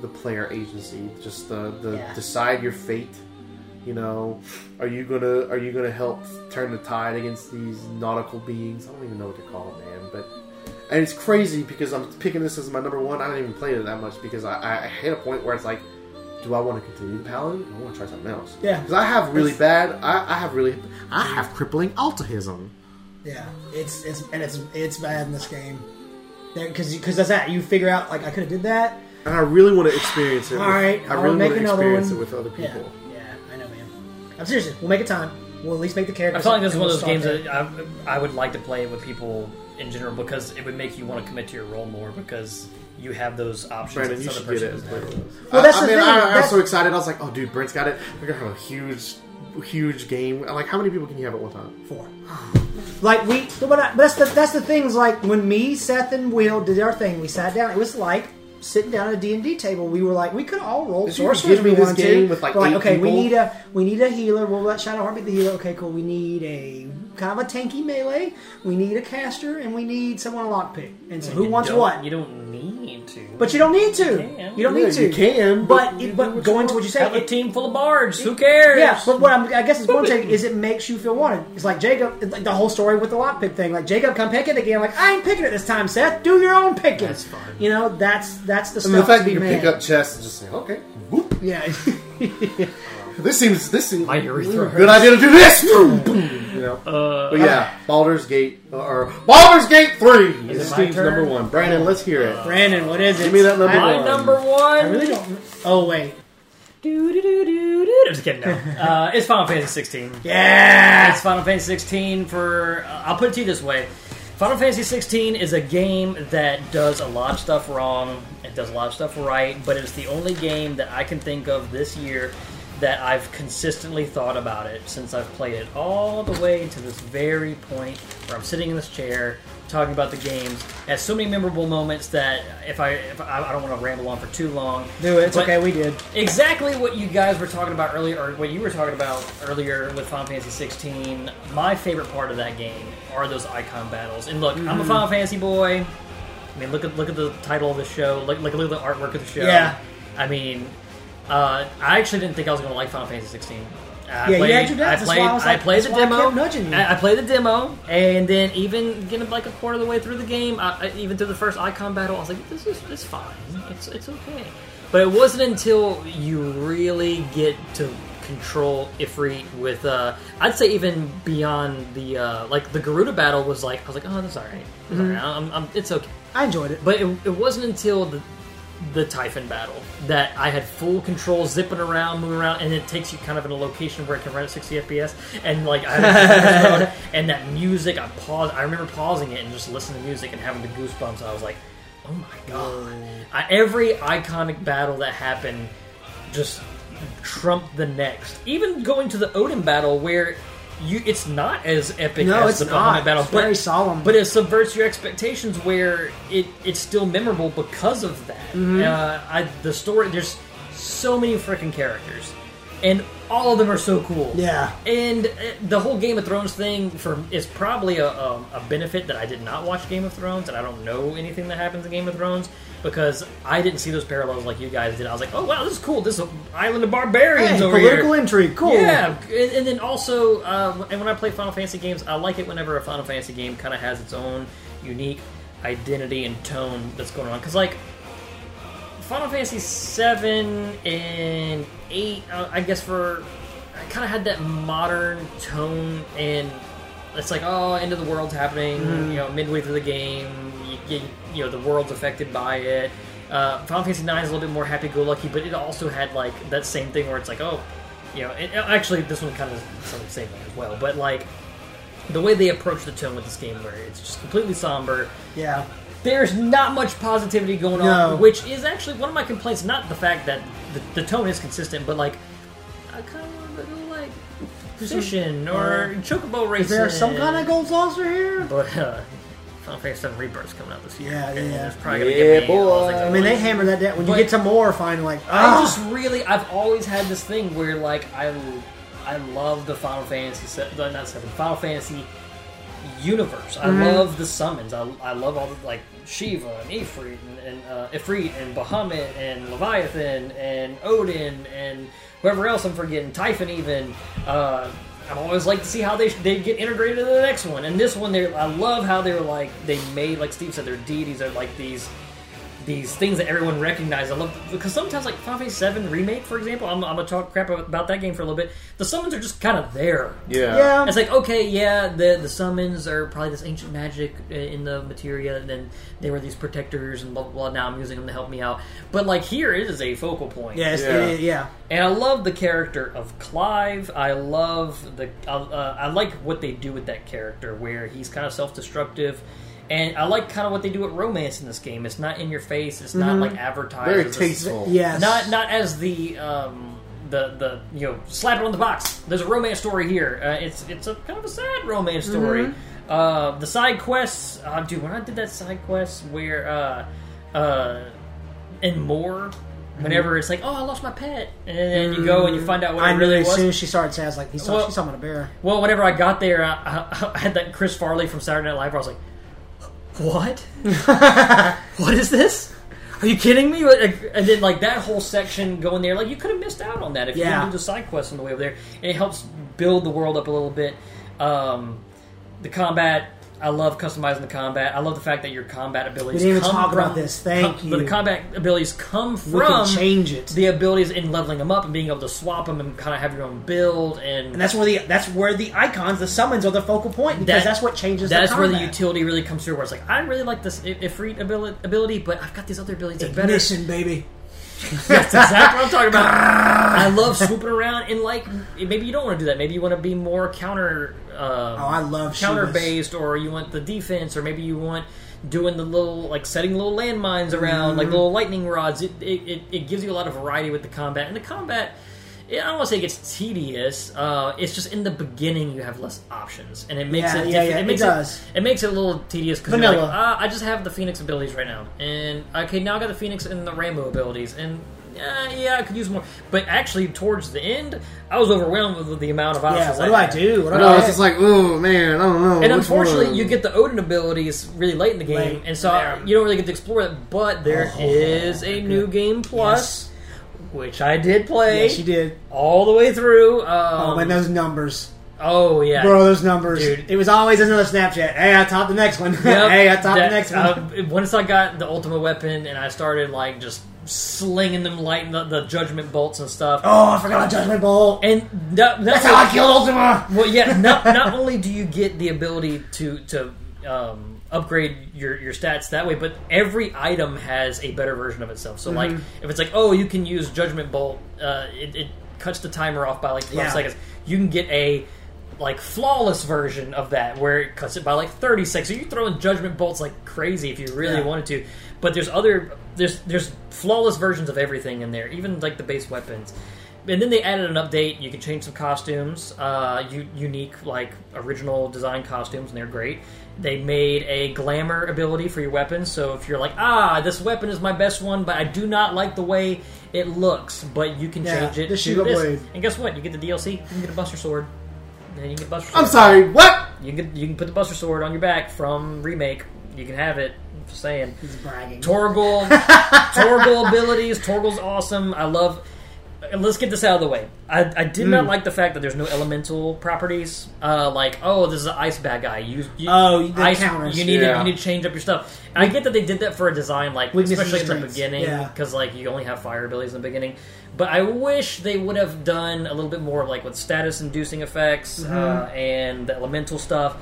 [SPEAKER 3] the player agency. Just the the
[SPEAKER 2] Yeah.
[SPEAKER 3] decide your fate. You know, are you gonna are you gonna help turn the tide against these nautical beings? I don't even know what to call them, man. But
[SPEAKER 4] And it's crazy because I'm picking this as my number one. I don't even play it that much because I, I, I hit a point where it's like, do I want to continue the Paladin? I want to try something else.
[SPEAKER 2] Yeah.
[SPEAKER 4] Because I have really bad. I, I have really.
[SPEAKER 3] I have crippling altahism.
[SPEAKER 2] Yeah, it's it's and it's it's bad in this game. Because because that's that you figure out like I could have did that.
[SPEAKER 3] And I really want to experience it.
[SPEAKER 2] All
[SPEAKER 3] with-
[SPEAKER 2] right,
[SPEAKER 3] I
[SPEAKER 2] I'll
[SPEAKER 3] really
[SPEAKER 2] make
[SPEAKER 3] want to
[SPEAKER 2] another
[SPEAKER 3] experience
[SPEAKER 2] one.
[SPEAKER 3] it with other
[SPEAKER 2] Yeah,
[SPEAKER 3] people.
[SPEAKER 2] yeah, I know, man. I'm serious. We'll make it time. We'll at least make the character.
[SPEAKER 1] I feel like this is one of those games that I, I would like to play with people in general because it would make you want to commit to your role more because you have those options.
[SPEAKER 4] Brandon,
[SPEAKER 1] that
[SPEAKER 4] you
[SPEAKER 1] this
[SPEAKER 4] should
[SPEAKER 1] other
[SPEAKER 4] get it.
[SPEAKER 1] person
[SPEAKER 4] and
[SPEAKER 1] doesn't
[SPEAKER 4] play
[SPEAKER 1] have.
[SPEAKER 4] with us.
[SPEAKER 2] Well, that's
[SPEAKER 4] I,
[SPEAKER 2] the
[SPEAKER 4] I mean,
[SPEAKER 2] thing,
[SPEAKER 4] I, I was
[SPEAKER 2] that's-
[SPEAKER 4] so excited. I was like, oh, dude, Brent's got it. We're gonna have a huge, huge game. Like, how many people can you have at one time?
[SPEAKER 2] for. Like we, but, I, but that's the that's the things. Like when me, Seth, and Will did our thing, we sat down. It was like sitting down at a D and D table. We were like, we could all roll
[SPEAKER 4] you
[SPEAKER 2] sorcerer
[SPEAKER 4] give
[SPEAKER 2] if
[SPEAKER 4] me
[SPEAKER 2] we
[SPEAKER 4] this
[SPEAKER 2] wanted
[SPEAKER 4] game
[SPEAKER 2] to.
[SPEAKER 4] with, like,
[SPEAKER 2] We're
[SPEAKER 4] eight
[SPEAKER 2] okay, we
[SPEAKER 4] people?
[SPEAKER 2] need a we need a healer. We'll let Shadowheart be the healer. Okay, cool. We need a kind of a tanky melee. We need a caster, and we need someone to lockpick. And so who
[SPEAKER 1] You
[SPEAKER 2] wants
[SPEAKER 1] don't-
[SPEAKER 2] what?
[SPEAKER 1] You don't need to.
[SPEAKER 2] but you don't need to.
[SPEAKER 1] can.
[SPEAKER 2] You don't
[SPEAKER 4] Yeah,
[SPEAKER 2] need to.
[SPEAKER 4] you can,
[SPEAKER 2] But
[SPEAKER 4] but you
[SPEAKER 2] it,
[SPEAKER 4] do
[SPEAKER 2] but
[SPEAKER 4] what you
[SPEAKER 2] going to
[SPEAKER 4] want.
[SPEAKER 2] what you
[SPEAKER 1] have
[SPEAKER 2] say,
[SPEAKER 1] a
[SPEAKER 2] it,
[SPEAKER 1] team full of bards. Who cares?
[SPEAKER 2] yeah, but what I'm, I guess is one thing is it makes you feel wanted. It's like Jacob, it's like the whole story with the lockpick thing. Like Jacob, come pick it again. Like I ain't picking it this time, Seth. Do your own picking.
[SPEAKER 1] That's fine.
[SPEAKER 2] You know, that's that's the
[SPEAKER 4] And
[SPEAKER 2] stuff.
[SPEAKER 4] the fact that
[SPEAKER 2] you
[SPEAKER 4] you
[SPEAKER 2] make.
[SPEAKER 4] pick up chests and just say, okay, whoop.
[SPEAKER 2] yeah, [laughs]
[SPEAKER 4] This seems this seems
[SPEAKER 1] My urethra
[SPEAKER 4] good idea to do this. Boom, boom, you know.
[SPEAKER 1] Uh,
[SPEAKER 4] but yeah, Baldur's Gate or Baldur's Gate Three
[SPEAKER 1] Is it
[SPEAKER 4] is
[SPEAKER 1] my
[SPEAKER 4] Steve's
[SPEAKER 1] turn? Uh,
[SPEAKER 4] number one. Brandon, let's hear it.
[SPEAKER 2] Brandon, what is it?
[SPEAKER 4] Give me that number
[SPEAKER 2] I,
[SPEAKER 1] My
[SPEAKER 4] one.
[SPEAKER 1] number one.
[SPEAKER 4] [laughs]
[SPEAKER 2] I really don't. Oh wait,
[SPEAKER 1] Do, do, do, do, do. I'm just kidding. No,
[SPEAKER 4] [laughs]
[SPEAKER 1] uh, it's Final Fantasy 16.
[SPEAKER 2] yeah,
[SPEAKER 1] It's Final Fantasy 16 for. Uh, I'll put it to you this way: Final Fantasy 16 is a game that does a lot of stuff wrong. It does a lot of stuff right, but it's the only game that I can think of this year that I've consistently thought about it since I've played it all the way to this very point where I'm sitting in this chair talking about the games. It has so many memorable moments that if I if I, I don't want to ramble on for too long.
[SPEAKER 2] do it. It's
[SPEAKER 1] but-
[SPEAKER 2] okay. We did.
[SPEAKER 1] exactly what you guys were talking about earlier, or what you were talking about earlier with Final Fantasy 16. My favorite part of that game are those icon battles. And look, I'm a Final Fantasy boy. I mean, look at look at the title of the show. Look look, look at the artwork of the show.
[SPEAKER 2] Yeah.
[SPEAKER 1] I mean, uh, I actually didn't think I was going to like Final Fantasy 16. I
[SPEAKER 2] Yeah, you had
[SPEAKER 1] I
[SPEAKER 2] your doubts. That's
[SPEAKER 1] played,
[SPEAKER 2] why I was like-
[SPEAKER 1] played
[SPEAKER 2] that's
[SPEAKER 1] the
[SPEAKER 2] why I
[SPEAKER 1] demo.
[SPEAKER 2] kept nudging you.
[SPEAKER 1] I, I played the demo, and then even getting like a quarter of the way through the game, I, I- even through the first icon battle, I was like, "This is it's fine. It's it's okay." But it wasn't until you really get to control Ifrit with, uh, I'd say even beyond the uh, like the Garuda battle was like, I was like, "Oh, that's all right. It's,
[SPEAKER 2] Mm-hmm.
[SPEAKER 1] all right. I'm, I'm, it's okay."
[SPEAKER 2] I enjoyed it.
[SPEAKER 1] But it, it wasn't until the the Typhon battle that I had full control, zipping around, moving around, and it takes you kind of in a location where it can run at 60 FPS. And like, I
[SPEAKER 2] [laughs]
[SPEAKER 1] had a and that music, I paused. I remember pausing it and just listening to music and having the goosebumps. I was like, oh my god! I, every iconic battle that happened just trumped the next. Even going to the Odin battle where. You, it's not as epic
[SPEAKER 2] No,
[SPEAKER 1] as
[SPEAKER 2] it's
[SPEAKER 1] the Bahamut
[SPEAKER 2] not.
[SPEAKER 1] battle,
[SPEAKER 2] It's
[SPEAKER 1] but
[SPEAKER 2] very solemn.
[SPEAKER 1] but it subverts your expectations where it it's still memorable because of that.
[SPEAKER 2] Mm-hmm.
[SPEAKER 1] Uh, I, the story, there's so many freaking characters, and all of them are so cool.
[SPEAKER 2] Yeah.
[SPEAKER 1] And uh, the whole Game of Thrones thing for is probably a, a, a benefit that I did not watch Game of Thrones and I don't know anything that happens in Game of Thrones because I didn't see those parallels like you guys did. I was like, oh wow, this is cool. This is island of barbarians
[SPEAKER 2] Hey,
[SPEAKER 1] over here.
[SPEAKER 2] political intrigue, cool.
[SPEAKER 1] Yeah, and, and then also, uh, and when I play Final Fantasy games, I like it whenever a Final Fantasy game kind of has its own unique identity and tone that's going on. Because like Final Fantasy seven and eight, uh, I guess for I kind of had that modern tone, and it's like oh, end of the world's happening. You know, midway through the game, you, get you know the world's affected by it. Uh, Final Fantasy nine is a little bit more happy-go-lucky, but it also had like that same thing where it's like oh, you know, and, uh, actually this one kind of is the same way as well, but like. The way they approach the tone with this game, where it's just completely somber,
[SPEAKER 2] yeah.
[SPEAKER 1] there's not much positivity going
[SPEAKER 2] No.
[SPEAKER 1] on, which is actually one of my complaints. Not the fact that the, the tone is consistent, but like I kind of want to go like fishing or chocobo racing.
[SPEAKER 2] uh, Is there some kind of gold saucer here?
[SPEAKER 1] But uh, [laughs] Final Fantasy Seven Rebirth's coming out this year.
[SPEAKER 2] Yeah,
[SPEAKER 1] and
[SPEAKER 2] yeah.
[SPEAKER 1] It's probably gonna
[SPEAKER 4] Yeah,
[SPEAKER 1] get me. all things
[SPEAKER 4] boy.
[SPEAKER 1] at
[SPEAKER 2] I mean, they
[SPEAKER 1] once.
[SPEAKER 2] hammer that down. When you
[SPEAKER 1] But-
[SPEAKER 2] get to more, finally, like ah,
[SPEAKER 1] I just really, I've always had this thing where like I, I love the Final Fantasy, se- the- not seven, Final Fantasy universe. I love the summons. I, I love all the like Shiva and Ifrit and, and uh, Ifrit and Bahamut and Leviathan and Odin and whoever else I'm forgetting, Typhon even. Uh, I've always liked to see how they they get integrated into the next one. And this one, they I love how they were like they made like Steve said, their deities are like these these things that everyone recognized. I love because sometimes like Final Fantasy VII remake, for example, I'm, I'm gonna talk crap about that game for a little bit. The summons are just kind of there.
[SPEAKER 4] Yeah.
[SPEAKER 2] Yeah.
[SPEAKER 1] It's like okay, yeah, the the summons are probably this ancient magic uh, in the materia, and then they were these protectors and blah blah. blah. Now I'm using them to help me out, but like here it is a focal point.
[SPEAKER 2] Yes,
[SPEAKER 4] Yeah.
[SPEAKER 2] it is, yeah.
[SPEAKER 1] And I love the character of Clive. I love the. I- Uh, I like what they do with that character, where he's kind of self-destructive, and I like kind of what they do with romance in this game. It's not in your face. It's not like advertised.
[SPEAKER 4] Mm-hmm. Very
[SPEAKER 1] It's a-
[SPEAKER 4] tasteful.
[SPEAKER 2] Yes.
[SPEAKER 1] Not not as the um, the the you know slap it on the box. There's a romance story here. Uh, it's it's a kind of a sad romance story.
[SPEAKER 2] Mm-hmm.
[SPEAKER 1] Uh, the side quests, uh, dude. When I did that side quest where uh, uh, and more. Whenever it's like, oh, I lost my pet, and then you go and you find out what
[SPEAKER 2] Mm-hmm. I
[SPEAKER 1] it
[SPEAKER 2] knew
[SPEAKER 1] really
[SPEAKER 2] as
[SPEAKER 1] was.
[SPEAKER 2] soon as she started saying, I was like, he's
[SPEAKER 1] Well-
[SPEAKER 2] she's talking about a bear.
[SPEAKER 1] Well, whenever I got there, I, I, I had that Chris Farley from Saturday Night Live. Where I was like,
[SPEAKER 2] [laughs]
[SPEAKER 1] "What? what is this? Are you kidding me?" Like, And then like that whole section going there, like you could have missed out on that if you
[SPEAKER 2] Yeah.
[SPEAKER 1] didn't do the side quest on the way over there. And it helps build the world up a little bit. Um, the combat. I love customizing the combat. I love the fact that your combat abilities.
[SPEAKER 2] We didn't even
[SPEAKER 1] come
[SPEAKER 2] talk about
[SPEAKER 1] from-
[SPEAKER 2] this. Thank
[SPEAKER 1] come- But the
[SPEAKER 2] you.
[SPEAKER 1] combat abilities come from
[SPEAKER 2] We can change it.
[SPEAKER 1] the abilities in leveling them up and being able to swap them and kind of have your own build
[SPEAKER 2] and that's where the that's where the icons, the summons, are the focal point because
[SPEAKER 1] That-
[SPEAKER 2] that's what changes.
[SPEAKER 1] that's
[SPEAKER 2] the
[SPEAKER 1] where the
[SPEAKER 2] combat.
[SPEAKER 1] utility really comes through. Where it's like, I really like this I- Ifrit ability, ability, but I've got these other abilities that are better. [laughs] That's
[SPEAKER 2] ignition, baby.
[SPEAKER 1] exactly what I'm talking
[SPEAKER 2] [laughs]
[SPEAKER 1] about. I love swooping around and like maybe you don't want to do that. Maybe you want to be more counter. Um, oh,
[SPEAKER 2] I love
[SPEAKER 1] counter
[SPEAKER 2] Shubas.
[SPEAKER 1] based, or you want the defense, or maybe you want doing the little like setting little landmines around, like
[SPEAKER 2] Mm-hmm.
[SPEAKER 1] little lightning rods. It, it it it gives you a lot of variety with the combat, and the combat. I don't want to say it gets tedious. Uh, it's just in the beginning you have less options, and it makes
[SPEAKER 2] Yeah,
[SPEAKER 1] it.
[SPEAKER 2] yeah,
[SPEAKER 1] diff-
[SPEAKER 2] yeah,
[SPEAKER 1] It makes
[SPEAKER 2] it does.
[SPEAKER 1] It, makes it a little tedious because like,
[SPEAKER 2] Vanilla.
[SPEAKER 1] ah, I just have the Phoenix abilities right now, and okay, now I got the Phoenix and the Rambo abilities, and uh, yeah, I could use more. But actually, towards the end, I was overwhelmed with the amount of
[SPEAKER 2] Yeah,
[SPEAKER 1] options.
[SPEAKER 2] what do I
[SPEAKER 1] had.
[SPEAKER 2] do? What do
[SPEAKER 3] No,
[SPEAKER 2] I
[SPEAKER 3] it's just like, oh man, I don't know.
[SPEAKER 1] And
[SPEAKER 3] which
[SPEAKER 1] unfortunately,
[SPEAKER 3] one?
[SPEAKER 1] you get the Odin abilities really late in the game,
[SPEAKER 2] Late. Oh,
[SPEAKER 1] and so I- you don't really get to explore that. But there is a new game plus, which I did play
[SPEAKER 2] Yeah, she did. Um,
[SPEAKER 1] all the way through. Um,
[SPEAKER 2] Oh, man, those numbers,
[SPEAKER 1] oh, yeah,
[SPEAKER 2] bro, those numbers.
[SPEAKER 1] Dude.
[SPEAKER 2] It was always another Snapchat. Hey, I topped the next one. [laughs]
[SPEAKER 1] Yep.
[SPEAKER 2] hey, I topped
[SPEAKER 1] That-
[SPEAKER 2] the next one.
[SPEAKER 1] uh,
[SPEAKER 2] [laughs]
[SPEAKER 1] once I got the ultimate weapon and I started like just slinging them, lighting the, the judgment bolts and stuff.
[SPEAKER 2] oh, I forgot about Judgment Bowl.
[SPEAKER 1] And that, that's
[SPEAKER 2] that's how I killed Ultima.
[SPEAKER 1] Well, yeah. Not, not only do you get the ability to to um, upgrade your your stats that way, but every item has a better version of itself. So, like,
[SPEAKER 2] Mm-hmm.
[SPEAKER 1] if it's like, oh, you can use Judgment Bolt, uh, it, it cuts the timer off by like twelve
[SPEAKER 2] Yeah.
[SPEAKER 1] seconds. You can get a like flawless version of that where it cuts it by like 30 seconds. So you throw in judgment bolts like crazy if you really
[SPEAKER 2] Yeah.
[SPEAKER 1] wanted to. But there's other there's there's flawless versions of everything in there, even like the base weapons. And then they added an update. You can change some costumes, uh, u- unique like original design costumes, and they're great. They made a glamour ability for your weapons. So if you're like, ah, this weapon is my best one, but I do not like the way it looks, but you can
[SPEAKER 2] Yeah,
[SPEAKER 1] change it
[SPEAKER 2] the
[SPEAKER 1] to
[SPEAKER 2] Shiva
[SPEAKER 1] this.
[SPEAKER 2] blade.
[SPEAKER 1] And guess what? You get the DLC. You can get a Buster Sword. Then you can get Buster. Sword.
[SPEAKER 3] I'm sorry, what?
[SPEAKER 1] You can you can put the Buster Sword on your back from remake. You can have it. I'm just saying.
[SPEAKER 2] He's bragging. [laughs]
[SPEAKER 1] Torgul, Torgul abilities. Torgul's awesome. I love. and Let's get this out of the way. I, I did
[SPEAKER 2] Mm.
[SPEAKER 1] not like the fact that there's no elemental properties. Uh, like, oh, this is an ice bad guy. You, you
[SPEAKER 2] Oh, the
[SPEAKER 1] ice,
[SPEAKER 2] counters,
[SPEAKER 1] You need to,
[SPEAKER 4] yeah.
[SPEAKER 1] you need to change up your stuff. And I get that they did that for a design, like
[SPEAKER 2] Weakness and
[SPEAKER 1] especially in the
[SPEAKER 2] strengths,
[SPEAKER 1] beginning,
[SPEAKER 2] yeah.
[SPEAKER 1] because like you only have fire abilities in the beginning. But I wish they would have done a little bit more, like with status inducing effects
[SPEAKER 2] Mm-hmm.
[SPEAKER 1] uh, and the elemental stuff.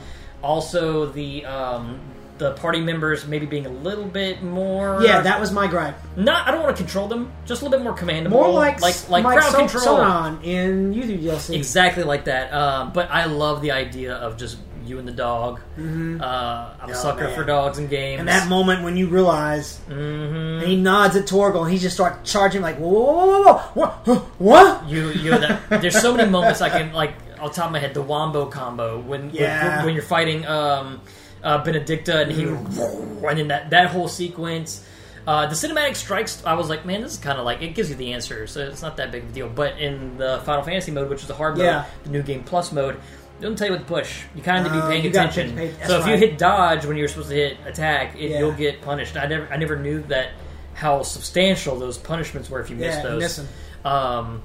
[SPEAKER 1] Also, the um, the party members maybe being a little bit more
[SPEAKER 2] Yeah, that was my gripe.
[SPEAKER 1] not I don't want to control them, just a little bit more commandable,
[SPEAKER 2] More like
[SPEAKER 1] like like
[SPEAKER 2] Mike
[SPEAKER 1] crowd
[SPEAKER 2] Sol-
[SPEAKER 1] control,
[SPEAKER 2] Solon in YouTube DLC.
[SPEAKER 1] exactly like that. Um, but I love the idea of just you and the dog. Uh, I'm a sucker
[SPEAKER 2] Mm-hmm. Oh, man.
[SPEAKER 1] for dogs and games.
[SPEAKER 2] And that moment when you realize, and he nods at Torgel, and he just starts charging like, whoa, whoa, whoa, whoa, whoa, what? What?
[SPEAKER 1] you you know that there's so many moments I can like off the top of my head the wombo combo when when-
[SPEAKER 2] Yeah.
[SPEAKER 1] when, you're fighting um, uh, Benedicta and he
[SPEAKER 2] Mm.
[SPEAKER 1] and then that that whole sequence. Uh, the cinematic strikes. I was like, man, this is kind of like it gives you the answer, so it's not that big of a deal. But in the Final Fantasy mode, which is the hard mode,
[SPEAKER 2] Yeah.
[SPEAKER 1] the new game plus mode, they don't tell you what to push. You kind of need to
[SPEAKER 2] Oh,
[SPEAKER 1] be paying
[SPEAKER 2] you gotta
[SPEAKER 1] attention.
[SPEAKER 2] pay- pay-
[SPEAKER 1] so if
[SPEAKER 2] that's
[SPEAKER 1] you
[SPEAKER 2] right.
[SPEAKER 1] hit dodge when you're supposed to hit attack, it,
[SPEAKER 2] Yeah.
[SPEAKER 1] you'll get punished. I never, I never knew that how substantial those punishments were if you missed
[SPEAKER 2] Yeah,
[SPEAKER 1] those.
[SPEAKER 2] miss 'em.
[SPEAKER 1] Um,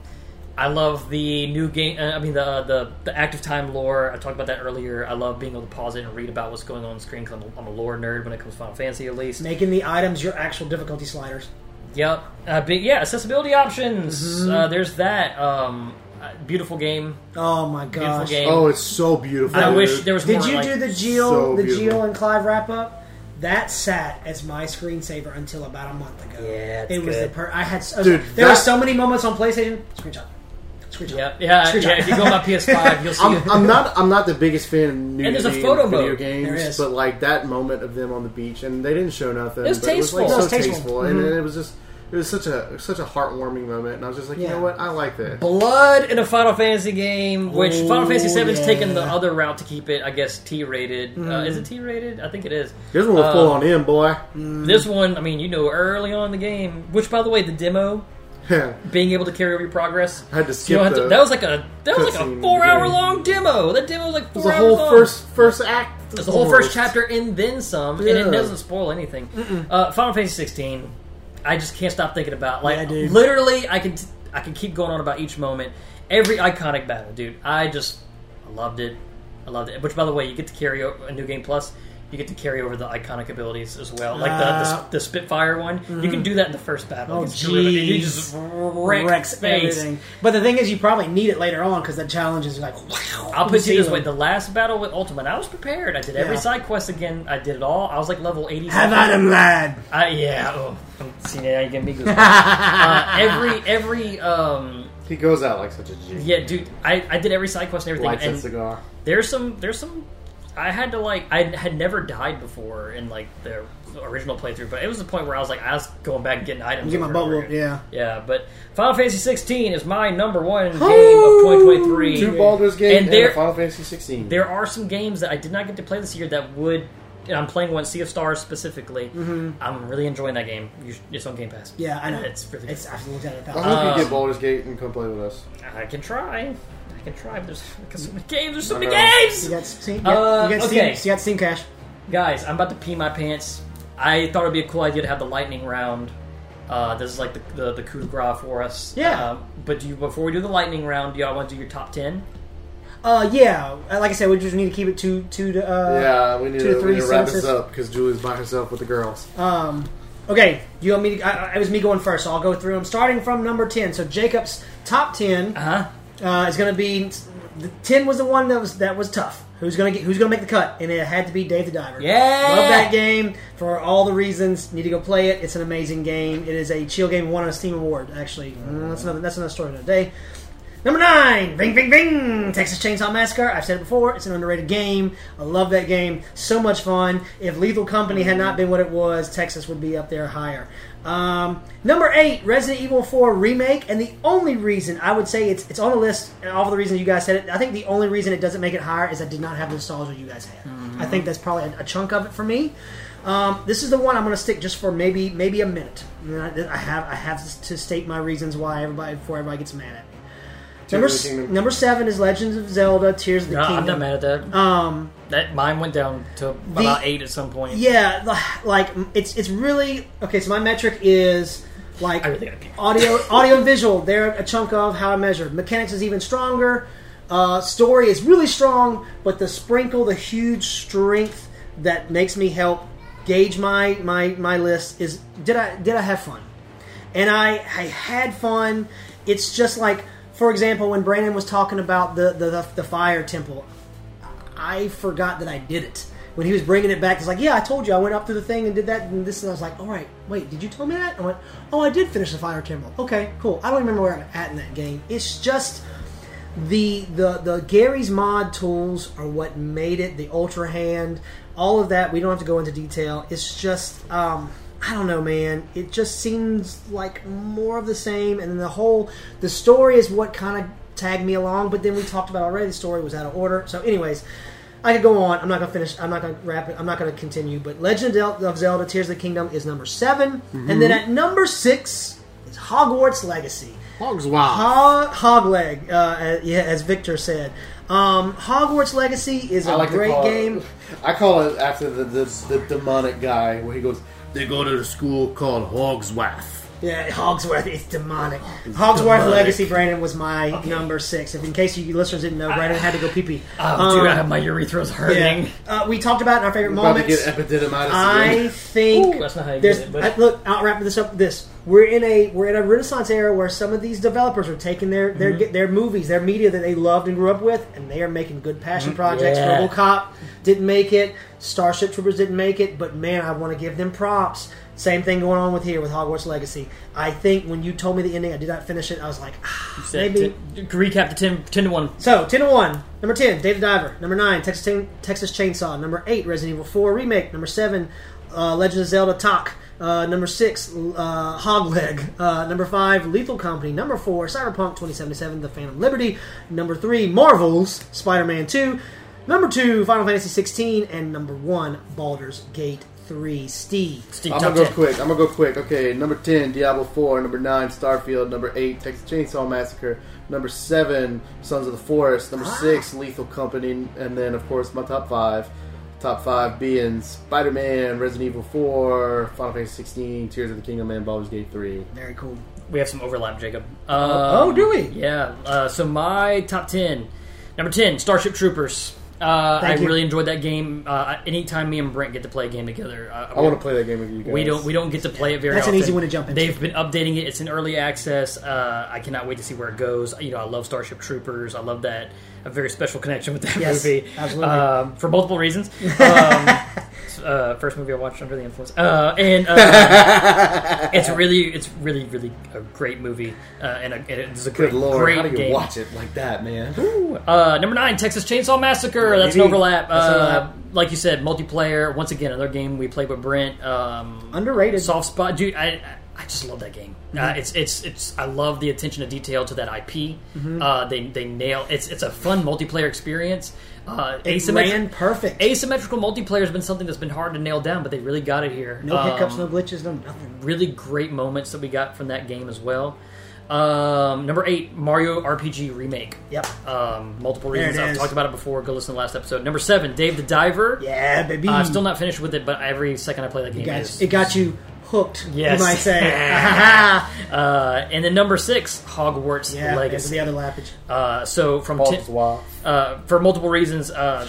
[SPEAKER 1] I love the new game. Uh, I mean, the, uh, the the active time lore. I talked about that earlier. I love being able to pause it and read about what's going on, on screen because I'm, a- I'm a lore nerd when it comes to Final Fantasy, at least.
[SPEAKER 2] Making the items your actual difficulty sliders.
[SPEAKER 1] Yep. Uh, but yeah, accessibility options. Uh, there's that. Um, uh, beautiful game.
[SPEAKER 2] Oh my
[SPEAKER 1] Beautiful
[SPEAKER 2] gosh!
[SPEAKER 1] game.
[SPEAKER 3] Oh, it's so beautiful.
[SPEAKER 1] I wish
[SPEAKER 3] dude.
[SPEAKER 1] there was
[SPEAKER 2] Did
[SPEAKER 1] more.
[SPEAKER 2] you
[SPEAKER 1] like-
[SPEAKER 2] do the Geo
[SPEAKER 3] so
[SPEAKER 2] the Geo
[SPEAKER 3] beautiful.
[SPEAKER 2] and Clive wrap up? That sat as my screensaver until about a month ago.
[SPEAKER 1] Yeah, it's
[SPEAKER 2] it was
[SPEAKER 1] good.
[SPEAKER 2] the per. I had s- I was
[SPEAKER 3] Dude,
[SPEAKER 2] like, there were
[SPEAKER 3] that-
[SPEAKER 2] so many moments on PlayStation. Screenshot, screenshot.
[SPEAKER 1] Yep. Yeah.
[SPEAKER 2] Screenshot.
[SPEAKER 1] yeah. If you go on
[SPEAKER 2] [laughs]
[SPEAKER 1] my PS5, [laughs] you'll see.
[SPEAKER 3] I'm, I'm not. I'm not the biggest fan of nudity
[SPEAKER 1] there's a
[SPEAKER 3] in
[SPEAKER 1] photo
[SPEAKER 3] video
[SPEAKER 1] mode.
[SPEAKER 3] games,
[SPEAKER 2] There is.
[SPEAKER 3] but like that moment of them on the beach, and they didn't show nothing.
[SPEAKER 1] It was
[SPEAKER 3] but It was
[SPEAKER 1] tasteful. Mm-hmm.
[SPEAKER 3] like
[SPEAKER 1] It
[SPEAKER 2] was
[SPEAKER 3] so
[SPEAKER 2] tasteful.
[SPEAKER 3] tasteful, and it was just. It was such a such a heartwarming moment, and I was just like, you
[SPEAKER 2] Yeah.
[SPEAKER 3] know what, I like that.
[SPEAKER 1] Blood in a Final Fantasy game, which Final Fantasy VII has
[SPEAKER 2] yeah.
[SPEAKER 1] taken the other route to keep it, I guess, T-rated. Uh, is it T-rated? I think it is.
[SPEAKER 3] Here's one we're
[SPEAKER 1] Uh, mm.
[SPEAKER 3] full on in, boy. [laughs]
[SPEAKER 1] This one, I mean, you know, early on in the game, which, by the way, the demo,
[SPEAKER 3] had
[SPEAKER 1] being able to carry over your progress.
[SPEAKER 3] to
[SPEAKER 1] You
[SPEAKER 3] skip
[SPEAKER 1] don't have to,
[SPEAKER 3] the,
[SPEAKER 1] that was like a that was like a
[SPEAKER 3] cutscene
[SPEAKER 1] four hour
[SPEAKER 3] game.
[SPEAKER 1] long demo. That demo was like
[SPEAKER 3] it
[SPEAKER 1] four
[SPEAKER 3] was the
[SPEAKER 1] hours
[SPEAKER 3] whole
[SPEAKER 1] long.
[SPEAKER 3] first first act.
[SPEAKER 1] It's the whole first
[SPEAKER 3] almost.
[SPEAKER 1] chapter and then some, and it
[SPEAKER 3] Yeah.
[SPEAKER 1] doesn't spoil anything. Uh, Final Fantasy 16, I just can't stop thinking about. Like,
[SPEAKER 2] Yeah, dude.
[SPEAKER 1] literally, I can t- I can keep going on about each moment, every iconic battle, dude. I just I loved it. I loved it. Which, by the way, you get to carry over a new game plus. You get to carry over the iconic abilities as well, like the the,
[SPEAKER 2] Ah.
[SPEAKER 1] the Spitfire one. You can do that in the first battle.
[SPEAKER 2] mm-hmm. Oh,
[SPEAKER 1] It's terrific. You
[SPEAKER 2] jeez.
[SPEAKER 1] just wreck
[SPEAKER 2] Wrecks
[SPEAKER 1] face.
[SPEAKER 2] everything. But the thing is, you probably need it later on because the challenge is like, wow.
[SPEAKER 1] I'll put it this
[SPEAKER 2] ceiling.
[SPEAKER 1] way: the last battle with Ultimate, I was prepared. I did every
[SPEAKER 2] Yeah.
[SPEAKER 1] side quest again. I did it all. I was like level eighty.
[SPEAKER 2] Have at him,
[SPEAKER 1] [laughs]
[SPEAKER 2] lad.
[SPEAKER 1] I, yeah. Oh, I'm- see now you get me goosebumps.
[SPEAKER 2] [laughs]
[SPEAKER 1] uh, every every um
[SPEAKER 3] He goes out like such a G.
[SPEAKER 1] yeah, dude. I, I did every side quest and everything.
[SPEAKER 3] Lights that
[SPEAKER 1] and
[SPEAKER 3] cigar.
[SPEAKER 1] there's some there's some. I had to like I had never died before in like the original playthrough, but it was the point where I was like I was going back and getting items.
[SPEAKER 2] Get my
[SPEAKER 1] over
[SPEAKER 2] butt
[SPEAKER 1] and over
[SPEAKER 2] whooped.
[SPEAKER 1] again.
[SPEAKER 2] Yeah.
[SPEAKER 1] Yeah, but Final Fantasy 16 is my number
[SPEAKER 2] [gasps]
[SPEAKER 1] one game of 2023.
[SPEAKER 3] Two Baldur's Gate
[SPEAKER 1] And
[SPEAKER 3] and,
[SPEAKER 1] there-
[SPEAKER 3] Final Fantasy 16.
[SPEAKER 1] There are some games that I did not get to play this year that would, and I'm playing one Sea of Stars specifically. I'm really enjoying that game. You sh- It's on Game Pass.
[SPEAKER 2] Mm-hmm. Yeah, I know.
[SPEAKER 1] It's really.
[SPEAKER 2] It's, I've looked at it a
[SPEAKER 3] I
[SPEAKER 2] thousand.
[SPEAKER 3] hope
[SPEAKER 1] Uh,
[SPEAKER 3] you get Baldur's Gate and come play with us.
[SPEAKER 1] I can try. I can try. But there's, there's so many games. There's so
[SPEAKER 3] I
[SPEAKER 1] many
[SPEAKER 3] know.
[SPEAKER 2] You
[SPEAKER 1] games,
[SPEAKER 2] got Steam.
[SPEAKER 1] Uh,
[SPEAKER 2] you got
[SPEAKER 1] okay.
[SPEAKER 2] Steam. You got Steam Cash.
[SPEAKER 1] guys. I'm about to pee my pants. I thought it'd be a cool idea to have the lightning round. Uh, this is like the, the the coup de grace for us.
[SPEAKER 2] Yeah.
[SPEAKER 1] Um, but do you, before we do the lightning round, do y'all want to do your top ten?
[SPEAKER 2] Uh, yeah. uh, Like I said, we just need to keep it to two to uh.
[SPEAKER 3] yeah, we need,
[SPEAKER 2] two to
[SPEAKER 3] to,
[SPEAKER 2] three
[SPEAKER 3] we need to wrap this
[SPEAKER 2] sentences.
[SPEAKER 3] up because Julie's by herself with the girls.
[SPEAKER 2] Um. Okay. You want me? To, I, I- it was me going first, so I'll go through them. Starting from number ten. So Jacob's top ten
[SPEAKER 1] Uh huh.
[SPEAKER 2] uh, is going to be the ten was the one that was that was tough. Who's gonna get? Who's gonna make the cut? And it had to be Dave the Diver.
[SPEAKER 1] Yeah.
[SPEAKER 2] Love that game for all the reasons. Need to go play it. It's an amazing game. It is a chill game. Won a Steam award. Actually, Mm, that's another that's another story another day. Number nine, Bing Bing Bing, Texas Chainsaw Massacre. I've said it before. It's an underrated game. I love that game. So much fun. If Lethal Company had not been what it was, Texas would be up there higher. Um, number eight, Resident Evil 4 remake, and the only reason I would say it's it's on the list, and all the reasons you guys said it, I think the only reason it doesn't make it higher is I did not have the nostalgia you guys had. I think that's probably a, a chunk of it for me. Um, this is the one I'm going to stick just for maybe maybe a minute. And I, I have I have to state my reasons why everybody before everybody gets mad at me. Number,
[SPEAKER 3] Tears of the Kingdom.
[SPEAKER 2] number seven is Legends of Zelda: Tears of the
[SPEAKER 1] No, I'm
[SPEAKER 2] Kingdom.
[SPEAKER 1] not mad at that.
[SPEAKER 2] Um,
[SPEAKER 1] that mine went down to about eight at some point.
[SPEAKER 2] yeah, the- like it's it's really okay. So my metric is like
[SPEAKER 1] I really gotta pee.
[SPEAKER 2] audio, audio and visual. They're a chunk of how I measure. Mechanics is even stronger. Uh, story is really strong, but the sprinkle, the huge strength that makes me help gauge my my my list is did I did I have fun? and I, I had fun. It's just like, for example, when Brandon was talking about the the, the, the fire temple, I forgot that I did it. When he was bringing it back, it's like, yeah, I told you, I went up through the thing and did that and this, and I was like, all right, wait, did you tell me that? I went, oh, I did finish the fire temple. Okay, cool. I don't remember where I'm at in that game. It's just the the the Gary's mod tools are what made it. The Ultra Hand, all of that. We don't have to go into detail. It's just um, I don't know, man. It just seems like more of the same. And the whole the story is what kind of tagged me along. But then we talked about already. The story was out of order. So, anyways. I could go on. I'm not gonna finish. I'm not gonna wrap it. I'm not gonna continue. But Legend of Zelda: Tears of the Kingdom is number 7 and then at number six is Hogwarts Legacy.
[SPEAKER 3] Hogs wild.
[SPEAKER 2] Hog, Ah, Hogleg, uh, as- yeah, as Victor said. Um, Hogwarts Legacy is
[SPEAKER 3] I
[SPEAKER 2] a
[SPEAKER 3] like to
[SPEAKER 2] great
[SPEAKER 3] call it-
[SPEAKER 2] game.
[SPEAKER 3] [laughs] I call it after the, the, the demonic guy where he goes, they go to the school called Hogswath.
[SPEAKER 2] Yeah, [laughs] Hogsworth is demonic. Hogsworth Legacy Brandon was my number six. If in case you listeners didn't know, Brandon had to go pee pee.
[SPEAKER 1] Oh, dude, I have my urethra's hurting.
[SPEAKER 2] um, Yeah. Uh, we talked about in our favorite
[SPEAKER 4] About to
[SPEAKER 2] moments.
[SPEAKER 4] get epididymitis
[SPEAKER 2] I
[SPEAKER 4] again.
[SPEAKER 2] think
[SPEAKER 1] Ooh, that's not how you
[SPEAKER 2] there's
[SPEAKER 1] get it, but-
[SPEAKER 2] I- look. I'll wrap this up. With this we're in a we're in a renaissance era where some of these developers are taking their their
[SPEAKER 1] Mm-hmm.
[SPEAKER 2] their movies, their media that they loved and grew up with, and they are making good passion projects.
[SPEAKER 1] Mm-hmm. Yeah.
[SPEAKER 2] RoboCop didn't make it. Starship Troopers didn't make it. But man, I want to give them props. Same thing going on with here with Hogwarts Legacy. I think when you told me the ending, I did not finish it. I was like, ah, maybe.
[SPEAKER 1] To, to recap the 10, 10 to 1.
[SPEAKER 2] So, 10 to 1. Number 10, Data Diver. Number 9, Texas, Texas Chainsaw. Number 8, Resident Evil 4 Remake. Number 7, uh, Legend of Zelda Talk. Uh, number 6, uh, Hogleg. Uh, number 5, Lethal Company. Number 4, Cyberpunk 2077, The Phantom Liberty. Number 3, Marvel's Spider Man 2. Number 2, Final Fantasy 16. And number 1, Baldur's Gate 3. Steve.
[SPEAKER 1] Steve,
[SPEAKER 4] I'm
[SPEAKER 1] top
[SPEAKER 4] gonna go
[SPEAKER 1] 10.
[SPEAKER 4] quick. I'm gonna go quick. Okay, number ten, Diablo Four. Number nine, Starfield. Number eight, Texas Chainsaw Massacre. Number seven, Sons of the Forest. Number
[SPEAKER 1] Ah.
[SPEAKER 4] six, Lethal Company. And then, of course, my top five. Top five being Spider-Man, Resident Evil Four, Final Fantasy 16, Tears of the Kingdom, and Baldur's Gate Three.
[SPEAKER 2] Very cool.
[SPEAKER 1] We have some overlap, Jacob.
[SPEAKER 2] oh,
[SPEAKER 1] Um,
[SPEAKER 2] do we?
[SPEAKER 1] Yeah. Uh, so my top ten, number ten, Starship Troopers. Uh, I
[SPEAKER 2] Thank you.
[SPEAKER 1] really enjoyed that game. Uh, anytime me and Brent get to play a game together, uh,
[SPEAKER 4] I want to play that game with you guys.
[SPEAKER 1] We don't we don't get to play it very.
[SPEAKER 2] That's an
[SPEAKER 1] often.
[SPEAKER 2] easy one to jump into.
[SPEAKER 1] They've been updating it. It's in early access. Uh, I cannot wait to see where it goes. You know, I love Starship Troopers. I love that a very special connection with that
[SPEAKER 2] Yes,
[SPEAKER 1] movie,
[SPEAKER 2] absolutely.
[SPEAKER 1] um, for multiple
[SPEAKER 2] [laughs]
[SPEAKER 1] reasons. Um, uh, first movie I watched under the influence, uh, and uh,
[SPEAKER 2] [laughs]
[SPEAKER 1] it's really it's really really a great movie, uh, and, a, and it's a
[SPEAKER 4] Good
[SPEAKER 1] great,
[SPEAKER 4] lord,
[SPEAKER 1] great
[SPEAKER 4] how do you
[SPEAKER 1] game.
[SPEAKER 4] watch it like that, man?
[SPEAKER 1] Uh, number nine, Texas Chainsaw Massacre. That's an
[SPEAKER 2] Maybe.
[SPEAKER 1] overlap.
[SPEAKER 2] That's an overlap.
[SPEAKER 1] Uh, like you said, multiplayer. Once again, another game we played with Brent. Um,
[SPEAKER 2] Underrated.
[SPEAKER 1] soft spot, dude. I I- I just love that game.
[SPEAKER 2] Mm-hmm.
[SPEAKER 1] Uh, it's it's it's. I love the attention to detail to that IP.
[SPEAKER 2] Mm-hmm.
[SPEAKER 1] Uh, they they nail. It's it's a fun multiplayer experience. Uh,
[SPEAKER 2] It
[SPEAKER 1] asymmetri-
[SPEAKER 2] ran perfect.
[SPEAKER 1] asymmetrical multiplayer has been something that's been hard to nail down, but they really got it here.
[SPEAKER 2] no
[SPEAKER 1] Um,
[SPEAKER 2] hiccups, no glitches, no nothing.
[SPEAKER 1] really great moments that we got from that game as well. Um, number eight, Mario RPG remake.
[SPEAKER 2] Yep.
[SPEAKER 1] Um, multiple
[SPEAKER 2] There
[SPEAKER 1] reasons.
[SPEAKER 2] it
[SPEAKER 1] I've
[SPEAKER 2] is.
[SPEAKER 1] talked about it before. Go listen to the last episode. Number seven, Dave the Diver.
[SPEAKER 2] Yeah, baby.
[SPEAKER 1] Uh, I'm still not finished with it, but every second I play that game,
[SPEAKER 2] Got-
[SPEAKER 1] is-
[SPEAKER 2] it got you hooked,
[SPEAKER 1] Yes.
[SPEAKER 2] you
[SPEAKER 1] [laughs]
[SPEAKER 2] might say. [laughs]
[SPEAKER 1] uh, and then number six, Hogwarts
[SPEAKER 2] yeah, that's
[SPEAKER 1] Legacy.
[SPEAKER 2] the other lappage.
[SPEAKER 1] Uh, so from
[SPEAKER 4] Paul's
[SPEAKER 1] ten-
[SPEAKER 4] wild.
[SPEAKER 1] uh, for multiple reasons, uh,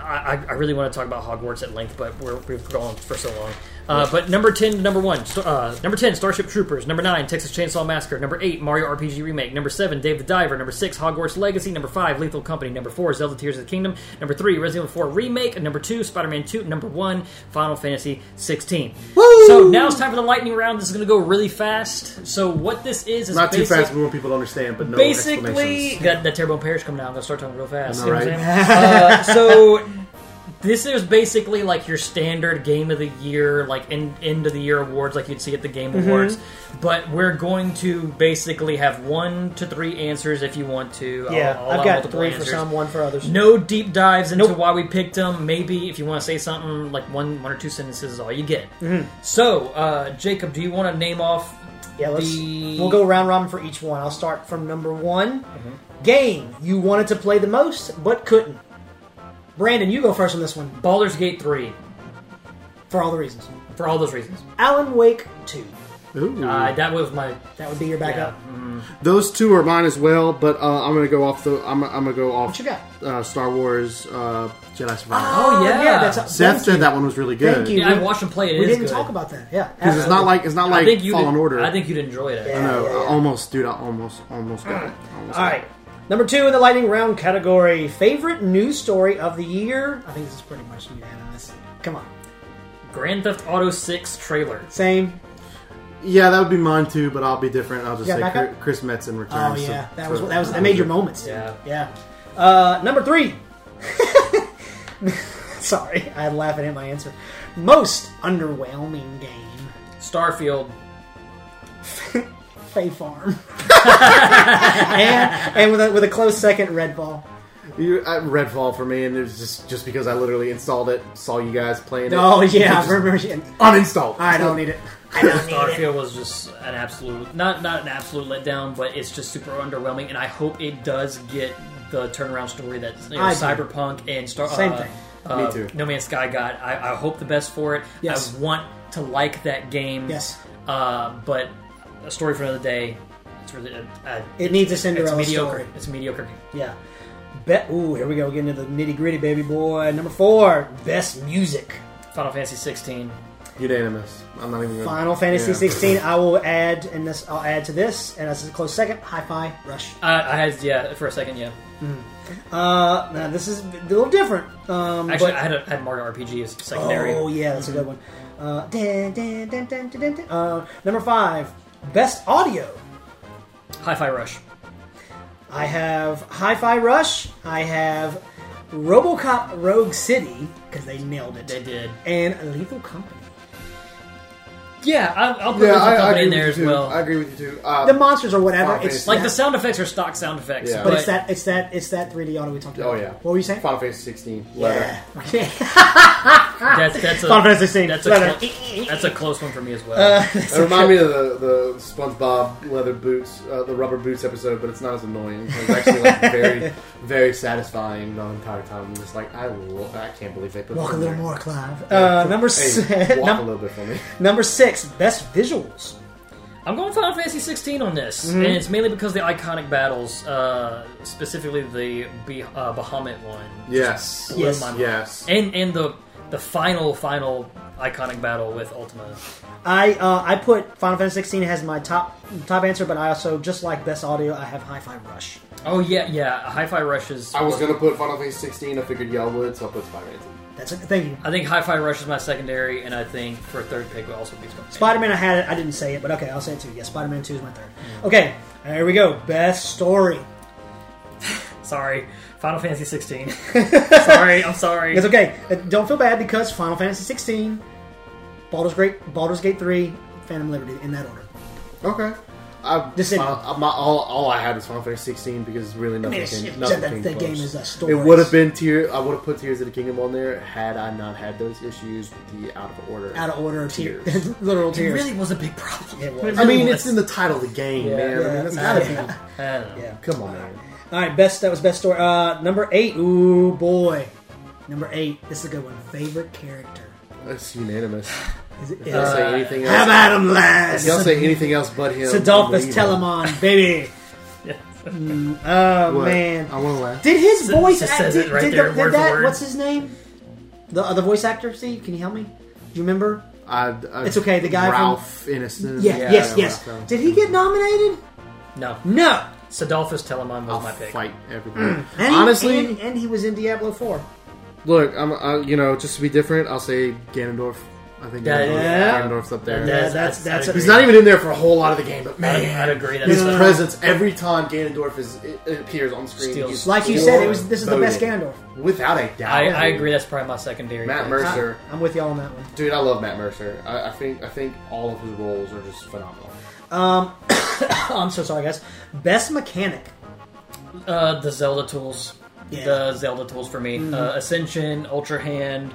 [SPEAKER 1] I, I- I really want to talk about Hogwarts at length, but we're, we've gone for so long. Uh, but number ten, to number one, Star- uh, number ten, Starship Troopers. Number nine, Texas Chainsaw Massacre. Number eight, Mario RPG Remake. Number seven, Dave the Diver. Number six, Hogwarts Legacy. Number five, Lethal Company. Number four, Zelda Tears of the Kingdom. Number three, Resident Evil 4 Remake. And number two, Spider-Man 2. Number one, Final Fantasy 16. So now it's time for the lightning round. This is going to go really fast. So what this is is
[SPEAKER 3] Not too
[SPEAKER 1] basic-
[SPEAKER 3] fast. We want people to understand, but no
[SPEAKER 1] basically
[SPEAKER 3] explanations.
[SPEAKER 1] got that terrible parish coming out. I'm gonna start talking real fast.
[SPEAKER 3] I
[SPEAKER 1] You
[SPEAKER 3] know,
[SPEAKER 1] know what I'm saying? uh, so this is basically like your standard game of the year, like end end of the year awards, like you'd see at the game
[SPEAKER 2] Mm-hmm.
[SPEAKER 1] awards. But we're going to basically have one to three answers if you want to. I'll-
[SPEAKER 2] Yeah,
[SPEAKER 1] I'll
[SPEAKER 2] I've
[SPEAKER 1] allow
[SPEAKER 2] got
[SPEAKER 1] multiple
[SPEAKER 2] three for
[SPEAKER 1] answers.
[SPEAKER 2] some, one for others.
[SPEAKER 1] No deep dives into why we picked them. Maybe if you want to say something, like one one or two sentences is all you get.
[SPEAKER 2] Mm-hmm.
[SPEAKER 1] So, uh, Jacob, do you want to name off?
[SPEAKER 2] Yeah, let's,
[SPEAKER 1] the...
[SPEAKER 2] we'll go round robin for each one. I'll start from number one.
[SPEAKER 1] Mm-hmm.
[SPEAKER 2] Game you wanted to play the most but couldn't. Brandon, you go first on this one
[SPEAKER 1] Baldur's Gate three
[SPEAKER 2] for all the reasons.
[SPEAKER 1] for all those reasons.
[SPEAKER 2] Alan Wake two.
[SPEAKER 3] Ooh.
[SPEAKER 1] Uh, that was my
[SPEAKER 2] That would be your backup.
[SPEAKER 3] Those two are mine as well, but uh, I'm gonna go off the. I'm, I'm gonna go off.
[SPEAKER 2] What you got?
[SPEAKER 3] Uh, Star Wars uh, Jedi Survivor.
[SPEAKER 1] Oh, yeah.
[SPEAKER 2] Uh, that's a,
[SPEAKER 3] Seth
[SPEAKER 2] thank
[SPEAKER 3] said
[SPEAKER 2] you.
[SPEAKER 3] that one was really good.
[SPEAKER 2] Thank you.
[SPEAKER 1] Yeah, I watched him play it. It
[SPEAKER 2] We
[SPEAKER 1] is
[SPEAKER 2] didn't
[SPEAKER 1] good.
[SPEAKER 2] talk about that. Yeah,
[SPEAKER 3] Because it's not like it's not like
[SPEAKER 1] I think you
[SPEAKER 3] Fallen
[SPEAKER 1] did,
[SPEAKER 3] Order.
[SPEAKER 1] I think you'd enjoy it.
[SPEAKER 2] Yeah.
[SPEAKER 3] No, I almost, dude. I almost, almost got it. I Almost
[SPEAKER 2] All right. Number two in the lightning round category: favorite news story of the year. I think this is pretty much unanimous. Come on,
[SPEAKER 1] Grand Theft Auto Six trailer.
[SPEAKER 2] same.
[SPEAKER 3] Yeah, that would be mine too, but I'll be different. I'll just
[SPEAKER 2] Yeah,
[SPEAKER 3] say
[SPEAKER 2] back
[SPEAKER 3] Chris,
[SPEAKER 2] up.
[SPEAKER 3] Chris Metzen
[SPEAKER 2] Oh
[SPEAKER 3] returns. to-
[SPEAKER 2] yeah, that
[SPEAKER 3] to-
[SPEAKER 2] was that was that made your moments. Dude.
[SPEAKER 1] Yeah.
[SPEAKER 2] yeah. Uh, number three. [laughs] Sorry, I had laughing at my answer. Most underwhelming game.
[SPEAKER 1] Starfield.
[SPEAKER 2] Fay Farm. [laughs] and and with a, with a close second, Redfall.
[SPEAKER 3] You, uh, Redfall for me, and it was just just because I literally installed it, saw you guys playing
[SPEAKER 2] Oh
[SPEAKER 3] it.
[SPEAKER 2] yeah, [laughs] I
[SPEAKER 3] Just
[SPEAKER 2] remember. she-
[SPEAKER 3] uninstalled.
[SPEAKER 2] I don't need it. I don't need it.
[SPEAKER 1] Starfield was just an absolute not not an absolute letdown, but it's just super underwhelming. And I hope it does get the turnaround story that you know,
[SPEAKER 2] I do.
[SPEAKER 1] Cyberpunk and Star
[SPEAKER 2] Same
[SPEAKER 1] uh,
[SPEAKER 2] thing.
[SPEAKER 1] uh,
[SPEAKER 3] Me too.
[SPEAKER 1] No Man's Sky got. I, I hope the best for it.
[SPEAKER 2] Yes.
[SPEAKER 1] I want to like that game.
[SPEAKER 2] Yes.
[SPEAKER 1] Uh, but a story for another day. It's really a, a,
[SPEAKER 2] It needs a
[SPEAKER 1] it's
[SPEAKER 2] Cinderella
[SPEAKER 1] mediocre.
[SPEAKER 2] story.
[SPEAKER 1] It's a mediocre game.
[SPEAKER 2] Yeah. Bet. Ooh, here we go. Getting into the nitty gritty, baby boy. Number four, best music.
[SPEAKER 1] Final Fantasy 16.
[SPEAKER 3] Unanimous. I'm not even. Gonna,
[SPEAKER 2] Final Fantasy
[SPEAKER 3] Yeah.
[SPEAKER 2] 16. I will add, and this I'll add to this, and as a close second, Hi-Fi Rush.
[SPEAKER 1] I, I had yeah for a second yeah.
[SPEAKER 2] Uh, now this is a little different. Um,
[SPEAKER 1] Actually,
[SPEAKER 2] but-
[SPEAKER 1] I had a, I had Mario RPG as secondary.
[SPEAKER 2] oh yeah, that's a good one. Uh, dun, dun, dun, dun, dun, dun, dun. Uh, number five, best audio.
[SPEAKER 1] Hi-Fi Rush.
[SPEAKER 2] I have Hi-Fi Rush. I have RoboCop Rogue City because they nailed it.
[SPEAKER 1] They did.
[SPEAKER 2] And Lethal Company.
[SPEAKER 1] Yeah, I, I'll put
[SPEAKER 3] yeah,
[SPEAKER 1] Lethal
[SPEAKER 3] I, I
[SPEAKER 1] Company
[SPEAKER 3] agree
[SPEAKER 1] in
[SPEAKER 3] with
[SPEAKER 1] there
[SPEAKER 3] you
[SPEAKER 1] as
[SPEAKER 3] too.
[SPEAKER 1] well.
[SPEAKER 3] I agree with you too. Uh,
[SPEAKER 2] The monsters or whatever.
[SPEAKER 3] Final
[SPEAKER 2] It's
[SPEAKER 3] Fantasy.
[SPEAKER 1] like
[SPEAKER 2] that-
[SPEAKER 1] the sound effects are stock sound effects,
[SPEAKER 3] Yeah.
[SPEAKER 1] but,
[SPEAKER 2] But it's that it's that it's that 3D audio we talked about.
[SPEAKER 3] oh yeah.
[SPEAKER 2] What were you saying?
[SPEAKER 3] Final Fantasy 16. Letter.
[SPEAKER 1] that's
[SPEAKER 3] [laughs]
[SPEAKER 1] that's a
[SPEAKER 2] Final Fantasy Uh. 16.
[SPEAKER 1] That's a,
[SPEAKER 2] Leather.
[SPEAKER 1] clo- that's a close one for me as well.
[SPEAKER 3] It reminded me of the, the SpongeBob leather boots, uh, the rubber boots episode, but it's not as annoying. It's actually
[SPEAKER 2] [laughs]
[SPEAKER 3] like very, very satisfying the entire time. I'm just like, I, lo- I can't believe they
[SPEAKER 2] [laughs]
[SPEAKER 3] put
[SPEAKER 2] Walk a
[SPEAKER 3] that in
[SPEAKER 2] little
[SPEAKER 3] there.
[SPEAKER 2] more, Clive. Uh, number [laughs]
[SPEAKER 3] Hey,
[SPEAKER 2] si-
[SPEAKER 3] walk a
[SPEAKER 2] num-
[SPEAKER 3] little bit for me.
[SPEAKER 2] number six, best visuals.
[SPEAKER 1] I'm going Final Fantasy 16 on this,
[SPEAKER 2] Mm-hmm.
[SPEAKER 1] and it's mainly because of the iconic battles, uh, specifically the Be- uh, Bahamut one,
[SPEAKER 3] Yes.
[SPEAKER 1] blew
[SPEAKER 2] Yes.
[SPEAKER 1] my mind.
[SPEAKER 3] Yes.
[SPEAKER 1] and and the the final final iconic battle with Ultima.
[SPEAKER 2] I uh, I put Final Fantasy 16 as my top top answer, but I also just like best audio. I have Hi-Fi Rush.
[SPEAKER 1] Oh yeah, yeah. Hi-Fi Rush is.
[SPEAKER 3] I was gonna put Final Fantasy 16. I figured y'all would, so I put Spider-Man.
[SPEAKER 2] That's it. Thank you.
[SPEAKER 1] I think Hi-Fi Rush is my secondary, and I think for third pick will also be Spider-Man.
[SPEAKER 2] Spider-Man, I had it. I didn't say it, but okay, I'll say it too. Yeah, Spider-Man 2 is my third.
[SPEAKER 3] Mm.
[SPEAKER 2] Okay, here we go. Best story.
[SPEAKER 1] sorry, Final Fantasy 16.
[SPEAKER 2] [laughs]
[SPEAKER 1] sorry, I'm sorry.
[SPEAKER 2] It's okay. Uh, Don't feel bad because Final Fantasy 16, Baldur's Great, Baldur's Gate 3, Phantom Liberty in that order.
[SPEAKER 3] Okay. I,
[SPEAKER 2] This is-
[SPEAKER 3] Final- my, all, all I had was Final Fantasy 16 because really nothing
[SPEAKER 2] mean,
[SPEAKER 3] came,
[SPEAKER 2] it's-
[SPEAKER 3] nothing
[SPEAKER 2] that-
[SPEAKER 3] came
[SPEAKER 2] that
[SPEAKER 3] close.
[SPEAKER 2] game is a story.
[SPEAKER 3] It would have been tier. I would have put Tears of the Kingdom on there had I not had those issues with the out of order.
[SPEAKER 2] out of order tears, [laughs]
[SPEAKER 3] Tears.
[SPEAKER 2] literal
[SPEAKER 1] It
[SPEAKER 2] tears.
[SPEAKER 1] really was a big problem.
[SPEAKER 2] It was. [laughs]
[SPEAKER 3] I mean,
[SPEAKER 1] Really
[SPEAKER 3] it's in the title of the game,
[SPEAKER 1] Yeah.
[SPEAKER 3] man. I
[SPEAKER 2] Yeah.
[SPEAKER 3] mean, that's gotta
[SPEAKER 2] Yeah.
[SPEAKER 3] be.
[SPEAKER 1] I don't know.
[SPEAKER 2] Yeah.
[SPEAKER 3] Come on, man.
[SPEAKER 2] All right, best. That was best story. Uh, number eight. Ooh boy, number eight. This is a good one. Favorite character. [laughs]
[SPEAKER 3] That's unanimous.
[SPEAKER 2] Is it,
[SPEAKER 3] Y'all
[SPEAKER 2] is-
[SPEAKER 3] say anything
[SPEAKER 2] Uh, have
[SPEAKER 3] else?
[SPEAKER 2] at him, lads.
[SPEAKER 3] Uh, Y'all say anything else but him?
[SPEAKER 2] Sidolphus
[SPEAKER 3] Unbelievable.
[SPEAKER 2] Telemon,
[SPEAKER 3] [laughs]
[SPEAKER 2] baby.
[SPEAKER 1] Yes.
[SPEAKER 2] Mm, oh
[SPEAKER 3] What?
[SPEAKER 2] man,
[SPEAKER 3] I want to laugh.
[SPEAKER 2] did his
[SPEAKER 1] Sid-
[SPEAKER 2] voice
[SPEAKER 1] Sid
[SPEAKER 2] act,
[SPEAKER 1] says
[SPEAKER 2] did,
[SPEAKER 1] it right
[SPEAKER 2] did,
[SPEAKER 1] there,
[SPEAKER 2] the,
[SPEAKER 1] word
[SPEAKER 2] did
[SPEAKER 1] for
[SPEAKER 2] that?
[SPEAKER 1] word.
[SPEAKER 2] What's his name? The uh, the voice actor. See, can you help me? Do you remember?
[SPEAKER 3] I, I,
[SPEAKER 2] It's okay, the guy from-
[SPEAKER 3] Ralph Innocent.
[SPEAKER 2] Yeah. yes. Yes.
[SPEAKER 3] Ralph.
[SPEAKER 2] Did he get nominated?
[SPEAKER 1] No,
[SPEAKER 2] No.
[SPEAKER 1] Sadolphus Telemon was
[SPEAKER 3] I'll
[SPEAKER 1] my pick.
[SPEAKER 3] fight
[SPEAKER 2] [clears throat]
[SPEAKER 3] everybody.
[SPEAKER 2] And he-
[SPEAKER 3] Honestly,
[SPEAKER 2] and, and he was in Diablo Four.
[SPEAKER 3] Look, I'm, I, you know, just to be different, I'll say Ganondorf. I think
[SPEAKER 1] Yeah,
[SPEAKER 3] Ganondorf,
[SPEAKER 2] yeah.
[SPEAKER 3] Ganondorf's up there.
[SPEAKER 2] Yeah,
[SPEAKER 1] Yes,
[SPEAKER 2] that's-
[SPEAKER 1] I'd-
[SPEAKER 2] that's
[SPEAKER 1] I'd
[SPEAKER 2] a-
[SPEAKER 3] He's not even in there for a whole lot of the game, but
[SPEAKER 1] I'd,
[SPEAKER 3] man,
[SPEAKER 1] I'd agree. That's
[SPEAKER 3] his
[SPEAKER 1] a-
[SPEAKER 3] presence every time Ganondorf is it, it appears on screen.
[SPEAKER 1] Steals.
[SPEAKER 3] he's
[SPEAKER 2] Like you
[SPEAKER 3] still
[SPEAKER 2] said, it was this is the best
[SPEAKER 3] voted.
[SPEAKER 2] Ganondorf.
[SPEAKER 3] without a doubt.
[SPEAKER 1] I, I agree. That's probably my secondary.
[SPEAKER 3] Matt
[SPEAKER 1] pick.
[SPEAKER 3] Mercer.
[SPEAKER 2] I-
[SPEAKER 3] Sure.
[SPEAKER 2] I'm with y'all on that one.
[SPEAKER 3] dude. I love Matt Mercer. I, I think I think all of his roles are just phenomenal.
[SPEAKER 2] Oh, I'm so sorry, guys. Best mechanic.
[SPEAKER 1] Uh, the Zelda tools.
[SPEAKER 2] Yeah. Mm-hmm.
[SPEAKER 1] The Zelda tools for me. Uh, Ascension, Ultra Hand.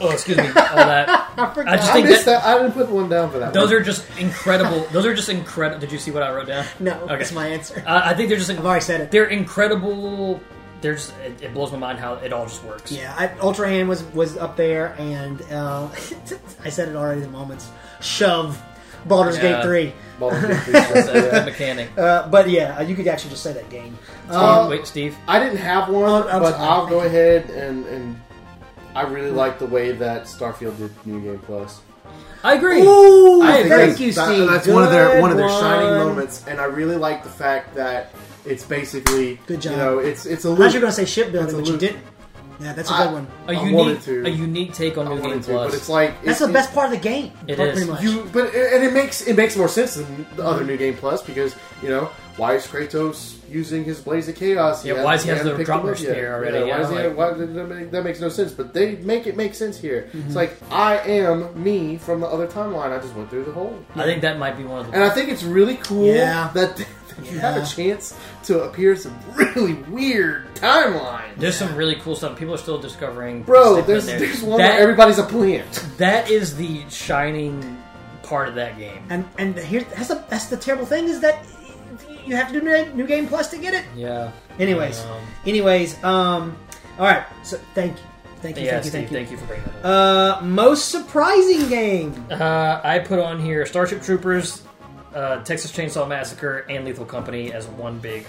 [SPEAKER 1] Oh, excuse
[SPEAKER 2] [laughs]
[SPEAKER 1] me. All that.
[SPEAKER 2] I forgot.
[SPEAKER 1] I just
[SPEAKER 3] I
[SPEAKER 1] think
[SPEAKER 3] missed
[SPEAKER 1] that,
[SPEAKER 3] that. I didn't put one down for that.
[SPEAKER 1] those
[SPEAKER 3] one.
[SPEAKER 1] are just incredible. Those are just incredible. Did you see what I wrote down?
[SPEAKER 2] no,
[SPEAKER 1] Okay.
[SPEAKER 2] that's my answer.
[SPEAKER 1] Uh, I think they're just.
[SPEAKER 2] I've already said it.
[SPEAKER 1] They're incredible. They're just. It, it blows my mind how it all just works.
[SPEAKER 2] Yeah, I, Ultra Hand was was up there, and uh, [laughs] I said it already. The moments shove Baldur's Gate
[SPEAKER 1] Yeah.
[SPEAKER 2] three,
[SPEAKER 1] [laughs]
[SPEAKER 3] Baldur's Gate three is
[SPEAKER 1] That's
[SPEAKER 3] just-
[SPEAKER 1] the mechanic.
[SPEAKER 2] uh, but yeah, you could actually just say that game.
[SPEAKER 1] Steve,
[SPEAKER 2] Uh,
[SPEAKER 1] wait, Oh, Steve.
[SPEAKER 3] I didn't have one,
[SPEAKER 2] I'm
[SPEAKER 3] but
[SPEAKER 2] sorry.
[SPEAKER 3] I'll go ahead and and I really like the way that Starfield did New Game Plus.
[SPEAKER 1] I agree.
[SPEAKER 2] ooh,
[SPEAKER 3] I
[SPEAKER 2] thank
[SPEAKER 3] think that's-
[SPEAKER 2] you,
[SPEAKER 3] that-
[SPEAKER 2] Steve.
[SPEAKER 3] That's one of their
[SPEAKER 2] Good
[SPEAKER 3] one of their shining
[SPEAKER 2] one.
[SPEAKER 3] moments, and I really like the fact that it's basically
[SPEAKER 2] Good job.
[SPEAKER 3] You know, it's it's a
[SPEAKER 2] I thought you
[SPEAKER 3] loop.
[SPEAKER 2] were going to say shipbuilding,
[SPEAKER 3] That's a
[SPEAKER 2] but you
[SPEAKER 3] loop.
[SPEAKER 2] didn't. Yeah, that's a
[SPEAKER 3] I-
[SPEAKER 2] good one.
[SPEAKER 1] A
[SPEAKER 3] I
[SPEAKER 1] unique,
[SPEAKER 3] wanted to.
[SPEAKER 1] a unique take on
[SPEAKER 3] I
[SPEAKER 1] New Game
[SPEAKER 3] wanted to,
[SPEAKER 1] Plus.
[SPEAKER 3] but it's like
[SPEAKER 2] That's
[SPEAKER 3] it-
[SPEAKER 2] the best part of the game.
[SPEAKER 1] It
[SPEAKER 2] pretty
[SPEAKER 1] is.
[SPEAKER 2] much.
[SPEAKER 3] You, but and it makes it makes more sense than the other New Game Plus because you know why is Kratos using his Blaze of Chaos?
[SPEAKER 1] Yeah, why does he have
[SPEAKER 3] hasn't
[SPEAKER 1] the
[SPEAKER 3] picked
[SPEAKER 1] drop
[SPEAKER 3] them up
[SPEAKER 1] burst
[SPEAKER 3] yet.
[SPEAKER 1] there already?
[SPEAKER 3] Yeah, why
[SPEAKER 1] Yeah,
[SPEAKER 3] does he?
[SPEAKER 1] like-
[SPEAKER 3] Why, that, make- that makes no sense. But they make it make sense here.
[SPEAKER 2] Mm-hmm.
[SPEAKER 3] It's like I am me from the other timeline. I just went through the hole.
[SPEAKER 1] I think that might be one of the.
[SPEAKER 3] And I think it's really cool
[SPEAKER 2] Yeah.
[SPEAKER 3] that, [laughs] that you have
[SPEAKER 2] Yeah.
[SPEAKER 3] a chance to appear in some really weird timeline.
[SPEAKER 1] There's some really cool stuff. People are still discovering.
[SPEAKER 3] Bro,
[SPEAKER 1] stuff in
[SPEAKER 3] there's,
[SPEAKER 1] there.
[SPEAKER 3] there's one
[SPEAKER 1] that,
[SPEAKER 3] where everybody's a plant.
[SPEAKER 1] that is the shining part of that game.
[SPEAKER 2] And and here that's the that's the terrible thing is that you have to do new, new game plus to get it.
[SPEAKER 1] Yeah.
[SPEAKER 2] Anyways,
[SPEAKER 1] Um,
[SPEAKER 2] anyways, um, all right. So thank you, thank you,
[SPEAKER 1] yeah,
[SPEAKER 2] thank you,
[SPEAKER 1] Steve,
[SPEAKER 2] thank you.
[SPEAKER 1] for bringing that up.
[SPEAKER 2] Uh, most surprising game.
[SPEAKER 1] Uh, I put on here Starship Troopers, uh, Texas Chainsaw Massacre and Lethal Company as one big.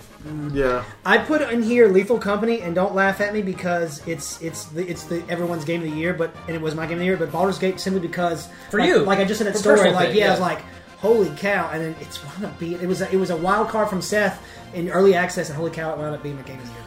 [SPEAKER 3] Yeah.
[SPEAKER 2] I put in here Lethal Company, and don't laugh at me because it's it's the, it's the everyone's game of the year, but and it was my game of the year. But Baldur's Gate simply because
[SPEAKER 1] For
[SPEAKER 2] like-
[SPEAKER 1] you.
[SPEAKER 2] like I just said that
[SPEAKER 1] For
[SPEAKER 2] story,
[SPEAKER 1] personal
[SPEAKER 2] like
[SPEAKER 1] thing,
[SPEAKER 2] yeah, I was
[SPEAKER 1] yeah.
[SPEAKER 2] like, holy cow! And then it's wound up being it was a, it was a wild card from Seth in early access, and holy cow, it wound up being my game of the year.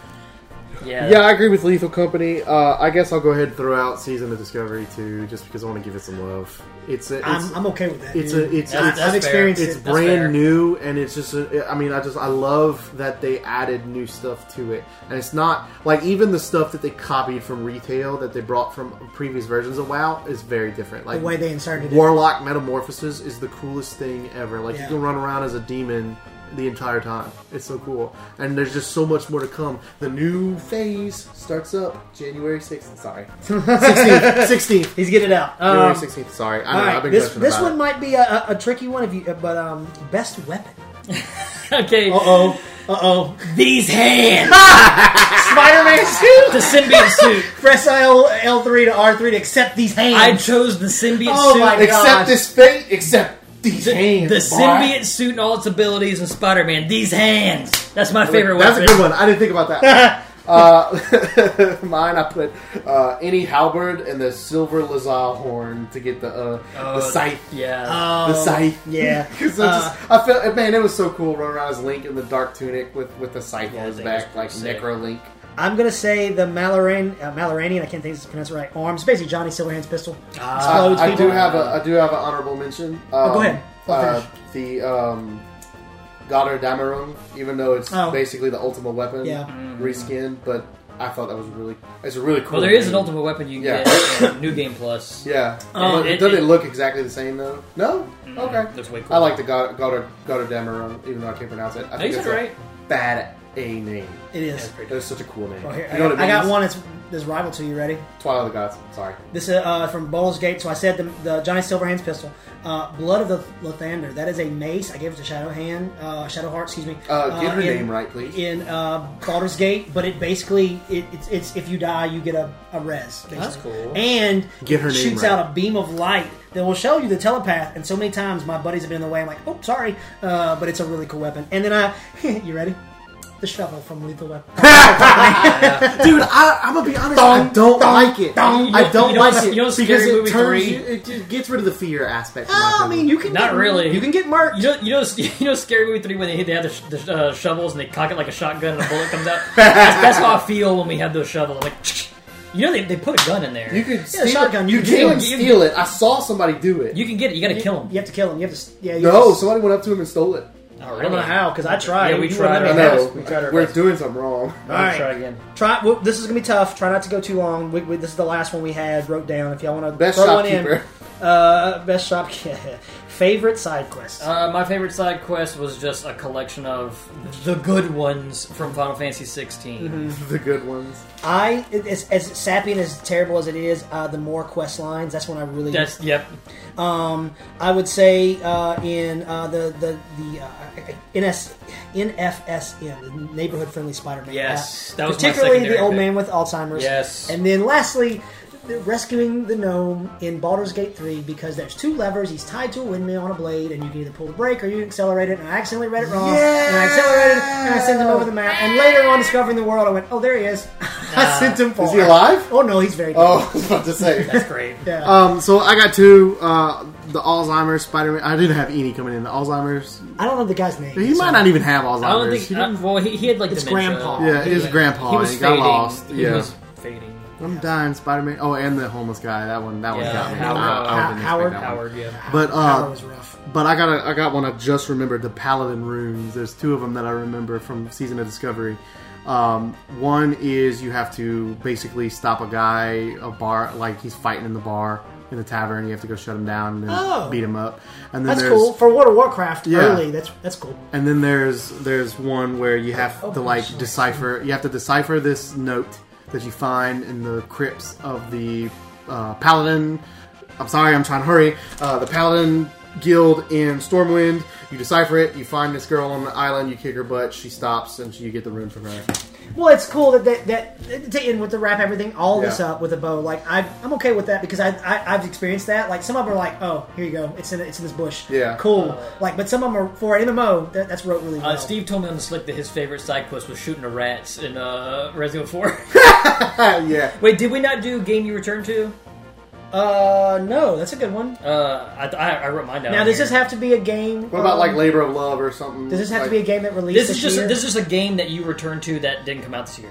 [SPEAKER 1] Yeah.
[SPEAKER 3] Yeah, I agree with Lethal Company. Uh, I guess I'll go ahead and throw out Season of Discovery too, just because I want to give it some love. It's a, it's,
[SPEAKER 2] I'm, I'm okay with that.
[SPEAKER 3] it's
[SPEAKER 2] dude.
[SPEAKER 3] a, it's,
[SPEAKER 1] That's-
[SPEAKER 3] it's,
[SPEAKER 1] that's
[SPEAKER 2] I've
[SPEAKER 1] fair.
[SPEAKER 2] experienced
[SPEAKER 3] it's
[SPEAKER 2] it.
[SPEAKER 1] That's
[SPEAKER 3] brand
[SPEAKER 1] fair.
[SPEAKER 3] new, and it's just. A, I mean, I just I love that they added new stuff to it, and it's not like even the stuff that they copied from retail that they brought from previous versions of WoW is very different. Like
[SPEAKER 2] the way they inserted it.
[SPEAKER 3] Warlock Metamorphosis is the coolest thing ever. Like
[SPEAKER 2] Yeah.
[SPEAKER 3] you can run around as a demon the entire time. It's so cool. And there's just so much more to come. The new phase starts up January 6th. Sorry.
[SPEAKER 2] [laughs]
[SPEAKER 3] 16th. 16th.
[SPEAKER 2] He's getting it out.
[SPEAKER 3] January
[SPEAKER 2] Um,
[SPEAKER 3] 16th. Sorry. I know.
[SPEAKER 2] all
[SPEAKER 3] I've
[SPEAKER 2] right,
[SPEAKER 3] been
[SPEAKER 2] this
[SPEAKER 3] gushing
[SPEAKER 2] this
[SPEAKER 3] about
[SPEAKER 2] one
[SPEAKER 3] it.
[SPEAKER 2] might be a, a, a tricky one if you, but um, best weapon.
[SPEAKER 1] [laughs] okay.
[SPEAKER 2] oh, uh oh.
[SPEAKER 1] These
[SPEAKER 3] [laughs]
[SPEAKER 1] hands.
[SPEAKER 2] Spider-Man suit.
[SPEAKER 1] the symbiote suit.
[SPEAKER 2] Press L L three to R three to accept these hands.
[SPEAKER 1] I chose the symbiote
[SPEAKER 2] Oh
[SPEAKER 1] suit.
[SPEAKER 2] my
[SPEAKER 3] Accept
[SPEAKER 2] God.
[SPEAKER 3] this fate. Accept these
[SPEAKER 1] The,
[SPEAKER 3] hands.
[SPEAKER 1] the
[SPEAKER 3] boy.
[SPEAKER 1] symbiote suit and all its abilities in Spider-Man. These hands. That's my favorite
[SPEAKER 3] That's a
[SPEAKER 1] weapon.
[SPEAKER 3] good one. I didn't think about
[SPEAKER 1] [laughs]
[SPEAKER 3] that. uh, [laughs] mine, I put uh, any halberd and the silver lazal horn to get the uh,
[SPEAKER 1] Oh,
[SPEAKER 3] the scythe.
[SPEAKER 1] Yeah. Uh,
[SPEAKER 2] Oh,
[SPEAKER 3] the scythe.
[SPEAKER 2] Yeah.
[SPEAKER 3] [laughs] 'Cause I, just, I felt man, it was so cool running around as Link in the dark tunic with with the scythe
[SPEAKER 1] Yeah,
[SPEAKER 3] on his
[SPEAKER 1] I think it was
[SPEAKER 3] back, like
[SPEAKER 1] pretty sick.
[SPEAKER 3] Necro Link.
[SPEAKER 2] I'm gonna say the Maloranian, uh, Maloranian. I can't think if it's pronounced right. Arms, basically Johnny Silverhand's pistol.
[SPEAKER 3] I,
[SPEAKER 2] Explodes
[SPEAKER 3] Uh, I
[SPEAKER 2] people.
[SPEAKER 3] do have a I do have an honorable mention. Um,
[SPEAKER 2] Oh, go ahead. I'll
[SPEAKER 3] uh, the um, Goddard Dameron, even though it's
[SPEAKER 2] Oh.
[SPEAKER 3] basically the Ultima weapon
[SPEAKER 2] Yeah.
[SPEAKER 3] reskin, but I thought that was really it's a really cool.
[SPEAKER 1] Mm-hmm. Well, there is an
[SPEAKER 3] name.
[SPEAKER 1] ultimate weapon you can
[SPEAKER 3] Yeah.
[SPEAKER 1] get in New Game
[SPEAKER 3] [laughs]
[SPEAKER 1] Plus.
[SPEAKER 3] Yeah,
[SPEAKER 1] Oh,
[SPEAKER 3] But
[SPEAKER 1] it-
[SPEAKER 3] doesn't
[SPEAKER 1] it- Mm-hmm.
[SPEAKER 3] it look exactly the same though? No, okay.
[SPEAKER 1] That's way cool.
[SPEAKER 3] I like the God Goddard Goddard Dameron, even though I can't pronounce it. I
[SPEAKER 1] No, you said
[SPEAKER 3] it's a
[SPEAKER 1] right.
[SPEAKER 3] Bad A name.
[SPEAKER 2] It is.
[SPEAKER 3] That's such a cool name.
[SPEAKER 2] Oh, here,
[SPEAKER 3] you know
[SPEAKER 2] I,
[SPEAKER 3] what
[SPEAKER 2] got, I
[SPEAKER 3] it
[SPEAKER 2] got
[SPEAKER 3] means?
[SPEAKER 2] one that's, that's rival to you. Ready?
[SPEAKER 3] Twilight of the Gods. Sorry.
[SPEAKER 2] This is uh, from Bowles Gate. So I said the, the Johnny Silverhand's pistol, uh, Blood of the Lathander. That is a mace. I gave it to Shadow Hand, uh, Shadow Heart. Excuse me.
[SPEAKER 3] Uh, get her
[SPEAKER 2] in-
[SPEAKER 3] name right, please.
[SPEAKER 2] In uh, Baldur's Gate, but it basically it, it's, it's if you die you get a, a res. Basically.
[SPEAKER 1] That's cool.
[SPEAKER 2] And
[SPEAKER 3] Get her
[SPEAKER 2] it
[SPEAKER 3] name
[SPEAKER 2] shoots
[SPEAKER 3] right.
[SPEAKER 2] out a beam of light that will show you the telepath. And so many times my buddies have been in the way. I'm like, oh sorry, uh, but it's a really cool weapon. And then I, [laughs] you ready? The shovel from Lethal Weapon.
[SPEAKER 3] Dude, I, I'm gonna be honest. I don't like it. I don't
[SPEAKER 1] You know-
[SPEAKER 3] like it
[SPEAKER 1] you know Scary
[SPEAKER 3] because it
[SPEAKER 1] Movie
[SPEAKER 3] turns.
[SPEAKER 1] three?
[SPEAKER 3] you- It just gets rid of the fear aspect. in my
[SPEAKER 2] I mean,
[SPEAKER 3] opinion.
[SPEAKER 2] you can
[SPEAKER 1] Not
[SPEAKER 2] get-
[SPEAKER 1] really.
[SPEAKER 2] You can get marked.
[SPEAKER 1] You know, you know, [laughs] you know, Scary Movie Three when they hit, they have the, sh- the sh- uh, shovels and they cock it like a shotgun and a bullet
[SPEAKER 3] [laughs]
[SPEAKER 1] comes out. That's, that's how I feel when we have those shovels. Like, you know, they, they put a gun in there.
[SPEAKER 3] you
[SPEAKER 1] You,
[SPEAKER 3] could
[SPEAKER 2] Yeah,
[SPEAKER 3] steal
[SPEAKER 2] shotgun.
[SPEAKER 3] it.
[SPEAKER 2] You
[SPEAKER 3] You,
[SPEAKER 2] can
[SPEAKER 3] can
[SPEAKER 2] steal-
[SPEAKER 1] you-
[SPEAKER 3] steal it. I saw somebody do it.
[SPEAKER 1] can get it. You got to kill them.
[SPEAKER 2] You have to kill him. You have to. Yeah. You
[SPEAKER 3] no,
[SPEAKER 2] Have to,
[SPEAKER 3] somebody went up to him and stole it.
[SPEAKER 2] I don't know how because I tried.
[SPEAKER 1] Yeah, we
[SPEAKER 2] You
[SPEAKER 1] tried.
[SPEAKER 2] were
[SPEAKER 3] I
[SPEAKER 2] never
[SPEAKER 1] Yeah,
[SPEAKER 3] know.
[SPEAKER 2] asked. We tried our
[SPEAKER 3] We're
[SPEAKER 2] best.
[SPEAKER 3] doing something wrong.
[SPEAKER 2] All right.
[SPEAKER 1] Try again.
[SPEAKER 2] Try. Well, this is gonna be tough. Try not to go too long. We, we, this is the last one we had wrote down. If y'all want to
[SPEAKER 3] Best
[SPEAKER 2] throw
[SPEAKER 3] shopkeeper.
[SPEAKER 2] one in, uh, best shop. [laughs] Favorite side quest.
[SPEAKER 1] Uh, my favorite side quest was just a collection of the good ones from Final Fantasy 16.
[SPEAKER 3] the good ones.
[SPEAKER 2] I as, as sappy and as terrible as it is, uh, the more quest lines. That's when I really.
[SPEAKER 1] That's yep.
[SPEAKER 2] Um, I would say uh, in uh, the the the uh, NS, NFSM, the Neighborhood Friendly Spider-Man.
[SPEAKER 1] Yes,
[SPEAKER 2] app.
[SPEAKER 1] that was my
[SPEAKER 2] particularly the
[SPEAKER 1] secondary
[SPEAKER 2] old
[SPEAKER 1] pick.
[SPEAKER 2] man with Alzheimer's.
[SPEAKER 1] Yes.
[SPEAKER 2] and then lastly. the Rescuing the gnome in Baldur's Gate 3 because there's two levers. He's tied to a windmill on a blade, and you can either pull the brake or you can accelerate it. And I accidentally read it wrong. And I accelerated and I sent him over the map. And later on, discovering the world, I went, "Oh, there he is." [laughs] I sent him far.
[SPEAKER 3] Is he alive?
[SPEAKER 2] Oh no, he's very good.
[SPEAKER 3] Oh, [laughs] I was about to say.
[SPEAKER 1] That's great.
[SPEAKER 2] [laughs] Yeah.
[SPEAKER 3] Um, so I got two. Uh, the Alzheimer's Spider-Man. I didn't have any coming in. The Alzheimer's.
[SPEAKER 2] I don't know the guy's name.
[SPEAKER 3] He
[SPEAKER 2] so-
[SPEAKER 3] might not even have Alzheimer's.
[SPEAKER 1] I don't
[SPEAKER 3] He
[SPEAKER 1] think.
[SPEAKER 3] didn't-
[SPEAKER 1] uh, well, he, he had like
[SPEAKER 2] It's
[SPEAKER 1] dementia.
[SPEAKER 2] grandpa.
[SPEAKER 3] yeah, his grandpa.
[SPEAKER 1] He was
[SPEAKER 3] got
[SPEAKER 1] fading.
[SPEAKER 3] lost.
[SPEAKER 1] He
[SPEAKER 3] yeah.
[SPEAKER 1] was fading.
[SPEAKER 3] I'm dying, Spider Man. Oh, and the homeless guy. That one. That one
[SPEAKER 1] Yeah,
[SPEAKER 3] got me.
[SPEAKER 1] Howard.
[SPEAKER 3] I- I didn't expect
[SPEAKER 2] Howard.
[SPEAKER 3] that one.
[SPEAKER 1] Howard. Yeah.
[SPEAKER 3] But
[SPEAKER 2] That
[SPEAKER 3] uh,
[SPEAKER 2] was rough.
[SPEAKER 3] but I got a, I got one. I just remembered the Paladin runes. There's two of them that I remember from Season of Discovery. Um, one is you have to basically stop a guy, a bar, like he's fighting in the bar in the tavern. You have to go shut him down and then
[SPEAKER 2] Oh.
[SPEAKER 3] beat him up. And then
[SPEAKER 2] That's
[SPEAKER 3] there's
[SPEAKER 2] cool for World of Warcraft.
[SPEAKER 3] Yeah.
[SPEAKER 2] Early, that's that's cool.
[SPEAKER 3] and then there's there's one where you have
[SPEAKER 1] Oh,
[SPEAKER 3] to like decipher you have to decipher this note that you find in the crypts of the uh, paladin i'm sorry i'm trying to hurry uh, the paladin guild in stormwind you decipher it you find this girl on the island you kick her butt she stops and you get the rune from her
[SPEAKER 2] Well, it's cool that that, that to end with the wrap everything all this
[SPEAKER 4] Yeah.
[SPEAKER 2] up with a bow. Like I, I'm okay with that because I, I I've experienced that. Like some of them are like, oh, here you go, it's in it's in this bush.
[SPEAKER 4] Yeah.
[SPEAKER 2] cool. Like, but some of them are for an MMO. That, that's wrote really well.
[SPEAKER 1] Uh, Steve told me on the slick that his favorite side quest was shooting the rats in uh, Resident Evil 4.
[SPEAKER 4] yeah.
[SPEAKER 1] [laughs] Wait, did we not do game you return to?
[SPEAKER 2] Uh, no, that's a good one.
[SPEAKER 1] Uh, I, I, I wrote mine down.
[SPEAKER 2] now,
[SPEAKER 1] on
[SPEAKER 2] does
[SPEAKER 1] here.
[SPEAKER 2] this have to be a game?
[SPEAKER 4] What about like labor of love or something?
[SPEAKER 2] Does this have
[SPEAKER 4] like,
[SPEAKER 2] to be a game that released
[SPEAKER 1] this is just
[SPEAKER 2] year?
[SPEAKER 1] this is just a game that you return to that didn't come out this year.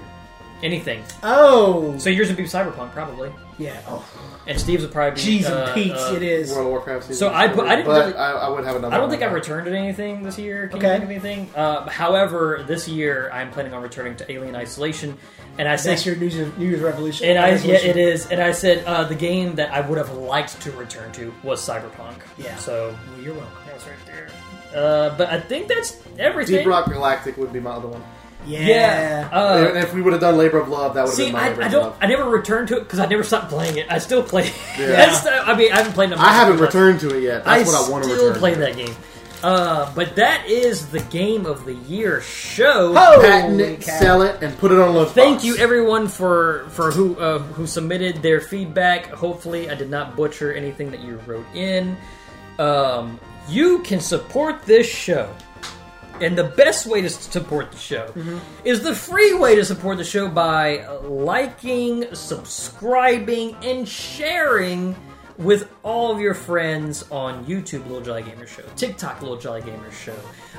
[SPEAKER 1] Anything.
[SPEAKER 2] Oh,
[SPEAKER 1] So yours would be Cyberpunk probably,
[SPEAKER 2] yeah. Oh,
[SPEAKER 1] and Steve's would probably be.
[SPEAKER 2] jeez
[SPEAKER 1] uh,
[SPEAKER 2] and Pete's,
[SPEAKER 1] uh,
[SPEAKER 2] it is.
[SPEAKER 4] World of Warcraft? Season
[SPEAKER 1] So I
[SPEAKER 4] four,
[SPEAKER 1] put- I didn't
[SPEAKER 4] but
[SPEAKER 1] really-
[SPEAKER 4] I, I would have another.
[SPEAKER 1] I don't think
[SPEAKER 4] one.
[SPEAKER 1] I've returned to anything this year. Can
[SPEAKER 2] Okay.
[SPEAKER 1] you think of anything? Uh, however, this year I'm planning on returning to Alien Isolation, and I said,
[SPEAKER 2] That's your New Year's, New Year's revolution.
[SPEAKER 1] and I yeah,
[SPEAKER 2] Revolution.
[SPEAKER 1] it is, and I said uh, the game that I would have liked to return to was Cyberpunk.
[SPEAKER 2] Yeah.
[SPEAKER 1] So
[SPEAKER 2] Well, you're welcome.
[SPEAKER 1] that was right there. Uh, but I think that's everything.
[SPEAKER 4] Deep Rock Galactic would be my other one.
[SPEAKER 2] Yeah.
[SPEAKER 1] Yeah. Uh,
[SPEAKER 4] and if we would have done Labor of Love, that would have
[SPEAKER 1] See,
[SPEAKER 4] been my
[SPEAKER 1] I,
[SPEAKER 4] Labor
[SPEAKER 1] I
[SPEAKER 4] of
[SPEAKER 1] don't.
[SPEAKER 4] Love.
[SPEAKER 1] I never returned to it because I never stopped playing it. I still play.
[SPEAKER 4] Yeah.
[SPEAKER 1] [laughs] That's the- I mean, I haven't played. in a
[SPEAKER 4] I
[SPEAKER 1] month,
[SPEAKER 4] haven't
[SPEAKER 1] but
[SPEAKER 4] returned to it yet. That's
[SPEAKER 1] I
[SPEAKER 4] what I want to
[SPEAKER 1] still
[SPEAKER 4] return.
[SPEAKER 1] play
[SPEAKER 4] to.
[SPEAKER 1] that game. Uh, but that is the game of the year show.
[SPEAKER 2] Oh,
[SPEAKER 4] Patent
[SPEAKER 2] holy
[SPEAKER 4] it,
[SPEAKER 2] cow.
[SPEAKER 4] sell it, and put it on Lunchbox.
[SPEAKER 1] Thank you everyone for for who uh, who submitted their feedback. Hopefully, I did not butcher anything that you wrote in. Um, you can support this show, and the best way to s- support the show
[SPEAKER 2] Mm-hmm.
[SPEAKER 1] is the free way to support the show by uh, liking, subscribing, and sharing with all of your friends on YouTube, Little Jolly Gamer Show, TikTok, Little Jolly Gamer Show,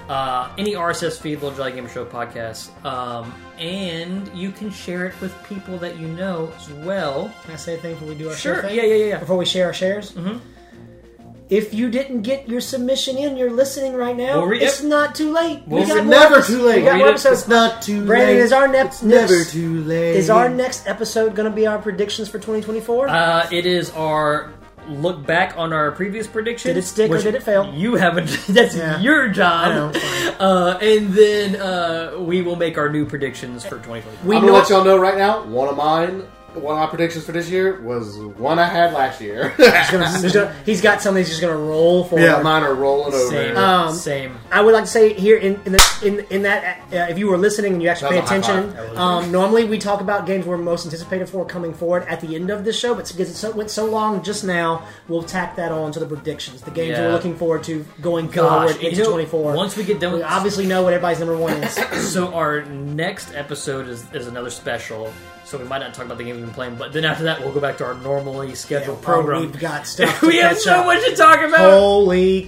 [SPEAKER 1] uh, any RSS feed, Little Jolly Gamer Show podcast, um, and you can share it with people that you know as well.
[SPEAKER 2] Can I say a thing before we do our
[SPEAKER 1] Sure,
[SPEAKER 2] share thing?
[SPEAKER 1] yeah, yeah, yeah, yeah.
[SPEAKER 2] Before we share our shares? Mm-hmm. If you didn't get your submission in, you're listening right now,
[SPEAKER 1] We'll read
[SPEAKER 2] it's
[SPEAKER 1] it.
[SPEAKER 2] not too late.
[SPEAKER 1] We'll
[SPEAKER 2] got
[SPEAKER 1] read-
[SPEAKER 2] more
[SPEAKER 3] Never
[SPEAKER 2] episodes-
[SPEAKER 3] too late.
[SPEAKER 2] We got
[SPEAKER 1] Read
[SPEAKER 2] more
[SPEAKER 1] it.
[SPEAKER 2] episodes.
[SPEAKER 3] It's not too
[SPEAKER 2] Brandon,
[SPEAKER 3] late.
[SPEAKER 2] is our next-
[SPEAKER 3] It's never
[SPEAKER 2] next-
[SPEAKER 3] too late.
[SPEAKER 2] Is our next episode going to be our predictions for 2024?
[SPEAKER 1] Uh, it is our look back on our previous predictions.
[SPEAKER 2] Did it stick or
[SPEAKER 1] which
[SPEAKER 2] did it fail?
[SPEAKER 1] You haven't. [laughs] That's
[SPEAKER 2] Yeah.
[SPEAKER 1] your job.
[SPEAKER 2] I know.
[SPEAKER 1] Uh, and then uh, we will make our new predictions for 2020.
[SPEAKER 2] we
[SPEAKER 4] I'm
[SPEAKER 2] know
[SPEAKER 4] gonna let y'all know right now. One of mine, one of my predictions for this year was one I had last year. [laughs]
[SPEAKER 2] he's, gonna, there's gonna- he's got something he's just going to roll for.
[SPEAKER 4] yeah, mine are rolling over. Uh,
[SPEAKER 1] Same.
[SPEAKER 2] Um,
[SPEAKER 1] same.
[SPEAKER 2] I would like to say here in in, the, in, in that uh, if you were listening and you actually pay
[SPEAKER 4] That was a high
[SPEAKER 2] attention,
[SPEAKER 4] five. That was
[SPEAKER 2] um, normally we talk about games we're most anticipated for coming forward at the end of the show, but because it so, went so long just now, we'll tack that on to the predictions, the games
[SPEAKER 1] Yeah.
[SPEAKER 2] we're looking forward to going
[SPEAKER 1] Gosh,
[SPEAKER 2] forward into
[SPEAKER 1] you know,
[SPEAKER 2] twenty four.
[SPEAKER 1] once we get done
[SPEAKER 2] we
[SPEAKER 1] with-
[SPEAKER 2] obviously know what everybody's number one
[SPEAKER 1] [coughs]
[SPEAKER 2] is.
[SPEAKER 1] So our next episode is, is another special. So we might not talk about the games we've been playing, but then after that we'll go back to our normally
[SPEAKER 2] Yeah,
[SPEAKER 1] scheduled
[SPEAKER 2] well,
[SPEAKER 1] program.
[SPEAKER 2] We've
[SPEAKER 1] [laughs]
[SPEAKER 2] got stuff.
[SPEAKER 1] we
[SPEAKER 2] to
[SPEAKER 1] have
[SPEAKER 2] catch
[SPEAKER 1] so
[SPEAKER 2] up.
[SPEAKER 1] much to talk about.
[SPEAKER 2] Holy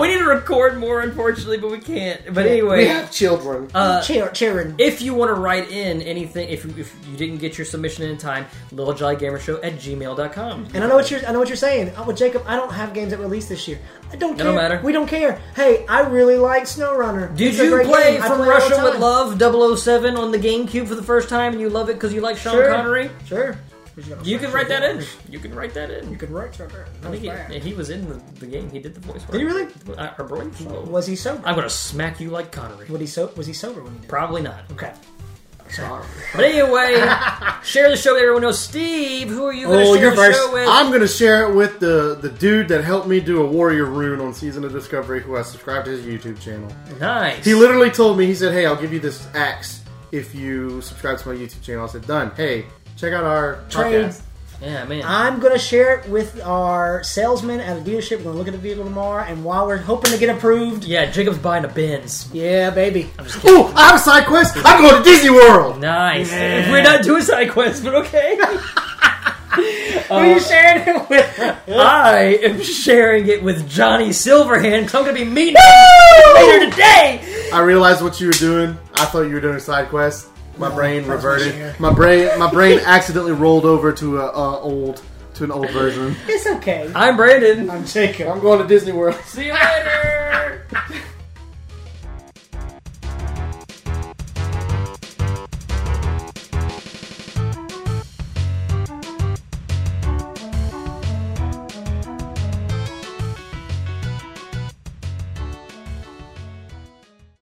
[SPEAKER 1] [laughs] We need to record more, unfortunately, but we can't. But
[SPEAKER 4] We
[SPEAKER 1] anyway,
[SPEAKER 4] have children.
[SPEAKER 1] uh,
[SPEAKER 2] Cheer, cheering.
[SPEAKER 1] If you want to write in anything, if, if you didn't get your submission in time, littlejollygamershow at gmail.com.
[SPEAKER 2] And I know what you're. I know what you're saying. Oh, well, Jacob, I don't have games that release this year. I don't care.
[SPEAKER 1] don't matter.
[SPEAKER 2] We don't care. Hey, I really like SnowRunner.
[SPEAKER 1] Did
[SPEAKER 2] It's a
[SPEAKER 1] you
[SPEAKER 2] great
[SPEAKER 1] play
[SPEAKER 2] game. I
[SPEAKER 1] From
[SPEAKER 2] it all the
[SPEAKER 1] Russia with
[SPEAKER 2] time.
[SPEAKER 1] Love 007 on the GameCube for the first time and you love it because you like Sean
[SPEAKER 2] Sure.
[SPEAKER 1] Connery?
[SPEAKER 2] Sure.
[SPEAKER 1] You can write that in. You can write that in.
[SPEAKER 2] You can write Trevor.
[SPEAKER 1] I
[SPEAKER 2] That was
[SPEAKER 1] think he,
[SPEAKER 2] bad.
[SPEAKER 1] and he was in the, the game. He did the voice work. Uh,
[SPEAKER 2] Did he really?
[SPEAKER 1] I, I believe so.
[SPEAKER 2] Was he sober?
[SPEAKER 1] I'm going to smack you like Connery.
[SPEAKER 2] was he so? Was he sober when he did? it?
[SPEAKER 1] Probably not.
[SPEAKER 2] Okay.
[SPEAKER 1] But anyway,
[SPEAKER 2] [laughs]
[SPEAKER 1] share the show with everyone else. Steve, who are you going to
[SPEAKER 3] Oh,
[SPEAKER 1] share
[SPEAKER 3] you're
[SPEAKER 1] the
[SPEAKER 3] first.
[SPEAKER 1] show with?
[SPEAKER 3] I'm gonna share it with the the dude that helped me do a warrior rune on Season of Discovery, who I subscribed to his YouTube channel.
[SPEAKER 1] nice.
[SPEAKER 3] He literally told me, he said, "Hey, I'll give you this axe if you subscribe to my YouTube channel." I said, "Done." Hey, check out our
[SPEAKER 2] Trade.
[SPEAKER 3] podcast.
[SPEAKER 1] yeah, man.
[SPEAKER 2] I'm gonna share it with our salesman at a dealership. We're gonna look at the vehicle tomorrow, and while we're hoping to get approved,
[SPEAKER 1] yeah, Jacob's buying a Benz.
[SPEAKER 2] yeah, baby.
[SPEAKER 1] Uh,
[SPEAKER 3] Oh, I have a side quest. I'm going to Disney World.
[SPEAKER 1] Nice. We're not doing side quests, but okay.
[SPEAKER 2] Who are you sharing it with? [laughs]
[SPEAKER 1] I am sharing it with Johnny Silverhand. 'cause I'm going to be meeting him later today.
[SPEAKER 3] I realized what you were doing. I thought you were doing a side quest. My brain
[SPEAKER 2] that's what she
[SPEAKER 3] reverted.
[SPEAKER 2] heard.
[SPEAKER 3] My brain, my brain accidentally rolled over to a, a old, to an old version.
[SPEAKER 2] It's okay.
[SPEAKER 1] I'm Brandon.
[SPEAKER 2] I'm Jacob.
[SPEAKER 3] I'm going to Disney World.
[SPEAKER 1] See you later.